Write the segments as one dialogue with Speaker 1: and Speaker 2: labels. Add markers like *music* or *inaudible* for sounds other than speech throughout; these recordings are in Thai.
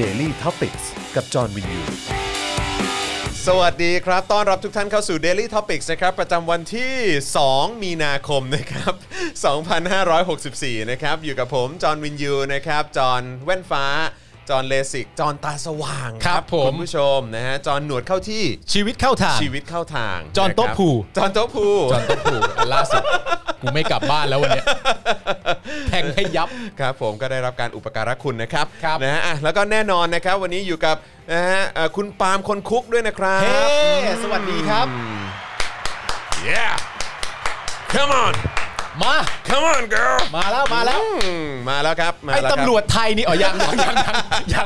Speaker 1: Daily t o p i c กกับจอห์นวินยู
Speaker 2: สวัสดีครับ ต้อนรับทุกท่านเข้าสู่ Daily Topics นะครับ ประจำวันที่ 2 มีนาคมนะครับ *laughs* 2564 นะครับ อยู่กับผม จอห์นวินยู นะครับ จอห์นแว่นฟ้า จอห์นเลสิก จอห์นตาสว่าง
Speaker 3: ครับผม
Speaker 2: คุณผู้ชมนะฮะ จอห์นหนวดเข้าที่
Speaker 3: ชีวิตเข้าทาง
Speaker 2: ชีวิตเข้าทาง
Speaker 3: จอห์นโต๊ะ
Speaker 2: ะครับ
Speaker 3: ภู
Speaker 2: จอห์นโต๊ะภู
Speaker 3: จอนต้องผูกอันล่าสุด กูไม่กลับบ้านแล้ววันเนี้ยแทงให้ยับ
Speaker 2: *laughs* ครับผมก็ได้รับการอุปการะคุณนะครับ
Speaker 3: ครับ
Speaker 2: นะฮะอ่ะแล้วก็แน่นอนนะครับ วันนี้อยู่กับนะฮะเอ่อคุณปาล์มคนคุกด้วยนะครับ
Speaker 3: เฮ้สวัสดีครับ
Speaker 2: อืม yeah come on
Speaker 3: มา
Speaker 2: come on girl
Speaker 3: มาแล้วมาแล้ว
Speaker 2: อืมมาแล้วครับมา
Speaker 3: ไอ้
Speaker 2: แล้คบ
Speaker 3: ตำรวจไทยนี่อ๋อยังยัง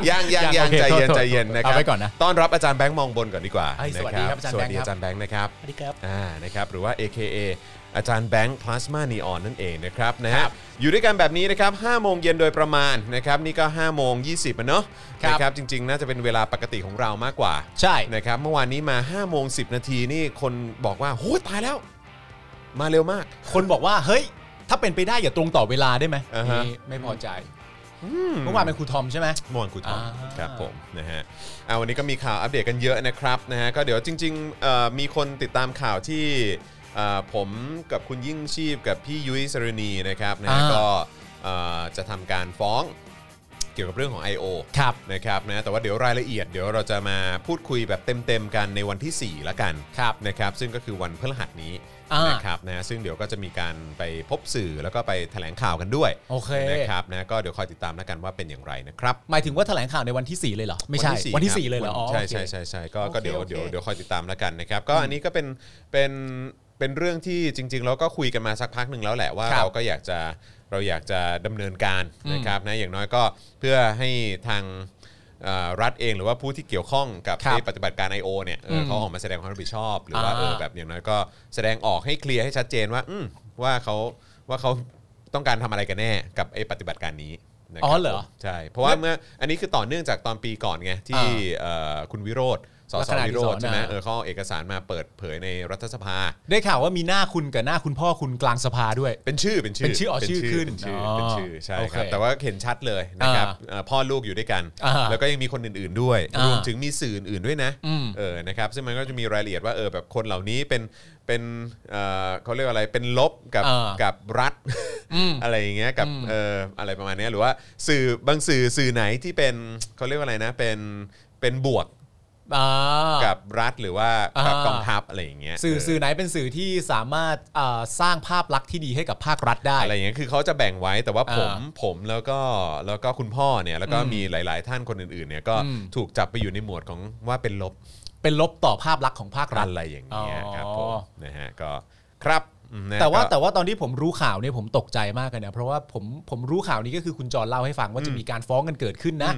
Speaker 3: ยัง
Speaker 2: ยังยังยัง
Speaker 3: โอ
Speaker 2: ใจ
Speaker 3: ค
Speaker 2: เย็น
Speaker 3: โทษ
Speaker 2: ใจเย็นนะครับ
Speaker 3: เอาไว้ก่อนนะ
Speaker 2: ต้อนรับอาจารย์แบงค์มองบนก่อนดีกว่า
Speaker 3: เอ้ยสวัสดีครับอาจารย์
Speaker 2: สวัสดี
Speaker 3: แบงค์
Speaker 2: อา
Speaker 3: ครับ
Speaker 2: จารย์แบงค์นะครับ
Speaker 4: สวัสดีครับ
Speaker 2: อ่า นะครับ หรือว่า AKA อาจารย์แบงค์พลาสมานีออนนั่นเองนะครับ นะฮะ อยู่ด้วยกันแบบนี้นะครับ5โมงเย็นโดยประมาณนะครับ นี่ก็5โมง20อ่ะเนาะ
Speaker 3: ครับ
Speaker 2: นะครับ จริง ๆ น่าจะเป็นเวลาปกติของเรามากกว่า
Speaker 3: ใช่
Speaker 2: นะครับ เมื่อวานนี้มา5โมง10 นาทีนี่คนบอกว่าโหตายแล้ว มาเร็วมาก
Speaker 3: คนบอกว่าเฮ้ย ถ้าเป็นไปได้อย่าตรงต่อเวลาได้ไหม
Speaker 2: อ่าฮะ
Speaker 3: นี่ไม่พอใจเมื่อวานเป็นครูทอมใช่ไหม
Speaker 2: มอนคุณทอม
Speaker 3: อ่า
Speaker 2: ครับผมนะฮะอ่าวันนี้ก็มีข่าวอัปเดตกันเยอะนะครับนะฮะก็เดี๋ยวจริงๆเอ่อมีคนติดตามข่าวที่เอ่อผมกับคุณยิ่งชีพกับพี่ยุ้ยสรณีนะครับนะฮะก็เอ่อจะทำการฟ้องเกี่ยวกับเรื่องของ I.O.
Speaker 3: ครับ
Speaker 2: นะครับนะแต่ว่าเดี๋ยวรายละเอียดเดี๋ยวเราจะมาพูดคุยแบบเต็มๆกันในวันที่ 4 ละกัน
Speaker 3: ครับ
Speaker 2: นะครับ ซึ่งก็คือวันพฤหัสนี้
Speaker 3: อ่าน
Speaker 2: นะครับนะซึ่งเดี๋ยวก็จะมีการไปพบสื่อแล้วก็ไปแถลงข่าวกันด้วย
Speaker 3: โอเค
Speaker 2: นะครับนะก็เดี๋ยวคอยติดตามแล้วกันว่าเป็นอย่างไรนะครับ
Speaker 3: หมายถึงว่าแถลงข่าวในวันที่ 4 เลยเหรอ ไม่ใช่ วันที่ 4 เลยเหรอ
Speaker 2: ครับ
Speaker 3: อ๋อ
Speaker 2: ใช่
Speaker 3: โอเค
Speaker 2: ใช่ใช่ใช่ก็
Speaker 3: โอเค
Speaker 2: ก็เดี๋ยว
Speaker 3: โอเค
Speaker 2: เดี๋ยวเดี๋ยวคอยติดตามแล้วกันนะครับ ก็อันนี้ก็เป็นเป็นเป็นเรื่องที่จริง ๆ เราก็คุยกันมาสักพักหนึ่งแล้วแหละว่า
Speaker 3: ครับ
Speaker 2: เราก็อยากจะเราอยากจะดำเนินการนะครับนะอย่างน้อยก็เพื่อให้ทางเอ่อรัฐเองหรือว่าผู้ที่เกี่ยวข้องกับ
Speaker 3: ครับ
Speaker 2: ไอ้ปฏิบัติการ I.O. เนี่ยเอออ
Speaker 3: ม
Speaker 2: เขาออกมาแสดงความรับผิดชอบ หรือว่า
Speaker 3: อ่า
Speaker 2: เออแบบอย่างน้อยก็แสดงออกให้เคลียร์ให้ชัดเจนว่าอืมว่าเขาว่าเขาต้องการทำอะไรกันแน่กับไอ้ปฏิบัติการนี้นะคบ
Speaker 3: อ๋อเหรอ
Speaker 2: ผมใช่เพราะว่าเมื่ออันนี้คือต่อเนื่องจากตอนปีก่อนไงที่
Speaker 3: อ่า
Speaker 2: เอ่อคุณวิโรธส
Speaker 3: ลัก
Speaker 2: ส
Speaker 3: ษณะ
Speaker 2: วิโรธ
Speaker 3: ที่สอน
Speaker 2: ใช่ไหม
Speaker 3: อ่ะ
Speaker 2: เออเขาเอาเอกสารมาเปิดเผยในรัฐสภา
Speaker 3: ได้ข่าวว่ามีหน้าคุณกับหน้าคุณพ่อคุณกลางสภาด้วย
Speaker 2: เป็นชื่อเป็นชื่อ
Speaker 3: เป็นชื่ออ๋อชื่อขึ้น
Speaker 2: เป็นชื่อ
Speaker 3: อ๋อ
Speaker 2: เป็นชื่อใช่
Speaker 3: โอ
Speaker 2: ค
Speaker 3: เครับ
Speaker 2: แต่ว่าเห็นชัดเลยนะครับ
Speaker 3: อ่า
Speaker 2: เอ่อพ่อลูกอยู่ด้วยกัน
Speaker 3: อ่า
Speaker 2: แล้วก็ยังมีคนอื่น ๆด้วย
Speaker 3: อ่าร ร
Speaker 2: วมถึงมีสื่ออื่นๆด้วยนะ
Speaker 3: อืม
Speaker 2: เออนะครับซึ่งมันก็จะมีรายละเอียดว่าเออแบบคนเหล่านี้เป็นเป็นเอ่อเขาเรียกว่าอะไรเป็นลบกับ
Speaker 3: อ่า
Speaker 2: กับรัฐ
Speaker 3: อืม
Speaker 2: *laughs* อะไรอย่างเงี้ยกับเอออะไรประมาณเนี้ยหรือว่าสื่อบางสื่อสื่อไหนที่เป็นเขาเรียกว่าอะไรนะเป็นเป็นบวกกับรัฐหรือว่ากับ
Speaker 3: อ่า
Speaker 2: กองทัพอะไรอย่างเงี้ย
Speaker 3: สื่อ
Speaker 2: เ
Speaker 3: สื่อไหนเป็นสื่อที่สามารถอ่าสร้างภาพลักษณ์ที่ดีให้กับภาครัฐได้
Speaker 2: อะไรอย่างเงี้ย คือเขาจะแบ่งไว้ แต่ว่าผม
Speaker 3: อ่า
Speaker 2: ผมแล้วก็ แล้วก็คุณพ่อเนี่ย แล้วก็มีหลาย ๆ ท่านคนอื่น ๆ เนี่ย ก็
Speaker 3: อืม
Speaker 2: ถูกจับไปอยู่ในหมวดของว่าเป็นลบ
Speaker 3: เป็นลบต่อภาพลักษณ์ของภาครัฐ
Speaker 2: อะไรอย่างเงี้ย
Speaker 3: อ๋อ
Speaker 2: ครับผม นะฮะ ก็ ครับอืมนะ
Speaker 3: แต่ว่า
Speaker 2: ก็
Speaker 3: แต่ว่าตอนที่ผมรู้ข่าวเนี่ยผมตกใจมากเลยนะเพราะว่าผมผมรู้ข่าวนี้ก็คือคุณจรเล่าให้ฟังว่าจะมีการฟ้องกันเกิดขึ้นนะ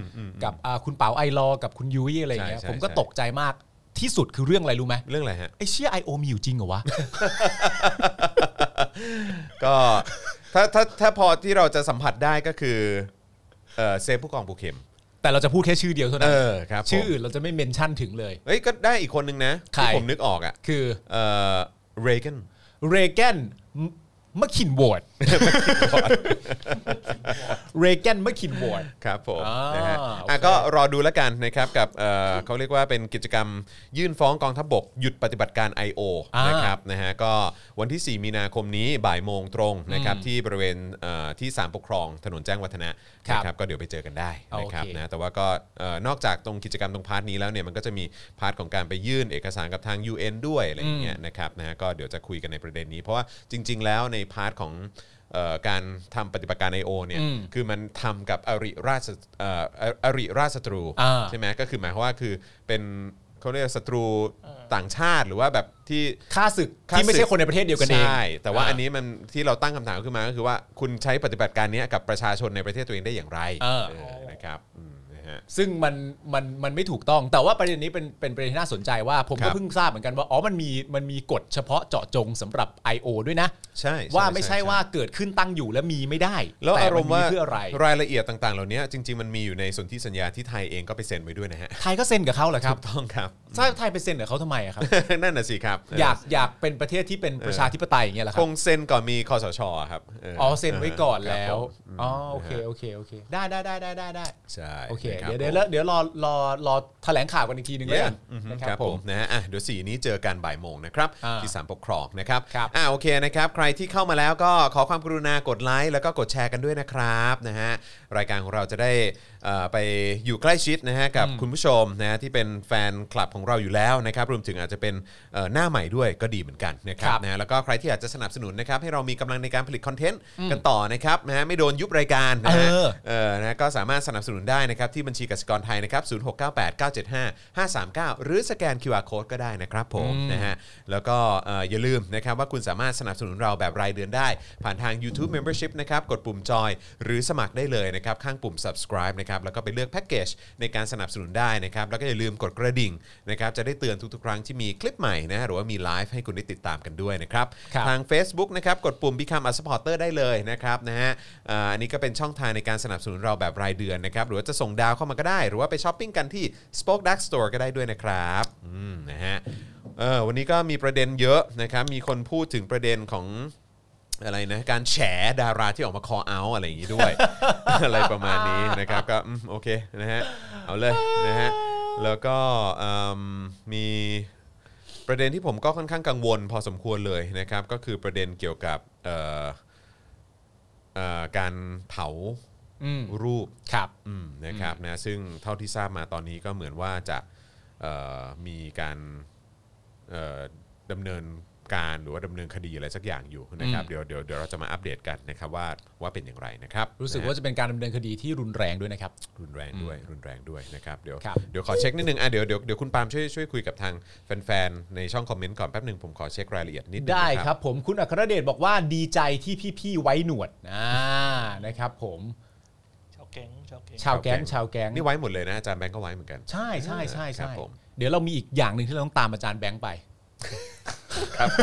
Speaker 3: กับอ่าคุณเป๋าไอรอว์กับคุณยุ้ยอะไรอย่างเงี้ย
Speaker 2: ใช่ใช่
Speaker 3: ผมก็
Speaker 2: ใช่
Speaker 3: ตกใจมากที่สุดคือเรื่องอะไรรู้ไหม
Speaker 2: เรื่องอะไรฮะ
Speaker 3: ไอเชี่ยไอโอมีอยู่จริงเหรอ
Speaker 2: *laughs*
Speaker 3: วะ
Speaker 2: ก็ ถ้า ถ้า ถ้าพอที่เราจะสัมผัสได้ก็คือ เออเซฟผู้กองปูเข็ม
Speaker 3: แต่เราจะพูดแค่ชื่อเดียวเท่า
Speaker 2: เอ
Speaker 3: นั้น
Speaker 2: อ ครับผม
Speaker 3: ชื่ออื่นเราจะไม่เมนชั่นถึงเลย
Speaker 2: เฮ้ย ก็ได้อีกคนนึงนะ
Speaker 3: ใคร
Speaker 2: ที่ผมนึกออกอ่ะ
Speaker 3: คือ
Speaker 2: เออเรเกน
Speaker 3: เรแกนมะขินโหวต *laughs* เรแกนมะขินโหวต
Speaker 2: ครับผม
Speaker 3: อ่าน
Speaker 2: นะฮะ
Speaker 3: โอเค
Speaker 2: อ่ะก็รอดูแล้วกันนะครับกับเอ่อเขาเรียกว่าเป็นกิจกรรมยื่นฟ้องกองทัพบก หยุดปฏิบัติการ I.O.
Speaker 3: อ่าน
Speaker 2: นะครับนะฮะก็วันที่ 4 มีนาคมนี้บ่ายโมงตรงนะครับที่บริเวณเอ่อที่สามปกครองถนนแจ้งวัฒนะครับ นะครับก็เดี๋ยวไปเจอกันได้นะครับ
Speaker 3: โอเค
Speaker 2: นะแต่ว่าก็เอ่อนอกจากตรงกิจกรรมตรงพาร์ทนี้แล้วเนี่ยมันก็จะมีพาร์ทของการไปยื่นเอกสารกับทาง UN ด้วยอะไรอย่างเงี้ยนะครับนะฮะก็เดี๋ยวจะคุยกันในประเด็นนี้ เพราะว่าจริง ๆ แล้วในพาร์ทของเอ่อการทำปฏิบัติการ I.O. เนี่ย
Speaker 3: อืม
Speaker 2: คือมันทำกับอริราชเอ่อออริราชศัตรู
Speaker 3: อ่า
Speaker 2: ใช่ไหมก็คือหมายความว่าคือเป็นเขาเรียกว่าศัตรูต่างชาติหรือว่าแบบที่
Speaker 3: ่าศึกที่ไม่ใช่คนในประเทศเดียวกันเอง
Speaker 2: ใช่แต่ว่าอันนี้มันที่เราตั้งคำถามขึ้นมาก็คือว่าคุณใช้ปฏิบัติการเนี้ยกับประชาชนในประเทศตัวเองได้อย่างไร
Speaker 3: เออ
Speaker 2: เออนะครับอืมนะฮะ
Speaker 3: ซึ่งมันมันมันไม่ถูกต้อง แต่ว่าประเด็นนี้เป็นเป็นประเด็นที่น่าสนใจว่าผม
Speaker 2: ครั
Speaker 3: ก็
Speaker 2: บ
Speaker 3: เพิ่งทราบเหมือนกันว่าอ๋อมันมีมันมีกฎเฉพาะเจาะจงสำหรับ I.O. ด้วยนะ
Speaker 2: ใช่
Speaker 3: ว่าไม่ใช่ว่าเกิดขึ้นตั้งอยู่แล้วมีไม่ได้
Speaker 2: แล้ว
Speaker 3: ต่
Speaker 2: อารมณ์ว่า
Speaker 3: เพื่ออะไร
Speaker 2: รายละเอียดต่างๆ เหล่านี้จริง ๆ มันมีอยู่ในสนธิสัญญาที่ไทยเองก็ไปเซ็นไว้ด้วยนะฮะ
Speaker 3: ไทยก็เซ็นกับเขาเหรอครับ
Speaker 2: ถูกต้องครับ *laughs*
Speaker 3: ถ้าไทยไปเซ็นกับเขาทำไมอะครับ
Speaker 2: นั่นน่ะสิครับ
Speaker 3: อยากอยากเป็นประเทศที่เป็นประชาธิปไตยอย่างเงี้ยเหรอค
Speaker 2: ครับ งเซ็นก่อนมีคอสชครับ
Speaker 3: อ๋อเซ็นไว้ก่อนแล้
Speaker 2: ครั
Speaker 3: ว
Speaker 2: บผม
Speaker 3: อ๋อโอเคโอเคโอเค ได้ได้ได้ได้ได้ได้
Speaker 2: ใช่
Speaker 3: โอเค ดี๋ยว
Speaker 2: ครับ
Speaker 3: เดี๋ยวแล้วเดี๋ยวรอรอรอแถลงข่าวกันอีกทีหนึ่งแล้วกัน
Speaker 2: อืม
Speaker 3: นะ
Speaker 2: ค
Speaker 3: ค
Speaker 2: รั
Speaker 3: รั
Speaker 2: บบ ผ
Speaker 3: ผม ม
Speaker 2: นะฮะอ่ะเดี๋ยวสี่นี้เจอกันบ่ายโมงนะครับ
Speaker 3: อ่า
Speaker 2: ที่สามปกครองนะครับ
Speaker 3: ครับ
Speaker 2: อ่าโอเคนะครับ ใครที่เข้ามาแล้วก็ขอความกรุณากดไลค์แล้วก็กดแชร์กันด้วยนะครับนะฮะรายการของเราจะได้เอ่อไปอยู่ใกล้ชิดนะฮะกับคุณผู้ชมนะฮะที่เป็นแฟนคลับของเราอยู่แล้วนะครับรวมถึงอาจจะเป็นเอ่อหน้าใหม่ด้วยก็ดีเหมือนกันนะครับ
Speaker 3: ครับ
Speaker 2: นะฮะแล้วก็ใครที่อยากจะสนับสนุนนะครับให้เรามีกำลังในการผลิตคอนเทนต์กันต่อนะครับนะฮะไม่โดนยุบรายการ นะฮะ
Speaker 3: เออ
Speaker 2: เออนะก็สามารถสนับสนุนได้นะครับ ที่บัญชีกสิกรไทยนะครับ 0698975539 หรือสแกน QR Code ก็ได้นะครับผมนะฮะแล้วก็เอ่ออย่าลืมนะครับว่าคุณสามารถสนับสนุนเราแบบรายเดือนได้ ผ่านทาง YouTube Membership นะครับ กดปุ่มจอยหรือสมัครได้เลยนะครับ ข้างปุ่ม subscribe นะครับ แล้วก็ไปเลือกแพ็กเกจในการสนับสนุนได้นะครับ แล้วก็อย่าลืมกดกระดิ่งนะครับจะได้เตือนทุกๆ ครั้งที่มีคลิปใหม่นะฮะหรือว่ามีไลฟ์ให้คุณได้ติดตามกันด้วยนะครับ
Speaker 3: ครับ
Speaker 2: ทาง ทาง Facebook นะครับกดปุ่ม Become a supporter ได้เลยนะครับนะฮะอ่าอันนี้ก็เป็นช่องทางในการสนับสนุนเราแบบรายเดือนนะครับหรือว่าจะส่งดาวเข้ามาก็ได้ หรือว่าไปช้อปปิ้งกันที่ Spoke Dark Store ก็ได้ด้วยนะครับอืมนะฮะเออวันนี้ก็มีประเด็นเยอะนะครับมีคนพูดถึงประเด็นของอะไรนะการแฉดาราที่ออกมาคอเอาอะไรอย่างนี้ด้วย *laughs* อะไรประมาณนี้นะครับก็อืมโอเคนะฮะเอาเลยนะฮะแล้วก็อืมมี ประเด็นที่ผมก็ค่อนข้างกังวลพอสมควรเลยนะครับ ก็คือประเด็นเกี่ยวกับเอ่อเอ่อการเผา
Speaker 3: อืม
Speaker 2: รูป
Speaker 3: ครับ
Speaker 2: อืมนะครับนะซึ่งเท่าที่ทราบมาตอนนี้ก็เหมือนว่าจะเอ่อมีการเอ่อดำเนินการหรือว่าดำเนินคดีอะไรสักอย่างอยู่นะครับ
Speaker 3: อืม
Speaker 2: เดี๋ยวเดี๋ยวเดี๋ยวเราจะมาอัปเดตกันนะครับว่าว่าเป็นอย่างไรนะครับ
Speaker 3: รู้สึก
Speaker 2: นะฮะ
Speaker 3: ว่าจะเป็นการดำเนินคดีที่รุนแรงด้วยนะครับ
Speaker 2: รุนแรงด้วยรุนแรงด้วยนะครับเดี๋ยว
Speaker 3: ครับ
Speaker 2: เดี๋ยวขอเช็คนิดนึงอ่ะเดี๋ยวเดี๋ยวเดี๋ยวคุณปาล์มช่วยช่วยคุยกับทางแฟนๆในช่องคอมเมนต์ก่อนแป๊บหนึ่งผมขอเช็ครายละเอียดนิดนึงนะ
Speaker 3: ได้ครับผมคุณอัครเดชบอกว่าดีใจที่พี่ๆไว้หนวดอ่านะครับผม
Speaker 4: ชาวแก๊งชาวแก๊ง
Speaker 3: ชาวแก๊งชาวแก๊ง
Speaker 2: นี่ไว้หมดเลยนะอาจารย์แบงก์ก็ไว้เหมือนกัน
Speaker 3: ใช่ใช่ใช่
Speaker 2: ครับ
Speaker 3: ใช่
Speaker 2: ผม
Speaker 3: เดี๋ยวเรามีอีกอย่างหนึ่งที่เราต้องตามอาจารย์แบงค์ไป
Speaker 2: ครับผ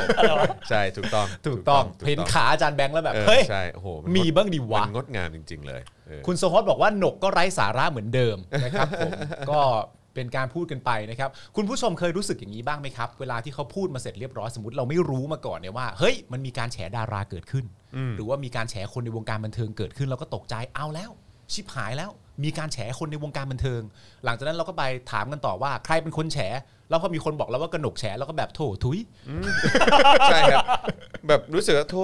Speaker 2: มใช่ถูกต้อง
Speaker 3: ถูกต้องเห็นขาอาจารย์แบงค์แล้วแบบ
Speaker 2: เออ
Speaker 3: เฮ้ย
Speaker 2: ใช่โอ้โหน
Speaker 3: มีบ้างดิวะ
Speaker 2: มันงดงามจริง ๆ เลยเออ
Speaker 3: คุณโซฮอตบอกว่าหนกก็ไร้สาระเหมือนเดิม *laughs* นะครับผม ก็เป็นการพูดกันไปนะครับ คุณผู้ชมเคยรู้สึกอย่างนี้บ้างไหมครับ เวลาที่เขาพูดมาเสร็จเรียบร้อยสมมติเราไม่รู้มาก่อนเนี่ยว่าเฮ้ยมันมีการแฉดาราเกิดขึ้น หรือว่ามีการแฉคนในวงการบันเทิงเกิดขึ้นเราก็ตกใจเอาแล้ว ชิบหายแล้ว มีการแฉคนในวงการบันเทิง หลังจากนั้นเราก็ไปถามกันต่อว่าใครเป็นคนแฉแล้วพอมีคนบอกแล้วว่ากระหนกแฉแล้วก็แบบโถทุย
Speaker 2: ใช่ครับแบบรู้สึกว่าโทษ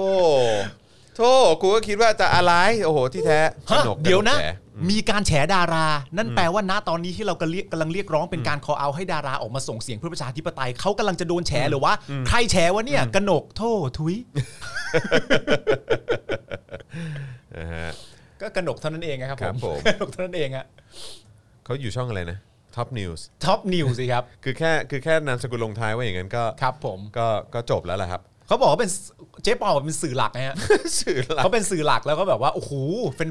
Speaker 2: โทษกูก็คิดว่าจะอะไรโอ้โหที่แท้
Speaker 3: ฮะ
Speaker 2: กก
Speaker 3: เดี๋ยวนะ
Speaker 2: แฉ
Speaker 3: มีการแฉดารา นั่นแปลว่าณตอนนี้ที่เรากำลังเรียกกำลังเรียกร้องเป็นการ call out ให้ดาราออกมาส่งเสียงเพื่อประชาธิปไตยเขากำลังจะโดนแฉหรือว่าใครแฉวะเนี่ยกนกโทษทุย
Speaker 2: นะฮะ
Speaker 3: ก็กนกเท่านั้นเองนะครับ
Speaker 2: ครับผม
Speaker 3: *laughs* กนกเท่านั้นเองอะ
Speaker 2: เขาอยู่ช่องอะไรนะท็อปนิวส์
Speaker 3: ท็อปนิวสิครับ
Speaker 2: คือแค่คือแค่นามสกุลลงท้ายว่าอย่างนั้นก็
Speaker 3: ครับผม
Speaker 2: ก็ก็จบแล้วล่ะครับ
Speaker 3: เขาบอกว่าเป็นเจ๊ปอบอกเป็น *laughs* สื่อหลักนะฮะ
Speaker 2: สื่อหลัก
Speaker 3: เขาเป็นสื่อหลักแล้วก็แบบว่าโอ้โห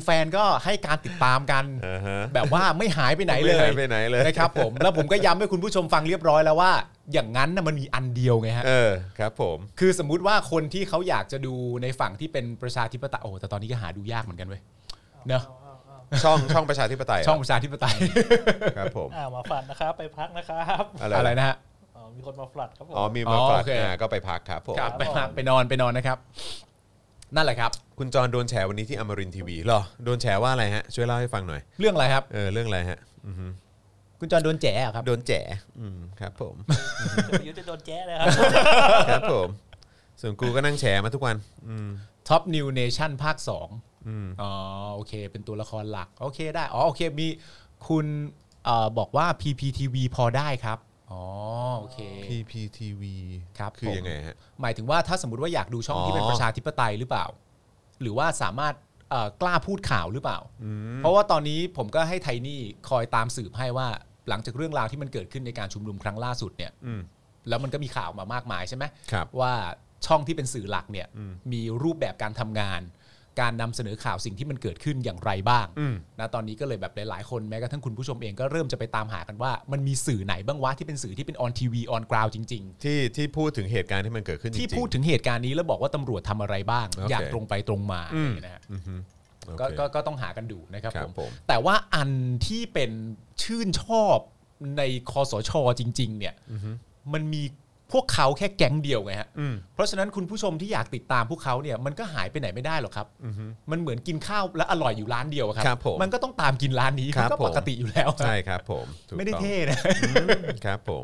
Speaker 3: แฟนๆก็ให้การติดตามกัน
Speaker 2: อ่าฮะ
Speaker 3: แบบว่าไม่หายไปไหนเลย
Speaker 2: ไม่หายไปไหนเลย
Speaker 3: นะครับผมแล้วผมก็ย้ำให้คุณผู้ชมฟังเรียบร้อยแล้วว่า อย่างนั้นน่ะมันมีอันเดียวไงฮะ
Speaker 2: เออครับผม
Speaker 3: คือสมมุติว่าคนที่เขาอยากจะดูในฝั่งที่เป็นประชาธิปไตยโอ้แต่ตอนนี้ก็หาดูยากเหมือนกันเว้ยเนอะ
Speaker 2: ช่องช่องประชาธิปไตยเหร
Speaker 3: ช่องประชาธิป
Speaker 2: *laughs*
Speaker 3: ไตย
Speaker 2: ครับผม
Speaker 4: อ่ามาฝันนะครับ ไปพักนะครับ
Speaker 3: อะไรนะฮะ
Speaker 4: อ๋อมีคนมาฝัดครับผม
Speaker 2: อ๋อมีมาฝาก
Speaker 3: อ๋อโอเค
Speaker 2: อ่าก็ไปพักครับผม
Speaker 3: ครับไปพักไปนอนไปนอนนะครับ นั่นแหละครับ
Speaker 2: คุณจรโดนแฉวันนี้ที่อมรินทีวีเหรอโดนแฉว่าอะไรฮะ ช่วยเล่าให้ฟังหน่อย
Speaker 3: เรื่องอะไรครับ
Speaker 2: เออเรื่องอะไรฮะอือฮึ
Speaker 3: คุณจอนโดนแจ๋เหรอครับ
Speaker 2: โดนแฉอืมครับผม
Speaker 4: เดี๋ยวจะโดนแจ๊ะเลย
Speaker 2: *laughs*
Speaker 4: ครับ
Speaker 2: ครับผม ส่วนกูก็นั่งแฉมาทุกวัน อืม
Speaker 3: ท็อปนิวเนชั่นภาคสอง
Speaker 2: อืม
Speaker 3: อ๋อโอเค เป็นตัวละครหลัก โอเคได้ อ๋อโอเคมีคุณเอ่อบอกว่า PPTV พอได้ครับ อ๋อโอเค
Speaker 2: PPTV
Speaker 3: ครับ
Speaker 2: คือ
Speaker 3: ผม
Speaker 2: ยังไงฮะ
Speaker 3: หมายถึงว่าถ้าสมมติว่าอยากดูช่อง
Speaker 2: อ๋อ
Speaker 3: ที่เป็นประชาธิปไตยหรือเปล่า หรือว่าสามารถเอ่อกล้าพูดข่าวหรือเปล่า เพราะว่าตอนนี้ผมก็ให้ไทนี่คอยตามสืบให้ว่า หลังจากเรื่องราวที่มันเกิดขึ้นในการชุมนุมครั้งล่าสุดเนี่ย
Speaker 2: อืม
Speaker 3: แล้วมันก็มีข่าวมามากมายใช่ไหม
Speaker 2: ครับ
Speaker 3: ว่าช่องที่เป็นสื่อหลักเนี่ย
Speaker 2: อืม
Speaker 3: มีรูปแบบการทำงาน การนำเสนอข่าวสิ่งที่มันเกิดขึ้นอย่างไรบ้าง
Speaker 2: อืม
Speaker 3: นะตอนนี้ก็เลยแบบหลายๆคนแม้กระทั่งคุณผู้ชมเองก็เริ่มจะไปตามหากันว่า มันมีสื่อไหนบ้างวะที่เป็นสื่อที่เป็นออนทีวีออนกราวจริง ๆ
Speaker 2: ที่ที่พูดถึงเหตุการณ์ที่มันเกิดขึ้นจริง
Speaker 3: ที่พูดถึงเหตุการณ์นี้แล้วบอกว่าตำรวจทำอะไรบ้าง
Speaker 2: โอเค
Speaker 3: อย่างตรงไปตรงมา
Speaker 2: อืม
Speaker 3: เนี่ยนะฮะ
Speaker 2: อือฮึโอเค
Speaker 3: ก็ก็ก็ต้องหากันดูนะครับ
Speaker 2: ครับ
Speaker 3: ผม
Speaker 2: ผม
Speaker 3: แต่ว่าอันที่เป็นชื่นชอบในคอสชจริง ๆ เนี่ยมันมี พวกเขาแค่แก๊งเดียวไงฮะ
Speaker 2: อืม
Speaker 3: เพราะฉะนั้นคุณผู้ชมที่อยากติดตามพวกเขาเนี่ยมันก็หายไปไหนไม่ได้หรอกครับ
Speaker 2: อือฮึ
Speaker 3: มันเหมือนกินข้าวและอร่อยอยู่ร้านเดียวอะครั
Speaker 2: ครับผม
Speaker 3: มันก็ต้องตามกินร้านนี้
Speaker 2: ครั
Speaker 3: มั
Speaker 2: บ
Speaker 3: นก็
Speaker 2: ผม
Speaker 3: ปกติอยู่แล้ว
Speaker 2: ใช่ครับผมถูก
Speaker 3: ไม่ได้
Speaker 2: ต้อง
Speaker 3: เท่นะ
Speaker 2: อืมครับผม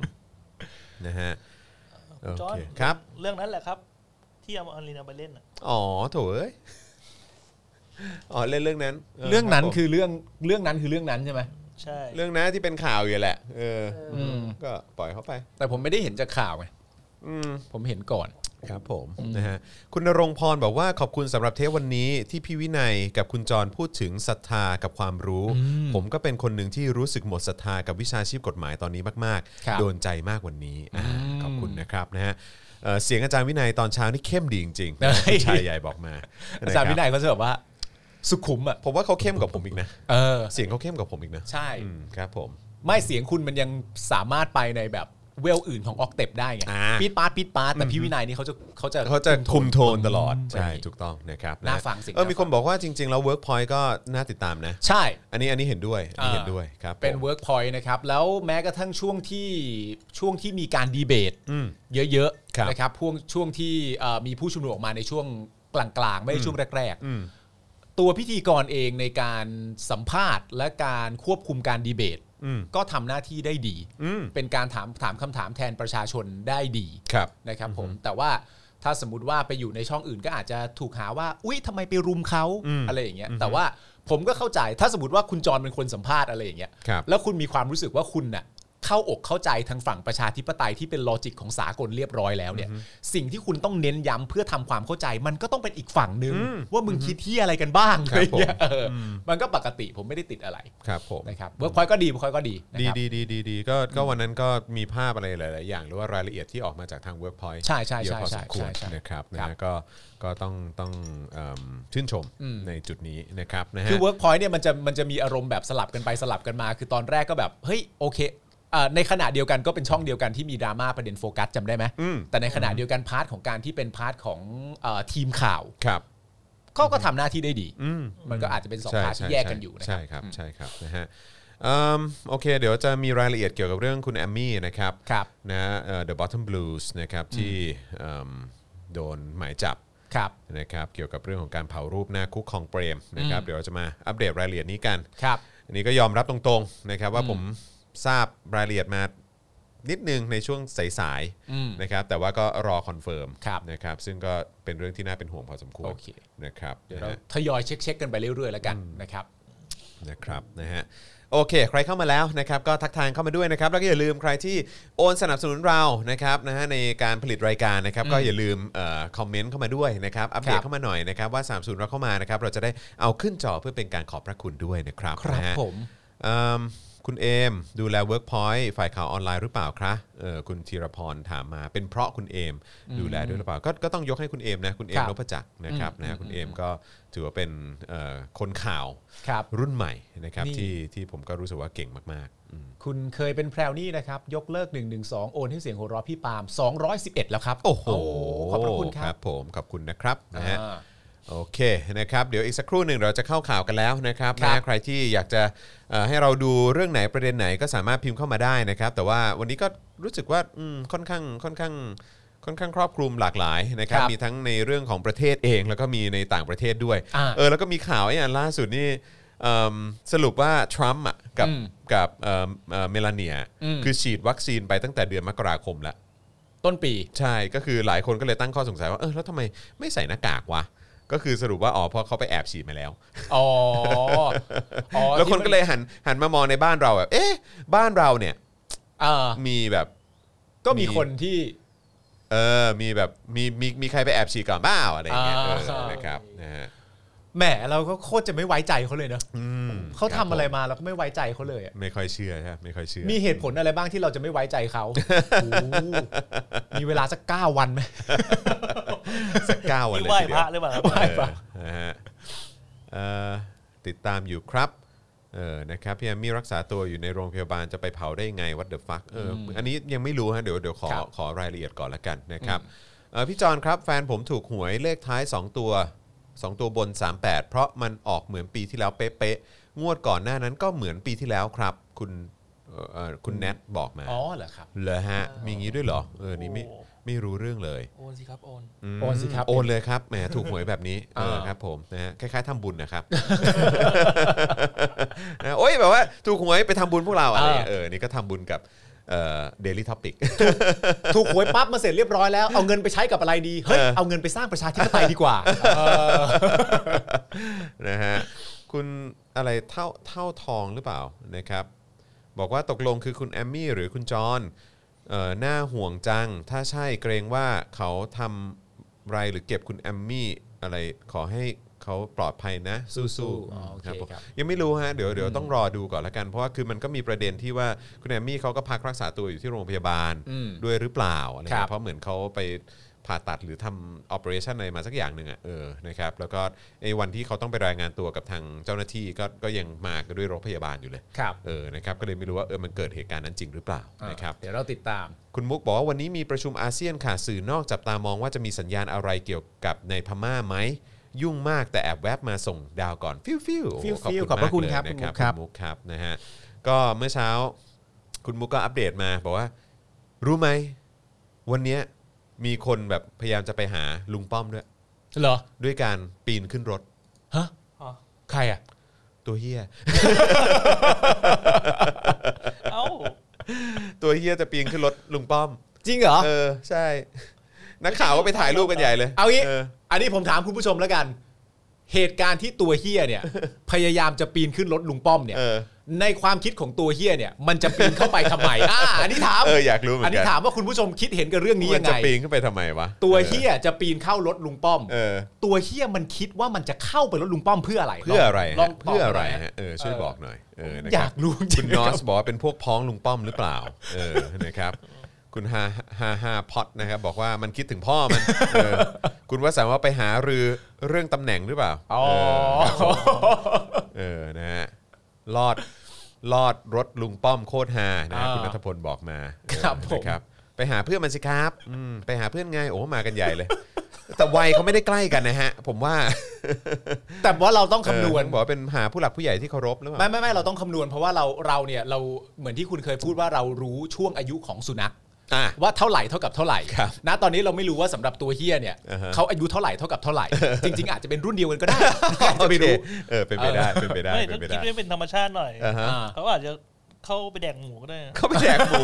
Speaker 2: นะฮะโอ
Speaker 4: จอ
Speaker 2: เค
Speaker 4: ห์น
Speaker 2: ครับ
Speaker 4: เรื่องนั้นแหละครับ ที่เอาอลินาไปเล่นน่ะ
Speaker 2: อ๋อโถเอ้ย *laughs* อ๋อเล่นเรื่องนั้น
Speaker 3: เรื่องนั้น
Speaker 2: บผม
Speaker 3: คือเรื่องเรื่องนั้นคือเรื่องนั้นใช่ไหม
Speaker 4: ใช่
Speaker 2: เรื่องน้าที่เป็นข่าวอยู่แหละ เออ ก็ปล่อยเขาไป
Speaker 3: แต่ผมไม่ได้เห็นจากข่าวไง
Speaker 2: อืม
Speaker 3: ผมเห็นก่อน
Speaker 2: ครับผมนะฮะคุณณรงค์พรบอกว่าขอบคุณสำหรับเทปวันนี้ที่พี่วินัยกับคุณจรพูดถึงศรัทธากับความรู้
Speaker 3: อืม
Speaker 2: ผมก็เป็นคนหนึ่งที่รู้สึกหมดศรัทธากับวิชาชีพกฎหมายตอนนี้มาก
Speaker 3: ครั
Speaker 2: ๆ
Speaker 3: บ
Speaker 2: โดนใจมากวันนี้อา
Speaker 3: อืม
Speaker 2: ขอบคุณนะครับนะฮะเอ่อเสียงอาจารย์วินัยตอนเช้านี่เข้มดีจริงๆ
Speaker 3: เฮ้
Speaker 2: คุ
Speaker 3: ย
Speaker 2: ณชายใหญ่บอกมา
Speaker 3: อาจารย์วิ
Speaker 2: ะคบ
Speaker 3: นัยก็จะแบบว่าสุขุมอ่ะ
Speaker 2: ผมว่าเขาเข้มกว่าผมอีกนะ
Speaker 3: เออ
Speaker 2: เสียงเขาเข้มกว่าผมอีกนะ
Speaker 3: ใช่
Speaker 2: อืมครับผม
Speaker 3: ไม่เสียงคุณมันยังสามารถไปในแบบเวลอื่นของออกเต็ปได้ไง
Speaker 2: อ่า
Speaker 3: ปีดปาดปีดปาดแต่พี่วินัยนี่เขาจะเขาจะ
Speaker 2: เขาจะคุมโทนตลอด
Speaker 3: อืม
Speaker 2: ใช่ถูกต้องนะครับะ
Speaker 3: น่าฟังเสียง
Speaker 2: เออมี
Speaker 3: น่า
Speaker 2: ค
Speaker 3: ฟั
Speaker 2: น
Speaker 3: ง
Speaker 2: บอกว่าจริง ๆ แล้ว Workpoint ก็น่าติดตามนะ
Speaker 3: ใช่
Speaker 2: อันนี้อันนี้เห็นด้วยอันนี้
Speaker 3: อ่า
Speaker 2: เห็นด้วยครับ
Speaker 3: เป็น
Speaker 2: ผม
Speaker 3: เวิร์กพอยต์นะครับ แล้วแม้กระทั่งช่วงที่ช่วงที่มีการดีเบต
Speaker 2: อืม
Speaker 3: เยอะ
Speaker 2: ครับ
Speaker 3: ๆนะครับช่วงช่วงที่เอ่อมีผู้ชุมนุมออกมาในช่วงกลางๆ ไม่
Speaker 2: อื
Speaker 3: ได้
Speaker 2: ม
Speaker 3: ช่วงแรก
Speaker 2: อืม
Speaker 3: ๆ ตัวพิธีกรเองในการสัมภาษณ์ และการควบคุมการดีเบต
Speaker 2: อืม
Speaker 3: ก็ทำหน้าที่ได้ดี
Speaker 2: อืม
Speaker 3: เป็นการถามถามคำถามแทนประชาชนได้ดี
Speaker 2: ครับ
Speaker 3: นะครับผมแต่ว่าถ้าสมมติว่าไปอยู่ในช่องอื่นก็อาจจะถูกหาว่า อุ๊ยทำไมไปรุมเขา
Speaker 2: อืม
Speaker 3: ไรอย่างเงี้ย
Speaker 2: อืม
Speaker 3: แต่ว่าผมก็เข้าใจถ้าสมมติว่าคุณจรเป็นคนสัมภาษณ์อะไรอย่างเงี้ย
Speaker 2: ครับ
Speaker 3: แล้วคุณมีความรู้สึกว่าคุณน่ะเข้าอกเข้าใจทางฝั่งประชาธิปไตยที่เป็นลอจิกของสากลเรียบร้อยแล้วเนี่ยสิ่งที่คุณต้องเน้นย้ำเพื่อทำความเข้าใจ มันก็ต้องเป็นอีกฝั่งหนึ่งว่ามึงคิดที่อะไรกันบ้าง
Speaker 2: ค
Speaker 3: อะ
Speaker 2: รั
Speaker 3: ไร
Speaker 2: บผม
Speaker 3: เงี้ยเอออ
Speaker 2: ม
Speaker 3: มันก็ปกติผมไม่ได้ติดอะไร
Speaker 2: ครับผม
Speaker 3: นะครับเวิร์กพอยก็ดีเวิร์กพอยก็ดีนะ
Speaker 2: ดี
Speaker 3: ครับ
Speaker 2: ดีดีดีดีก็ก็วันนั้นก็มีภาพอะไรหลายๆ อย่าง หรือว่ารายละเอียดที่ออกมาจากทาง Workpoint
Speaker 3: ใช่ใช่
Speaker 2: เยอะ
Speaker 3: ใช่
Speaker 2: พอส
Speaker 3: ใช่
Speaker 2: มควร
Speaker 3: ใช่ใช่
Speaker 2: นะครับนะครับ ฮะก็ก็ต้องต้องเอิ่มชื่นชม
Speaker 3: อืม
Speaker 2: ในจุดนี้นะครับนะฮะ
Speaker 3: คือ Workpoint เนี่ยมันจะมันจะมีอารมณ์แบบสลับกันไปสลับกันมา คือตอนแรกก็แบบ เฮ้ยโอเคเอ่อในขณะเดียวกันก็เป็นช่องเดียวกันที่มีดราม่าประเด็นโฟกัสจำได้ไหม
Speaker 2: อืม
Speaker 3: แต่ในขณะเดียวกันพาร์ทของการที่เป็นพาร์ทของเอ่อทีมข่าว
Speaker 2: ครับ
Speaker 3: เขาก็ทำหน้าที่ได้ดี
Speaker 2: อืม
Speaker 3: มันก็อาจจะเป็นสอง
Speaker 2: ใช่
Speaker 3: พาร์ทที่
Speaker 2: ใช่
Speaker 3: แยกกันอยู่นะค
Speaker 2: ใช่
Speaker 3: รับ
Speaker 2: ครับใช่ครับนะฮะเอิ่มโอเค เดี๋ยวจะมีรายละเอียดเกี่ยวกับเรื่องคุณแอมมี่นะครับ
Speaker 3: ครับ
Speaker 2: นะเอ่อ The Bottom Blues นะครับที่เอิ่มโดนหมายจับ
Speaker 3: ครับ
Speaker 2: นะครับเกี่ยวกับเรื่องของการเผารูปหน้าคุกของเปรมนะครับเดี๋ยวเราจะมาอัปเดตรายละเอียดนี้กัน
Speaker 3: ครับ
Speaker 2: อันนี้ก็ยอมรับตรงๆนะครับว่าผมทราบรายละเอียดมานิดนึงในช่วงสาย
Speaker 3: อืม
Speaker 2: ๆนะครับแต่ว่าก็รอคอนเฟิร์ม
Speaker 3: ครับ
Speaker 2: นะครับซึ่งก็เป็นเรื่องที่น่าเป็นห่วงพอสมควร
Speaker 3: โอเค
Speaker 2: นะครับ
Speaker 3: เดี๋ยวเรา
Speaker 2: นะฮะ
Speaker 3: ทยอยเช็คเช็คๆกันไปเรื่อยๆแล้วกันนะครับ
Speaker 2: นะครับนะฮะโอเค ใครเข้ามาแล้วนะครับก็ทักทายเข้ามาด้วยนะครับ แล้วก็อย่าลืมใครที่โอนสนับสนุนเรานะครับนะฮะในการผลิตรายการนะครับก็อย่าลืมเออคอมเมนต์เข้ามาด้วยนะครับอัปเด
Speaker 3: ครั
Speaker 2: ต
Speaker 3: บ
Speaker 2: เข้ามาหน่อยนะครับว่าสนับสนุนเราเข้ามานะครับเราจะได้เอาขึ้นจอเพื่อเป็นการขอบพระคุณด้วยนะครับ
Speaker 3: ครับ
Speaker 2: นะฮะ
Speaker 3: ผม
Speaker 2: เอิ่มคุณเอมดูแล Workpoint ฝ่ายข่าวออนไลน์หรือเปล่าคะเออคุณธีรพรถามมาเป็นเพราะคุณเอมดูแลด้วยหรือเปล่าก็ก็ต้องยกให้คุณเอมนะคุณเอ
Speaker 3: ครั
Speaker 2: ม
Speaker 3: บ
Speaker 2: นพจักรนะครับนะฮะคุณเอมก็ถือว่าเป็นเอ่อคนข่าว
Speaker 3: ครับ
Speaker 2: รุ่นใหม่นะครับ
Speaker 3: นี่
Speaker 2: ที่ที่ผมก็รู้สึกว่าเก่งมากๆอืม
Speaker 3: คุณเคยเป็นแพรวนี่นะครับ ยกเลิก 1 1 2 โอนให้เสียงหัวเราะพี่ปาล์ม211 แล้วครับ
Speaker 2: โอ้โห
Speaker 3: ขอบพระคุณครับ
Speaker 2: ผมขอบคุณนะครับนะฮะ
Speaker 3: อ่า
Speaker 2: โอเคนะครับเดี๋ยวอีกสักครู่หนึ่งเราจะเข้าข่าวกันแล้วนะครับ
Speaker 3: ครั
Speaker 2: นะ
Speaker 3: บ
Speaker 2: ฮะใครที่อยากจะเอ่อให้เราดูเรื่องไหนประเด็นไหนก็สามารถพิมพ์เข้ามาได้นะครับ แต่ว่าวันนี้ก็รู้สึกว่าอืมค่อนข้างค่อนข้างค่อนข้างครอบคลุมหลากหลายนะครับ
Speaker 3: ครับ
Speaker 2: มีทั้งในเรื่องของประเทศเอง แล้วก็มีในต่างประเทศด้วย
Speaker 3: อ่า
Speaker 2: เออแล้วก็มีข่าวไอ้อันล่าสุดนี่เอิ่มสรุปว่าทรัมป์อ่ะกับ
Speaker 3: อืม
Speaker 2: กับเอิ่มเอ่อเมลาเนีย
Speaker 3: อืม
Speaker 2: คือฉีดวัคซีนไปตั้งแต่เดือนมกราคมแล้ว
Speaker 3: ต้นปี
Speaker 2: ใช่ก็คือหลายคนก็เลยตั้งข้อสงสัยว่าเออแล้วทำไมไม่ใส่หน้ากากวะ ก็คือสรุปว่าอ๋อเพราะเขาไปแอบฉีดมาแล้ว
Speaker 3: อ๋ออ๋อ
Speaker 2: แล้วคนก็เลยหันหันมามองในบ้านเราแบบเอ๊ะบ้านเราเนี่ย
Speaker 3: อ่า
Speaker 2: มีแบบ
Speaker 3: ก็มีคนที่
Speaker 2: เออมีแบบมีมีมีใครไปแอบฉีดก่อนบ้าอะไรอย่างเงี้ย
Speaker 3: อ่า
Speaker 2: เออนะครับนะฮะ
Speaker 3: แหมเราก็โคตรจะไม่ไว้ใจเขาเลยเนอะ
Speaker 2: อืม
Speaker 3: เขา
Speaker 2: ค
Speaker 3: ทำ
Speaker 2: บ
Speaker 3: อะไร
Speaker 2: ผ
Speaker 3: มาเราก็ไม่ไว้ใจเขาเลยอะ
Speaker 2: ไม่ค่อยเชื่อใช่ไหมไม่ค่อยเชื่อ
Speaker 3: มีเหตุผลอะไรบ้างที่เราจะไม่ไว้ใจ
Speaker 2: *laughs*
Speaker 3: เขา โอ้โหมีเวลาสักเก้าวันไหม
Speaker 2: สักเก้าวันเล
Speaker 4: ที่
Speaker 2: ย
Speaker 4: ไหว้
Speaker 2: ที
Speaker 4: พ
Speaker 2: เดีย
Speaker 4: ระ
Speaker 2: ว
Speaker 4: หรือเปล่าครับ
Speaker 3: ไหว้พระ
Speaker 2: เออนะฮะเอ่อติดตามอยู่ครับเออนะครับพี่แอมมี่รักษาตัวอยู่ในโรงพยาบาลจะไปเผาได้ไงวัดเดอะฟักเออออันนี้ยังไม่รู้ฮะเดี๋ยวเดี๋ยวขอ
Speaker 3: ครับ
Speaker 2: ขอรายละเอียดก่อนละกันนะครับเอ่อพี่จอนครับแฟนผมถูกหวยเลขท้าย 2 ตัว 2 ตัวบน 38 เพราะมันออกเหมือนปีที่แล้วเป๊ะๆงวดก่อนหน้านั้นก็เหมือนปีที่แล้วครับ คุณ เอ่อเอ่อคุณแนทบอกมา
Speaker 3: อ๋อเหรอครับ
Speaker 2: เหรอฮะ มีอย่างนี้ด้วยเหรอเออนี่ไม่
Speaker 4: โอ้
Speaker 2: ไม่รู้เรื่องเลย
Speaker 4: โอนสิครับโอน
Speaker 2: ม
Speaker 3: โอนสิครับ
Speaker 2: โอนเลยครับแหมถูกหวยแบบนี้เออ
Speaker 3: อ่า
Speaker 2: ครับผมนะฮะคล้ายๆทำบุญนะครับ นะโอ้ยแบบว่าถูกหวยไปทำบุญพวกเราอะไรเออนี่ก็ทำบุญกับเดลิทอพิก
Speaker 3: ถูกหวยปั๊บมาเสร็จเรียบร้อยแล้วเอาเงินไปใช้กับอะไรดีเฮ้ย
Speaker 2: เออ
Speaker 3: เอาเงินไปสร้างประชาธิปไตยดีกว่าเออ
Speaker 2: นะฮะคุณอะไรเท่าเท่าทองหรือเปล่านะครับ บอกว่าตกลงคือคุณแอมมี่หรือคุณจอห์นเอ่อน่าห่วงจัง ถ้าใช่เกรงว่าเขาทำไรหรือเก็บคุณแอมมี่อะไรขอให้เขาปลอดภัยนะ สู้
Speaker 3: อ๋อโอ
Speaker 2: ๆ
Speaker 3: เค
Speaker 2: ครับผม
Speaker 3: ครับ
Speaker 2: ยังไม่รู้ฮะเดี๋ยวเดี๋ยวต้องรอดูก่อนละกัน เพราะว่าคือมันก็มีประเด็นที่ว่าคุณแอมมี่เขาก็พักรักษาตัวอยู่ที่โรงพยาบาล
Speaker 3: อืม
Speaker 2: ด้วยหรือเปล่าอะไร
Speaker 3: ครั
Speaker 2: เงี้ย
Speaker 3: บ
Speaker 2: เพราะเหมือนเขาไปผ่าตัดหรือทำ o อ e r a t i o n อะไรมาสักอย่างหนึ่งอ่ะเออนะครับแล้วก็ไอ้วันที่เขาต้องไปรายงานตัวกับทางเจ้าหน้าที่ก็ก็ยังมากันด้วยรถพยาบาลอยู่เลย
Speaker 3: ครับ
Speaker 2: เออนะครับก็เลยไม่รู้ว่าเออมันเกิดเหตุการณ์นั้นจริงหรือเปล่านะครับ
Speaker 3: เดี๋ยวเราติดตาม
Speaker 2: คุณมุกบอกว่าวันนี้มีประชุมอาเซียนค่ะสื่อนอกจับตามองว่าจะมีสัญญาณอะไรเกี่ยวกับในพม่าไหม ยุ่งมากแต่แอบแวบมาส่งดาวก่อนฟิวฟิว
Speaker 3: ฟิวฟิวขอบพระคุณครับ
Speaker 2: นะ
Speaker 3: คุ
Speaker 2: ค
Speaker 3: ณมุ
Speaker 2: รับ
Speaker 3: ก
Speaker 2: คุ
Speaker 3: ครั
Speaker 2: ณ
Speaker 3: บ
Speaker 2: มุกครับนะฮะก็เมื่อเช้า คุณมุกก็อัปเดตมาบอกว่า รู้ไหม วันเนี้ยมีคนแบบพยายามจะไปหาลุงป้อมด้วย
Speaker 3: เหรอ
Speaker 2: ด้วยการปีนขึ้นรถ
Speaker 3: ฮะ
Speaker 4: อ๋อ
Speaker 3: ใครอ่ะ
Speaker 2: ตัวเฮีย
Speaker 4: เอ้า
Speaker 2: ตัวเฮียจะปีนขึ้นรถลุงป้อม
Speaker 3: จริงเหรอ
Speaker 2: เออใช่ นักข่าวก็ไปถ่ายรูปกันใหญ่เลย
Speaker 3: เอางี้
Speaker 2: เ
Speaker 3: อันนี้ผมถามคุณผู้ชมแล้วกัน เหตุการณ์ที่ตัวเฮียเนี่ย *laughs* พยายามจะปีนขึ้นรถลุงป้อมเนี่ย
Speaker 2: เออ
Speaker 3: ในความคิดของตัวเฮียเนี่ย มันจะปีนเข้าไปทำ *laughs* ไมอ่าอันนี้ถาม
Speaker 2: เอออยากรู้เหมือนกั
Speaker 3: อั
Speaker 2: น น
Speaker 3: นี้ถามว่าคุณผู้ชมคิดเห็นกับเรื่องนี้ยัง
Speaker 2: มั
Speaker 3: ไง
Speaker 2: จะปีนขึ้นไปทำไมวะ
Speaker 3: ตัวเฮียจะปีนเข้ารถลุงป้อม
Speaker 2: เออ
Speaker 3: ตัวเฮียมันคิดว่ามันจะเข้าไปรถลุงป้อมเพื่ออะไร
Speaker 2: เพื่ออะไร
Speaker 3: ลอ
Speaker 2: ฮะ
Speaker 3: งตบ
Speaker 2: เพื่ออะไร
Speaker 3: หน่ยฮ
Speaker 2: ฮะเออช่วยบอกหน่อยเออนะ
Speaker 3: อ
Speaker 2: ค
Speaker 3: ยา
Speaker 2: รับ
Speaker 3: กรู้จริ
Speaker 2: คุณ
Speaker 3: ง
Speaker 2: นอสบอกว่าเป็นพวกพ้องลุงป้อมหรือเปล่าเออนะครับ คุณฮาฮาฮาพอดนะครับบอกว่ามันคิดถึงพ่อมันเออคุณวสันต์ว่าไปหารือเรื่องตำแหน่งหรือเปล่า
Speaker 3: อ๋อ
Speaker 2: เเออนะฮะลอดลอดรถลุงป้อมโคตรฮานะฮะ
Speaker 3: อ่า
Speaker 2: คุณนัทพลบอกมา
Speaker 3: ครับ
Speaker 2: เออ
Speaker 3: ผม
Speaker 2: นะครับ ไปหาเพื่อนมันสิครับอืมไปหาเพื่อนไงโอ้มากันใหญ่เลย แต่วัยเขาไม่ได้ใกล้กันนะฮะ ผมว่า
Speaker 3: *laughs* แต่ว่าเราต้องคำนวณ
Speaker 2: เออบอกว่าเป็นหาผู้หลักผู้ใหญ่ที่เคารพหรือเป
Speaker 3: ไม่
Speaker 2: ล่า
Speaker 3: ไม่ไม่เราต้องคำนวณเพราะว่าเราเราเนี่ยเราเหมือนที่คุณเคยพูดว่าเรารู้ช่วงอายุของสุนัข
Speaker 2: อ่ะ
Speaker 3: ว่าเท่าไหร่เท่ากับเท่าไหร่
Speaker 2: ครับ
Speaker 3: ณ ตอนนี้เราไม่รู้ว่าสำหรับตัวเฮียเนี่ย
Speaker 2: อ่าฮะ
Speaker 3: เขาอายุเท่าไหร่เท่ากับ
Speaker 2: *laughs*
Speaker 3: เท่าไหร่ จริง ๆ อาจจะเป็นรุ่นเดียวกันก็ได้ อาจจะไม่
Speaker 2: โอ
Speaker 3: รู้
Speaker 2: เคเออเป็นไปได้เป็นไปได้
Speaker 4: ไม่
Speaker 2: เป็
Speaker 4: ต้อน ง
Speaker 2: ไป
Speaker 4: คิด
Speaker 2: ได้
Speaker 4: ให้เป็นธรรมชาติหน่อย
Speaker 2: อ่าฮะ
Speaker 3: อ่า
Speaker 4: เขาอาจจะเข้าไปแดกหมูก็ได้นะ
Speaker 2: เขาไปแจกหมู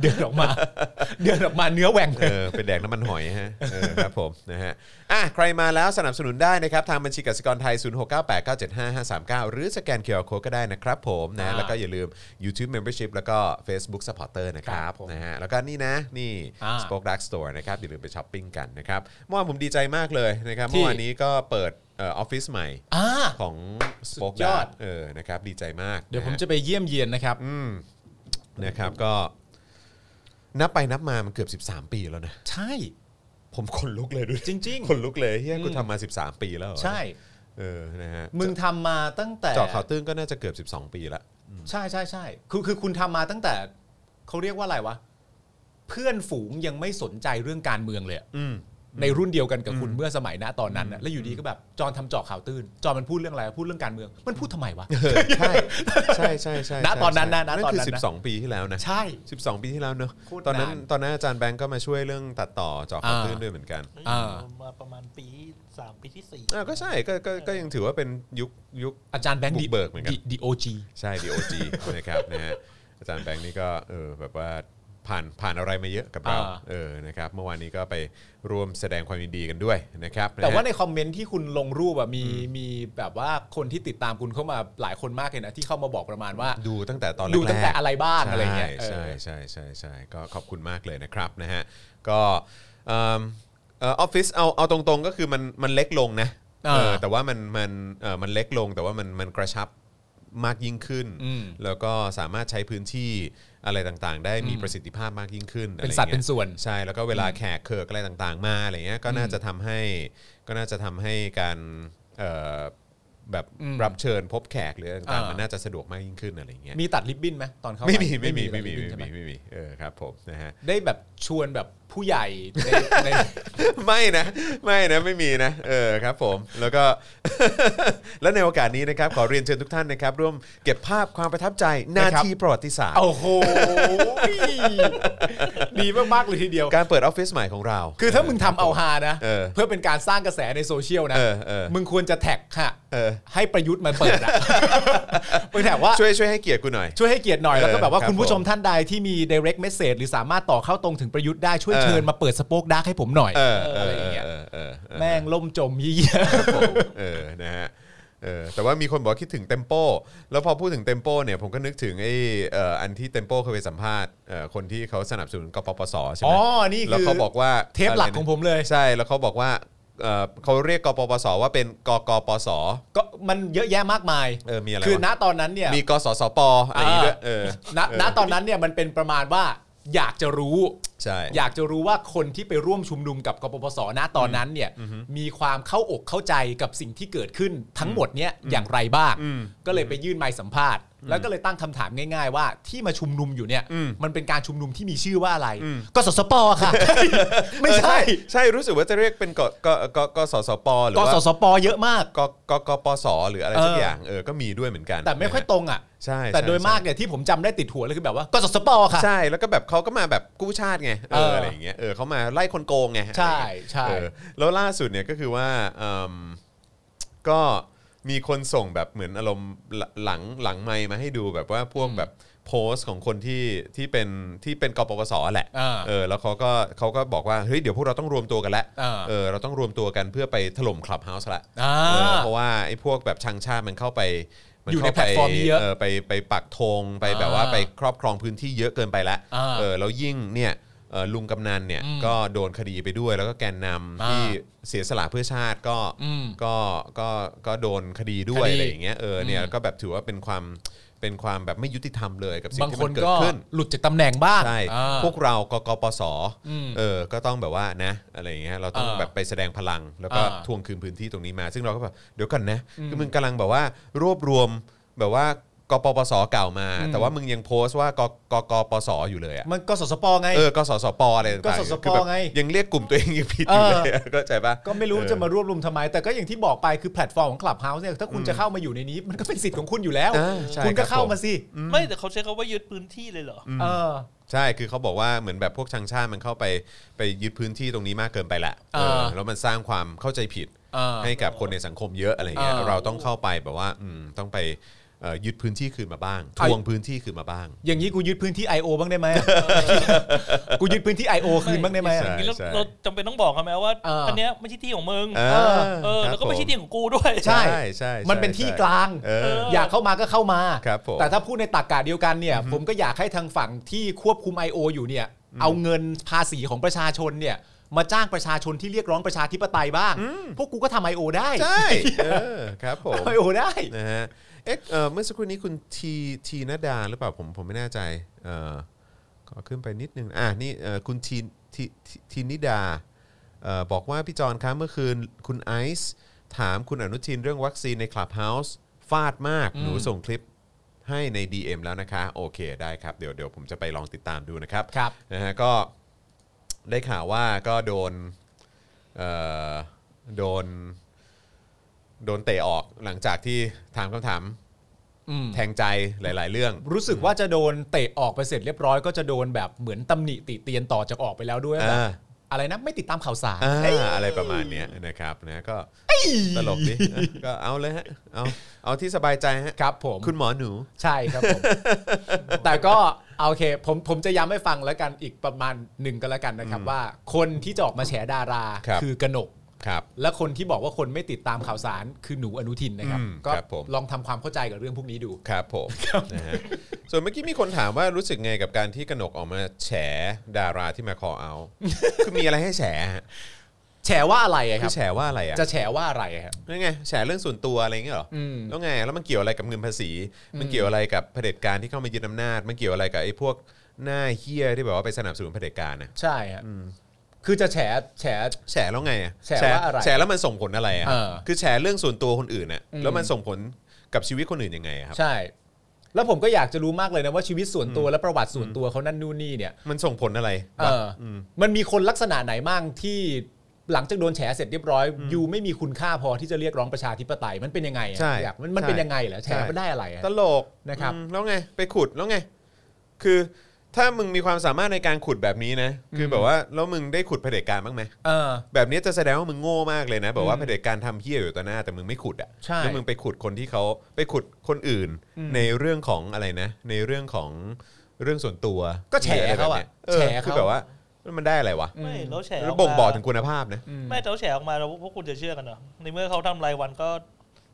Speaker 3: เดินออกมา
Speaker 2: *laughs*
Speaker 3: เดินออกมาเนื้อแหว่งเล
Speaker 2: เอย อเป็นแดกน้ำมันหอยฮะเออครับผมนะฮะอ่ะใครมาแล้วสนับสนุนได้นะครับ ทางบัญชีกสิกรไทย 0698975539 หรือสแกนเคอร์โคก็ได้นะครับผมนะ
Speaker 3: อ่า
Speaker 2: แล้วก็อย่าลืม YouTube Membership แล้วก็ Facebook Supporter นะครั
Speaker 3: ครับ บผม
Speaker 2: นะฮะแล้วก็นี่นะนี่
Speaker 3: อ่า
Speaker 2: Spoke Dark Store นะครับ อย่าลืมไปช้อปปิ้งกันนะครับเมื่อวานผมดีใจมากเลยนะครับเมื่
Speaker 3: ที่
Speaker 2: อวานนี้ก็เปิดเออออฟฟิศใหม่
Speaker 3: อ่า
Speaker 2: ของส
Speaker 3: สุ
Speaker 2: ปอ
Speaker 3: ด
Speaker 2: ค
Speaker 3: ย
Speaker 2: ย
Speaker 3: อ
Speaker 2: อ
Speaker 3: ด
Speaker 2: ดเออนะครับดีใจมาก
Speaker 3: เดี๋ยวผม
Speaker 2: นฮ
Speaker 3: จะไปเยี่ยมเยียนนะครับ
Speaker 2: อืมนะครับก็ นับไปนับมามันเกือบ 13 ปีแล้วนะ
Speaker 3: ใช่
Speaker 2: ผมขนลุกเลยดู *laughs*
Speaker 3: จริง
Speaker 2: ขนลุกเลยเฮีย
Speaker 3: อืม
Speaker 2: กูทำมา 13 ปีแล้วเหรอ
Speaker 3: ๆ ใช่
Speaker 2: เออนะฮะ
Speaker 3: มึงทำมาตั้งแต่
Speaker 2: เจาะข่าวตื้นก็น่าจะเกือบ 12 ปีละ
Speaker 3: ใช่ใช่ใช่คือคือคุณทำมาตั้งแต่เขาเรียกว่าอะไรวะเพื่อนฝูงยังไม่สนใจเรื่องการเมืองเลยอะ
Speaker 2: อืม
Speaker 3: ในรุ่นเดียวกันกับคุณเมื่อสมัยณตอนนั้นน่ะแล้วอยู่ดีก็แบบจอนทำเจาะข่าวตื้น จอนมันพูดเรื่องอะไรพูดเรื่องการเมือง มันพูดทำไมวะ
Speaker 2: เอ *laughs* อใช่ใช่ใช่ใช่
Speaker 3: *laughs* ณตอนนั้นนะณ
Speaker 2: ใช่
Speaker 3: ตอนนั้นนะ
Speaker 2: คือ12 ปีที่แล้วนะ
Speaker 3: ใช่
Speaker 2: 12 ปีที่แล้วเนอะ
Speaker 3: โคตร
Speaker 2: ตอน
Speaker 3: นาน
Speaker 2: นั้นตอนนั้นอาจารย์แบงก์ก็มาช่วยเรื่องตัดต่อเจาะข่าวตื้น
Speaker 3: อ่า
Speaker 2: ด้วยเหมือนกัน
Speaker 3: อ่า
Speaker 4: มาประมาณปีสามปีที่สี่
Speaker 2: อ่าก็ใช่ก็ก็ก็ยังถือว่าเป็นยุคยุค
Speaker 3: อาจารย์แบงค์
Speaker 2: บุกเบิกเหมือนกัน
Speaker 3: ดีโอจี
Speaker 2: ใช่ DOG นะครับนะฮะอาจารย์แบงค์นี่ก็เออแบบว่าผ่านผ่านอะไรมาเยอะกับเราเออนะครับเมื่อวานนี้ก็ไปร่วมแสดงความยินดีกันด้วยนะครับะฮะ
Speaker 3: แต่ว่าในคอมเมนต์ที่คุณลงรูปอะมีมีแบบว่าคนที่ติดตามคุณเข้ามาหลายคนมากเลยนะที่เข้ามาบอกประมาณว่า
Speaker 2: ดูตั้งแต่ตอน
Speaker 3: ดูตั้งแต่
Speaker 2: กๆ
Speaker 3: อะไรบ้างอะไรเงี้ย
Speaker 2: ใช่
Speaker 3: เออ
Speaker 2: ใช่ใช่ใช่ใช่ก็ขอบคุณมากเลยนะครับนะฮะก็เอิ่มเออออฟฟิศเอาเอาตรงๆก็คือมันมันเล็กลงนะ
Speaker 3: อ่า
Speaker 2: เออแต่ว่ามันมันเออมันเล็กลงแต่ว่ามันมันกระชับมากยิ่งขึ้น
Speaker 3: อืม
Speaker 2: แล้วก็สามารถใช้พื้นที่อะไรต่างๆ ได้มีประสิทธิภาพมากยิ่งขึ้น
Speaker 3: เป็น
Speaker 2: อะไร
Speaker 3: สัตว์
Speaker 2: งี้ย
Speaker 3: เป็นส่วน
Speaker 2: ใช่แล้วก็เวลาแขกเคิร์กอะไรต่างๆ มาอะไรเงี้ยก็น่าจะทำให้ก็น่าจะทำให้การเอ่อแบบ
Speaker 3: อืม
Speaker 2: รับเชิญพบแขกหรืออะไรต่าง
Speaker 3: อ่า
Speaker 2: ๆ
Speaker 3: มั
Speaker 2: มันน่าจะสะดวกมากยิ่งขึ้นอะไรเงี้ย
Speaker 3: มีตัดริบบิ้นไหมตอนเข้าป
Speaker 2: ไม่มีไม่มี
Speaker 3: ตั
Speaker 2: ไม่
Speaker 3: ด
Speaker 2: มี
Speaker 3: ริบบิ้น
Speaker 2: ไม่
Speaker 3: ใช่ห
Speaker 2: มีไม่มีเออครับผมนะฮ *laughs* ะ
Speaker 3: ได้แบบชวนแบบผู้ใหญ่ในใน
Speaker 2: *laughs* ไม่นะไม่นะไม่มีนะเออครับผมแล้วก็ และในโอกาสนี้นะครับ ขอเรียนเชิญทุกท่านนะครับ ร่วมเก็บภาพความประทับใจนาทีประวัติศาสตร์
Speaker 3: โอ้โหดีมากๆเลยทีเดียว
Speaker 2: การเปิดออฟฟิศใหม่ของเรา
Speaker 3: คือถ้ามึงทำเอาฮานะ
Speaker 2: เออ
Speaker 3: เพื่อเป็นการสร้างกระแสในโซเชียลนะ
Speaker 2: เออเออ
Speaker 3: มึงควรจะแท็กค่ะ
Speaker 2: เออ
Speaker 3: ให้ประยุทธ์มาเปิด
Speaker 2: *laughs*
Speaker 3: อะ มึงแท็กว่า
Speaker 2: ช่วยช่วยให้เกียรติกูหน่อย
Speaker 3: ช่วยให้เกียรติหน่อย แล้วก็แบบว่า
Speaker 2: เออ
Speaker 3: คุณผู้ชม
Speaker 2: ครับผม
Speaker 3: ท่านใดที่มี direct message หรือสามารถต่อเข้าตรงถึงประยุทธ์ได้ช่วย
Speaker 2: เออ
Speaker 3: เชิญมาเปิดสป o อคดาร์กให้ผมหน่อย
Speaker 2: เออ
Speaker 3: เอออะไรอย่างเงี้ย
Speaker 2: เออเออเออ
Speaker 3: แม่งล่มจมยี่
Speaker 2: *laughs*
Speaker 3: ย
Speaker 2: เออ นะฮะ เออ แต่ว่ามีคนบอกว่าคิดถึงเต็มโป แล้วพอพูดถึงเต็มโปเนี่ย ผมก็นึกถึงไอ้เอ่ออันที่เต็มโปเคยไปสัมภาษณ์เอ่อคนที่เขาสนับสนุนกปปสใช่ไหม
Speaker 3: อ๋อนี่คือ
Speaker 2: แล้วเขาบอกว่า
Speaker 3: เทปหลักของผมเลย
Speaker 2: ใช่ แล้วเขาบอกว่าเอ่อเขาเรียกกปปสว่าเป็นกกปส
Speaker 3: ก็มันเยอะแยะมากมาย
Speaker 2: เออ มีอะไร
Speaker 3: คือณ
Speaker 2: วะ
Speaker 3: ตอนนั้นเนี่ย
Speaker 2: มีกสสปอะไรอย่างงี้ด้วยเออ
Speaker 3: ณณตอนนั้นเนี่ยมันเป็นประมาณว่าอยากจะรู้
Speaker 2: ใช่
Speaker 3: อยากจะรู้ว่าคนที่ไปร่วมชุมนุมกับกปปสณตอนนั้นเนี่ยมีความเข้าอกเข้าใจกับสิ่งที่เกิดขึ้นทั้งหมดเนี่ยอย่างไรบ้าง
Speaker 2: อืม
Speaker 3: ก็เลยไปยื่นไม้สัมภาษณ์ แล้วก็เลยตั้งคำถามง่าย ๆ ว่าที่มาชุมนุมอยู่เนี่ย
Speaker 2: อืม
Speaker 3: มันเป็นการชุมนุมที่มีชื่อว่าอะไร
Speaker 2: อืม
Speaker 3: กสสปค่ะ ไม่ใช่
Speaker 2: เออใช่ รู้สึกว่าจะเรียกเป็นกกกกสสปหรือก ว่า
Speaker 3: สสปเยอะมาก
Speaker 2: กกกปสหรืออะไรสัก
Speaker 3: เออ
Speaker 2: อ
Speaker 3: อ
Speaker 2: ย่าง เออ ก็มีด้วยเหมือนกัน
Speaker 3: แต่ไม่ค่อย
Speaker 2: นะฮะ
Speaker 3: ตรงอ่ะ
Speaker 2: ใช่
Speaker 3: แต่
Speaker 2: ใช่
Speaker 3: โดย
Speaker 2: ใช่
Speaker 3: มากเนี่ยที่ผมจำได้ติดหัวเลยคือแบบว่ากสสปค่ะ
Speaker 2: ใช่แล้วก็แบบเขาก็มาแบบกู้ชาติไงเออ
Speaker 3: เอออ
Speaker 2: อะไรอย่างเงี้ยเออเขามาไล่คนโกงไง
Speaker 3: ใช่
Speaker 2: อะไรอย่างเงี้ย
Speaker 3: ใช่
Speaker 2: เออแล้วล่าสุดเนี่ยก็คือว่าเอิ่มก็มีคนส่งแบบเหมือนอารมณ์หลหลังหลังไมค์มาให้ดูแบบว่าพวกแบบโพสต์ของคนที่ที่เป็นที่เป็นกปปสแหละ
Speaker 3: เออ
Speaker 2: เออแล้วเขาก็เขาก็บอกว่าเฮ้ยเดี๋ยวพวกเราต้องรวมตัวกันแล้ว
Speaker 3: เออ
Speaker 2: เออเราต้องรวมตัวกันเพื่อไปถล่มคลับเฮาส์ละ
Speaker 3: อ่า
Speaker 2: เออเพราะว่าไอ้พวกแบบชังชาติมันเข้าไปมั
Speaker 3: อยู่ใน
Speaker 2: ข้า
Speaker 3: แพลตฟอร์มนี้เยอะ
Speaker 2: ไปไปปักธงไปแบบว่า
Speaker 3: อ่า
Speaker 2: ไปครอบครองพื้นที่เยอะเกินไปละ
Speaker 3: อ่า
Speaker 2: เออแล้วยิ่งเนี่ยเอ่อลุงกำนันเนี่ย
Speaker 3: อืม
Speaker 2: ก็โดนคดีไปด้วย แล้วก็แกนนำ
Speaker 3: อ่า
Speaker 2: ที่เสียสละเพื่อชาติก็
Speaker 3: อืม
Speaker 2: ก็ก็ก็โดนคดีด้วย
Speaker 3: คดี
Speaker 2: อะไรอย่างเงี้ยเออเนี่ย
Speaker 3: อืม
Speaker 2: ก็แบบถือว่าเป็นความเป็นความแบบไม่ยุติธรรมเลยกับสิ่
Speaker 3: บาง
Speaker 2: งที่
Speaker 3: ค
Speaker 2: มัน นเกิ
Speaker 3: ก็
Speaker 2: ดขึ้น
Speaker 3: หลุดจากตำแหน่งบ้าง
Speaker 2: ใช่
Speaker 3: อ่า
Speaker 2: พวกเรากกปส
Speaker 3: อืม
Speaker 2: เออ ก็ต้องแบบว่านะ อะไรอย่างเงี้ย เราต้อง
Speaker 3: อ่า
Speaker 2: แบบไปแสดงพลัง แล้วก็
Speaker 3: อ่า
Speaker 2: ทวงคืนพื้นที่ตรงนี้มา ซึ่งเราก็แบบ เดี๋ยวก่อนนะ คือมึงกำลังแบบว่ารวบรวมแบบว่ากปปสเก่ามา
Speaker 3: อืม
Speaker 2: แต่ว่ามึงยังโพสต์ว่ากกกปสอยู่เลยอะ
Speaker 3: มันกสสปไง
Speaker 2: เออ กสสปอะไรต่างๆ
Speaker 3: กสสป
Speaker 2: คือแบบ
Speaker 3: ไง
Speaker 2: ยังเรียกกลุ่มตัวเองยังผิดอยู่
Speaker 3: เออ
Speaker 2: เลยอะเข้าใจปะ
Speaker 3: ก็ไม่รู้
Speaker 2: เออ
Speaker 3: จะมารวบรวมทำไม แต่ก็อย่างที่บอกไปคือแพลตฟอร์มของ Clubhouse เนี่ยถ้าคุณจะเข้ามาอยู่ในนี้ มันก็เป็นสิทธิ์ของคุณอยู่แล้ว
Speaker 2: อ่าใช่
Speaker 3: คุณ
Speaker 2: ครั
Speaker 3: ก็
Speaker 2: บ
Speaker 3: เข้ามาสิ
Speaker 4: ไม่แต่เขาใช้คำว่ายึดพื้นที่เลยเหรออ
Speaker 3: เออ
Speaker 2: ใช่ คือเขาบอกว่าเหมือนแบบพวกชังชาติมันเข้าไปไปยึดพื้นที่ตรงนี้มากเกินไปละ
Speaker 3: เออ
Speaker 2: เออแล้วมันสร้างความเข้าใจผิด
Speaker 3: เออ
Speaker 2: ให้กับคนในสังคมเยอะอะไรเงี้ย
Speaker 3: อ่า
Speaker 2: เราต้องเข้าไปแบบว่าอืมต้องไปเอ่อยึดพื้นที่คืนมาบ้างท
Speaker 3: เอา
Speaker 2: วงพื้นที่คืนมาบ้าง
Speaker 3: อย่างนี้กูยึดพื้นที่ I.O. บ้างได้ไหม กูยึดพื้นที่ I.O. คืนบ้างได้ไหม
Speaker 2: ใช่
Speaker 4: อย่างนี้เราเราจำเป็นต้องบอกเขาไหมว่า
Speaker 3: เอออั
Speaker 4: อันเนี้ยไม่ใช่ที่ของมึง
Speaker 2: เออ
Speaker 4: เออแล้วก็ไม่ใช่ที่ของกูด้วย
Speaker 3: ใช่
Speaker 2: ใช่ใช่
Speaker 3: มันเป็นที่
Speaker 2: ใช่
Speaker 3: กลาง
Speaker 2: เออ
Speaker 3: อยากเข้ามาก็เข้ามา
Speaker 2: ครับผม
Speaker 3: แต่ถ้าพูดในตรกกะเดียวกันเนี่ย ผมก็อยากให้ทางฝั่งที่ควบคุม I.O. อยู่เนี่ย เอาเงินภาษีของประชาชนเนี่ย มาจ้างประชาชนที่เรียกร้องประชาธิปไตยบ้าง พวกกูก็ทำ I.O. ได้
Speaker 2: ใช่เออครับผม
Speaker 3: ทำ I.O. ได้
Speaker 2: นะฮะเอ๊ะเอ่อเมื่อสักครู่นี้คุณทีทีนดาหรือเปล่าผมผมไม่แน่ใจเอ่อขอขึ้นไปนิดนึงอ่ะนี่เอ่อคุณทีทีทีทีนิดาเอ่อบอกว่าพี่จอนคะเมื่อคืนคุณไอซ์ถามคุณอนุทินเรื่องวัคซีนในคลับเฮาส์ฟาดมากหนูส่งคลิปให้ใน DM แล้วนะคะ โอเคได้ครับ เดี๋ยวเดี๋ยวผมจะไปลองติดตามดูนะครับ
Speaker 3: ครับ
Speaker 2: นะฮะก็ได้ข่าวว่าก็โดนเอ่อโดน โดนเตะออกหลังจากที่ถามคำถาม
Speaker 3: อืม
Speaker 2: แทงใจหลาย ๆ เรื่อง
Speaker 3: รู้สึกว่าจะโดนเตะออกไปเสร็จเรียบร้อยก็จะโดนแบบเหมือนตำหนิติเตียนต่อจากออกไปแล้วด้วย
Speaker 2: อ่า
Speaker 3: แบบอะไรนะไม่ติดตามข่าวสาร
Speaker 2: อ่า
Speaker 3: เอ้ย
Speaker 2: อะไรประมาณเนี้ยนะครับนะก็ตลกดิเออ *laughs* ก็เอาเลยฮะเอาเอาที่สบายใจฮะ
Speaker 3: ครับผม
Speaker 2: คุณหมอหนู
Speaker 3: ใช่ครับ
Speaker 2: *laughs*
Speaker 3: ผม แต่ก็โอเคผมผมจะย้ำให้ฟังแล้วกันอีกประมาณหนึ่งก็แล้วกันนะครับว่า คนที่จะออกมาแฉดารา
Speaker 2: ครับ
Speaker 3: คือกนก
Speaker 2: ครับ
Speaker 3: และคนที่บอกว่าคนไม่ติดตามข่าวสารคือหนูอนุทินนะครับ
Speaker 2: อืม
Speaker 3: ก็
Speaker 2: ครับผม
Speaker 3: ลองทำความเข้าใจกับเรื่องพวกนี้ดู
Speaker 2: ครับผมนะฮะส่วนเมื่อกี้มีคนถามว่ารู้สึกไงกับการที่กนกออกมาแฉดาราที่มาคอเอาคือมีอะไรให้แฉฮะ
Speaker 3: แฉว่าอะไรอะค
Speaker 2: คื
Speaker 3: รั
Speaker 2: อบแฉว่าอะไรอ่ะ
Speaker 3: จะแฉว่าอะไรอะครับ
Speaker 2: นั่นไงแฉเรื่องส่วนตัวอะไรอย่างเงี้ยเหรออ
Speaker 3: ม
Speaker 2: แล้วไงแล้วมันเกี่ยวอะไรกับเงินภาษี มันเกี่ยวอะไรกับเผด็จการที่เข้ามายึดอำนาจ มันเกี่ยวอะไรกับไอ้พวกหน้าเฮี้ยที่แบบว่าไปสนับสนุนเผด็จการนะ
Speaker 3: ใช่ฮะคือจะแฉแฉ
Speaker 2: แฉแล้วไงอะ
Speaker 3: แฉว่าอะไร
Speaker 2: แฉแล้วมันส่งผลอะไรอ่ะ
Speaker 3: เออ
Speaker 2: คือแฉเรื่องส่วนตัวคนอื่นน่ะ
Speaker 3: อืม
Speaker 2: แล้วมันส่งผลกับชีวิตคนอื่นยังไงอะครับ
Speaker 3: ใช่ แล้วผมก็อยากจะรู้มากเลยนะว่าชีวิตส่วนตัวและประวัติส่วนตัวเขานั่นนู่นนี่เนี่ย
Speaker 2: มันส่งผลอะไร
Speaker 3: เอ
Speaker 2: แบบ
Speaker 3: ออมันมีคนลักษณะไหนบ้างที่ หลังจากโดนแฉเสร็จเรียบร้อยยูไม่มีคุณค่าพอที่จะเรียกร้องประชาธิปไตยมันเป็นยังไงอะ
Speaker 2: ใช่
Speaker 3: อยากมันมัน
Speaker 2: ใช่
Speaker 3: เป็นยังไงเหรอแฉ
Speaker 2: ใช่
Speaker 3: มันได้อะไรอะ
Speaker 2: ตลก
Speaker 3: นะครับ
Speaker 2: อืมแล้วไงไปขุดแล้วไง คือถ้ามึงมีความสามารถในการขุดแบบนี้นะ คือแบบว่าแล้วมึงได้ขุดเผด็จการบ้างไหม
Speaker 3: เออ
Speaker 2: แบบนี้จะแสดงว่ามึงโง่มากเลยนะแบบว่า
Speaker 3: อืม
Speaker 2: เผด็จการทำเฮี้ยอยู่ต่อหน้าแต่มึงไม่ขุดอ่ะ
Speaker 3: ใช่
Speaker 2: แล้วมึงไปขุดคนที่เขาไปขุดคนอื่น
Speaker 3: อืม
Speaker 2: ในเรื่องของอะไรนะ ในเรื่องของเรื่องส่วนตัว
Speaker 3: ก็แฉเขาอะ
Speaker 2: หรืไร
Speaker 3: แฉ
Speaker 2: แบบนี้ย
Speaker 3: เขา
Speaker 2: คือแบบว่ามันได้อะไรวะ
Speaker 4: ไม่แล้วแฉ
Speaker 2: แล้ว
Speaker 4: ก
Speaker 2: บ่ง
Speaker 4: มา
Speaker 2: บอกถึงคุณภาพนะ
Speaker 3: อืม
Speaker 4: ไม่แล้วแฉออกมาแล้วพวกคุณจะเชื่อกันเหรอในเมื่อเขาทำรายวันก็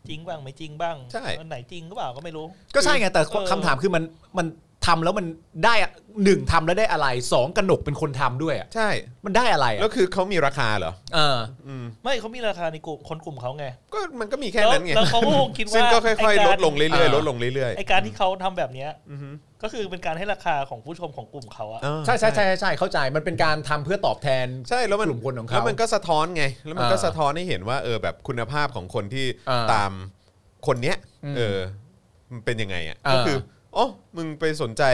Speaker 4: จริงบ้างไม่จริงบ้าง
Speaker 2: ใช่
Speaker 4: อันไหนจริงก็เปล่าก็ไม่รู้
Speaker 3: ก็ใช่ไงแต่
Speaker 4: เออ
Speaker 3: คำถามคือมันมันทำแล้วมันได้อะหนึ่งทำแล้วได้อะไรสองกระหนกเป็นคนทำด้วยอะ
Speaker 2: ใช่
Speaker 3: มันได้อะไรอะ
Speaker 2: แล้วคือเขามีราคาเหรอ
Speaker 3: เออ
Speaker 2: อืม
Speaker 4: ไม่เขามีราคาในกลุ่มคนกลุ่มเขาไง
Speaker 2: ก็มันก็มีแค่นั้นไง
Speaker 4: แล้วแล้วเขาก็คงคิดว่า
Speaker 2: ซึ่งก็ค่
Speaker 4: ไ
Speaker 2: อยๆ ลดลงเรื่อย
Speaker 3: อ่า
Speaker 2: ๆลดลงเรื่อย
Speaker 4: ไอการที่เขาทำแบบเนี้ย
Speaker 2: ๆอือฮึ
Speaker 4: ก็คือเป็นการให้ราคาของผู้ชมของกลุ่มเขาอะ
Speaker 2: อ่า
Speaker 3: ใช่ใช่ใช่ใช่ใช่เข้าใจมันเป็นการทำเพื่อตอบแทน
Speaker 2: ใช่แล้วมัน
Speaker 3: กลุ่มคนของเขา
Speaker 2: แล้วมันก็สะท้อนไง แล้วมันก็
Speaker 3: อ่า
Speaker 2: สะท้อนให้เห็นว่าเออแบบคุณภาพของคนที่
Speaker 3: อ่า
Speaker 2: ตามคนเนี้ย
Speaker 3: อืม
Speaker 2: เออมันเป็นยังไงอ่ะ
Speaker 3: อ่า
Speaker 2: ก็คืออ๋อมึงไปสนใจ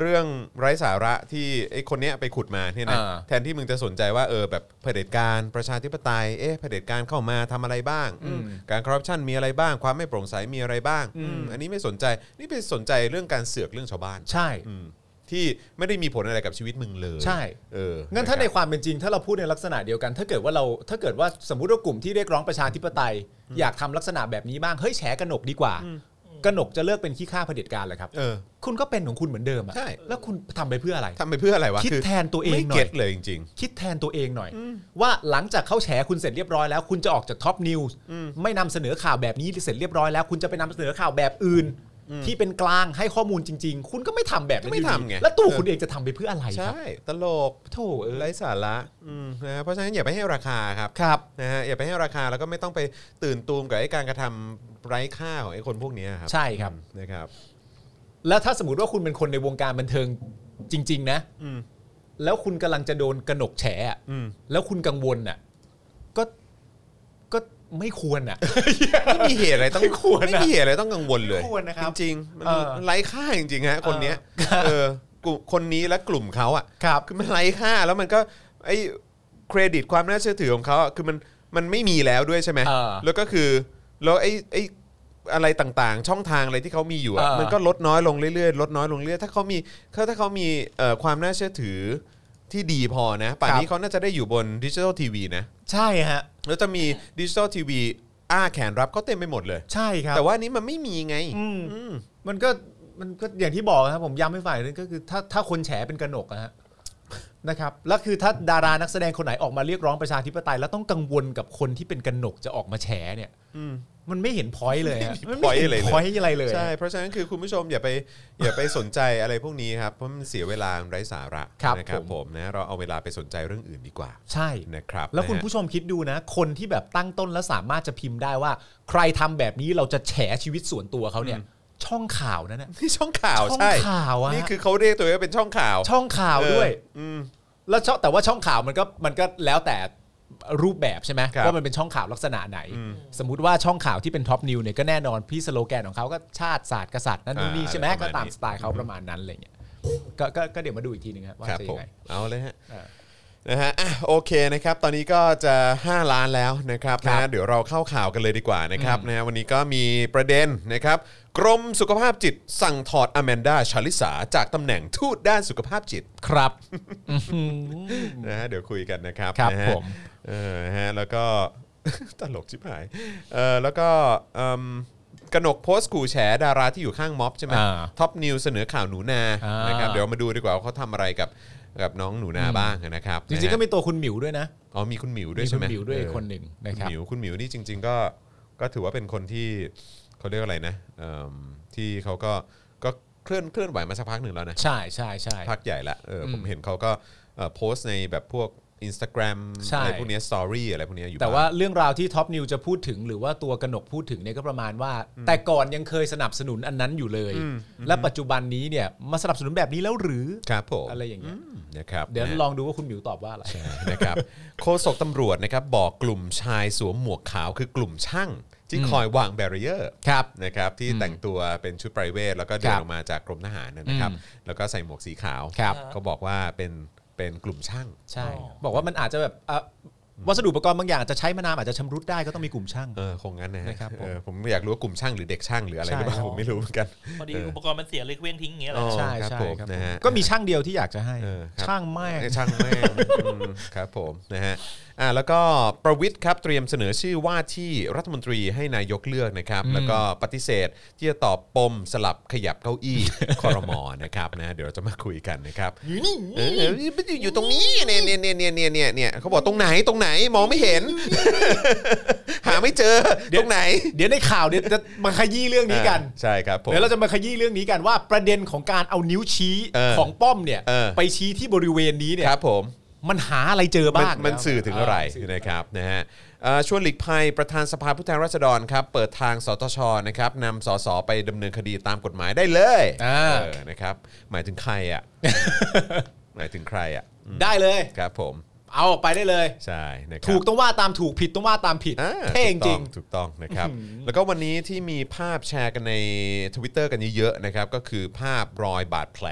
Speaker 2: เรื่องไร้สาระที่ไอ้คนเนี้ยไปขุดมาเนี่ยนะ
Speaker 3: อ่า
Speaker 2: แทนที่มึงจะสนใจว่าเออแบบเผด็จการประชาธิปไตยเอ๊ะเผด็จการเข้ามาทำอะไรบ้างอืมการคอร์รัปชันมีอะไรบ้าง ความไม่โปร่งใสมีอะไรบ้างอืมอันนี้ไม่สนใจนี่ไปสนใจเรื่องการเสือกเรื่องชาวบ้าน
Speaker 3: ใช่
Speaker 2: อืมที่ไม่ได้มีผลอะไรกับชีวิตมึงเลย
Speaker 3: ใช่
Speaker 2: เออ
Speaker 3: งั้นถ้าในความเป็นจริงถ้าเราพูดในลักษณะเดียวกัน ถ้าเกิดว่าเราถ้าเกิดว่าสมมติว่ากลุ่มที่เรียกร้องประชาธิปไตย อยากทำลักษณะแบบนี้บ้างเฮ้ยแฉกนกดีกว่า กนกจะเลิกเป็นขี้ข้าเผด็จการเหรอครับ
Speaker 2: เออ
Speaker 3: คุณก็เป็นของคุณเหมือนเดิมอะ
Speaker 2: ใช่
Speaker 3: แล้วคุณทำไปเพื่ออะไร
Speaker 2: ทำไปเพื่ออะไรวะ
Speaker 3: คิดแทนตัวเอง
Speaker 2: ไม่
Speaker 3: หน่อย
Speaker 2: เก็ตเลยจริง
Speaker 3: คิดแทนตัวเองหน่อย ว่าหลังจากเขาแฉคุณเสร็จเรียบร้อยแล้วคุณจะออกจากท็อปนิวส์ไม่นำเสนอข่าวแบบนี้เสร็จเรียบร้อยแล้ว คุณจะไปนำเสนอข่าวแบบอื่น ที่เป็นกลางให้ข้อมูลจริง ๆ คุณก็ไม่ทำแบบนั้น
Speaker 2: ก็ไม่
Speaker 3: อยู่ดี
Speaker 2: ทำไง
Speaker 3: แล้วตัวคุณเองจะทำไปเพื่ออะไร
Speaker 2: ๆ
Speaker 3: ค
Speaker 2: ใช่
Speaker 3: รับ
Speaker 2: ตลก
Speaker 3: โธ่เออ
Speaker 2: ไร้สาระอืมนะฮะเพราะฉะนั้นอย่าไปให้ราคาครับ
Speaker 3: ครับ
Speaker 2: นะฮะอย่าไปให้ราคาแล้วก็ไม่ต้องไปตื่นตูมกับไอ้การกระทำไร้ค่าของไอ้คนพวกเนี้ยครับ
Speaker 3: ใช่ครับ
Speaker 2: นะครับ
Speaker 3: แล้วถ้าสมมติว่าคุณเป็นคนในวงการบันเทิงจริง ๆ นะ
Speaker 2: อืม
Speaker 3: แล้วคุณกำลังจะโดนกระหนกแฉอะ
Speaker 2: อืม
Speaker 3: แล้วคุณกังวลอ่ะก็ก็ไม่ควรอ่ะ
Speaker 2: ไม่มีเหตุอะไรต้อง
Speaker 3: ไม่ควรนะ
Speaker 2: ไม่มีเหตุอะไรต้องกังวลเลย
Speaker 3: ไม่ควรนะครับ
Speaker 2: จริงๆมัน
Speaker 3: เออ
Speaker 2: ไร้ค่าจริงๆฮะคนเนี้ยเออกลุ่มคนนี้และกลุ่มเขาอ่ะ
Speaker 3: ครับ
Speaker 2: คือมันไร้ค่าแล้วมันก็ไอ้เครดิตความน่าเชื่อถือของเขาอะคือมันมันไม่มีแล้วด้วยใช่ไหม
Speaker 3: เออ
Speaker 2: แล้วก็คือแล้วไอ้ไอ้อะไรต่างๆ ช่องทางอะไรที่เขามีอยู่อะ
Speaker 3: เออ
Speaker 2: มันก็ลดน้อยลงเรื่อยๆลดน้อยลงเรื่อยๆถ้าเขามีเขาถ้าเขามีเอ่อความน่าเชื่อถือที่ดีพอนะป่าน
Speaker 3: ครับ
Speaker 2: นี้เขาน่าจะได้อยู่บนดิจิทัลทีวีนะ
Speaker 3: ใช่ฮะ
Speaker 2: แล้วจะมีดิจิทัลทีวีอ้าแขนรับเขาเต็มไปหมดเลย
Speaker 3: ใช่ครับ
Speaker 2: แต่ว่าอันนี้มันไม่มีไง
Speaker 3: อืม
Speaker 2: อืม
Speaker 3: มันก็มันก็อย่างที่บอกนะครับผมย้ำให้ฝ่ายนึงก็คือถ้าถ้าคนแฉเป็นกระหนกนะฮะนะครับแล้วคือถ้าดารานักแสดงคนไหนออกมาเรียกร้องประชาธิปไตย แล้วต้องกังวลกับคนที่เป็นกระหนกจะออกมาแฉเนี่ย
Speaker 2: อืม
Speaker 3: มันไม่เห็นพอยต์เลยฮะ
Speaker 2: ไม่
Speaker 3: มัน
Speaker 2: มี
Speaker 3: ไม่เห็น
Speaker 2: point
Speaker 3: พอยต์อะไรเลย
Speaker 2: ใช่ เพราะฉะนั้นคือคุณผู้ชมอย่าไปอย่าไปสนใจอะไรพวกนี้ครับ เพราะมันเสียเวลาไร้สาระ
Speaker 3: ครับ
Speaker 2: นะ
Speaker 3: ผม
Speaker 2: ผมนะเราเอาเวลาไปสนใจเรื่องอื่นดีกว่า
Speaker 3: ใช่
Speaker 2: นะครับ
Speaker 3: แล้วคุณ
Speaker 2: นะฮะ
Speaker 3: ผู้ชมคิดดูนะ คนที่แบบตั้งต้นและสามารถจะพิมพ์ได้ว่า ใครทำแบบนี้เราจะแฉชีวิตส่วนตัวเขาเนี่ย ช่องข่าวนั่นนะ
Speaker 2: นี่ช่องข่าว
Speaker 3: ช่อง
Speaker 2: ใช่
Speaker 3: ข่าวอะฮะ
Speaker 2: นี่คือเขาเรียกตัวเองว่าเป็นช่องข่าว
Speaker 3: ช่องข่าวด้วย
Speaker 2: เอออืม
Speaker 3: แล้วช่องแต่ว่าช่องข่าวมันก็มันก็แล้วแต่รูปแบบใช่ไหม
Speaker 2: ครับ
Speaker 3: ว่ามันเป็นช่องข่าวลักษณะไหน สมมติว่าช่องข่าวที่เป็นท็อปนิวเนี่ยก็แน่นอนพี่สโลแกนของเขาก็ชาติศาสตร์กษัตริย์นั่นนู่นนี่
Speaker 2: อ่า
Speaker 3: ใช่ไหม
Speaker 2: อะไรประ
Speaker 3: ก็
Speaker 2: มาณ
Speaker 3: ตาม
Speaker 2: นี้
Speaker 3: สไตล์เขาประมาณนั้นอะไรเงี้ยก็ก็ก็เดี๋ยวมาดูอีกทีหนึงครับว่า
Speaker 2: ครับ
Speaker 3: จะ
Speaker 2: ผ
Speaker 3: ยั
Speaker 2: ม
Speaker 3: งไง
Speaker 2: เอาเลยฮะ
Speaker 3: เออ
Speaker 2: นะฮะอ่ะโอเคนะครับ ตอนนี้ก็จะ 5 ล้านแล้วนะครับ
Speaker 3: ครับ
Speaker 2: นะเดี๋ยวเราเข้าข่าวกันเลยดีกว่านะครับนะฮะวันนี้ก็มีประเด็นนะครับ กรมสุขภาพจิตสั่งถอดอแมนดาชาลิสาจากตำแหน่งทูตด้านสุขภาพจิต
Speaker 3: ครับ *laughs*
Speaker 2: นะฮะเดี๋ยวคุยกันนะครับ
Speaker 3: ครับ
Speaker 2: นะฮะ
Speaker 3: ผม
Speaker 2: เออนะฮะแล้วก็ *laughs* ตลกชิบหายเออแล้วก็อืมกนกโพสต์ขู่แฉดาราที่อยู่ข้างม็อบใช่ไหม
Speaker 3: อ่า
Speaker 2: ท็อปนิวเสนอข่าวหนูนา
Speaker 3: อ่าน
Speaker 2: นะครับเดี๋ยวมาดูดีกว่าว่าเขาทำอะไรกับกับน้องหนูนาบ้างนะครับ
Speaker 3: จริงๆก็มีตัวคุณหมิวด้วยนะ
Speaker 2: อ๋อมีคุณหมิวด้วย
Speaker 3: มี
Speaker 2: ใช่
Speaker 3: คุณ
Speaker 2: ไหม
Speaker 3: หมิวด้วย
Speaker 2: เออ
Speaker 3: คนหนึ่งนะ
Speaker 2: คุณ
Speaker 3: ครับ
Speaker 2: หมิวคุณหมิวนี่จริง ๆ ก็ก็ถือว่าเป็นคนที่เขาเรียกว่าอะไรนะเอิ่มที่เขาก็ก็เคลื่อนเคลื่อนไหวมาสักพักหนึ่งแล้วนะ
Speaker 3: ใช่ใช่ใช่
Speaker 2: พักใหญ่ละเอออ
Speaker 3: ม
Speaker 2: ผมเห็นเขาก็เอ่อโพสต์ในแบบพวก Instagram
Speaker 3: ใช่
Speaker 2: อะไรพวกเนี้สตอรี่อะไรพวกเนี้ยอยู่
Speaker 3: แต่ว่า
Speaker 2: บ้ง
Speaker 3: เรื่องราวที่ท็อปนิวจะพูดถึงหรือว่าตัวกนกพูดถึงเนี่ยก็ประมาณว่า แต่ก่อนยังเคยสนับสนุนอันนั้นอยู่เลย และปัจจุบันนี้เนี่ยมาสนับสนุนแบบนี้แล้วหรือ
Speaker 2: ครับผม
Speaker 3: อะไรอย่างเงี้ย
Speaker 2: มนะครับ
Speaker 3: เดี๋ยว
Speaker 2: นะ
Speaker 3: ลองดูว่าคุณหมิวตอบว่าอะไร
Speaker 2: นะครับโฆษกตำรวจนะครับบอกกลุ่มชายสวมหมวกขาวคือกลุ่มช่าง ที่คอยวางแบร r เ e อร์
Speaker 3: ครับ
Speaker 2: นะครับที่แต่งตัวเป็นชุดไพรเวทแล้วก็เดิ
Speaker 3: คน รับ
Speaker 2: ออกมาจากกรมทหารนะครับ แล้วก็ใส่หมวกสีขาว
Speaker 3: ครับ
Speaker 2: เขาบอกว่าเป็นเป็นกลุ่มช่าง
Speaker 3: ใช่ บอกว่ามันอาจจะแบบอ่ะ วัสดุอุปกรณ์บางอย่างอาจจะใช้มานานอาจจะชำรุดได้ก็ต้องมีกลุ่มช่าง
Speaker 2: เออคงงั้นนะฮะ
Speaker 3: นะครับผม
Speaker 2: เออผมอยากรู้ว่ากลุ่มช่างหรือเด็กช่างหรืออะไรหรือเปล่า
Speaker 3: ใช่
Speaker 2: ผมไม่รู้เหมือนกัน
Speaker 4: พอดี
Speaker 2: เอออุ
Speaker 4: อุปกรณ์มันเสียเลยเคว้งทิ้งอย่างเงี้ยเหรอ
Speaker 2: อ๋อ
Speaker 3: ใช่
Speaker 2: ครับ
Speaker 3: ใช่
Speaker 2: ผม
Speaker 3: ครับ
Speaker 2: นะฮะ
Speaker 3: ก็มีช่างเดียวที่อยากจะให้
Speaker 2: เออครับ
Speaker 3: ช่างแม่ง
Speaker 2: เออช่างแม่งอืมครับผมนะฮะอ่าแล้วก็ประวิทย์ครับเตรียมเสนอชื่อว่าที่รัฐมนตรีให้นายกเลือกนะครับ
Speaker 3: อืม
Speaker 2: แล้วก็ปฏิเสธที่จะตอบปมสลับขยับเก้าอี้ คอรมอนะครับนะเดี๋ยวเราจะมาคุยกันนะครับเออเอออยู่ตรงนี้เนี่ยเนี่ยเนี่ยเนี่ยเนี่ยเนี่ยเขาบอกตรงไหนตรงไหนมองไม่เห็น หาไม่เจอตรงไหน
Speaker 3: เดี๋ยวในข่าวเนี่ยจะมาขยี้เรื่องนี้กัน
Speaker 2: อ่าใช่ครับผม
Speaker 3: เดี๋ยวเราจะมาขยี้เรื่องนี้กันว่าประเด็นของการเอานิ้วชี้
Speaker 2: เออ
Speaker 3: ของป้อมเนี่ย
Speaker 2: เออ
Speaker 3: ไปชี้ที่บริเวณนี้เนี่ย
Speaker 2: ครับผม
Speaker 3: มันหาอะไรเจอบ้าง
Speaker 2: มันมันสื่อถึงอะไร
Speaker 3: สื่ถึง
Speaker 2: นะครับนะฮะเอ่อชวนหลีกภัยประธานสภาผู้แทนราษฎรครับ เปิดทางสตชนะครับนำสสไปดำเนินคดีตามกฎหมายได้เลย
Speaker 3: อ่า
Speaker 2: เออนะครับหมายถึงใคร
Speaker 3: *laughs*
Speaker 2: อ่ะ หมายถึงใครอ่ะอืม
Speaker 3: ได้เลย
Speaker 2: ครับผม
Speaker 3: เอาออกไปได้เลย
Speaker 2: ใช่นะครับ
Speaker 3: ถูกต้องว่าตามถูกผิดต้องว่าตามผิด
Speaker 2: อ่า
Speaker 3: เท่
Speaker 2: ถูก
Speaker 3: จ
Speaker 2: ต้
Speaker 3: ริ
Speaker 2: อง ถูกต้องนะครับ แล้วก็วันนี้ที่มีภาพแชร์กันใน Twitter กันเยอะๆนะครับก็คือภาพรอยบาดแผล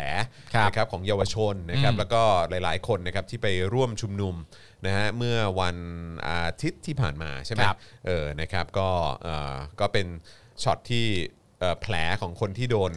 Speaker 3: ครับ
Speaker 2: นะครับของเยาวชนนะครับ
Speaker 3: อืม
Speaker 2: แล้วก็หลายๆคนนะครับที่ไปร่วมชุมนุมนะฮะเมื่อวันอาทิตย์ที่ผ่านมาใช่ไหม
Speaker 3: ครับ
Speaker 2: เออนะครับก็เอ่อก็เป็นช็อตที่เอ่อแผลของคนที่โดน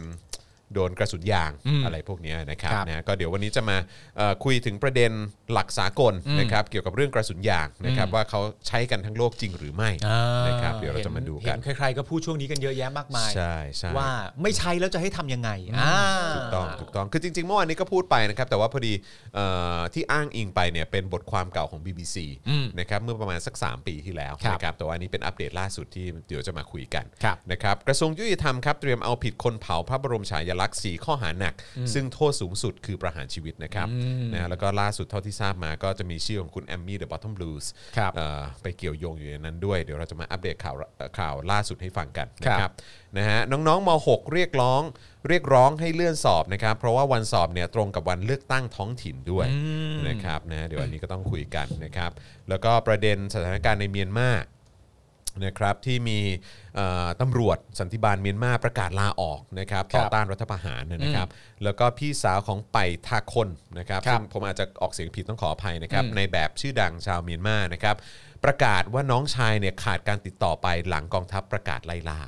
Speaker 2: โดนกระสุนยาง
Speaker 3: อืม
Speaker 2: อะไรพวกเนี้ยนะครับ
Speaker 3: ครับ
Speaker 2: นะ นะก็เดี๋ยววันนี้จะมาเอ่อคุยถึงประเด็นหลักสากล
Speaker 3: อืม
Speaker 2: นะครับเกี่ยวกับเรื่องกระสุนยางนะครับ
Speaker 3: อืม
Speaker 2: ว่าเขาใช้กันทั้งโลกจริงหรือไม่
Speaker 3: อ่า
Speaker 2: นะครับเดี๋ยวเราจะมาดูกัน
Speaker 3: เห็ใครๆก็พูดช่วงนี้กันเยอะแยะมากมาย
Speaker 2: ใช่ใช่
Speaker 3: ว่าไม่ใช้แล้วจะให้ทำยังไงอ่า
Speaker 2: ถูกต้องถูกต้องคือจริงๆเมื่อวานนี้ก็พูดไปนะครับแต่ว่าพอดีเอ่อที่อ้างอิงไปเนี่ยเป็นบทความเก่าของ BBC
Speaker 3: อืม
Speaker 2: นะครับเมื่อประมาณสัก 3 ปีที่แล้ว
Speaker 3: ครับ
Speaker 2: นะครับแต่ว่าอันนี้เป็นอัปเดตล่าสุดที่เดี๋ยวจะมาคุยกัน
Speaker 3: ครับ
Speaker 2: นะครับกระทรวงยุติธรรมครับเตรียมเอาผิดคนเผาพระบรมฉายาลักษณ์สีข้อหาหนัก ซึ่งโทษสูงสุดคือประหารชีวิตนะครับ
Speaker 3: อืม
Speaker 2: นะแล้วก็ล่าสุดเท่าที่ทราบมาก็จะมีชื่อของคุณแอมมี่เดอะบอททอมบลูส์
Speaker 3: ครับ
Speaker 2: ไปเกี่ยวโยงอยู่ในนั้นด้วย เดี๋ยวเราจะมาอัปเดตข่าวเอ่อข่าวล่าสุดให้ฟังกัน
Speaker 3: ครั
Speaker 2: นะ
Speaker 3: บ
Speaker 2: ครับนะฮะน้องๆม .6 เรียกร้อง เรียกร้องให้เลื่อนสอบนะครับเพราะว่าวันสอบเนี่ยตรงกับวันเลือกตั้งท้องถิ่นด้วยนะครับนะเดี๋ยวอันนี้ก็ต้องคุยกันนะครับแล้วก็ประเด็นสถานการณ์ในเมียนมา นะครับที่มีเอ่อตำรวจสันติบาลเมียนมาประกาศลาออกนะครับ
Speaker 3: ครับ
Speaker 2: ต่อต้านรัฐประหารเนยนะครับแล้วก็พี่สาวของไปทาคนนะครับ
Speaker 3: ครับ
Speaker 2: ซึ่งผมอาจจะออกเสียงผิดต้องขออภัยนะครับในแบบชื่อดังชาวเมียนมานะครับประกาศว่าน้องชายเนี่ยขาดการติดต่อไปหลังกองทัพประกาศไล่ล่า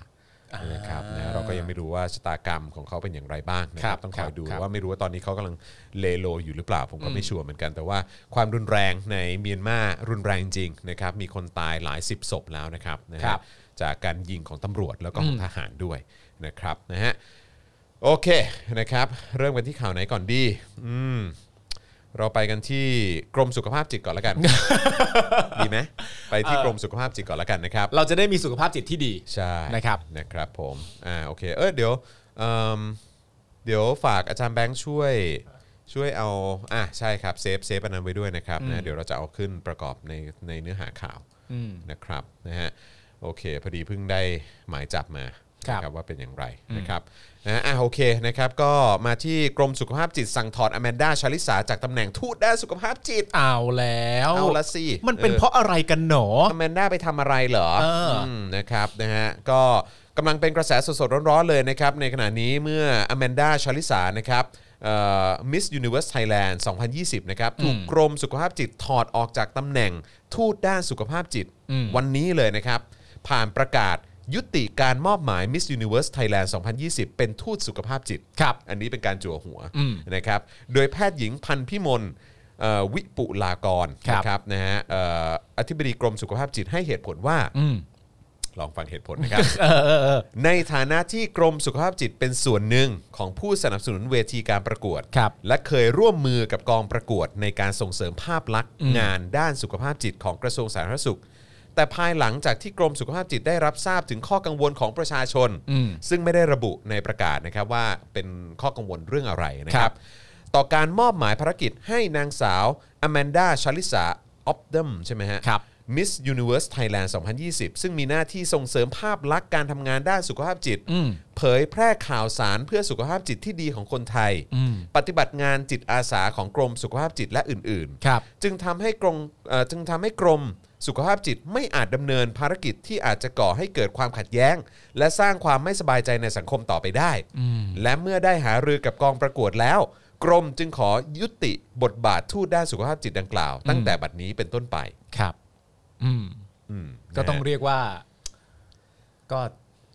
Speaker 2: นะครับนะเราก็ยังไม่รู้ว่าชะตากรรมของเขาเป็นอย่างไรบ้างนะค
Speaker 3: ครั
Speaker 2: รับบ ต้องคอยดู
Speaker 3: ครับ
Speaker 2: ว่าไม่รู้ว่าตอนนี้เขากำลังเลโลอยู่หรือเปล่าผมก็ไม่ชัวร์เหมือนกัน แต่ว่าความรุนแรงในเมียนมารุนแรงจริงนะครับมีคนตายหลายสิบศพแล้วนะครับนะฮะ
Speaker 3: ครับ
Speaker 2: จากการยิงของตำรวจแล้วก็ของทหารด้วยนะครับนะฮะโอเคนะครับ เริ่มกันที่ข่าวไหนก่อนดีอืมเราไปกันที่กรมสุขภาพจิตก่อนละ
Speaker 3: *laughs*
Speaker 2: กัน ดีไหมไปที่กรมสุขภาพจิตก่อนละกันนะครับ
Speaker 3: เราจะได้มีสุขภาพจิตที่ดี
Speaker 2: ใช่
Speaker 3: นะครับ
Speaker 2: นะครับผมอ่าโอเคเออเดี๋ยวเอิ่มเดี๋ยวฝากอาจารย์แบงค์ช่วยช่วยเอาอ่ะใช่ครับเซฟเซฟอันนั้นไว้ด้วยนะครับนะเดี๋ยวเราจะเอาขึ้นประกอบในในเนื้อหาข่าว
Speaker 3: อืม
Speaker 2: นะครับนะฮะโอเคพอดีเพิ่งได้หมายจับมา
Speaker 3: ครับ
Speaker 2: นะว่าเป็นอย่างไรนะครับนะฮะอ่ะโอเคนะครับก็มาที่กรมสุขภาพจิตสั่งถอดอแมนดาชาลิสาจากตำแหน่งทูตด้านสุขภาพจิต
Speaker 3: เอาแล้ว
Speaker 2: เอาละสิ
Speaker 3: มันเป็น
Speaker 2: ออ
Speaker 3: เพราะอะไรกันหนอ
Speaker 2: อแมนด้าไปทำอะไรเหรอ
Speaker 3: เอออื
Speaker 2: มนะครับนะฮะก็กำลังเป็นกระแสสดๆร้อนๆเลยนะครับ ในขณะนี้เมื่ออแมนด้าชาลิสานะครับมิสยูนิเวอร์สไทยแลนด์2020 นะครับ ถูกกรมสุขภาพจิตถอดออกจากตำแหน่งทูตด้านสุขภาพจิต
Speaker 3: อืม
Speaker 2: วันนี้เลยนะครับ ผ่านประกาศยุติการมอบหมาย Miss Universe Thailand 2020 เป็นทูตสุขภาพจิต
Speaker 3: ครับ
Speaker 2: อันนี้เป็นการจั่วหัว
Speaker 3: อืม
Speaker 2: นะครับ โดยแพทย์หญิงพันธุ์พิมลเอ่อวิปุลากร
Speaker 3: ครับ
Speaker 2: นะครับนะฮะเอ่ออธิบดีกรมสุขภาพจิตให้เหตุผลว่า *coughs*
Speaker 3: อืม
Speaker 2: ลองฟังเหตุผลนะครับ
Speaker 3: เออเออเออ
Speaker 2: ในฐานะที่กรมสุขภาพจิตเป็นส่วนหนึ่งของผู้สนับสนุนเวทีการประกวด
Speaker 3: ครับ
Speaker 2: และเคยร่วมมือกับกองประกวดในการส่งเสริมภาพลักษณ์งานด้านสุขภาพจิตของกระทรวงสาธารณสุข แต่ภายหลังจากที่กรมสุขภาพจิตได้รับทราบถึงข้อกังวลของประชาชน
Speaker 3: อืม
Speaker 2: ซึ่งไม่ได้ระบุในประกาศนะครับว่าเป็นข้อกังวลเรื่องอะไรนะค
Speaker 3: ครั
Speaker 2: รับ
Speaker 3: บ
Speaker 2: ต่อการมอบหมายภารกิจให้นางสาวอแมนดาชาลิสาออฟเดมใช่ไหมฮะ
Speaker 3: ครับ
Speaker 2: มิสยูนิเวอร์สไทยแลนด์2020 ซึ่งมีหน้าที่ส่งเสริมภาพลักษณ์การทำงานด้านสุขภาพจิต
Speaker 3: อืม
Speaker 2: เผยแพร่ข่าวสารเพื่อสุขภาพจิตที่ดีของคนไทย
Speaker 3: อืม
Speaker 2: ปฏิบัติงานจิตอาสาของกรมสุขภาพจิตและอื่น
Speaker 3: ครับ
Speaker 2: ๆ จึงทำให้กรมเอ่อจึงทำให้กรมสุขภาพจิตไม่อาจดำเนินภารกิจที่อาจจะก่อให้เกิดความขัดแย้ง และสร้างความไม่สบายใจในสังคมต่อไปได้ และเมื่อได้หารือกับกองประกวดแล้ว กรมจึงขอยุติบทบาททูตด้านสุขภาพจิตดังกล่าว ตั้งแต่บัดนี้เป็นต้นไป
Speaker 3: ครับ อืม
Speaker 2: อืม
Speaker 3: ก็ต้อง
Speaker 2: นะฮะ
Speaker 3: เรียกว่า ก็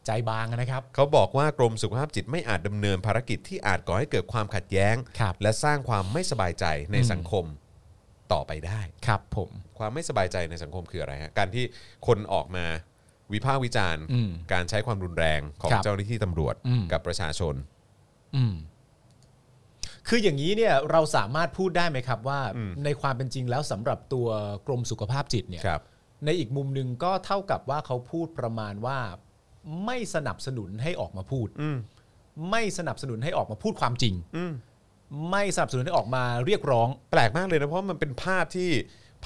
Speaker 3: ใจบางนะครับ
Speaker 2: เขาบอกว่ากรมสุขภาพจิตไม่อาจดำเนินภารกิจที่อาจก่อให้เกิดความขัดแย้ง
Speaker 3: ครับ
Speaker 2: และสร้างความไม่สบายใจใน
Speaker 3: อืม
Speaker 2: สังคมต่อไปได้
Speaker 3: ครับผม
Speaker 2: ความไม่สบายใจในสังคมคืออะไรฮะการที่คนออกมาวิพากษ์วิจารณ์
Speaker 3: อืม
Speaker 2: การใช้ความรุนแรงของ
Speaker 3: ครับ
Speaker 2: เจ้าหน้าที่ตำรวจ
Speaker 3: อืม
Speaker 2: กับประชาชน
Speaker 3: อืมคืออย่างนี้เนี่ยเราสามารถพูดได้ไหมครับ ว่า
Speaker 2: อืม
Speaker 3: ในความเป็นจริงแล้วสำหรับตัวกรมสุขภาพจิตเนี่ย
Speaker 2: ครับ
Speaker 3: ในอีกมุมหนึ่งก็เท่ากับว่าเขาพูดประมาณว่า ไม่สนับสนุนให้ออกมาพูด
Speaker 2: อืม
Speaker 3: ไม่สนับสนุนให้ออกมาพูดความจริง
Speaker 2: อืม
Speaker 3: ไม่สนับสนุนให้ออกมาเรียกร้อง
Speaker 2: แปลกมากเลยนะเพราะมันเป็นภาพที่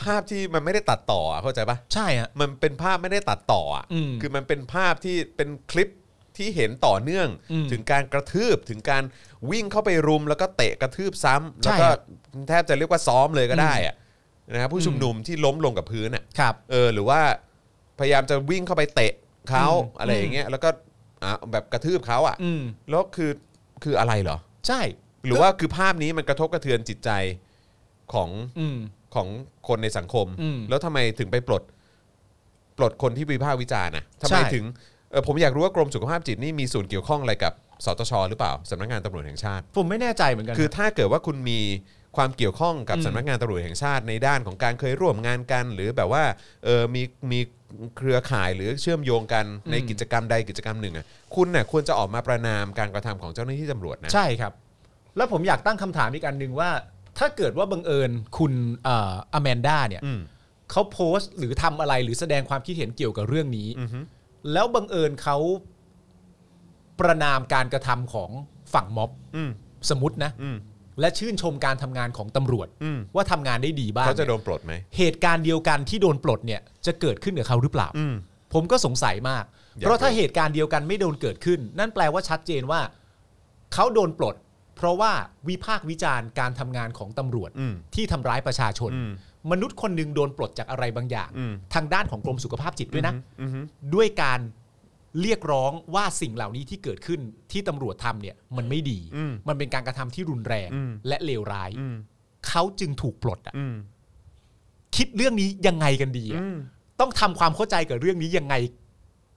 Speaker 2: ภาพที่มันไม่ได้ตัดต่ออะเข้าใจปะ
Speaker 3: ใช่ฮะ
Speaker 2: มันเป็นภาพไม่ได้ตัดต่ออะ
Speaker 3: อืม
Speaker 2: คือมันเป็นภาพที่เป็นคลิปที่เห็นต่อเนื่อง
Speaker 3: อืม
Speaker 2: ถึงการกระทืบถึงการวิ่งเข้าไปรุม แล้วก็เตะกระทืบซ้ำ
Speaker 3: ใช่
Speaker 2: แล้วก็
Speaker 3: ฮะ
Speaker 2: แทบจะเรียกว่าซ้อมเลยก็ได้อะนะครับผู้ชุม
Speaker 3: อืม
Speaker 2: นุมที่ล้มลงกับพื้นอ่ะ
Speaker 3: ครับ
Speaker 2: เออหรือว่าพยายามจะวิ่งเข้าไปเตะเขา
Speaker 3: อืม
Speaker 2: อะไรอย่างเงี้ยแล้วก็อ่ะแบบกระทืบเขาอ่ะ
Speaker 3: อืม
Speaker 2: แล้วคือคืออะไรเหรอ
Speaker 3: ใช่
Speaker 2: หรือว่าคือภาพนี้มันกระทบกระเทือนจิตใจของ
Speaker 3: อืม
Speaker 2: ของคนในสังคม
Speaker 3: อืม
Speaker 2: แล้วทำไมถึงไปปลด ปลดคนที่วิพากษ์วิจารณ์นะทำ
Speaker 3: ใช่
Speaker 2: ไมถึงเออผมอยากรู้ว่ากรมสุขภาพจิตนี่มีส่วนเกี่ยวข้องอะไรกับสตชหรือเปล่าสำนักงานตำรวจแห่งชาติ
Speaker 3: ผมไม่แน่ใจเหมือนกัน
Speaker 2: คือ
Speaker 3: นะ
Speaker 2: ถ้าเกิดว่าคุณมีความเกี่ยวข้องกับ
Speaker 3: อืม
Speaker 2: สำนักงานตำรวจแห่งชาติในด้านของการเคยร่วมงานกัน หรือแบบว่าเออมีมีเครือข่ายหรือเชื่อมโยงกัน
Speaker 3: อืม
Speaker 2: ในกิจกรรมใดกิจกรรมหนึ่งอ่ะคุณน่ะควรจะออกมาประนามการกระทำของเจ้าหน้าที่ตำรวจนะ
Speaker 3: ใช่ครับ แล้วผมอยากตั้งคำถามอีกอันหนึ่งว่า ถ้าเกิดว่าบังเอิญคุณเอ่ออแมนด้าเนี่ย
Speaker 2: อืม
Speaker 3: เขาโพสต์หรือทำอะไรหรือแสดงความคิดเห็นเกี่ยวกับเรื่องนี้
Speaker 2: อือฮึ
Speaker 3: แล้วบังเอิญเขาประนามการกระทำของฝั่งม็อบ
Speaker 2: อืม
Speaker 3: สมมตินะ
Speaker 2: อืม
Speaker 3: และชื่นชมการทำงานของตำรวจ
Speaker 2: อืม
Speaker 3: ว่าทำงานได้ดีบ้าง
Speaker 2: เขาจะโด
Speaker 3: เนี่ย
Speaker 2: นปลดไหม
Speaker 3: เหตุการณ์เดียวกันที่โดนปลดเนี่ยจะเกิดขึ้นกับเขาหรือเปล่า
Speaker 2: อืม
Speaker 3: ผมก็สงสัยมาก
Speaker 2: อยาก
Speaker 3: เพราะถ้าเหตุการณ์เดียวกันไม่โดนเกิดขึ้น นั่นแปลว่าชัดเจนว่า เขาโดนปลด เพราะว่าวิพากษ์วิจารณ์การทำงานของตำรวจ
Speaker 2: อืม
Speaker 3: ที่ทำร้ายประชาชน
Speaker 2: อืม
Speaker 3: มนุษย์คนหนึงโดนปลดจากอะไรบางอย่าง
Speaker 2: อืม
Speaker 3: ทางด้านของกรมสุขภาพจิตด้วยนะ
Speaker 2: อืมอืม
Speaker 3: ด้วยการเรียกร้องว่าสิ่งเหล่านี้ที่เกิดขึ้นที่ตำรวจทำเนี่ยมันไม่ดี
Speaker 2: อืม
Speaker 3: มันเป็นการกระทำที่รุนแรง
Speaker 2: อืม
Speaker 3: และเลวร้าย
Speaker 2: อืม
Speaker 3: เขาจึงถูกปลดอะ
Speaker 2: อืม
Speaker 3: คิดเรื่องนี้ยังไงกันดีอะ
Speaker 2: อืม
Speaker 3: ต้องทำความเข้าใจกับเรื่องนี้ยังไง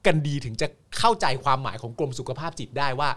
Speaker 3: กันดีถึงจะเข้าใจความหมายของกรมสุขภาพจิตได้ว่า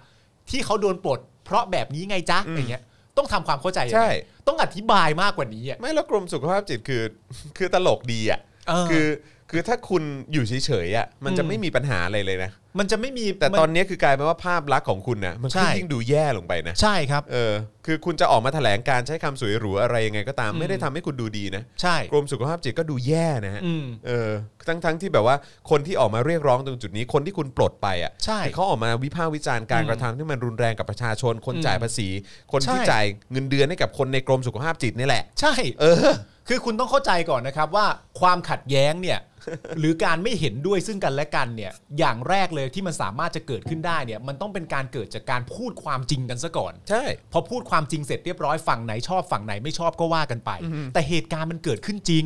Speaker 3: ที่เขาโดนปลด เพราะแบบนี้ไงจ๊ะอย่างเงี้ย ต้องทำความเข้าใจยังไง
Speaker 2: ใช่
Speaker 3: ต้องอธิบายมากกว่านี้อ่ะ
Speaker 2: ไม่แล้วกรมสุขภาพจิตคือ *laughs* คือตลกดีอ่ะ
Speaker 3: เ
Speaker 2: คือ คือถ้าคุณอยู่เฉยๆอ่ะ มันจะ
Speaker 3: อืม
Speaker 2: ไม่มีปัญหาอะไรเลยนะ
Speaker 3: มันจะไม่มี
Speaker 2: แต่
Speaker 3: มัน
Speaker 2: ตอนนี้คือกลายเป็นว่าภาพลักษณ์ของคุณนะมันก็
Speaker 3: ใช่
Speaker 2: ยิ่งดูแย่ลงไปนะ
Speaker 3: ใช่ครับ
Speaker 2: เออ คือคุณจะออกมาแถลงการใช้คำสวยหรูอะไรยังไงก็ตาม
Speaker 3: อืม
Speaker 2: ไม่ได้ทำให้คุณดูดีนะ
Speaker 3: ใช่
Speaker 2: กรมสุขภาพจิตก็ดูแย่นะฮะ
Speaker 3: อืม
Speaker 2: เออ ทั้งๆที่แบบว่า คนที่ออกมาเรียกร้องตรงจุดนี้ คนที่คุณปลดไปอ่ะ
Speaker 3: ใช่
Speaker 2: คือเขาออกมาวิพากษ์วิจารณ์การ
Speaker 3: อืม
Speaker 2: กระทำที่มันรุนแรงกับประชาชน คน
Speaker 3: อืม
Speaker 2: จ่ายภาษี คนที่
Speaker 3: ใช่
Speaker 2: จ่ายเงินเดือนให้กับคนในกรมสุขภาพจิตนี่แหละ
Speaker 3: ใช่
Speaker 2: เออ
Speaker 3: คือคุณต้องเข้าใจก่อนนะครับว่าความขัดแย้งเนี่ย *laughs* หรือการไม่เห็นด้วยซึ่งกันและกันเนี่ยอย่างแรกเลยที่มันสามารถจะเกิดขึ้นได้เนี่ยมันต้องเป็นการเกิดจากการพูดความจริงกันซะก่อน
Speaker 2: ใช่
Speaker 3: พอพูดความจริงเสร็จเรียบร้อยฝั่งไหนชอบฝั่งไหนไม่ชอบก็ว่ากันไป แต่เหตุการณ์มันเกิดขึ้นจริง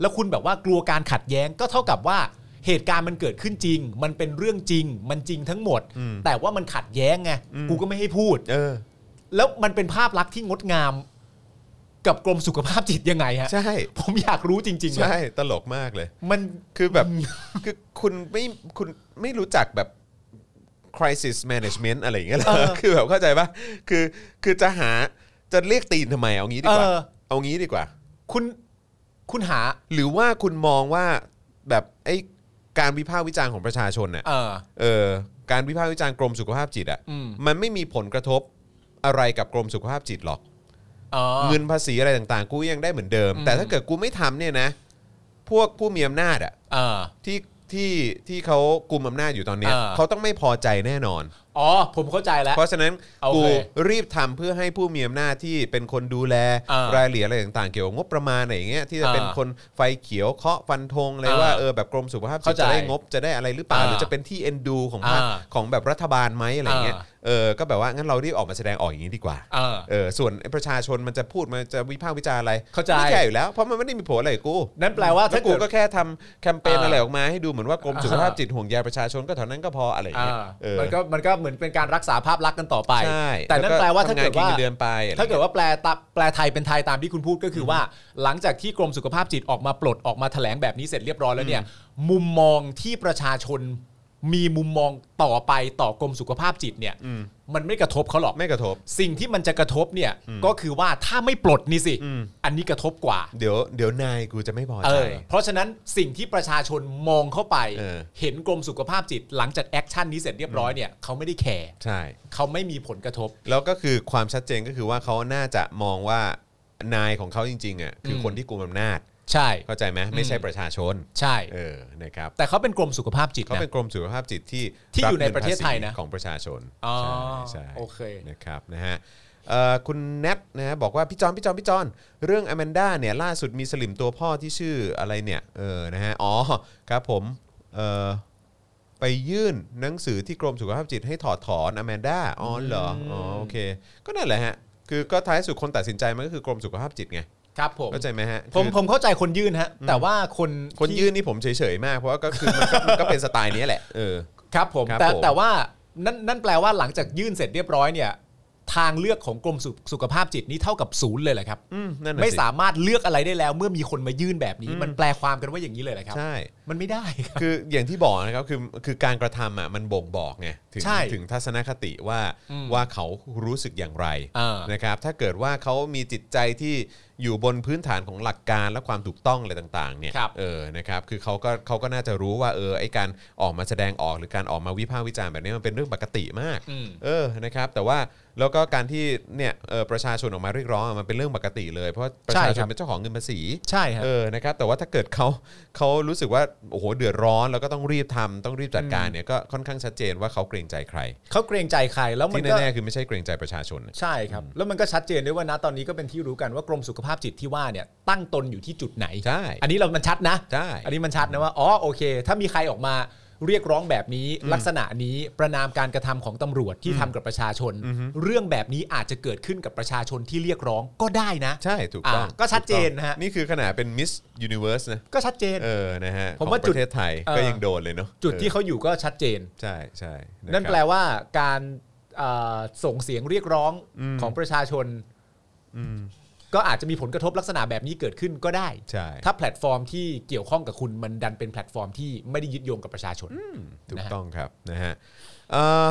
Speaker 3: แล้วคุณแบบว่ากลัวการขัดแย้งก็เท่ากับว่าเหตุการณ์มันเกิดขึ้นจริง มันเป็นเรื่องจริง มันจริงทั้งหมด
Speaker 2: อืม
Speaker 3: แต่ว่ามันขัดแย้งไงกูก็ไม่ให้พูด
Speaker 2: เออ
Speaker 3: แล้วมันเป็นภาพลักษณ์ที่งดงาม กับกรมสุขภาพจิตยังไงฮะ
Speaker 2: ใช่
Speaker 3: ผมอยากรู้จริงๆนะ
Speaker 2: ใช่ ตลกมากเลย
Speaker 3: มัน
Speaker 2: คือแบบ คือคุณไม่คุณไม่รู้จักแบบ crisis management อะไรอย่างเงี้ยเหรอ
Speaker 3: เออ
Speaker 2: คือแบบเข้าใจปะคือ คือจะหา จะเรียกตีนทำไม เอางี้ดีกว่า
Speaker 3: เออ
Speaker 2: เอางี้ดีกว่า
Speaker 3: คุณคุณหา
Speaker 2: หรือว่าคุณมองว่าแบบไอ้การวิพากษ์วิจารณ์ของประชาชนเนี่ย
Speaker 3: เออ
Speaker 2: เออการวิพากษ์วิจารณ์กรมสุขภาพจิตอ่ะ
Speaker 3: อืม
Speaker 2: มันไม่มีผลกระทบอะไรกับกรมสุขภาพจิตหรอก
Speaker 3: เออ
Speaker 2: เงินภาษีอะไรต่างๆ กูยังได้เหมือนเดิม
Speaker 3: อืม
Speaker 2: แต่ถ้าเกิดกูไม่ทำเนี่ยนะ พวกผู้มีอำนาจอ่ะ
Speaker 3: เออ
Speaker 2: ที่ที่ที่เขากลุ่มอำนาจอยู่ตอนเนี้ย
Speaker 3: อ่า
Speaker 2: เขาต้องไม่พอใจแน่นอน
Speaker 3: อ๋อ ผมเข้าใจแล้ว
Speaker 2: เพราะฉะนั้น
Speaker 3: โอเค
Speaker 2: กูรีบทำเพื่อให้ผู้มีอำนาจที่เป็นคนดูแล
Speaker 3: อ่าร
Speaker 2: ายละเอียดอะไรต่างๆ เกี่ยวกับงบประมาณอะไรอย่างเงี้ยที่จะเป็น
Speaker 3: อ่า
Speaker 2: คนไฟเขียวเคาะฟันธงอะไร
Speaker 3: อ่า
Speaker 2: ว่าเออแบบกรมสุขภาพจิ
Speaker 3: เข้า
Speaker 2: ต
Speaker 3: ใจ
Speaker 2: จะได้งบจะได้อะไรหรือเปล่า
Speaker 3: อ่า
Speaker 2: หรือจะเป็นที่เอ็นดูของภาค
Speaker 3: อ่า
Speaker 2: ของแบบรัฐบาลไหมอะไรเงี้ย
Speaker 3: อ่า
Speaker 2: เออก็แบบว่างั้นเรารีบออกมาแสดงออกอย่างนี้ดีกว่า
Speaker 3: เออ
Speaker 2: เออส่วนไอ้ประชาชนมันจะพูดมันจะวิพากษ์วิจารณ์อะไร
Speaker 3: เข้าใจ
Speaker 2: ไม่แค่อยู่แล้วเพราะมันไม่ได้มีผลอะไรกับกู
Speaker 3: นั่นแปลว่า
Speaker 2: แล้
Speaker 3: ถ้าว
Speaker 2: กู
Speaker 3: เกิด
Speaker 2: ก็แค่ทำแคมเปญ
Speaker 3: อ่า
Speaker 2: อะไรออกมาให้ดูเหมือนว่ากรมสุขภาพ
Speaker 3: อ่า
Speaker 2: จิตห่วงใยประชาชนก็เท่านั้นก็พออะไรอย่าง
Speaker 3: อ่า
Speaker 2: เงี้ยเออ
Speaker 3: มันก็มันก็ เหมือนเป็นการรักษาภาพลักษณ์กันต่อไป
Speaker 2: ใช่
Speaker 3: แต่นั่นแปลว่าถ้าเกิดว่า
Speaker 2: ทำงนนเดือนไปอะไร
Speaker 3: ถ้าเกิดว่าแปลตะแปลไทยเป็นไทยตามที่คุณพูดก็คือว่า หลังจากที่กรมสุขภาพจิตออกมาปลดออกมาแถลงแบบนี้เสร็จเรียบร้อยแล้วเนี่ย มุมมองที่ประชาชนมีมุมมองต่อไปต่อกรมสุขภาพจิตเนี่ย
Speaker 2: อืม
Speaker 3: มันไม่กระทบเขาหรอก
Speaker 2: ไม่กระทบ
Speaker 3: สิ่งที่มันจะกระทบเนี่ยก็คือว่าถ้าไม่ปลดนี่สิ
Speaker 2: อืม
Speaker 3: อันนี้กระทบกว่า
Speaker 2: เดี๋ยวเดี๋ยวนายกูจะไม่พอ
Speaker 3: เอ
Speaker 2: ใจ
Speaker 3: อเพราะฉะนั้นสิ่งที่ประชาชนมองเข้าไป
Speaker 2: เออ
Speaker 3: เห็นกรมสุขภาพจิตหลังจากแอคชั่นนี้เสร็จเรียบร้อยเนี่ยเขาไม่ได้แคร์
Speaker 2: ใช่
Speaker 3: เขาไม่มีผลกระทบ
Speaker 2: แล้วก็คือความชัดเจนก็คือว่าเขาน่าจะมองว่านายของเขาจริงๆอ่ะคืออ
Speaker 3: ม
Speaker 2: คนที่กุมอำนาจ
Speaker 3: ใช่
Speaker 2: เข้าใจไหมไม่ใช่ประชาชน
Speaker 3: ใช่
Speaker 2: เออนะครับ
Speaker 3: แต่เขาเป็นกรมสุขภาพจิต
Speaker 2: เขา
Speaker 3: นะ
Speaker 2: เป็นกรมสุขภาพจิตที่
Speaker 3: ที่อยู่ในประเทศไทยนะ
Speaker 2: บเงิภาษีของประชาชน
Speaker 3: อ๋อ
Speaker 2: ใช่ใช่
Speaker 3: โอเค
Speaker 2: นะครับนะฮะเอ่อคุณแนทนะฮะบอกว่าพี่จอนพี่จอนพี่จอนเรื่องอแมนด้าเนี่ยล่าสุดมีสลิมตัวพ่อที่ชื่ออะไรเนี่ยเออนะฮะอ๋อครับผมเอ่อไปยื่นหนังสือที่กรมสุขภาพจิตให้ถอดถอนอแมนด้าอ๋อเหรออ๋อโอเค ก็นั่นแหละฮะคือก็ท้ายสุดคนตัดสินใจมันก็คือกรมสุขภาพจิตไง
Speaker 3: ครับผม
Speaker 2: เข้าใจไหมฮะ
Speaker 3: ผม
Speaker 2: คือ
Speaker 3: ผมเข้าใจคนยื่นฮะ แต่ว่าคน
Speaker 2: คน
Speaker 3: ที่
Speaker 2: ยื่นนี่ผมเฉยๆมากเพราะว่าก็คือมันก็ *laughs* มันก็เป็นสไตล์นี้แหละเออ
Speaker 3: ครับผม
Speaker 2: ครับ
Speaker 3: แต่
Speaker 2: ผม
Speaker 3: แต่ว่านั่นนั่นแปลว่าหลังจากยื่นเสร็จเรียบร้อยเนี่ย ทางเลือกของกรมสุขสุขภาพจิตนี้เท่ากับศูนย์เลยแหละครับ
Speaker 2: อืมนั่นน่ะ
Speaker 3: ไม่
Speaker 2: สิ
Speaker 3: สามารถเลือกอะไรได้แล้ว เมื่อมีคนมายื่นแบบนี้ มันแปลความกันว่าอย่างนี้เลยนะครับ
Speaker 2: ใช่
Speaker 3: มันไม่ได้ครับ
Speaker 2: คืออย่างที่บอกนะครับ คือ คือการกระทำอ่ะ มันบ่งบอกไง ถึง
Speaker 3: ใช่
Speaker 2: ถึงทัศนคติว่า
Speaker 3: อืม
Speaker 2: ว่าเขารู้สึกอย่างไร
Speaker 3: อ่าน
Speaker 2: นะครับ ถ้าเกิดว่าเขามีจิตใจที่อยู่บนพื้นฐานของหลักการและความถูกต้องอะไรต่างๆ เนี่ย
Speaker 3: ครับ
Speaker 2: เออ นะครับ คือเขาก็เขาก็น่าจะรู้ว่า เออ ไอการออกมาแสดงออก หรือการออกมาวิพากษ์วิจารณ์แบบนี้มันเป็นเรื่องปกติมาก
Speaker 3: อืม
Speaker 2: เออ นะครับ แต่ว่า แล้วก็การที่ เนี่ยเออประชาชนออกมาเรียกร้องอะมันเป็นเรื่องปกติเลย เพราะประชาช
Speaker 3: ใช่ครั
Speaker 2: น
Speaker 3: บ
Speaker 2: เป็นเจ้าของเงินภาษี
Speaker 3: ใช่ครับ
Speaker 2: เออ นะครับ แต่ว่าถ้าเกิดเขาเขารู้สึกว่า โอ้โห เดือดร้อน แล้วก็ต้องรีบทำต้องรีบจัดการเนี่ย ก็ค่อนข้างชัดเจนว่าเขาเกรงใจใคร
Speaker 3: เขาเกรงใจใครแล้วมัน
Speaker 2: ที่
Speaker 3: ก็
Speaker 2: แน่ๆ คือไม่ใช่เกรงใจประชาชน
Speaker 3: ใช่ครับ แล้วมันก็ชัดเจนด้วยว่านะตอนนี้ก็เป็นที่รู้กันว่ากรมสุขภาพจิตที่ว่าเนี่ยตั้งตนอยู่ที่จุดไหน
Speaker 2: ใช่
Speaker 3: อันนี้เรามันชัดนะ
Speaker 2: ใช่
Speaker 3: อันนี้มันชัดนะว่า อ๋อ โอเค ถ้ามีใครออกมาเรียกร้องแบบนี้ ลักษณะนี้ ประนามการกระทำของตำรวจที่ทำกับประชาชน เรื่องแบบนี้อาจจะเกิดขึ้นกับประชาชนที่เรียกร้องก็ได้นะ
Speaker 2: ใช่ ถูกต้อง
Speaker 3: อ่ะก็ชัดเจนนะฮะ
Speaker 2: นี่คือขนาดเป็นมิสยูนิเวิร์สนะ
Speaker 3: ก็ชัดเจน
Speaker 2: เออ นะฮะ
Speaker 3: ผมว่า
Speaker 2: ของ
Speaker 3: จุ
Speaker 2: ประ
Speaker 3: ด
Speaker 2: เทศไทย
Speaker 3: เออ
Speaker 2: ก็ยังโดนเลยเนาะ
Speaker 3: จุดที่
Speaker 2: เออ
Speaker 3: เขาอยู่ก็ชัดเจน
Speaker 2: ใช่ ใช่ะ
Speaker 3: นั่น
Speaker 2: ครับ
Speaker 3: แปลว่าการเอ่อส่งเสียงเรียกร้องของประชาชน ก็อาจจะมีผลกระทบลักษณะแบบนี้เกิดขึ้นก็ได้
Speaker 2: ใช่
Speaker 3: ถ้าแพลตฟอร์มที่เกี่ยวข้องกับคุณมันดันเป็นแพลตฟอร์มที่ไม่ได้ยึดโยงกับประชาชน
Speaker 2: ถูก
Speaker 3: นะฮะ
Speaker 2: ต้องครับนะฮะเอ่อ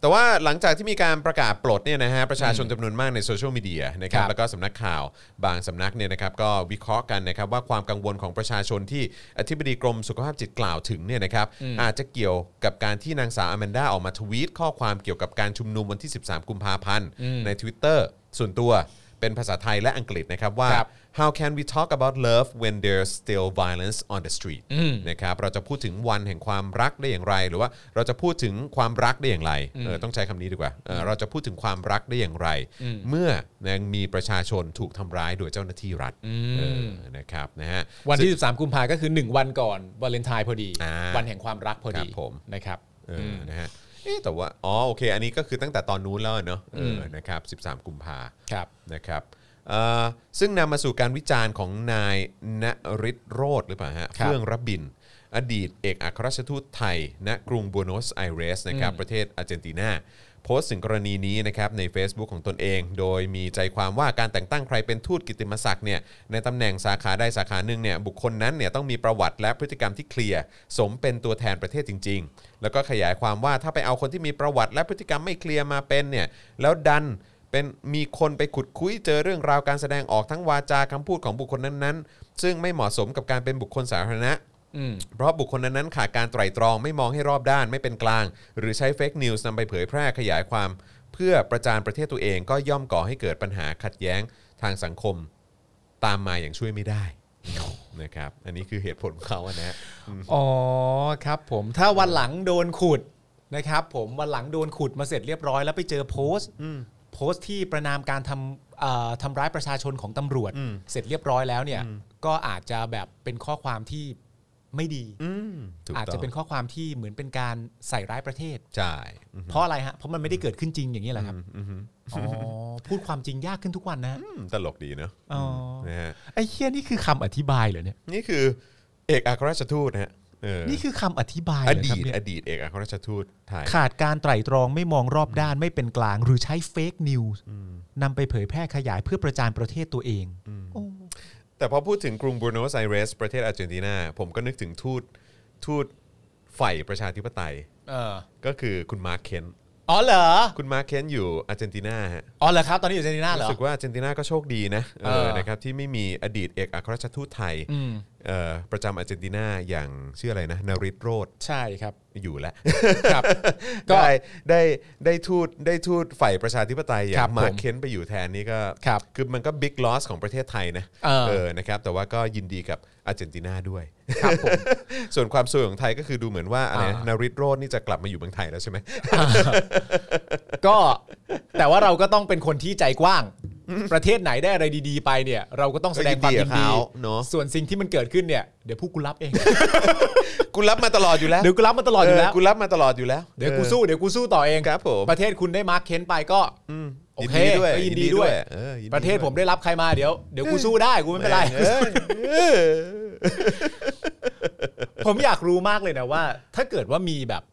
Speaker 2: แต่ว่าหลังจากที่มีการประกาศปลดเนี่ยนะฮะประชาชนจำนวนมากในโซเชียลมีเดียนะครับ
Speaker 3: ครับ
Speaker 2: แล้วก็สำนักข่าวบางสำนักเนี่ยนะครับก็วิเคราะห์กันนะครับว่าความกังวลของประชาชนที่อธิบดีกรมสุขภาพจิตกล่าวถึงเนี่ยนะครับอาจจะเกี่ยวกับการที่นางสาวอแมนด้าออกมาทวีตข้อความเกี่ยวกับการชุมนุมวันที่ 13 กุมภาพันธ์ใน Twitter ส่วนตัวเป็นภาษาไทยและอังกฤษนะครับว่า
Speaker 3: ครับ
Speaker 2: How can we talk about love when there's still violence on the street
Speaker 3: อืม
Speaker 2: นะครับ เราจะพูดถึงวันแห่งความรักได้อย่างไร หรือว่าเราจะพูดถึงความรักได้อย่างไรเออต้องใช้คำนี้ดีกว่าเออเราจะพูดถึงความรักได้อย่างไร เมื่อยังมีประชาชนถูกทำร้ายโดยเจ้าหน้าที่รัฐ
Speaker 3: ม
Speaker 2: เออนะครับนะฮะ
Speaker 3: วันที่ 13 กุมภาก็คือ 1 วันก่อนวาเลนไทน์พอดี
Speaker 2: อ่า
Speaker 3: วันแห่งความรักพอ
Speaker 2: ค
Speaker 3: ดี
Speaker 2: รับผม
Speaker 3: นะครับ
Speaker 2: เออนะฮะเอ๊ะแต่ว่าอ๋อโอเค อันนี้ก็คือตั้งแต่ตอนนู้นแล้วเนอะเอออนะครับ13 กุมภา
Speaker 3: ครับ
Speaker 2: นะครับเอ่อซึ่งนำมาสู่การวิจารณ์ของนายณริศโรธหรือเปล่าฮะ
Speaker 3: ครับ
Speaker 2: เฟื่องรบิน อดีตเอกอัครราชทูตไทย ณกรุงบัวโนสไอเรสนะครับประเทศอาร์เจนตินาโพสต์ถึงกรณีนี้นะครับใน Facebook ของตนเอง โดยมีใจความว่าการแต่งตั้งใครเป็นทูตกิตติมศักดิ์เนี่ยในตำแหน่งสาขาใดสาขาหนึ่งเนี่ยบุคคลนั้นเนี่ยต้องมีประวัติและพฤติกรรมที่เคลียร์สมเป็นตัวแทนประเทศจริง ๆ แล้วก็ขยายความว่าถ้าไปเอาคนที่มีประวัติและพฤติกรรมไม่เคลียร์มาเป็นเนี่ยแล้วดัน เป็นมีคนไปขุดคุยเจอเรื่องราวการแสดงออกทั้งวาจาคำพูดของบุคคลนั้นๆ ซึ่งไม่เหมาะสมกับการเป็นบุคคลสาธารณะ
Speaker 3: อืม
Speaker 2: เพราะบุคคลนั้นๆขาดการไตร่ตรองไม่มองให้รอบด้านไม่เป็นกลาง หรือใช้เฟกนิวส์นำไปเผยแพร่ขยายความ เพื่อประจานประเทศตัวเองก็ย่อมก่อให้เกิดปัญหาขัดแย้งทางสังคมตามมาอย่างช่วยไม่ได้นะครับอันนี้คือเหตุผลของเขาอะนะ
Speaker 3: อ๋อครับผมถ้าวันหลังโดนขุดนะครับผมวันหลังโดนขุดมาเสร็จเรียบร้อยแล้วไปเจอโพสต์โพสต์ที่ประนามการทำเอ่อทำร้ายประชาชนของตำรวจ เสร็จเรียบร้อยแล้วเนี่ย ก็อาจจะแบบเป็นข้อความที่ไม่ดี
Speaker 2: อืมถูก
Speaker 3: อาจ
Speaker 2: ต้
Speaker 3: จะ
Speaker 2: อง
Speaker 3: เป็นข้อความที่เหมือนเป็นการใส่ร้ายประเทศ
Speaker 2: ใช่อืม
Speaker 3: เพราะอะไรฮะเพราะมันไม่ได้เกิดขึ้นจริงอย่างนี้แหละครับอ๋อพูดความจริงยากขึ้นทุกวันนะฮะ
Speaker 2: อืมตลกดีเนอะ
Speaker 3: อ๋อ
Speaker 2: นะฮะ
Speaker 3: ไอ้เฮียนี่คือคำอธิบายเหรอเนี่ย
Speaker 2: นี่คือเอกอัครราชทูตนะฮะ เออ
Speaker 3: นี่คือคำอธิบาย
Speaker 2: อ
Speaker 3: เหรค
Speaker 2: ดี
Speaker 3: รับ
Speaker 2: ต
Speaker 3: เนี่ย
Speaker 2: อดีตเอกอัครราชทูตไทย
Speaker 3: ขาดการไตร่ตรองไม่มองรอบด้านไม่เป็นกลาง หรือใช้เฟกนิวส์นำไปเผยแพร่ขยายเพื่อประจานประเทศตัวเอง
Speaker 2: แต่พอพูดถึงกรุงบูโนสไอเรสประเทศอาร์เจนตินาผมก็นึกถึงทูตทูตฝ่ายประชาธิปไตย
Speaker 3: เออ
Speaker 2: ก็คือคุณมาร์คเคน
Speaker 3: อ๋อเหรอ
Speaker 2: คุณมาร์คเคนอยู่อาร์เจนตินาฮะ
Speaker 3: อ๋อเหรอครับ ตอนนี้อยู่เจนีน่าเหรอ
Speaker 2: รู้สึกว่าอาร์เจนตินาก็โชคดีนะเอ
Speaker 3: เอ
Speaker 2: อ
Speaker 3: อ
Speaker 2: นะครับที่ไม่มีอดีตเอกอัครราชทูตไทย
Speaker 3: อืม
Speaker 2: เอ่อประจำอาร์เจนตินาอย่างชื่ออะไรนะนริตโรธ
Speaker 3: ใช่ครับ
Speaker 2: อยู่แล้ว
Speaker 3: ครับ ก็
Speaker 2: ได้ได้ได้ทูตได้ทูตฝ่ายประชาธิปไตยอย่า
Speaker 3: ครั
Speaker 2: ง
Speaker 3: บ
Speaker 2: มา
Speaker 3: ผม
Speaker 2: เค้นไปอยู่แทนนี่ก็
Speaker 3: ครับ
Speaker 2: คือมันก็บิ๊กลอสของประเทศไทยนะ
Speaker 3: เออ
Speaker 2: นะครับแต่ว่าก็ยินดีกับอาร์เจนตินาด้วย
Speaker 3: ครับผม
Speaker 2: *laughs* ส่วนความสวยของไทยก็คือดูเหมือนว่าอะไรนะ
Speaker 3: อ่าน
Speaker 2: นริตโรธนี่จะกลับมาอยู่เมืองไทยแล้วใช่ไหม *laughs*
Speaker 3: ก็แต่ว่าเราก็ต้องเป็นคนที่ใจกว้าง ประเทศไหนได้อะไรดีๆ ไปเนี่ย เราก็ต้องแสดงความยิน
Speaker 2: ก็ยินดีกับ
Speaker 3: ดี
Speaker 2: เขาเนอะ
Speaker 3: ส่วนสิ่งที่มันเกิดขึ้นเนี่ยเดี๋ยวพวกกูรับ
Speaker 2: *laughs*
Speaker 3: เอง
Speaker 2: กูรับมาตลอดอยู่แล้ว
Speaker 3: เดี๋ยวกูรับมาตลอดอยู่แล้ว
Speaker 2: เกูรับมาตลอดอยู่แล้ว
Speaker 3: เดี๋ยวกูสู้เดี๋ยวกูสู้ต่อเอง
Speaker 2: ครับผม
Speaker 3: ประเทศคุณได้มาร์คเค้นไปก็โอเค
Speaker 2: ยินดีด้วย
Speaker 3: ก็ยินดีด้วย
Speaker 2: ยินดีด้วยเออยินดีด้วย
Speaker 3: ประเทศผมได้รับใครมาเดี๋ยวเดี๋ยวกูสู้ได้กูไม่เป็นไร
Speaker 2: แงอ้ยเออ
Speaker 3: ผมอยากรู้มากเลยนะว่า ถ้าเกิดว่ามีแบบ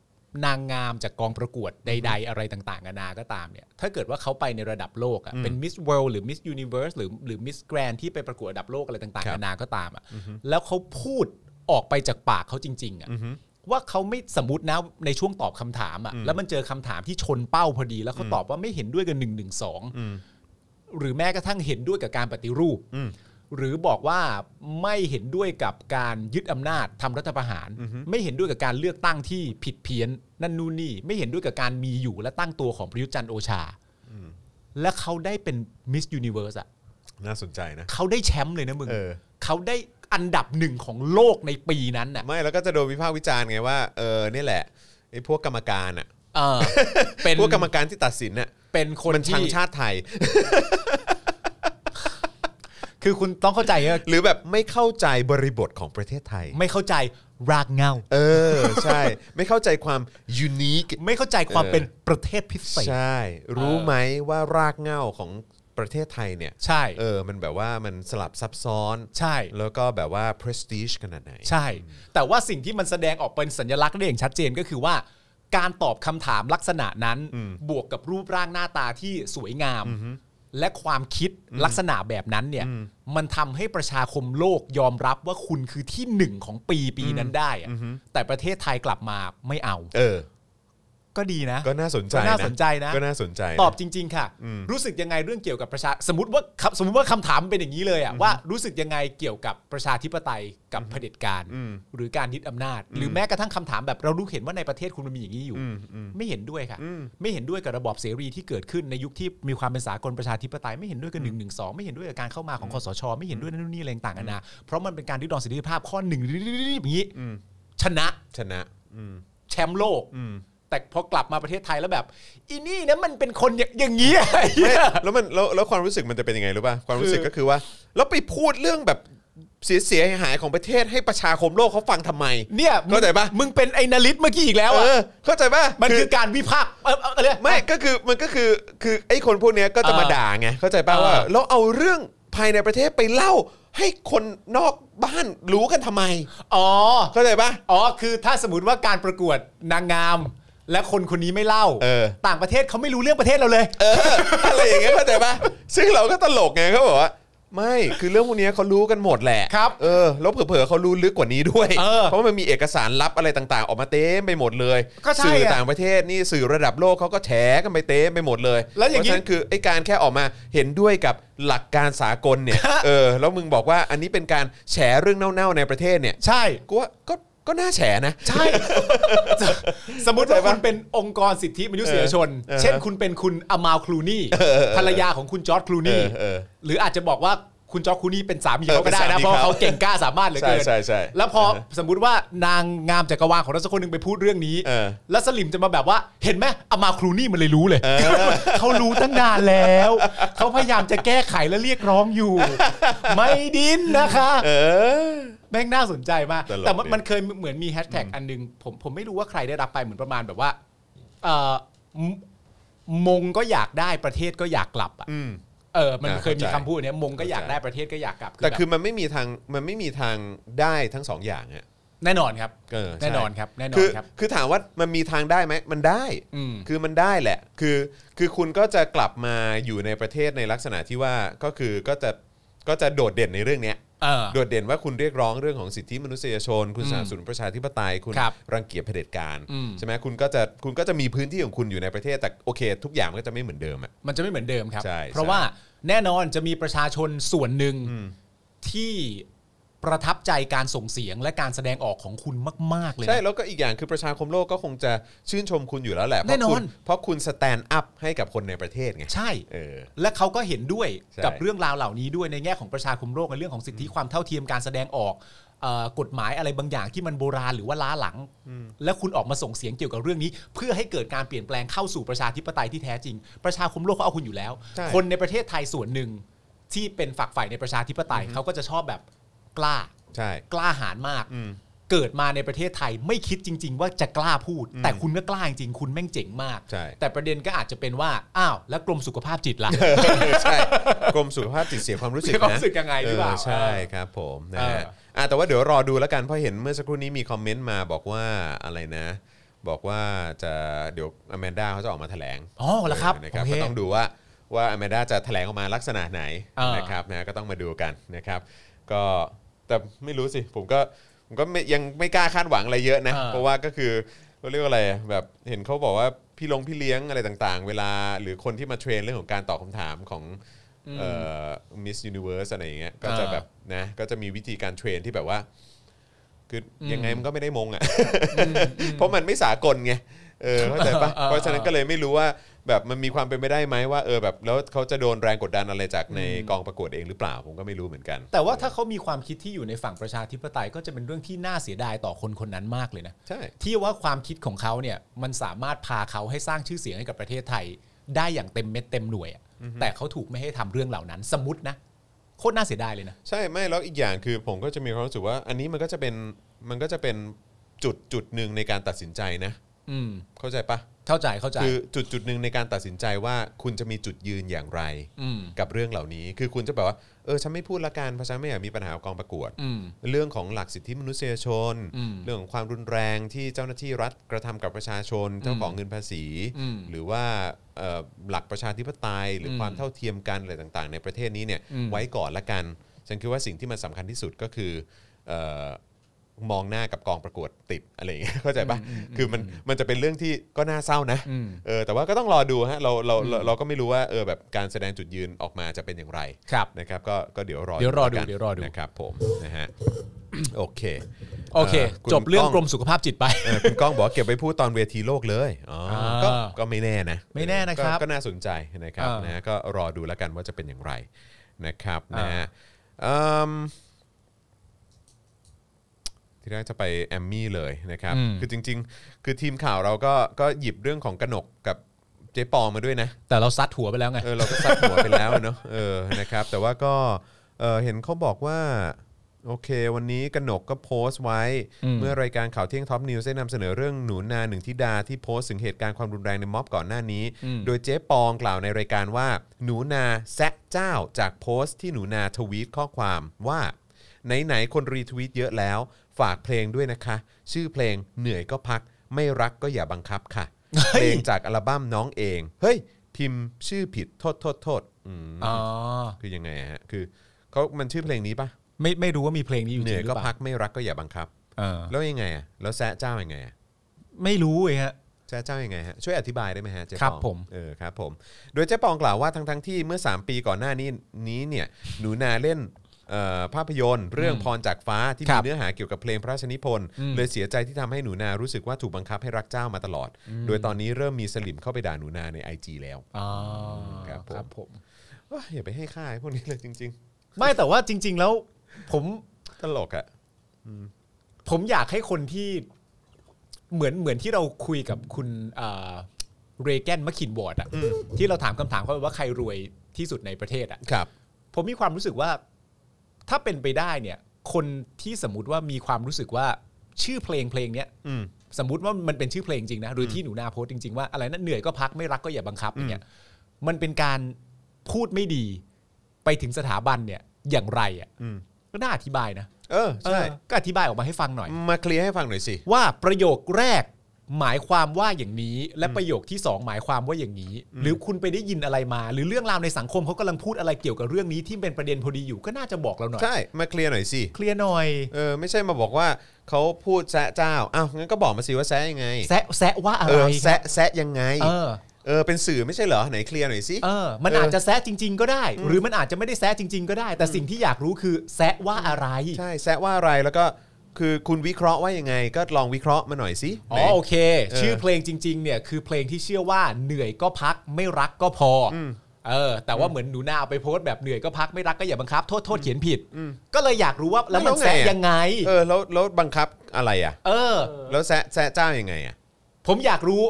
Speaker 3: นางงามจากกองประกวดใด ๆ อะไรต่างๆนานาก็ตามเนี่ย ถ้าเกิดว่าเขาไปในระดับโลกอะเป็นมิสเวิลด์หรือมิสยูนิเว r ร์สหรือหรือมิสแกรนที่ไปประกวดระดับโลกอะไรต่าง
Speaker 2: ครับ
Speaker 3: ๆนานาก็ตามอะแล้วเขาพูดออกไปจากปากเขาจริง ๆอะว่าเขาไม่สมมตินะในช่วงตอบคำถามอะแล้วมันเจอคำถามที่ชนเป้าพอดี แล้วเขาตอบว่าไม่เห็นด้วยกันหนึ่งหนึ่งสองหรือแม้กระทั่งเห็นด้วยกับการปฏิรูป หรือบอกว่าไม่เห็นด้วยกับการยึดอำนาจทำรัฐประหาร ไม่เห็นด้วยกับการเลือกตั้งที่ผิดเพี้ยน นั่นนู่นนี่ ไม่เห็นด้วยกับการมีอยู่และตั้งตัวของประยุทธ์จันทร์โอชา และเขาได้เป็นมิสยูนิเว r ร์สอ่ะ
Speaker 2: น่าสนใจนะ
Speaker 3: เขาได้แชมป์เลยนะมึง
Speaker 2: เออ
Speaker 3: ได้อันดับหนึ่งของโลกในปีนั้นน่ะ
Speaker 2: ไม่แล้วก็จะโดนวิพากษ์วิจารณ์ไงว่าเออเนี่ยแหละไอ้พวกกรรมการอ่ะ
Speaker 3: เอ
Speaker 2: *laughs*
Speaker 3: อ เป็น
Speaker 2: พวกกรรมการที่ตัดสินน่ะ
Speaker 3: เป็นคน
Speaker 2: มันชัง
Speaker 3: ที่
Speaker 2: ชาติไทย *laughs*
Speaker 3: คือคุณต้องเข้าใจว่า
Speaker 2: หรือแบบไม่เข้าใจบริบทของประเทศไทย
Speaker 3: ไม่เข้าใจรากเหงา
Speaker 2: เออ ใช่ ไม่เข้าใจความยูนิค
Speaker 3: ไม่เข้าใจความ
Speaker 2: เออ
Speaker 3: เป็นประเทศพิเศษ
Speaker 2: ใช่ รู้ไหมว่ารากเหง้าของประเทศไทยเนี่ย
Speaker 3: ใช่
Speaker 2: เออมันแบบว่ามันสลับซับซ้อน
Speaker 3: ใช่
Speaker 2: แล้วก็แบบว่า prestige ขนาดไหน
Speaker 3: ใช่ แต่ว่าสิ่งที่มันแสดงออกเป็นสัญลักษณ์ได้อย่างชัดเจนก็คือว่า การตอบคำถามลักษณะนั้นบวกกับรูปร่างหน้าตาที่สวยงาม และความคิดลักษณะแบบนั้นเนี่ย มันทำให้ประชาคมโลกยอมรับว่าคุณคือที่หนึ่งของปีปีนั้นได้อะแต่ประเทศไทยกลับมาไม่เอา
Speaker 2: เออ
Speaker 3: ก็ดีนะ
Speaker 2: ก็น่าสนใจ
Speaker 3: ก็น่าสนใจนะ
Speaker 2: ก็น่าสนใจนะ
Speaker 3: ตอบจริง ๆ ค่ะ รู้สึกยังไงเรื่องเกี่ยวกับประชาสมมติว่าครับสมมติว่าคำถามเป็นอย่างนี้เลยอะว่ารู้สึกยังไงเกี่ยวกับประชาธิปไตยกับเผด็จการ หรือการยึดอำนาจ หรือแม้กระทั่งคำถามแบบเรารู้เห็นว่าในประเทศคุณมันมีอย่างนี้อยู่ ไม่เห็นด้วยค่ะ ไม่เห็นด้วยกับระบอบเสรีที่เกิดขึ้นในยุคที่มีความเป็นสากลประชาธิปไตยไม่เห็นด้วยกับหนึ่งหนึ่งสองไม่เห็นด้วยกับการเข้ามาของคอสช ไม่เห็นด้วยนั่นนู่นนี่อะไรต่างๆนานาเพราะมันเป็นการริดรอนสิทธิภาพข้อหนึ่งอย่างนี้ชนะ
Speaker 2: ชนะ *laughs* อืม
Speaker 3: แชมป์โลก แต่พอกลับมาประเทศไทยแล้วแบบ อีนี่นะมันเป็นคนอย่างอย่างนี้ย
Speaker 2: ไม่แล้วมันแล้วแล้วความรู้สึกมันจะเป็นยังไงรู้ป่ะความรู้สึก
Speaker 3: คือ
Speaker 2: ก็คือว่า แล้วไปพูดเรื่องแบบเสียเสียหายๆของประเทศให้ประชาคมโลกเขาฟังทำไม
Speaker 3: เนี่ยมึง
Speaker 2: เข้าใจปะ
Speaker 3: มึงเป็นไอ้นาริตเมื่อกี้อีกแล้ว
Speaker 2: เอ
Speaker 3: อ่ะ
Speaker 2: อเข้าใจป่ะ
Speaker 3: มันคือการวิพากษ์เออเอออะไร
Speaker 2: ไม่ก็คือมันก็คือคือไอ้คนพวกเนี้ยก็จะมา
Speaker 3: เออ
Speaker 2: ด่าไงเข้าใจป่ะ
Speaker 3: เออ
Speaker 2: ว่าแล้วเอาเรื่องภายในประเทศไปเล่า ให้คนนอกบ้านรู้กันทำไม
Speaker 3: อ๋อ
Speaker 2: เข้าใจป่ะ
Speaker 3: อ๋อคือถ้าสมมติว่าการประกวดนางงาม และคนคนนี้ไม่เล่า
Speaker 2: เออ
Speaker 3: ต่างประเทศเขาไม่รู้เรื่องประเทศเราเลย
Speaker 2: เอออะไรอย่างเงี้ยเข้าใจป่ะซึ่งเราก็ตลกไงเขาบอกว่า ไม่คือเรื่องพวกเนี้ยเขารู้กันหมดแหละ
Speaker 3: ครับ
Speaker 2: เออแล้วเผลอๆเขารู้ลึกกว่านี้ด้วย
Speaker 3: เออ
Speaker 2: เพราะมันมีเอกสารลับอะไรต่างๆ ออกมาเต็มไปหมดเลย
Speaker 3: ก็ใช่
Speaker 2: สื่อ
Speaker 3: อะ
Speaker 2: ต่างประเทศนี่สื่อระดับโลกเขาก็แฉกันไปเต็มไปหมดเลย
Speaker 3: แล้วอย่างงี้
Speaker 2: เพระฉะนั้นคือไอ้การแค่ออกมาเห็นด้วยกับหลักการสากลเนี่ย
Speaker 3: ฮะ
Speaker 2: เออแล้วมึงบอกว่าอันนี้เป็นการแฉเรื่องเน่าๆในประเทศเนี่ย
Speaker 3: ใช่
Speaker 2: กูว่าก็ก็น่าแฉนะ
Speaker 3: ใช่ *laughs* สมมติว่า
Speaker 2: เข้าใจปะ
Speaker 3: คุณเป็นองค์กรสิทธิมนุษยชน
Speaker 2: เออ
Speaker 3: เช่นคุณเป็นคุณอมาวคลูนี่ภรรยาของคุณจอร์ดคลูนี่
Speaker 2: เออเออ
Speaker 3: หรืออาจจะบอกว่าคุณจอร์ดคลูนี่เป็นสามี
Speaker 2: เออ
Speaker 3: เขาก็ได้
Speaker 2: เป็นสา
Speaker 3: นะ
Speaker 2: มี
Speaker 3: เพราะ
Speaker 2: เขา
Speaker 3: เขาเก่งกล้าสามารถเหลือเกิน
Speaker 2: ใช่ใช่ใช่
Speaker 3: แล้วพอสมมติว่านางงามจักรวาลของเราสักคนหนึ่งไปพูดเรื่องนี้
Speaker 2: เออ
Speaker 3: แล้วสลิมจะมาแบบว่าเห็นไหมอมาวคลูนี่มันเลยรู้เลยเขารู้ตั้งนานแล้ว เขาพยายามจะแก้ไขและเรียกร้องอยู่ ไม่ดิ้นนะคะ
Speaker 2: เออ
Speaker 3: แม่งน่าสนใจมาก
Speaker 2: ตลก
Speaker 3: แต่มัน
Speaker 2: ดี
Speaker 3: มันเคยเหมือนมีแฮชแท็กอันหนึง ผมผมไม่รู้ว่าใครได้รับไปเหมือนประมาณแบบว่าเออมมงก็อยากได้ประเทศก็อยากกลับอะ
Speaker 2: อืม
Speaker 3: เออมัน
Speaker 2: อ่า
Speaker 3: เคยมี
Speaker 2: เข้าใจ
Speaker 3: คำพูดเนี้ยมงก็อยาก
Speaker 2: เข้าใจ
Speaker 3: ได้ประเทศก็อยากกลับ
Speaker 2: แต่คือ
Speaker 3: บบ
Speaker 2: มันไม่มีทางมันไม่มีทางได้ทั้งสองอย่างอะ
Speaker 3: แน่นอนครับ
Speaker 2: เออใช่
Speaker 3: แน่นอนครับแน่นอ
Speaker 2: คื
Speaker 3: น
Speaker 2: อ
Speaker 3: ครับ
Speaker 2: คือถามว่ามันมีทางได้ไหมมันได้
Speaker 3: อืม
Speaker 2: คือมันได้แหละ คือ คือคุณก็จะกลับมาอยู่ในประเทศในลักษณะที่ว่า ก็คือ ก็จะ ก็จะโดดเด่นในเรื่องเนี้ย
Speaker 3: เออ
Speaker 2: โดดเด่นว่าคุณเรียกร้องเรื่องของสิทธิมนุษยชน คุณ
Speaker 3: อืม
Speaker 2: สนับสนุนประชาธิปไตย คุณ
Speaker 3: ครับ
Speaker 2: รังเกียจเผด็จการ
Speaker 3: อืม
Speaker 2: ใช่ไหมคุณก็จะ คุณก็จะมีพื้นที่ของคุณอยู่ในประเทศ แต่โอเค ทุกอย่างมันก็จะไม่เหมือนเดิมอะ
Speaker 3: มันจะไม่เหมือนเดิมครับ
Speaker 2: ใช่
Speaker 3: เพราะ
Speaker 2: ใช่
Speaker 3: ว่าแน่นอนจะมีประชาชนส่วนหนึ่งที่ประทับใจการส่งเสียงและการแสดงออกของคุณมาก ๆ เลยนะ
Speaker 2: ใช่ แล้วก็อีกอย่างคือประชาคมโลกก็คงจะชื่นชมคุณอยู่แล้วแหละ เพ
Speaker 3: แน่
Speaker 2: ราะ
Speaker 3: นอ
Speaker 2: คุ
Speaker 3: น
Speaker 2: ณเพราะคุณสแตนด์อัพให้กับคนในประเทศไง
Speaker 3: ใช่
Speaker 2: เออ
Speaker 3: และเขาก็เห็นด้วย
Speaker 2: ใช่
Speaker 3: กับเรื่องราวเหล่านี้ด้วยในแง่ของประชาคมโลกในเรื่องของสิทธิความเท่าเทียมการแสดงออกเอ่อกฎหมายอะไรบางอย่างที่มันโบราณหรือว่าล้าหลัง และคุณออกมาส่งเสียงเกี่ยวกับเรื่องนี้ เพื่อให้เกิดการเปลี่ยนแปลงเข้าสู่ประชาธิปไตยที่แท้จริง ประชาคมโลกเขาเอาคุณอยู่แล้ว
Speaker 2: ใช่
Speaker 3: คนในประเทศไทยส่วนหนึ่งที่เป็นฝักใฝ่ในประชาธิปไตยเขาก็จะชอบแบบกล้า
Speaker 2: ใช่
Speaker 3: กล้าหาญมาก
Speaker 2: อืม
Speaker 3: เกิดมาในประเทศไทยไม่คิดจริง ๆ ว่าจะกล้าพูด แต่คุณก็กล้าจริงๆคุณแม่งเจ๋งมาก
Speaker 2: ใช่
Speaker 3: แต่ประเด็นก็อาจจะเป็นว่าอ้าวแล้วกรมสุขภาพจิตล่ะ
Speaker 2: ใช่ กรมสุขภาพจิตเสียความรู้สึก
Speaker 3: เสียความ
Speaker 2: นะ
Speaker 3: รู้สึกยังไงหรือเปล่า
Speaker 2: อใช่
Speaker 3: เออ
Speaker 2: ครับผมนะ
Speaker 3: เออ
Speaker 2: ฮะอ่ะแต่ว่าเดี๋ยวรอดูแล้วกันเพราะเห็นเมื่อสักครู่นี้มีคอมเมนต์มาบอกว่าอะไรนะ บอกว่าจะเดี๋ยวอแมนด้าเขาจะออกมาแถลง
Speaker 3: อ๋อแล้วครับ
Speaker 2: เออนะครับ
Speaker 3: โอเค
Speaker 2: ก็ต้องดูว่าว่าอแมนด้าจะแถลงออกมาลักษณะไหน
Speaker 3: เออ
Speaker 2: นะครับนะก็ต้องมาดูกันนะครับ ก็แต่ไม่รู้สิผมก็ผมก็ไม่ยังไม่กล้าคาดหวังอะไรเยอะนะ
Speaker 3: เออ
Speaker 2: เพราะว่าก็คือเขาเรียกว่าอะไรแบบเห็นเขาบอกว่าพี่ลงพี่เลี้ยงอะไรต่างๆ เวลาหรือคนที่มาเทรนเรื่องของการตอบคำถามของมิสยูนิเวิร์สอะไรอย่างเงี้ยก็จะ
Speaker 3: อ่า
Speaker 2: แบบนะก็จะมีวิธีการเทรนที่แบบว่าคืออ
Speaker 3: ม
Speaker 2: ยังไงมันก็ไม่ได้มงอ่ะ *laughs* เพราะมันไม่สากลไงเออเข้าใจปะ
Speaker 3: เออเออ
Speaker 2: เพราะฉะนั้นก็เลยไม่รู้ว่าแบบมันมีความเป็นไปได้ไหมว่าเออแบบแล้วเขาจะโดนแรงกดดันอะไรจากใน
Speaker 3: อืม
Speaker 2: กองประกวดเองหรือเปล่าผมก็ไม่รู้เหมือนกัน
Speaker 3: แต่ว่าถ้าเขามีความคิดที่อยู่ในฝั่งประชาธิปไตยก็จะเป็นเรื่องที่น่าเสียดายต่อคนคนนั้นมากเลยนะ
Speaker 2: ใช่
Speaker 3: ที่ว่าความคิดของเขาเนี่ยมันสามารถพาเขาให้สร้างชื่อเสียงให้กับประเทศไทย ได้อย่างเต็มเม็ดเต็มหน่วยอะแต่เขาถูกไม่ให้ทำเรื่องเหล่านั้น สมมตินะโคตรน่าเสียดายเลยนะ
Speaker 2: ใช่ไม่แล้วอีกอย่างคือผมก็จะมีความรู้สึกว่า อันนี้มันก็จะเป็นมันก็จะเป็นจุดจุดหนึ่งในการตัดสินใจนะ
Speaker 3: อืม
Speaker 2: เข้าใจปะ
Speaker 3: เข้าใจเข้าใจ
Speaker 2: คือจุดจุดหนึ่งในการตัดสินใจว่าคุณจะมีจุดยืนอย่างไร
Speaker 3: อืม
Speaker 2: กับเรื่องเหล่านี้ คือคุณจะแบบว่าเออฉันไม่พูดละกันเพราะฉันไม่อยากมีปัญหากับกองประกวด
Speaker 3: อืม
Speaker 2: เรื่องของหลักสิทธิมนุษยชน
Speaker 3: อืม
Speaker 2: เรื่องของความรุนแรงที่เจ้าหน้าที่รัฐกระทำกับประชาชน เจ้าของเงินภาษี
Speaker 3: อืม
Speaker 2: หรือว่าเอ่อหลักประชาธิปไตย หรืออ
Speaker 3: ม
Speaker 2: ความเท่าเทียมกันอะไรต่างๆ ในประเทศนี้เนี่ย
Speaker 3: อืม
Speaker 2: ไว้ก่อนละกัน ฉันคิดว่าสิ่งที่มันสำคัญที่สุดก็คือเอ่อมองหน้ากับกองประกวดติดอะไรอย่างเงี้ *laughs* ยเข้าใจปะคือมันมันจะเป็นเรื่องที่ก็น่าเศร้านะ
Speaker 3: อืม
Speaker 2: เออแต่ว่าก็ต้องรอดูฮะเราเราเราเราก็ไม่รู้ว่าเออแบบการแสดงจุดยืนออกมาจะเป็นอย่างไร
Speaker 3: ครับ
Speaker 2: นะครับก็ก็เดี๋ยวรอ
Speaker 3: เดี๋ยวรอดู
Speaker 2: กัน
Speaker 3: เดี๋ยวรอดู
Speaker 2: นะครับผมนะฮะ โอเค
Speaker 3: โอเค
Speaker 2: คุณ
Speaker 3: จบเรื่อง
Speaker 2: ก้
Speaker 3: กรมสุขภาพจิตไป *laughs*
Speaker 2: เออคุณก้องบอกว่าเก็บไว้พูดตอนเวทีโลกเลยอ๋ออา ก็ก็ไม่แน่นะ
Speaker 3: ไม่แน่นะครับ
Speaker 2: ก็ก็น่าสนใจนะครับ
Speaker 3: อ่าน
Speaker 2: นะฮะก็รอดูแล้วกันว่าจะเป็นอย่างไรนะครับ
Speaker 3: อ่าน
Speaker 2: นะฮะเอิ่มที่แรกจะไปแอมมี่เลยนะครับ
Speaker 3: อืม
Speaker 2: คือจริง ๆ คือทีมข่าวเราก็ก็หยิบเรื่องของกนกกับเจ๊ปองมาด้วยนะ
Speaker 3: แต่เราซัดหัวไปแล้วไง
Speaker 2: เออเราก็ซัดหัวไปแล้วเนอะเออ *laughs* นะครับ แต่ว่าก็เออเห็นเขาบอกว่า โอเค วันนี้กนกก็โพสต์ไว้
Speaker 3: อืม
Speaker 2: เมื่อรายการข่าวเที่ยงท็อปนิวส์ได้นำเสนอเรื่องหนูนาหนึ่งทิดาที่โพสต์ถึงเหตุการณ์ความรุนแรงในม็อบก่อนหน้านี้ โดยเจ๊ปองกล่าวในรายการว่า หนูนาแซะเจ้าจากโพสต์ที่หนูนาทวีตข้อความว่า ไหนๆคนรีทวีตเยอะแล้ว ฝากเพลงด้วยนะคะ ชื่อเพลงเหนื่อยก็พัก ไม่รักก็อย่าบังคับค่ะ
Speaker 3: เฮ้
Speaker 2: เพ
Speaker 3: ย
Speaker 2: ลงจากอัลบั้มน้องเอง เฮ้ย พิมพ์ชื่อผิดโทษโทษโทษอืม
Speaker 3: อ๋อ
Speaker 2: คือยังไงฮะคือเขามันชื่อเพลงนี้ปะ
Speaker 3: ไม่ไม่รู้ว่ามีเพลงนี้อยู่
Speaker 2: เห
Speaker 3: จริ
Speaker 2: นื่อย
Speaker 3: งหรื
Speaker 2: ก็
Speaker 3: อเป
Speaker 2: พั
Speaker 3: ล่าก
Speaker 2: ไม่รักก็อย่าบังคับ
Speaker 3: เออ
Speaker 2: แล้วยังไงอ่ะแล้วแซะเจ้ายังไงอ่ะ
Speaker 3: ไม่รู้เลยฮะ
Speaker 2: เจ้าเจ้ายังไงฮะช่วยอธิบายได้ไหมฮะเจ๊ปอง
Speaker 3: ครับผม
Speaker 2: เออครับผมโดยเจ๊ปองกล่าวว่าทั้งทั้งๆที่เมื่อ 3 ปีก่อนหน้านี้นี้เนี่ยหนูนาเล่นเอ่อภาพยนตร์ เรื่องพรจากฟ้าที่
Speaker 3: ครั
Speaker 2: มี
Speaker 3: บ
Speaker 2: เนื้อหาเกี่ยวกับเพลงพระราชนิพนธ์เลยเสียใจที่ทำให้หนูนารู้สึกว่าถูกบังคับให้รักเจ้ามาตลอด โดยตอนนี้เริ่มมีสลิมเข้าไปด่าหนูนาใน IG แล้ว
Speaker 3: อ๋อ
Speaker 2: ค
Speaker 3: ค
Speaker 2: รั
Speaker 3: รั
Speaker 2: บบ ผ
Speaker 3: ผม ม
Speaker 2: ว้าอย่าไปให้ค่าไอ้พวกนี้เลยจริง
Speaker 3: ไม่แต่ว่าจริง ๆ แล้ว ผม
Speaker 2: ๆ ตลกอะ
Speaker 3: ผมอยากให้คนที่เหมือนเหมือนที่เราคุยกับคุณเรแกนมะขินวอร์ดอะที่เราถามคำถามเขาไปว่าใครรวยที่สุดในประเทศอะ
Speaker 2: ครับ
Speaker 3: ผมมีความรู้สึกว่า ถ้าเป็นไปได้เนี่ย คนที่สมมติว่ามีความรู้สึกว่าชื่อเพลงเพลงเนี้ย
Speaker 2: อืม
Speaker 3: สมมติว่ามันเป็นชื่อเพลงจริงนะ โดยที่หนูนาโพสต์จริง ๆ ว่าอะไรนะเหนื่อยก็พักไม่รักก็อย่าบังคับอย่างเงี้ยมันเป็นการพูดไม่ดีไปถึงสถาบันเนี่ยอย่างไรอ่ะ
Speaker 2: อืม
Speaker 3: ก็น่าอธิบายนะ
Speaker 2: เออใช่
Speaker 3: เออก็อธิบายออกมาให้ฟังหน่อย
Speaker 2: มาเคลียร์ให้ฟังหน่อยสิ
Speaker 3: ว่าประโยคแรกหมายความว่าอย่างนี้ และประโยคที่สองหมายความว่าอย่างนี้ หรือคุณไปได้ยินอะไรมา หรือเรื่องราวในสังคมเขากำลังพูดอะไรเกี่ยวกับเรื่องนี้ที่เป็นประเด็นพอดีอยู่ก็น่าจะบอกเราหน่อย
Speaker 2: ใช่มาเคลียร์หน่อยสิ
Speaker 3: เคลียร์หน่อย
Speaker 2: เออไม่ใช่มาบอกว่าเขาพูดแซะเจ้าอ้าวงั้นก็บอกมาสิว่าแซะยังไง
Speaker 3: แซะแซะว่าอะ
Speaker 2: เอ
Speaker 3: ไร
Speaker 2: อแซะแซะยังไง
Speaker 3: เออ
Speaker 2: เออเป็นสื่อไม่ใช่เหรอไหนเคลียร์หน่อยสิ
Speaker 3: เออ มัน
Speaker 2: เอออ
Speaker 3: อาจจะแซะจริง ๆ ก็ได้ หรือมันอาจจะไม่ได้แซะจริง ๆ ก็ได้ แต่สิ่งที่อยากรู้คือแซะว่าอะไร
Speaker 2: ใช่แซะว่าอะไรแล้วก็คือคุณวิเคราะห์ว่ายังไง ก็ลองวิเคราะห์มาหน่อยสิ
Speaker 3: อ๋
Speaker 2: ไห
Speaker 3: อน โอเค
Speaker 2: เออ
Speaker 3: ชื่อเพลงจริงๆเนี่ยคือเพลงที่เชื่อว่าเหนื่อยก็พักไม่รักก็พออเออ แต่ว่าเหมือนหนูนาเอาไปโพสต์แบบเหนื่อยก็พักไม่รักก็อย่าบังคับโทษโทษเขียนผิด ก็เลยอยากรู้ว่าแล้วมัน
Speaker 2: แล้วไง
Speaker 3: แซะยังไง
Speaker 2: เออแล้วแล้วบังคับอะไรอ่ะ
Speaker 3: เออ
Speaker 2: แล้วแซะแซะเจ้ายังไงอ่ะ
Speaker 3: ผมอยากรู้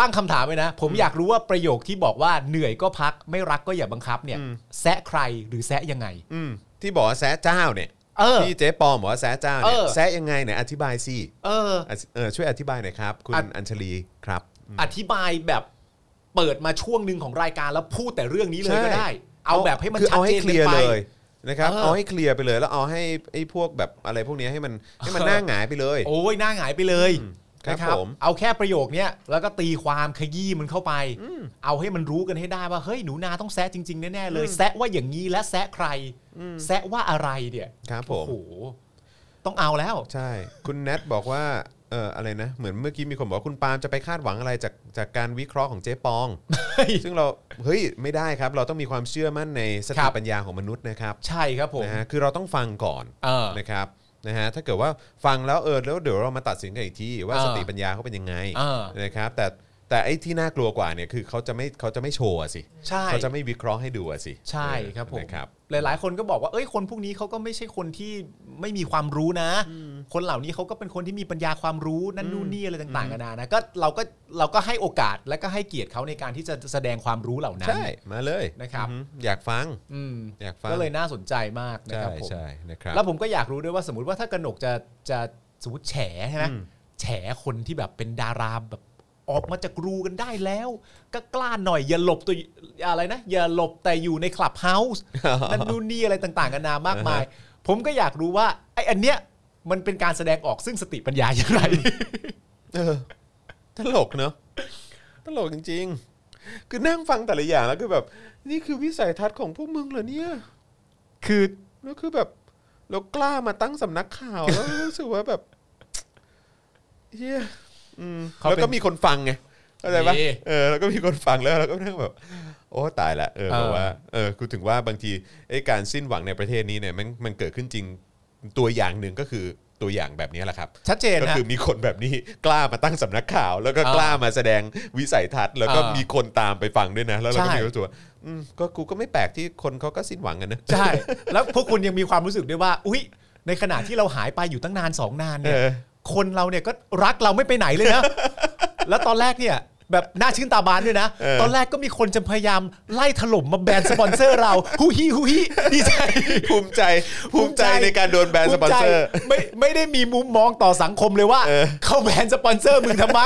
Speaker 3: ตั้งคำถามไว้นะ ผมอยากรู้ว่าประโยคที่บอกว่าเหนื่อยก็พักไม่รักก็อย่าบังคับเนี่ย
Speaker 2: อืม
Speaker 3: แซะใครหรือแซะยังไง
Speaker 2: อืมที่บอกว่าแซะเจ้าเนี่ย
Speaker 3: เออ
Speaker 2: ที่เจ๊ปอมบอกว่าแซะเจ้าเนี่ย
Speaker 3: เออ
Speaker 2: แซะยังไงเนี่ยอธิบายสิ
Speaker 3: เออ
Speaker 2: อ่ะเออช่วยอธิบายหน่อยครับ คุณ
Speaker 3: อ่ะ
Speaker 2: อัญชลีครับอืม
Speaker 3: อธิบายแบบเปิดมาช่วงหนึ่งของรายการแล้วพูดแต่เรื่องนี้เลยก็
Speaker 2: ใช่
Speaker 3: ได้ เอาแบบให้มัน
Speaker 2: คือ
Speaker 3: ชัด
Speaker 2: เอาให้
Speaker 3: เจน
Speaker 2: เค
Speaker 3: เกิ
Speaker 2: ลีย
Speaker 3: น
Speaker 2: ร์
Speaker 3: ไป
Speaker 2: เลยนะครับ
Speaker 3: เออ
Speaker 2: เอาให้เคลียร์ไปเลยแล้วเอาให้ไอ้พวกแบบอะไรพวกเนี้ยให้มันให้มัน
Speaker 3: เอ
Speaker 2: ห
Speaker 3: อ
Speaker 2: น้าหงายไปเลย
Speaker 3: โอ้ยหน้าหงายไปเลย
Speaker 2: อืม
Speaker 3: นะครับ
Speaker 2: ผม
Speaker 3: เอาแค่ประโยคเนี้ยแล้วก็ตีความขยี้มันเข้าไป เอาให้มันรู้กันให้ได้ว่าเฮ้ยหนูนาต้องแซะจริง ๆ แน่ๆเลย แซะว่าอย่างนี้และแซะใคร แซะว่าอะไรเนี่ย
Speaker 2: ครับผม
Speaker 3: โอ้โหต้องเอาแล้ว
Speaker 2: ใช่ คุณแนทบอกว่าเอออะไรนะ เหมือนเมื่อกี้มีคนบอกว่าคุณปาล์มจะไปคาดหวังอะไรจากจากการวิเคราะห์ของเจ๊ปอง ซึ่งเราเฮ้ยไม่ได้ครับ เราต้องมีความเชื่อมั่นในส
Speaker 3: ค
Speaker 2: ติ
Speaker 3: รับ
Speaker 2: ปัญญาของมนุษย์นะครับ
Speaker 3: ใช่ครับผม
Speaker 2: นะฮะคือเราต้องฟังก่อน
Speaker 3: เออ
Speaker 2: นะครับนะฮะถ้าเกิดว่าฟังแล้วเออแล้วเดี๋ยวเรามาตัดสินกันอีกทีว่า
Speaker 3: เออ
Speaker 2: สติปัญญาเขาเป็นยังไง
Speaker 3: เออ
Speaker 2: นะครับแต่แต่ไอ้ที่น่ากลัวกว่าเนี่ยคือเขาจะไม่เขาจะไม่โชว์อะสิ
Speaker 3: ใช่
Speaker 2: เขาจะไม่วิเคราะห์ให้ดูอะสิ
Speaker 3: ใช่ครับผม
Speaker 2: นะครับ
Speaker 3: หลาย ๆ คนก็บอกว่าเอ้ยคนพวกนี้เขาก็ไม่ใช่คนที่ไม่มีความรู้นะ คนเหล่านี้เขาก็เป็นคนที่มีปัญญาความรู้นั่นนู่นนี่อะไรต่างๆกันานานะก็เราก็เราก็ให้โอกาสและก็ให้เกียรติเขาในการที่จะแสดงความรู้เหล่านั้น
Speaker 2: ใช่มาเลย
Speaker 3: นะครับ
Speaker 2: อือหืออยากฟัง
Speaker 3: อืม
Speaker 2: อยากฟัง
Speaker 3: ก็เลยน่าสนใจมากนะ
Speaker 2: ใช่
Speaker 3: ครับผม
Speaker 2: ใช่นะครับ
Speaker 3: แล้วผมก็อยากรู้ด้วยว่าสมมติว่าถ้ากระหนกจะจะสมมติแฉใช่ไหม
Speaker 2: อืม
Speaker 3: แฉคนที่แบบเป็นดาราแบบออกมาจากรูกันได้แล้ว ก็กล้าหน่อยอย่าหลบตัวอะไรนะ อย่าหลบแต่อยู่ในคลับเฮา
Speaker 2: *laughs*
Speaker 3: ส์ นั่นนู่นนี่อะไรต่างๆกันานามากมาย ผมก็อยากรู้ว่าไอ้อันเนี้ยมันเป็นการแสดงออกซึ่งสติปัญญาอย่างไร
Speaker 2: เออตลกเนอะตลกจริง ๆ คือนั่งฟังแต่ละอย่างแล้วคือแบบ นี่คือวิสัยทัศน์ของพวกมึงเหรอเนี่ย
Speaker 3: คือ
Speaker 2: แล้วคือแบบเรากล้ามาตั้งสำนักข่าวแล้ว รู้สึกว่าแบบเฮียอืม
Speaker 3: เขาเป็น
Speaker 2: แล้วก็มีคนฟังไงเข้าใจปะ
Speaker 3: นี่
Speaker 2: เออแล้วก็มีคนฟังแล้วเราก็นั่งแบบ โอ้ตายละเออ
Speaker 3: เออ
Speaker 2: แบบว่าเออกูถึงว่าบางทีไอ้การสิ้นหวังในประเทศนี้เนี่ยมันมันเกิดขึ้นจริงตัวอย่างหนึ่งก็คือตัวอย่างแบบนี้แหละครับ
Speaker 3: *laughs* ชัดเจน
Speaker 2: ก็
Speaker 3: นะ
Speaker 2: คือมีคนแบบนี้กล้ามาตั้งสำนักข่าว แล้วก็
Speaker 3: อ่าก
Speaker 2: ล้ามาแสดงวิสัยทัศน์ แล้วก็
Speaker 3: อ่ามี
Speaker 2: มีคนตามไปฟังด้วยนะ แล้วเราก็
Speaker 3: ใช่
Speaker 2: มีความรู้สึกว่าอืมก็กูก็ไม่แปลกที่คนเขาก็สิ้นหวังกัน
Speaker 3: *laughs*
Speaker 2: นะ
Speaker 3: ใช่ แล้วพวกคุณยังมีความรู้สึกด้วยว่า อุ๊ย ในขณะที่เราหายไปอยู่ตั้งนานสองนานเนี่ย
Speaker 2: เออ
Speaker 3: คนเราเนี่ยก็รักเราไม่ไปไหนเลยนะ *laughs* แล้วตอนแรกเนี่ยแบบน่าชื่นตาบานด้วยนะ ตอนแรกก็มีคนจะพยายามไล่ถล่มมาแบนสปอนเซอร์เรา *laughs* ฮู้ฮี่ฮู้ฮี่ดีใจ
Speaker 2: ภูมิใจภูมิใจในการโดนแบนสปอนเซอร์
Speaker 3: ภูมิใจไม่ไม่ได้มีมุมมองต่อสังคมเลยว่า
Speaker 2: เออ
Speaker 3: เขาแบนสปอนเซอร์มึงทำไม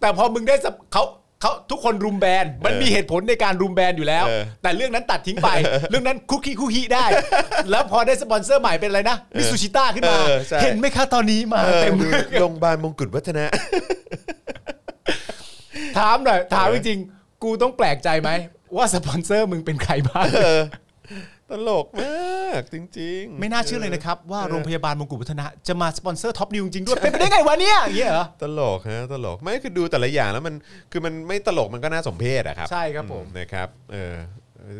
Speaker 3: แต่พอมึงได้สปเขาเขาทุกคนรุมแบนมันมีเหตุผลในการรุมแบนอยู่แล้ว
Speaker 2: เออ
Speaker 3: แต่เรื่องนั้นตัดทิ้งไป เรื่องนั้นคุกคีคุกฮีได้ แล้วพอได้สปอนเซอร์ใหม่เป็นอะไรนะมิซูชิต้าขึ้นมา
Speaker 2: เออใช่
Speaker 3: เห็นไหมคะตอนนี้มา
Speaker 2: เออ
Speaker 3: เต็ม
Speaker 2: ดูโรงพยาบาลมงกุฎวัฒนะ *laughs*
Speaker 3: ถามหน่อยถาม
Speaker 2: เอ
Speaker 3: จ
Speaker 2: อ
Speaker 3: ริงๆกูต้องแปลกใจไหมว่าสปอนเซอร์มึงเป็นใครบ้าง
Speaker 2: เออตลกมากจริงๆ
Speaker 3: ไม่น่าเชื่อเลยนะครับว่าโรงพยาบาลมงกุฎวัฒนะจะมาสปอนเซอร์ท็อปนิวจริงๆด้วยเป็นไปได้ไงวะเนี่ยอย่างเงี้ยเหรอ
Speaker 2: ตลกฮะตลกไม่คือดูแต่ละอย่างแล้วมันคือมันไม่ตลกมันก็น่าสมเพชอะครับ
Speaker 3: ใช่ครับผม
Speaker 2: อืนะครับเออ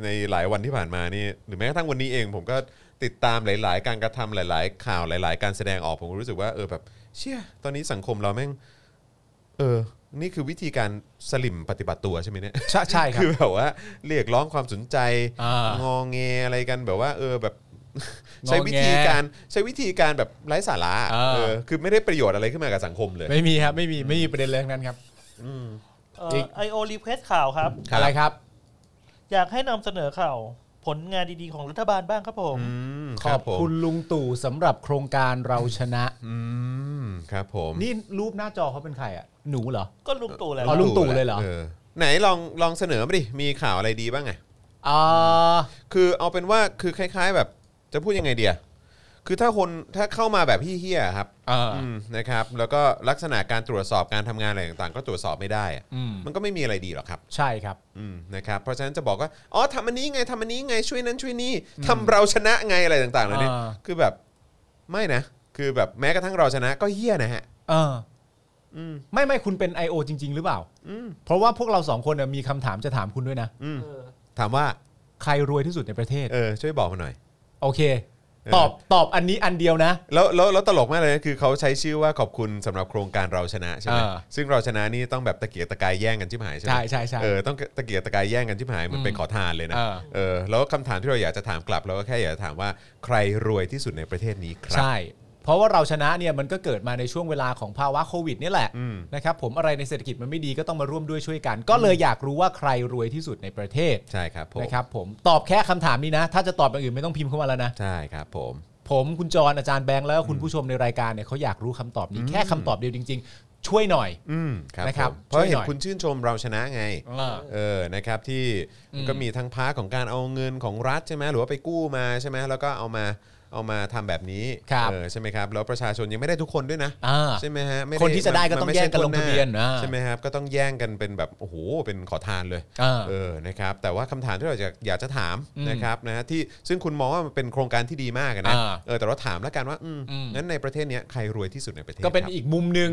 Speaker 2: ในหลายวันที่ผ่านมานี่หรือแม้กระทั่งวันนี้เอง ผมก็ติดตามหลาย ๆ การกระทำหลาย ๆ ข่าวหลาย ๆ การแสดงออกผมก็รู้สึกว่าเออแบบเชี่ยตอนนี้สังคมเราแม่งเออนี่คือวิธีการสลิมปฏิบัติตัวใช่ไหมเนี่ย
Speaker 3: ใช่ใช่ครับ
Speaker 2: คือแบบว่าเรียกร้องความสนใจ
Speaker 3: อ่าง
Speaker 2: งองเงอะไรกันแบบว่า เออแบบ
Speaker 3: งอแง
Speaker 2: ใช้วิธีการใช้วิธีการแบบไร้สาระ
Speaker 3: อ่า
Speaker 2: เออคือไม่ได้ประโยชน์อะไรขึ้นมากับสังคมเลย
Speaker 3: *laughs* ไม่มีครับ ไม่มีไม่มีประเด็นเรื่องนั้นครับ จริง
Speaker 4: ไอโอรีเพสข่าวครับ
Speaker 2: ครับ
Speaker 3: อะไรครับ
Speaker 4: อยากให้นำเสนอข่าว ผลงานดีๆของรัฐบาลบ้างครับผม
Speaker 2: ม
Speaker 3: ขอบ
Speaker 2: ผม
Speaker 3: คุณลุงตู่สำหรับโครงการเราชนะ
Speaker 2: อืมครับผม
Speaker 3: นี่รูปหน้าจอเขาเป็นใครอ่ะ หนูเหรอ
Speaker 4: ก็ลุงตู่แหละ
Speaker 3: อ๋อลุงตู่เลยเหรอ
Speaker 2: ไหนลองลองเสนอมาดิมีข่าวอะไรดีบ้างไง
Speaker 3: อ่า
Speaker 2: คือเอาเป็นว่าคือคล้าย ๆ แบบจะพูดยังไงเดีย คือถ้าคนถ้าเข้ามาแบบเฮี้ยๆครับ
Speaker 3: เอออ
Speaker 2: อืมนะครับแล้วก็ลักษณะการตรวจสอบการทำงานอะไรต่างๆ ก็ตรวจสอบไม่ได้อะ
Speaker 3: อืม
Speaker 2: มันก็ไม่มีอะไรดีหรอกครับ
Speaker 3: ใช่ครับ
Speaker 2: อืมนะครับเพราะฉะนั้นจะบอกว่าอ๋อทำอันนี้ไงทำอันนี้ไงช่วยนั้นช่วยนี่ทำเราชนะไงอะไรต่างๆเหล่านี้
Speaker 3: อ่า
Speaker 2: คือแบบไม่นะ คือแบบแม้กระทั่งเราชนะก็เฮี้ยนะฮะ
Speaker 3: เอออไม่ไม่คุณเป็น I.O. จริง ๆ หรือเปล่าเพราะว่าพวกเราสองคนน่ะมีคำถามจะถามคุณด้วยนะ
Speaker 4: เออ
Speaker 2: ถามว่า
Speaker 3: ใครรวยที่สุดในประเทศ *laughs*
Speaker 2: เออช่วยบอกมาหน่อย
Speaker 3: โอเค
Speaker 2: เออ
Speaker 3: ตอบตอบอันนี้อันเดียวนะ
Speaker 2: แล้วแล้วแล้วตลกมากเลยนะคือเขาใช้ชื่อว่าขอบคุณสำหรับโครงการเราชนะใช่ไหม
Speaker 3: อ่า
Speaker 2: ซึ่งเราชนะนี่ต้องแบบตะเกียกตะกายแย่งกันชิบหายใช่ไหม
Speaker 3: ใช่ใช่ใช่
Speaker 2: เออต้องตะเกียกตะกายแย่งกันชิบหายเหมือนเป็นขอทานเลยนะ
Speaker 3: อ่า
Speaker 2: เออแล้วคำถามที่เราอยากจะถามกลับเราก็แค่อยากจะถามว่าใครรวยที่สุดในประเทศนี้ครับ
Speaker 3: ใช่ เพราะว่าเราชนะเนี่ยมันก็เกิดมาในช่วงเวลาของภาวะโควิดเนี่ยแหละ
Speaker 2: อืม
Speaker 3: นะครับผมอะไรในเศรษฐกิจมันไม่ดีก็ต้องมาร่วมด้วยช่วยกัน ก็เลยอยากรู้ว่าใครรวยที่สุดในประเทศ
Speaker 2: ใช่ครับผม
Speaker 3: นะครับผมตอบแค่คำถามนี้นะ ถ้าจะตอบอย่างอื่นไม่ต้องพิมพ์เข้ามาแล้วนะ
Speaker 2: ใช่ครับผม
Speaker 3: ผมคุณจรอาจารย์แบงค์แล้วก็คุณผู้ชมในรายการเนี่ยเขาอยากรู้คำตอบนี้แค่คำตอบเดียวจริง ๆ ช่วยหน่อย
Speaker 2: อืมครับ
Speaker 3: นะครับ
Speaker 2: ผมเพราะเห็
Speaker 3: ช่วยห
Speaker 2: น
Speaker 3: น่อย
Speaker 2: คุณชื่นชมเราชนะไง เออ นะครับ ที่
Speaker 3: อืม
Speaker 2: ก็มีทั้งพาร์ทของการเอาเงินของรัฐใช่ไหมหรือว่าไปกู้มาใช่ไหมแล้วก็เอามา เอามาทำแบบนี้
Speaker 3: ครับ
Speaker 2: เออ ใช่ไหมครับ แล้วประชาชนยังไม่ได้ทุกคนด้วยนะ
Speaker 3: อ่า
Speaker 2: ใช่ไหมฮะม่
Speaker 3: คนที่จะได้ก็
Speaker 2: มั
Speaker 3: ต้อง
Speaker 2: ม่ใช่
Speaker 3: แย่งกันลงทะเบียน
Speaker 2: ทั่วหา
Speaker 3: อ่า
Speaker 2: ใช่ไหมครับ ก็ต้องแย่งกันเป็นแบบ โอ้โห เป็นขอทานเลย
Speaker 3: อ่า
Speaker 2: เออ นะครับ แต่ว่าคำถามที่เราจะอยากจะถาม
Speaker 3: อืม
Speaker 2: นะครับนะฮะที่ ซึ่งคุณมองว่ามันเป็นโครงการที่ดีมากอะนะ
Speaker 3: อ่า
Speaker 2: เออ แต่เราถามแล้วกันว่า อืม
Speaker 3: อืม
Speaker 2: งั้นในประเทศเนี้ยใครรวยที่สุดในประเทศ
Speaker 3: ก็เป็น
Speaker 2: ครับ
Speaker 3: อีกมุมหนึ่ง